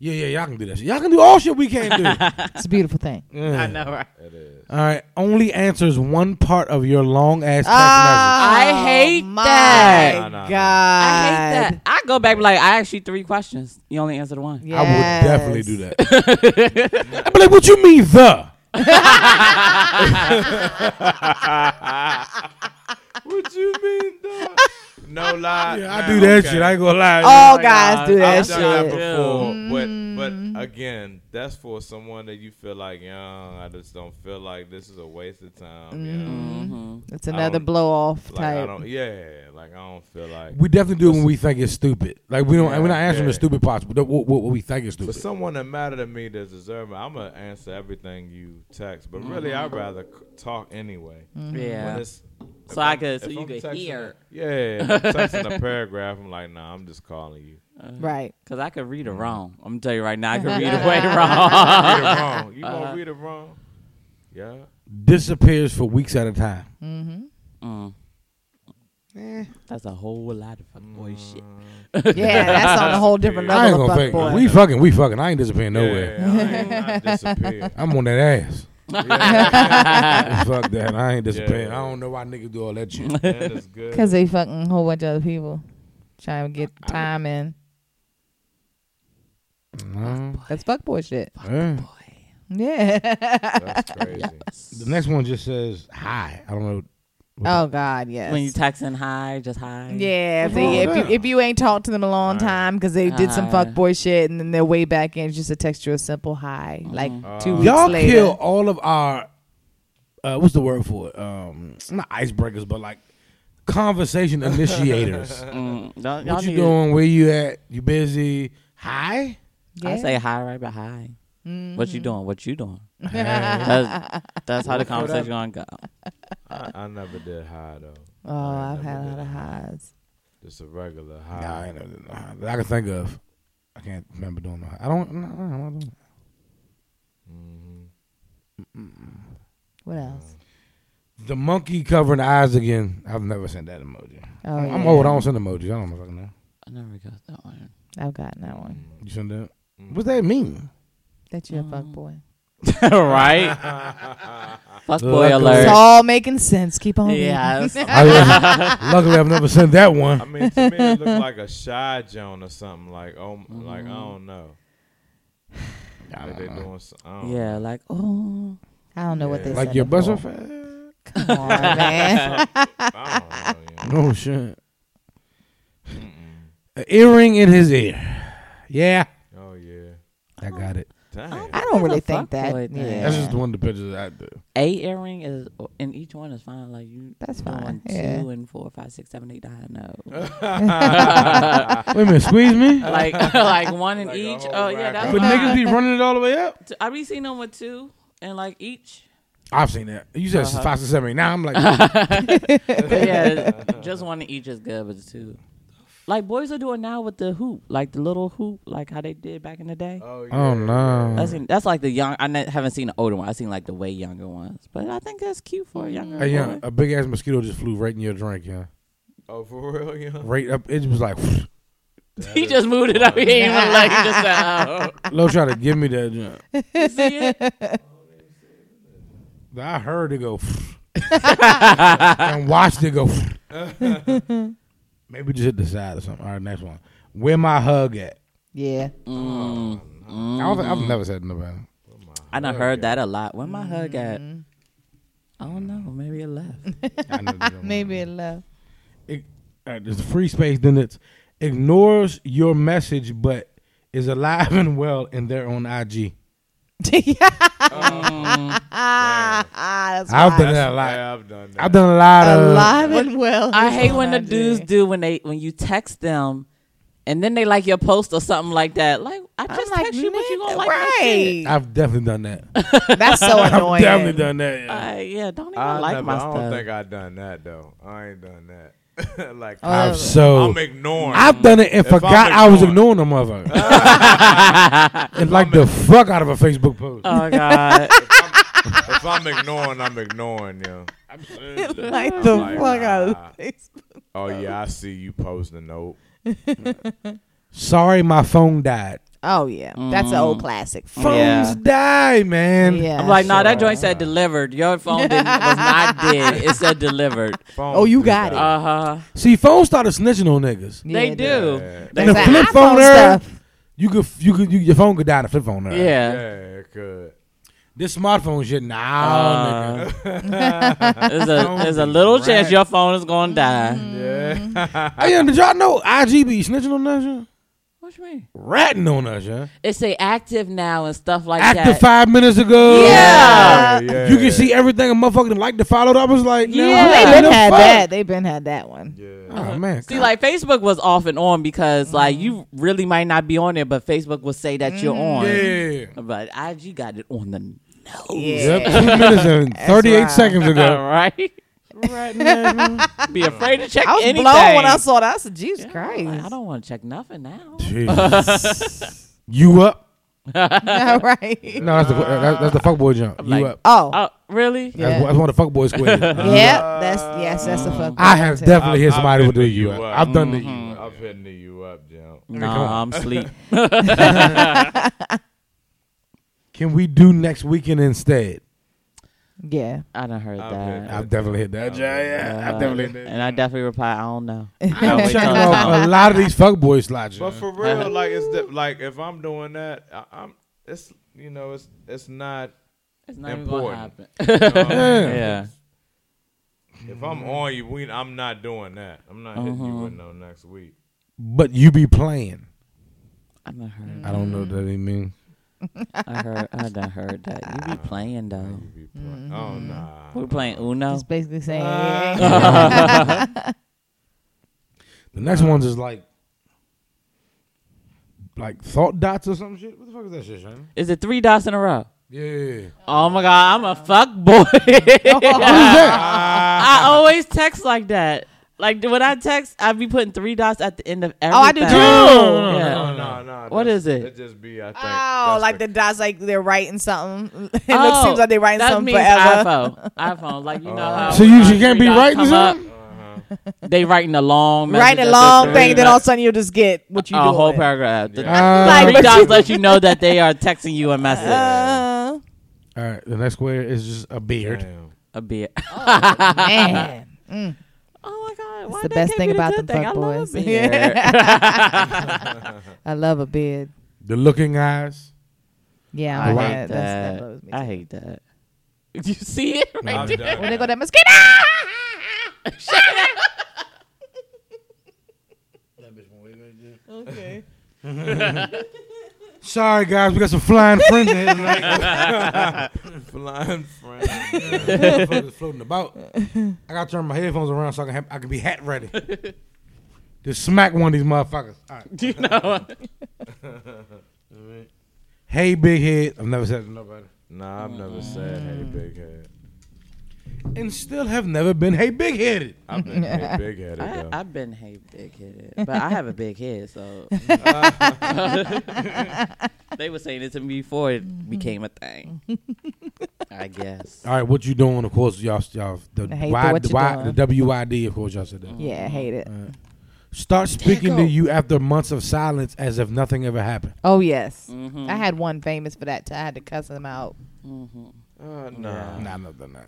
[SPEAKER 1] Yeah, yeah, y'all can do that. Shit. Y'all can do all shit we can't do.
[SPEAKER 2] It's a beautiful thing.
[SPEAKER 1] Yeah.
[SPEAKER 4] I know, right?
[SPEAKER 3] It is.
[SPEAKER 1] All right, only answers one part of your long ass text
[SPEAKER 2] Ah,
[SPEAKER 1] message.
[SPEAKER 4] I hate
[SPEAKER 2] Oh, my
[SPEAKER 4] that.
[SPEAKER 3] Nah, nah, nah.
[SPEAKER 2] God.
[SPEAKER 4] I hate that. I go back like I asked you three questions. You only answered one.
[SPEAKER 2] Yes.
[SPEAKER 1] I would definitely do that. I'd be like, what you mean the?
[SPEAKER 3] What you mean, dog? No lie.
[SPEAKER 1] Yeah, I
[SPEAKER 3] Nah,
[SPEAKER 1] do that
[SPEAKER 3] okay.
[SPEAKER 1] shit. I ain't gonna lie.
[SPEAKER 2] All
[SPEAKER 4] Oh, my
[SPEAKER 2] guys
[SPEAKER 4] God.
[SPEAKER 2] do that
[SPEAKER 3] I've
[SPEAKER 2] shit.
[SPEAKER 3] done that
[SPEAKER 4] shit.
[SPEAKER 3] before, but but again, that's for someone that you feel like young. I just don't feel like this is a waste of time. You know?
[SPEAKER 2] It's another
[SPEAKER 3] don't-
[SPEAKER 2] blow off
[SPEAKER 3] Like I
[SPEAKER 2] type.
[SPEAKER 3] don't. Yeah, like I don't feel like.
[SPEAKER 1] we definitely do it when we think it's stupid. Like we don't, we're not answering the
[SPEAKER 3] Yeah.
[SPEAKER 1] stupid parts, but the- what, what, what we think is
[SPEAKER 3] For
[SPEAKER 1] stupid.
[SPEAKER 3] someone that matter to me that's deserving, I'm gonna answer everything you text. But really,
[SPEAKER 1] Mm-hmm.
[SPEAKER 3] I'd rather c- talk anyway. When
[SPEAKER 4] Yeah.
[SPEAKER 3] it's- Mm-hmm. if
[SPEAKER 4] So I
[SPEAKER 3] I'm-
[SPEAKER 4] could, so
[SPEAKER 3] if
[SPEAKER 4] you
[SPEAKER 3] I'm
[SPEAKER 4] could
[SPEAKER 3] texting
[SPEAKER 4] hear,
[SPEAKER 3] a- yeah, if I'm texting a paragraph. I'm like, nah, I'm just calling you.
[SPEAKER 2] right.
[SPEAKER 4] cause I could
[SPEAKER 3] Mm-hmm.
[SPEAKER 4] read it wrong. I'm gonna tell you right now, I could read it way wrong.
[SPEAKER 3] read it wrong. You gonna read it wrong? Yeah.
[SPEAKER 1] Disappears for weeks at a time.
[SPEAKER 4] Mm. That's a whole lot of fuckboy shit.
[SPEAKER 2] Yeah, that's on a whole different
[SPEAKER 3] I
[SPEAKER 1] I ain't
[SPEAKER 2] level
[SPEAKER 1] gonna
[SPEAKER 2] of
[SPEAKER 1] fake.
[SPEAKER 2] fuckboy.
[SPEAKER 1] We fucking, we fucking. I ain't disappearing nowhere.
[SPEAKER 3] Yeah, I ain't not disappear.
[SPEAKER 1] I'm on that ass.
[SPEAKER 3] Yeah,
[SPEAKER 1] Fuck that. I ain't disappearing.
[SPEAKER 3] Yeah.
[SPEAKER 1] I don't know why niggas do all that shit.
[SPEAKER 3] that is good.
[SPEAKER 2] Because they fucking whole bunch of other people trying to get time in.
[SPEAKER 1] No.
[SPEAKER 2] That's fuckboy shit.
[SPEAKER 1] Yeah.
[SPEAKER 2] Yeah.
[SPEAKER 3] That's crazy.
[SPEAKER 1] The next one just says hi. I don't know.
[SPEAKER 2] oh God, yes.
[SPEAKER 4] When you texting hi, just hi.
[SPEAKER 2] yeah, if,
[SPEAKER 1] What's wrong
[SPEAKER 2] they, if,
[SPEAKER 1] with that?
[SPEAKER 2] you, if you ain't talked to them a long time because they did some
[SPEAKER 4] Hi.
[SPEAKER 2] fuckboy shit and then they're way back in, it's just a text you a simple hi, like two weeks
[SPEAKER 1] Uh, Y'all
[SPEAKER 2] later.
[SPEAKER 1] kill all of our. Uh, what's the word for it? Um, not icebreakers, but like conversation initiators.
[SPEAKER 4] Mm, don't, y'all
[SPEAKER 1] what you
[SPEAKER 4] need-
[SPEAKER 1] doing? Where you at? You busy? Hi.
[SPEAKER 4] I say hi right back. Hi. What
[SPEAKER 2] Mm-hmm.
[SPEAKER 4] you doing? What you doing? that's, that's how the conversation gonna go.
[SPEAKER 3] I, I never did high though.
[SPEAKER 2] Oh, I've had a lot of highs.
[SPEAKER 3] Just a regular high.
[SPEAKER 1] Nah, I ain't never done no high that I can think of. I can't remember doing no. high. I don't. No, no, no, no.
[SPEAKER 2] What else?
[SPEAKER 1] The monkey covering the eyes again. I've never sent that emoji.
[SPEAKER 2] Oh,
[SPEAKER 1] I'm
[SPEAKER 2] yeah.
[SPEAKER 1] old. I don't send emojis. I don't know fucking know.
[SPEAKER 4] I never got that one.
[SPEAKER 2] I've gotten that one.
[SPEAKER 1] You send that? What's that mean?
[SPEAKER 2] That you're a fuckboy.
[SPEAKER 4] right?
[SPEAKER 1] Luckily-
[SPEAKER 4] Fuckboy
[SPEAKER 2] It's
[SPEAKER 4] alert.
[SPEAKER 2] all making sense. Keep on. reading.
[SPEAKER 4] Yes.
[SPEAKER 1] I, luckily, I've never sent that
[SPEAKER 3] I
[SPEAKER 1] one.
[SPEAKER 3] mean, to me, it looked like a shy Joan or something. Like, oh, like I don't know. Like they doing so- I don't
[SPEAKER 4] Yeah, like oh,
[SPEAKER 2] I don't know what they
[SPEAKER 1] Like
[SPEAKER 2] said
[SPEAKER 1] your buzzer
[SPEAKER 2] before.
[SPEAKER 1] fat?
[SPEAKER 2] Come on, man.
[SPEAKER 3] know. I don't know. yeah.
[SPEAKER 1] No shit. An earring in his ear. Yeah,
[SPEAKER 3] Oh yeah.
[SPEAKER 1] I got it.
[SPEAKER 4] Oh.
[SPEAKER 3] Dang.
[SPEAKER 2] I don't really
[SPEAKER 4] That's a
[SPEAKER 2] think that.
[SPEAKER 4] fuckboy
[SPEAKER 2] Yeah.
[SPEAKER 4] thing.
[SPEAKER 1] That's just one of the pictures I do.
[SPEAKER 4] a earring is and each one is fine. Like you,
[SPEAKER 2] That's
[SPEAKER 4] doing
[SPEAKER 2] fine,
[SPEAKER 4] Two
[SPEAKER 2] yeah.
[SPEAKER 4] and four, five, six, seven, eight. I know.
[SPEAKER 1] Wait a minute, squeeze me.
[SPEAKER 4] like like one in
[SPEAKER 3] Like a
[SPEAKER 4] each.
[SPEAKER 3] whole
[SPEAKER 4] Oh yeah,
[SPEAKER 3] rack
[SPEAKER 4] that's
[SPEAKER 1] But
[SPEAKER 4] fine.
[SPEAKER 1] niggas be running it all the way up.
[SPEAKER 4] T- I be seen them with two and like each.
[SPEAKER 1] I've seen that. You said it's five to seven. eight. Now I'm like,
[SPEAKER 4] But yeah, just one in each is good, but two. Like boys are doing now with the hoop, like the little hoop, like how they did back in the day.
[SPEAKER 3] Oh yeah.
[SPEAKER 1] oh no.
[SPEAKER 4] I seen that's like the young. I ne- haven't seen the older one. I seen like the way younger ones, but I think that's cute for a younger.
[SPEAKER 1] Hey, yeah,
[SPEAKER 4] boy.
[SPEAKER 1] a big ass mosquito just flew right in your drink, yeah.
[SPEAKER 3] Oh for real, yeah.
[SPEAKER 1] Right up. It was like,
[SPEAKER 4] He just moved it up. He ain't even like. He just said, oh.
[SPEAKER 1] Lo tried to give me that junk.
[SPEAKER 4] You see it?
[SPEAKER 1] But I heard it go and watched it go. Maybe just hit the side or something. All right, next one. Where my hug at?
[SPEAKER 2] yeah.
[SPEAKER 1] I don't think, I've never said nobody.
[SPEAKER 4] I done heard that a lot. Where my hug at? I don't know. Maybe it left.
[SPEAKER 1] I never did that.
[SPEAKER 2] Maybe it left.
[SPEAKER 1] Ig- all right, there's a free space. Then it's ignores your message, but is alive and well in their own IG.
[SPEAKER 2] Um, ah, that's
[SPEAKER 1] I've
[SPEAKER 2] wild.
[SPEAKER 1] been there a lot.
[SPEAKER 3] Yeah, I've done that.
[SPEAKER 1] I've done a lot of.
[SPEAKER 2] alive and well.
[SPEAKER 4] I
[SPEAKER 2] is
[SPEAKER 4] hate
[SPEAKER 2] on
[SPEAKER 4] when the
[SPEAKER 2] IG.
[SPEAKER 4] dudes do when they when you text them, and then they like your post or something like that. Like I
[SPEAKER 2] I'm
[SPEAKER 4] just
[SPEAKER 2] like,
[SPEAKER 4] text you, but you gonna
[SPEAKER 2] nigga,
[SPEAKER 4] like my shit.
[SPEAKER 2] right?
[SPEAKER 1] I've definitely done that.
[SPEAKER 2] That's so
[SPEAKER 1] I've
[SPEAKER 2] annoying.
[SPEAKER 1] definitely done that. yeah.
[SPEAKER 4] Uh, yeah, don't even
[SPEAKER 3] I,
[SPEAKER 4] like
[SPEAKER 3] never-
[SPEAKER 4] my
[SPEAKER 3] I
[SPEAKER 4] stuff.
[SPEAKER 3] don't think I've done that though. I ain't done that. like
[SPEAKER 2] Oh,
[SPEAKER 1] I've
[SPEAKER 2] that-
[SPEAKER 1] so.
[SPEAKER 3] I'm ignoring.
[SPEAKER 1] I've done it and
[SPEAKER 3] If I'm
[SPEAKER 1] forgot I was ignoring
[SPEAKER 3] ignoring-
[SPEAKER 1] them motherfucker. and like the fuck out of a Facebook post.
[SPEAKER 4] oh God,
[SPEAKER 3] if I'm ignoring, I'm ignoring you.
[SPEAKER 2] like the
[SPEAKER 3] Like,
[SPEAKER 2] fuck out of
[SPEAKER 3] nah.
[SPEAKER 2] Facebook.
[SPEAKER 3] Oh yeah, I see you posting a note.
[SPEAKER 1] Sorry, my phone died.
[SPEAKER 2] Oh yeah, that's an old classic.
[SPEAKER 1] Phones
[SPEAKER 4] Yeah.
[SPEAKER 1] die, man.
[SPEAKER 2] Yeah.
[SPEAKER 4] I'm like, no, nah, that
[SPEAKER 3] Sure.
[SPEAKER 4] joint said delivered. Your phone didn't, was not dead. It said delivered.
[SPEAKER 3] Phone
[SPEAKER 2] Oh, you
[SPEAKER 3] do
[SPEAKER 2] got
[SPEAKER 3] that.
[SPEAKER 4] Uh huh.
[SPEAKER 1] See, phones started snitching on niggas.
[SPEAKER 2] Yeah,
[SPEAKER 4] They
[SPEAKER 2] it is.
[SPEAKER 4] do.
[SPEAKER 3] Yeah,
[SPEAKER 1] And the
[SPEAKER 2] That's
[SPEAKER 1] flip
[SPEAKER 2] that
[SPEAKER 1] phone
[SPEAKER 2] iPhone
[SPEAKER 1] era,
[SPEAKER 2] stuff.
[SPEAKER 1] you could, you could, you, your phone could die in a flip phone era.
[SPEAKER 4] Yeah.
[SPEAKER 3] yeah, it could.
[SPEAKER 1] This smartphone shit,
[SPEAKER 2] Oh,
[SPEAKER 1] nah, nigga.
[SPEAKER 4] Uh, there's a there's a little chance your phone is gonna die.
[SPEAKER 2] Mm-hmm.
[SPEAKER 3] Yeah,
[SPEAKER 1] Hey, yo, did y'all know IG be snitching on us, yeah?
[SPEAKER 4] What you mean?
[SPEAKER 1] ratting on us, yeah?
[SPEAKER 4] It say active now and stuff like
[SPEAKER 1] Active
[SPEAKER 4] that.
[SPEAKER 1] five minutes ago.
[SPEAKER 2] Yeah.
[SPEAKER 3] yeah.
[SPEAKER 1] You can see everything a motherfucker done liked to follow. I was like, no,
[SPEAKER 4] Yeah.
[SPEAKER 1] what
[SPEAKER 2] They
[SPEAKER 1] the
[SPEAKER 2] been had
[SPEAKER 1] fuck?
[SPEAKER 2] that. They been had that one.
[SPEAKER 3] Yeah.
[SPEAKER 1] Oh man,
[SPEAKER 4] See,
[SPEAKER 1] God.
[SPEAKER 4] like Facebook was off and on because like
[SPEAKER 2] Mm-hmm.
[SPEAKER 4] you really might not be on there, but Facebook will say that you're
[SPEAKER 2] Mm-hmm.
[SPEAKER 4] on.
[SPEAKER 1] yeah.
[SPEAKER 4] But IG got it on the nose.
[SPEAKER 1] Yep,
[SPEAKER 2] Yeah.
[SPEAKER 1] two minutes and thirty-eight
[SPEAKER 2] wild.
[SPEAKER 1] seconds
[SPEAKER 4] All
[SPEAKER 1] ago.
[SPEAKER 4] right. be afraid to check
[SPEAKER 2] I was
[SPEAKER 4] anything.
[SPEAKER 2] blown when I saw that. I said, Jesus
[SPEAKER 4] I'm like, I
[SPEAKER 2] Christ.
[SPEAKER 4] don't want to check nothing now.
[SPEAKER 1] Oh. Jesus. you up?
[SPEAKER 2] All right.
[SPEAKER 1] No, that's the that's, that's the fuckboy jump. you
[SPEAKER 4] like-
[SPEAKER 1] up?
[SPEAKER 2] Oh.
[SPEAKER 4] Oh, really?
[SPEAKER 2] Yeah.
[SPEAKER 1] That's, that's one of the fuckboy squares.
[SPEAKER 2] Yeah, that's yes, that's a fuck.
[SPEAKER 1] I have
[SPEAKER 2] content.
[SPEAKER 1] definitely hit
[SPEAKER 3] I've-
[SPEAKER 1] somebody
[SPEAKER 3] I've
[SPEAKER 1] with the
[SPEAKER 3] been to
[SPEAKER 1] you up.
[SPEAKER 3] you up.
[SPEAKER 1] I've done the you up.
[SPEAKER 3] I've hitting the you up, Jim.
[SPEAKER 4] Nah, I'm asleep.
[SPEAKER 1] Can we do next weekend instead?
[SPEAKER 2] Yeah.
[SPEAKER 4] I done heard
[SPEAKER 3] Okay.
[SPEAKER 4] that.
[SPEAKER 1] I've definitely hit that. Yeah, yeah. I've
[SPEAKER 4] Uh,
[SPEAKER 1] definitely hit that.
[SPEAKER 4] And I definitely replied, I don't know.
[SPEAKER 1] I'm checking off a lot of these fuckboy slots.
[SPEAKER 3] But
[SPEAKER 1] yeah.
[SPEAKER 3] for real, like it's the, like if I'm doing that, I, I'm it's you know it's it's not.
[SPEAKER 4] It's
[SPEAKER 3] not even gonna Important.
[SPEAKER 4] happen.
[SPEAKER 3] you know what I mean?
[SPEAKER 4] yeah.
[SPEAKER 3] If
[SPEAKER 2] Mm-hmm.
[SPEAKER 3] I'm on you, we, I'm not doing that. I'm not hitting you with no next week.
[SPEAKER 1] But you be playing.
[SPEAKER 4] I done heard.
[SPEAKER 1] I don't know what that he means.
[SPEAKER 4] I heard. I done heard that. You be playing though.
[SPEAKER 3] You be playing. Oh
[SPEAKER 2] Mm-hmm.
[SPEAKER 3] nah.
[SPEAKER 4] We're playing Uno.
[SPEAKER 2] It's basically saying
[SPEAKER 3] Ah.
[SPEAKER 1] The next one's is like, like thought dots or some shit. What the fuck is that shit, Shannon?
[SPEAKER 4] Is it three dots in a row?
[SPEAKER 1] Yeah.
[SPEAKER 4] Oh my god, I'm a fuck boy. I always text like that. Like when I text, I be putting three dots at the end of everything.
[SPEAKER 2] Oh, I do
[SPEAKER 1] too.
[SPEAKER 4] Yeah.
[SPEAKER 2] Uh-huh.
[SPEAKER 3] No, no, no.
[SPEAKER 4] What
[SPEAKER 3] Oh, that's-
[SPEAKER 4] is it?
[SPEAKER 3] It just be I
[SPEAKER 2] Oh,
[SPEAKER 3] think. that's
[SPEAKER 2] like the dots, like they're writing something. It
[SPEAKER 4] Oh,
[SPEAKER 2] looks seems like they're writing
[SPEAKER 4] that
[SPEAKER 2] something
[SPEAKER 4] means
[SPEAKER 2] forever.
[SPEAKER 4] iPhone. iPhone. Like you know how.
[SPEAKER 1] Oh. So
[SPEAKER 4] when
[SPEAKER 1] you
[SPEAKER 4] our
[SPEAKER 1] she can't
[SPEAKER 4] three
[SPEAKER 1] be
[SPEAKER 4] dots
[SPEAKER 1] writing
[SPEAKER 4] come up,
[SPEAKER 1] something.
[SPEAKER 3] Uh-huh.
[SPEAKER 4] They writing a long, message
[SPEAKER 2] Writing a
[SPEAKER 4] that's
[SPEAKER 2] long
[SPEAKER 4] three
[SPEAKER 2] thing, then all
[SPEAKER 4] dots.
[SPEAKER 2] of a sudden you'll just get what you do.
[SPEAKER 4] a whole paragraph. The
[SPEAKER 1] Uh,
[SPEAKER 4] three
[SPEAKER 2] Like-
[SPEAKER 4] dots let you know that they are texting you a message.
[SPEAKER 2] Uh,
[SPEAKER 1] all right. The next square is just a beard.
[SPEAKER 3] Damn.
[SPEAKER 4] a bit.
[SPEAKER 2] man.
[SPEAKER 4] Oh my god! why
[SPEAKER 2] the
[SPEAKER 4] that
[SPEAKER 2] best
[SPEAKER 4] can't
[SPEAKER 2] thing
[SPEAKER 4] be the
[SPEAKER 2] about
[SPEAKER 4] good
[SPEAKER 2] them
[SPEAKER 4] thing? I
[SPEAKER 2] fuck
[SPEAKER 4] love
[SPEAKER 2] boys.
[SPEAKER 4] being
[SPEAKER 2] I love a beard.
[SPEAKER 1] The looking eyes.
[SPEAKER 2] Yeah,
[SPEAKER 4] I
[SPEAKER 2] I
[SPEAKER 1] like
[SPEAKER 4] hate
[SPEAKER 2] that. That's, that
[SPEAKER 4] that.
[SPEAKER 2] blows me.
[SPEAKER 4] I hate that. You see it right
[SPEAKER 3] I've
[SPEAKER 4] there.
[SPEAKER 3] done
[SPEAKER 2] when they go
[SPEAKER 3] that.
[SPEAKER 2] ah! that mosquito. Okay.
[SPEAKER 1] Sorry guys, we got some flying friends in here tonight.
[SPEAKER 3] Flying friend.
[SPEAKER 1] Motherfuckers floating about. I gotta turn my headphones around so I can have, I can be hat ready. Just smack one of these motherfuckers. All right.
[SPEAKER 4] You know.
[SPEAKER 1] Hey, big head. I've never said it to nobody.
[SPEAKER 3] Nah, I've never said hey
[SPEAKER 2] Mm.
[SPEAKER 3] big head.
[SPEAKER 1] And still have never been hey big headed.
[SPEAKER 3] I've been hey big headed
[SPEAKER 4] I,
[SPEAKER 3] though.
[SPEAKER 4] I've been hey big headed, but I have a big head, so they were saying it to me before it became a thing. I guess.
[SPEAKER 1] All right, what you doing? Of course, y'all, y'all the
[SPEAKER 2] I hate the
[SPEAKER 1] wide,
[SPEAKER 2] what
[SPEAKER 1] the,
[SPEAKER 2] you
[SPEAKER 1] wide,
[SPEAKER 2] doing.
[SPEAKER 1] the WID. Of course, y'all said that.
[SPEAKER 2] Yeah, I hate it.
[SPEAKER 1] Start speaking to
[SPEAKER 4] Tickle.
[SPEAKER 1] you after months of silence as if nothing ever happened.
[SPEAKER 2] Oh yes,
[SPEAKER 4] Mm-hmm.
[SPEAKER 2] I had one famous for that. Too. I had to cuss him out.
[SPEAKER 3] Uh, nah.
[SPEAKER 1] Nah, no, no, no.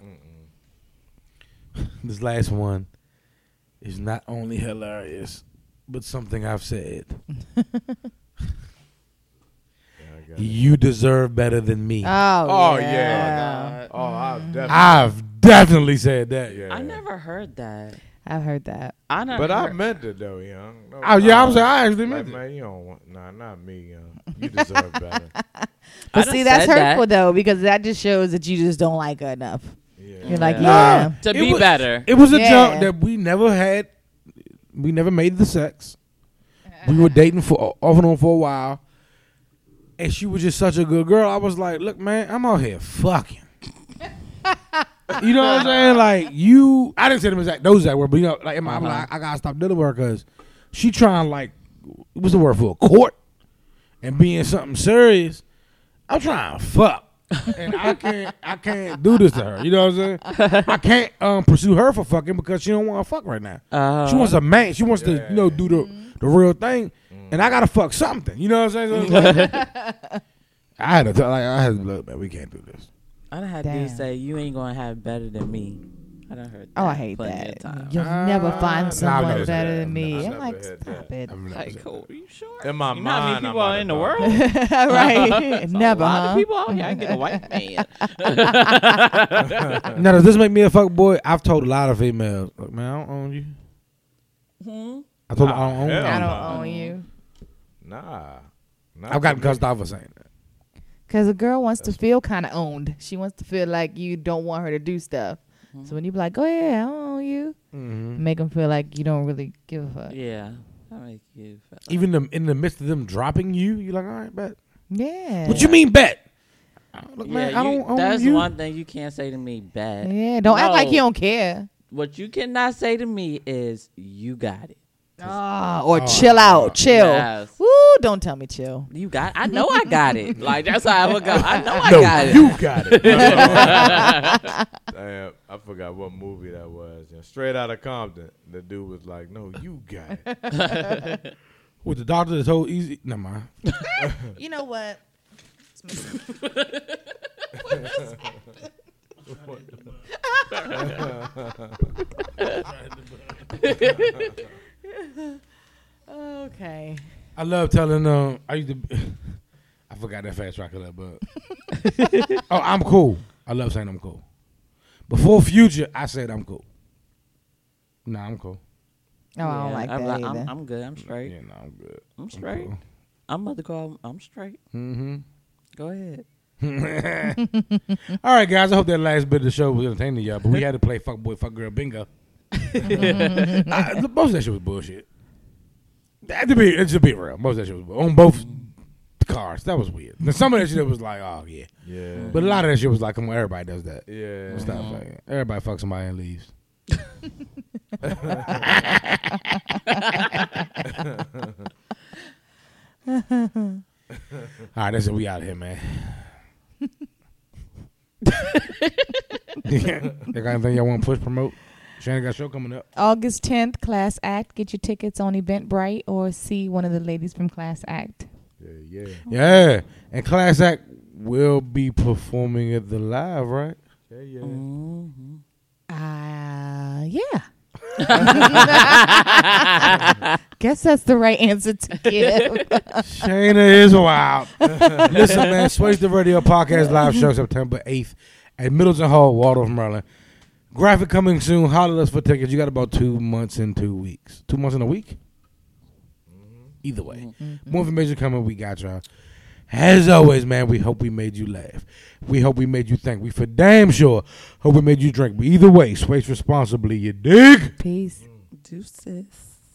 [SPEAKER 1] this last one is not only hilarious, but something I've said.
[SPEAKER 3] Yeah, I got it.
[SPEAKER 1] You deserve better than me.
[SPEAKER 2] Oh,
[SPEAKER 3] Oh
[SPEAKER 2] yeah.
[SPEAKER 3] yeah. Oh, I've definitely.
[SPEAKER 1] I've definitely said that.
[SPEAKER 3] yeah.
[SPEAKER 4] I never heard that.
[SPEAKER 2] I've heard that.
[SPEAKER 4] I know.
[SPEAKER 3] But I meant it though, young. No,
[SPEAKER 1] Oh yeah, I was. I actually
[SPEAKER 3] like,
[SPEAKER 1] meant it.
[SPEAKER 3] man, you don't want. Nah, not me, young. You deserve better.
[SPEAKER 4] I
[SPEAKER 2] But
[SPEAKER 4] done
[SPEAKER 2] see, that's
[SPEAKER 4] said
[SPEAKER 2] hurtful though because that just shows that you just don't like her enough.
[SPEAKER 3] Yeah.
[SPEAKER 2] You're like,
[SPEAKER 1] Nah.
[SPEAKER 2] yeah,
[SPEAKER 4] to
[SPEAKER 1] It
[SPEAKER 4] be
[SPEAKER 1] was-
[SPEAKER 4] better.
[SPEAKER 1] It was a
[SPEAKER 2] Yeah.
[SPEAKER 1] joke that we never had. We never made the sex. We were dating for off and on for a while, and she was just such a good girl. I was like, "Look, man, I'm out here fucking." you know what I'm saying? Like you, I didn't say them exact those that were, but you know, like in my, I'm like, I gotta stop dealing with her because she trying like, what's the word for a court and being something serious. I'm trying to fuck. and I can't I can't do this to her. You know what I'm saying? I can't um pursue her for fucking because she don't want to fuck right now.
[SPEAKER 4] Uh,
[SPEAKER 1] she wants a man. She wants to, you know, do the the real thing. And I gotta fuck something. You know what I'm saying? So it's like- I had to tell like I had to look, man, we can't do this.
[SPEAKER 4] I done had
[SPEAKER 2] Damn.
[SPEAKER 4] dudes say you ain't gonna have better than me. I done heard. That
[SPEAKER 2] oh, I hate
[SPEAKER 4] plenty of
[SPEAKER 2] that.
[SPEAKER 4] time.
[SPEAKER 2] You'll
[SPEAKER 1] Ah,
[SPEAKER 2] never
[SPEAKER 1] nah,
[SPEAKER 2] find someone
[SPEAKER 1] no,
[SPEAKER 2] better
[SPEAKER 3] no,
[SPEAKER 2] than me.
[SPEAKER 3] no,
[SPEAKER 2] I'm
[SPEAKER 3] no,
[SPEAKER 2] like,
[SPEAKER 3] no, no,
[SPEAKER 2] stop it.
[SPEAKER 1] I'm not-
[SPEAKER 4] Like, cool. Are you sure?
[SPEAKER 3] In my
[SPEAKER 4] you know how many
[SPEAKER 3] mind,
[SPEAKER 4] people
[SPEAKER 3] I'm
[SPEAKER 4] are in the
[SPEAKER 3] about to-
[SPEAKER 4] world?
[SPEAKER 2] right? never.
[SPEAKER 4] a lot
[SPEAKER 2] huh?
[SPEAKER 4] of people out here. I can get a white man.
[SPEAKER 1] now does this make me a fuck boy? I've told a lot of females, look, man, I don't own you. I told them I don't own
[SPEAKER 3] Hell
[SPEAKER 1] you.
[SPEAKER 2] I don't
[SPEAKER 3] no.
[SPEAKER 2] own you.
[SPEAKER 3] Nah. Not
[SPEAKER 1] I've gotten
[SPEAKER 3] me.
[SPEAKER 1] cussed out for saying that.
[SPEAKER 2] Because a girl wants to feel kind of owned. She wants to feel like you don't want her to do stuff. So when you be like, oh, yeah, I own you, make them feel like you don't really give a fuck. Yeah.
[SPEAKER 4] yeah. That make you feel like-
[SPEAKER 1] Even the, in the midst of them dropping you, you're like, all right, bet.
[SPEAKER 2] Yeah,
[SPEAKER 1] What you mean bet? Look,
[SPEAKER 4] yeah,
[SPEAKER 1] man, I
[SPEAKER 4] you-
[SPEAKER 1] don't own
[SPEAKER 4] that's
[SPEAKER 1] you.
[SPEAKER 4] one thing you can't say to me bad.
[SPEAKER 2] don't act like
[SPEAKER 4] No.
[SPEAKER 2] you don't care.
[SPEAKER 4] What you cannot say to me is you got it.
[SPEAKER 2] Ah, or chill out, chill.
[SPEAKER 4] Yes.
[SPEAKER 2] Woo, don't tell me chill.
[SPEAKER 4] You got. I know I got it. Like that's how I would go. I know I
[SPEAKER 1] no,
[SPEAKER 4] got it.
[SPEAKER 1] you got it.
[SPEAKER 3] Damn, eh, I forgot what movie that was. And straight out of Compton, the dude was like, "No, you got it."
[SPEAKER 1] With the doctor that's whole easy. Never mind.
[SPEAKER 2] You know what? Okay.
[SPEAKER 1] I love telling um. I used to. I forgot that fast track of that, but oh, I'm cool. I love saying I'm cool. Before Future, I said I'm cool. Nah, I'm cool.
[SPEAKER 2] Oh, I don't like
[SPEAKER 4] am
[SPEAKER 2] that either.
[SPEAKER 4] I'm, I'm good. I'm straight.
[SPEAKER 1] Yeah, nah, I'm good.
[SPEAKER 4] I'm straight.
[SPEAKER 1] cool.
[SPEAKER 4] I'm about to call. I'm straight.
[SPEAKER 1] Mm-hmm.
[SPEAKER 4] Go ahead.
[SPEAKER 1] All right, guys. I hope that last bit of the show was entertaining to y'all, but we had to play fuck boy, fuck girl bingo. Nah, most of that shit was bullshit. That to be, to be real, most of that shit was bu- on both cards. That was weird. Now, some of that shit was like, oh yeah,
[SPEAKER 3] Yeah.
[SPEAKER 1] but a lot of that shit was like, come on, everybody does that.
[SPEAKER 3] yeah.
[SPEAKER 1] Stop fucking. Everybody fucks somebody and leaves. All right, that's it. We out of here, man. they got anything y'all want to push promote? Shannon got a show coming up.
[SPEAKER 2] August 10th, Class Act. Get your tickets on Eventbrite or see one of the ladies from Class Act.
[SPEAKER 3] Yeah. Yeah.
[SPEAKER 1] Yeah, and Class Act will be performing at the live, right?
[SPEAKER 3] Yeah. Yeah.
[SPEAKER 4] Mm-hmm.
[SPEAKER 2] Uh, yeah. Guess that's the right answer to give.
[SPEAKER 1] Shayna is wild. Listen, man, Swayze the Radio Podcast live show September 8th at Middleton Hall, Waldorf, Maryland. Graphic coming soon. Holler at us for tickets. You got about two months and two weeks. Two months and a week? Either way. More information coming. We got y'all. As always, man, we hope we made you laugh. We hope we made you think. We for damn sure hope we made you drink. But either way, Swayze responsibly. You dig?
[SPEAKER 2] Peace.
[SPEAKER 4] Deuces.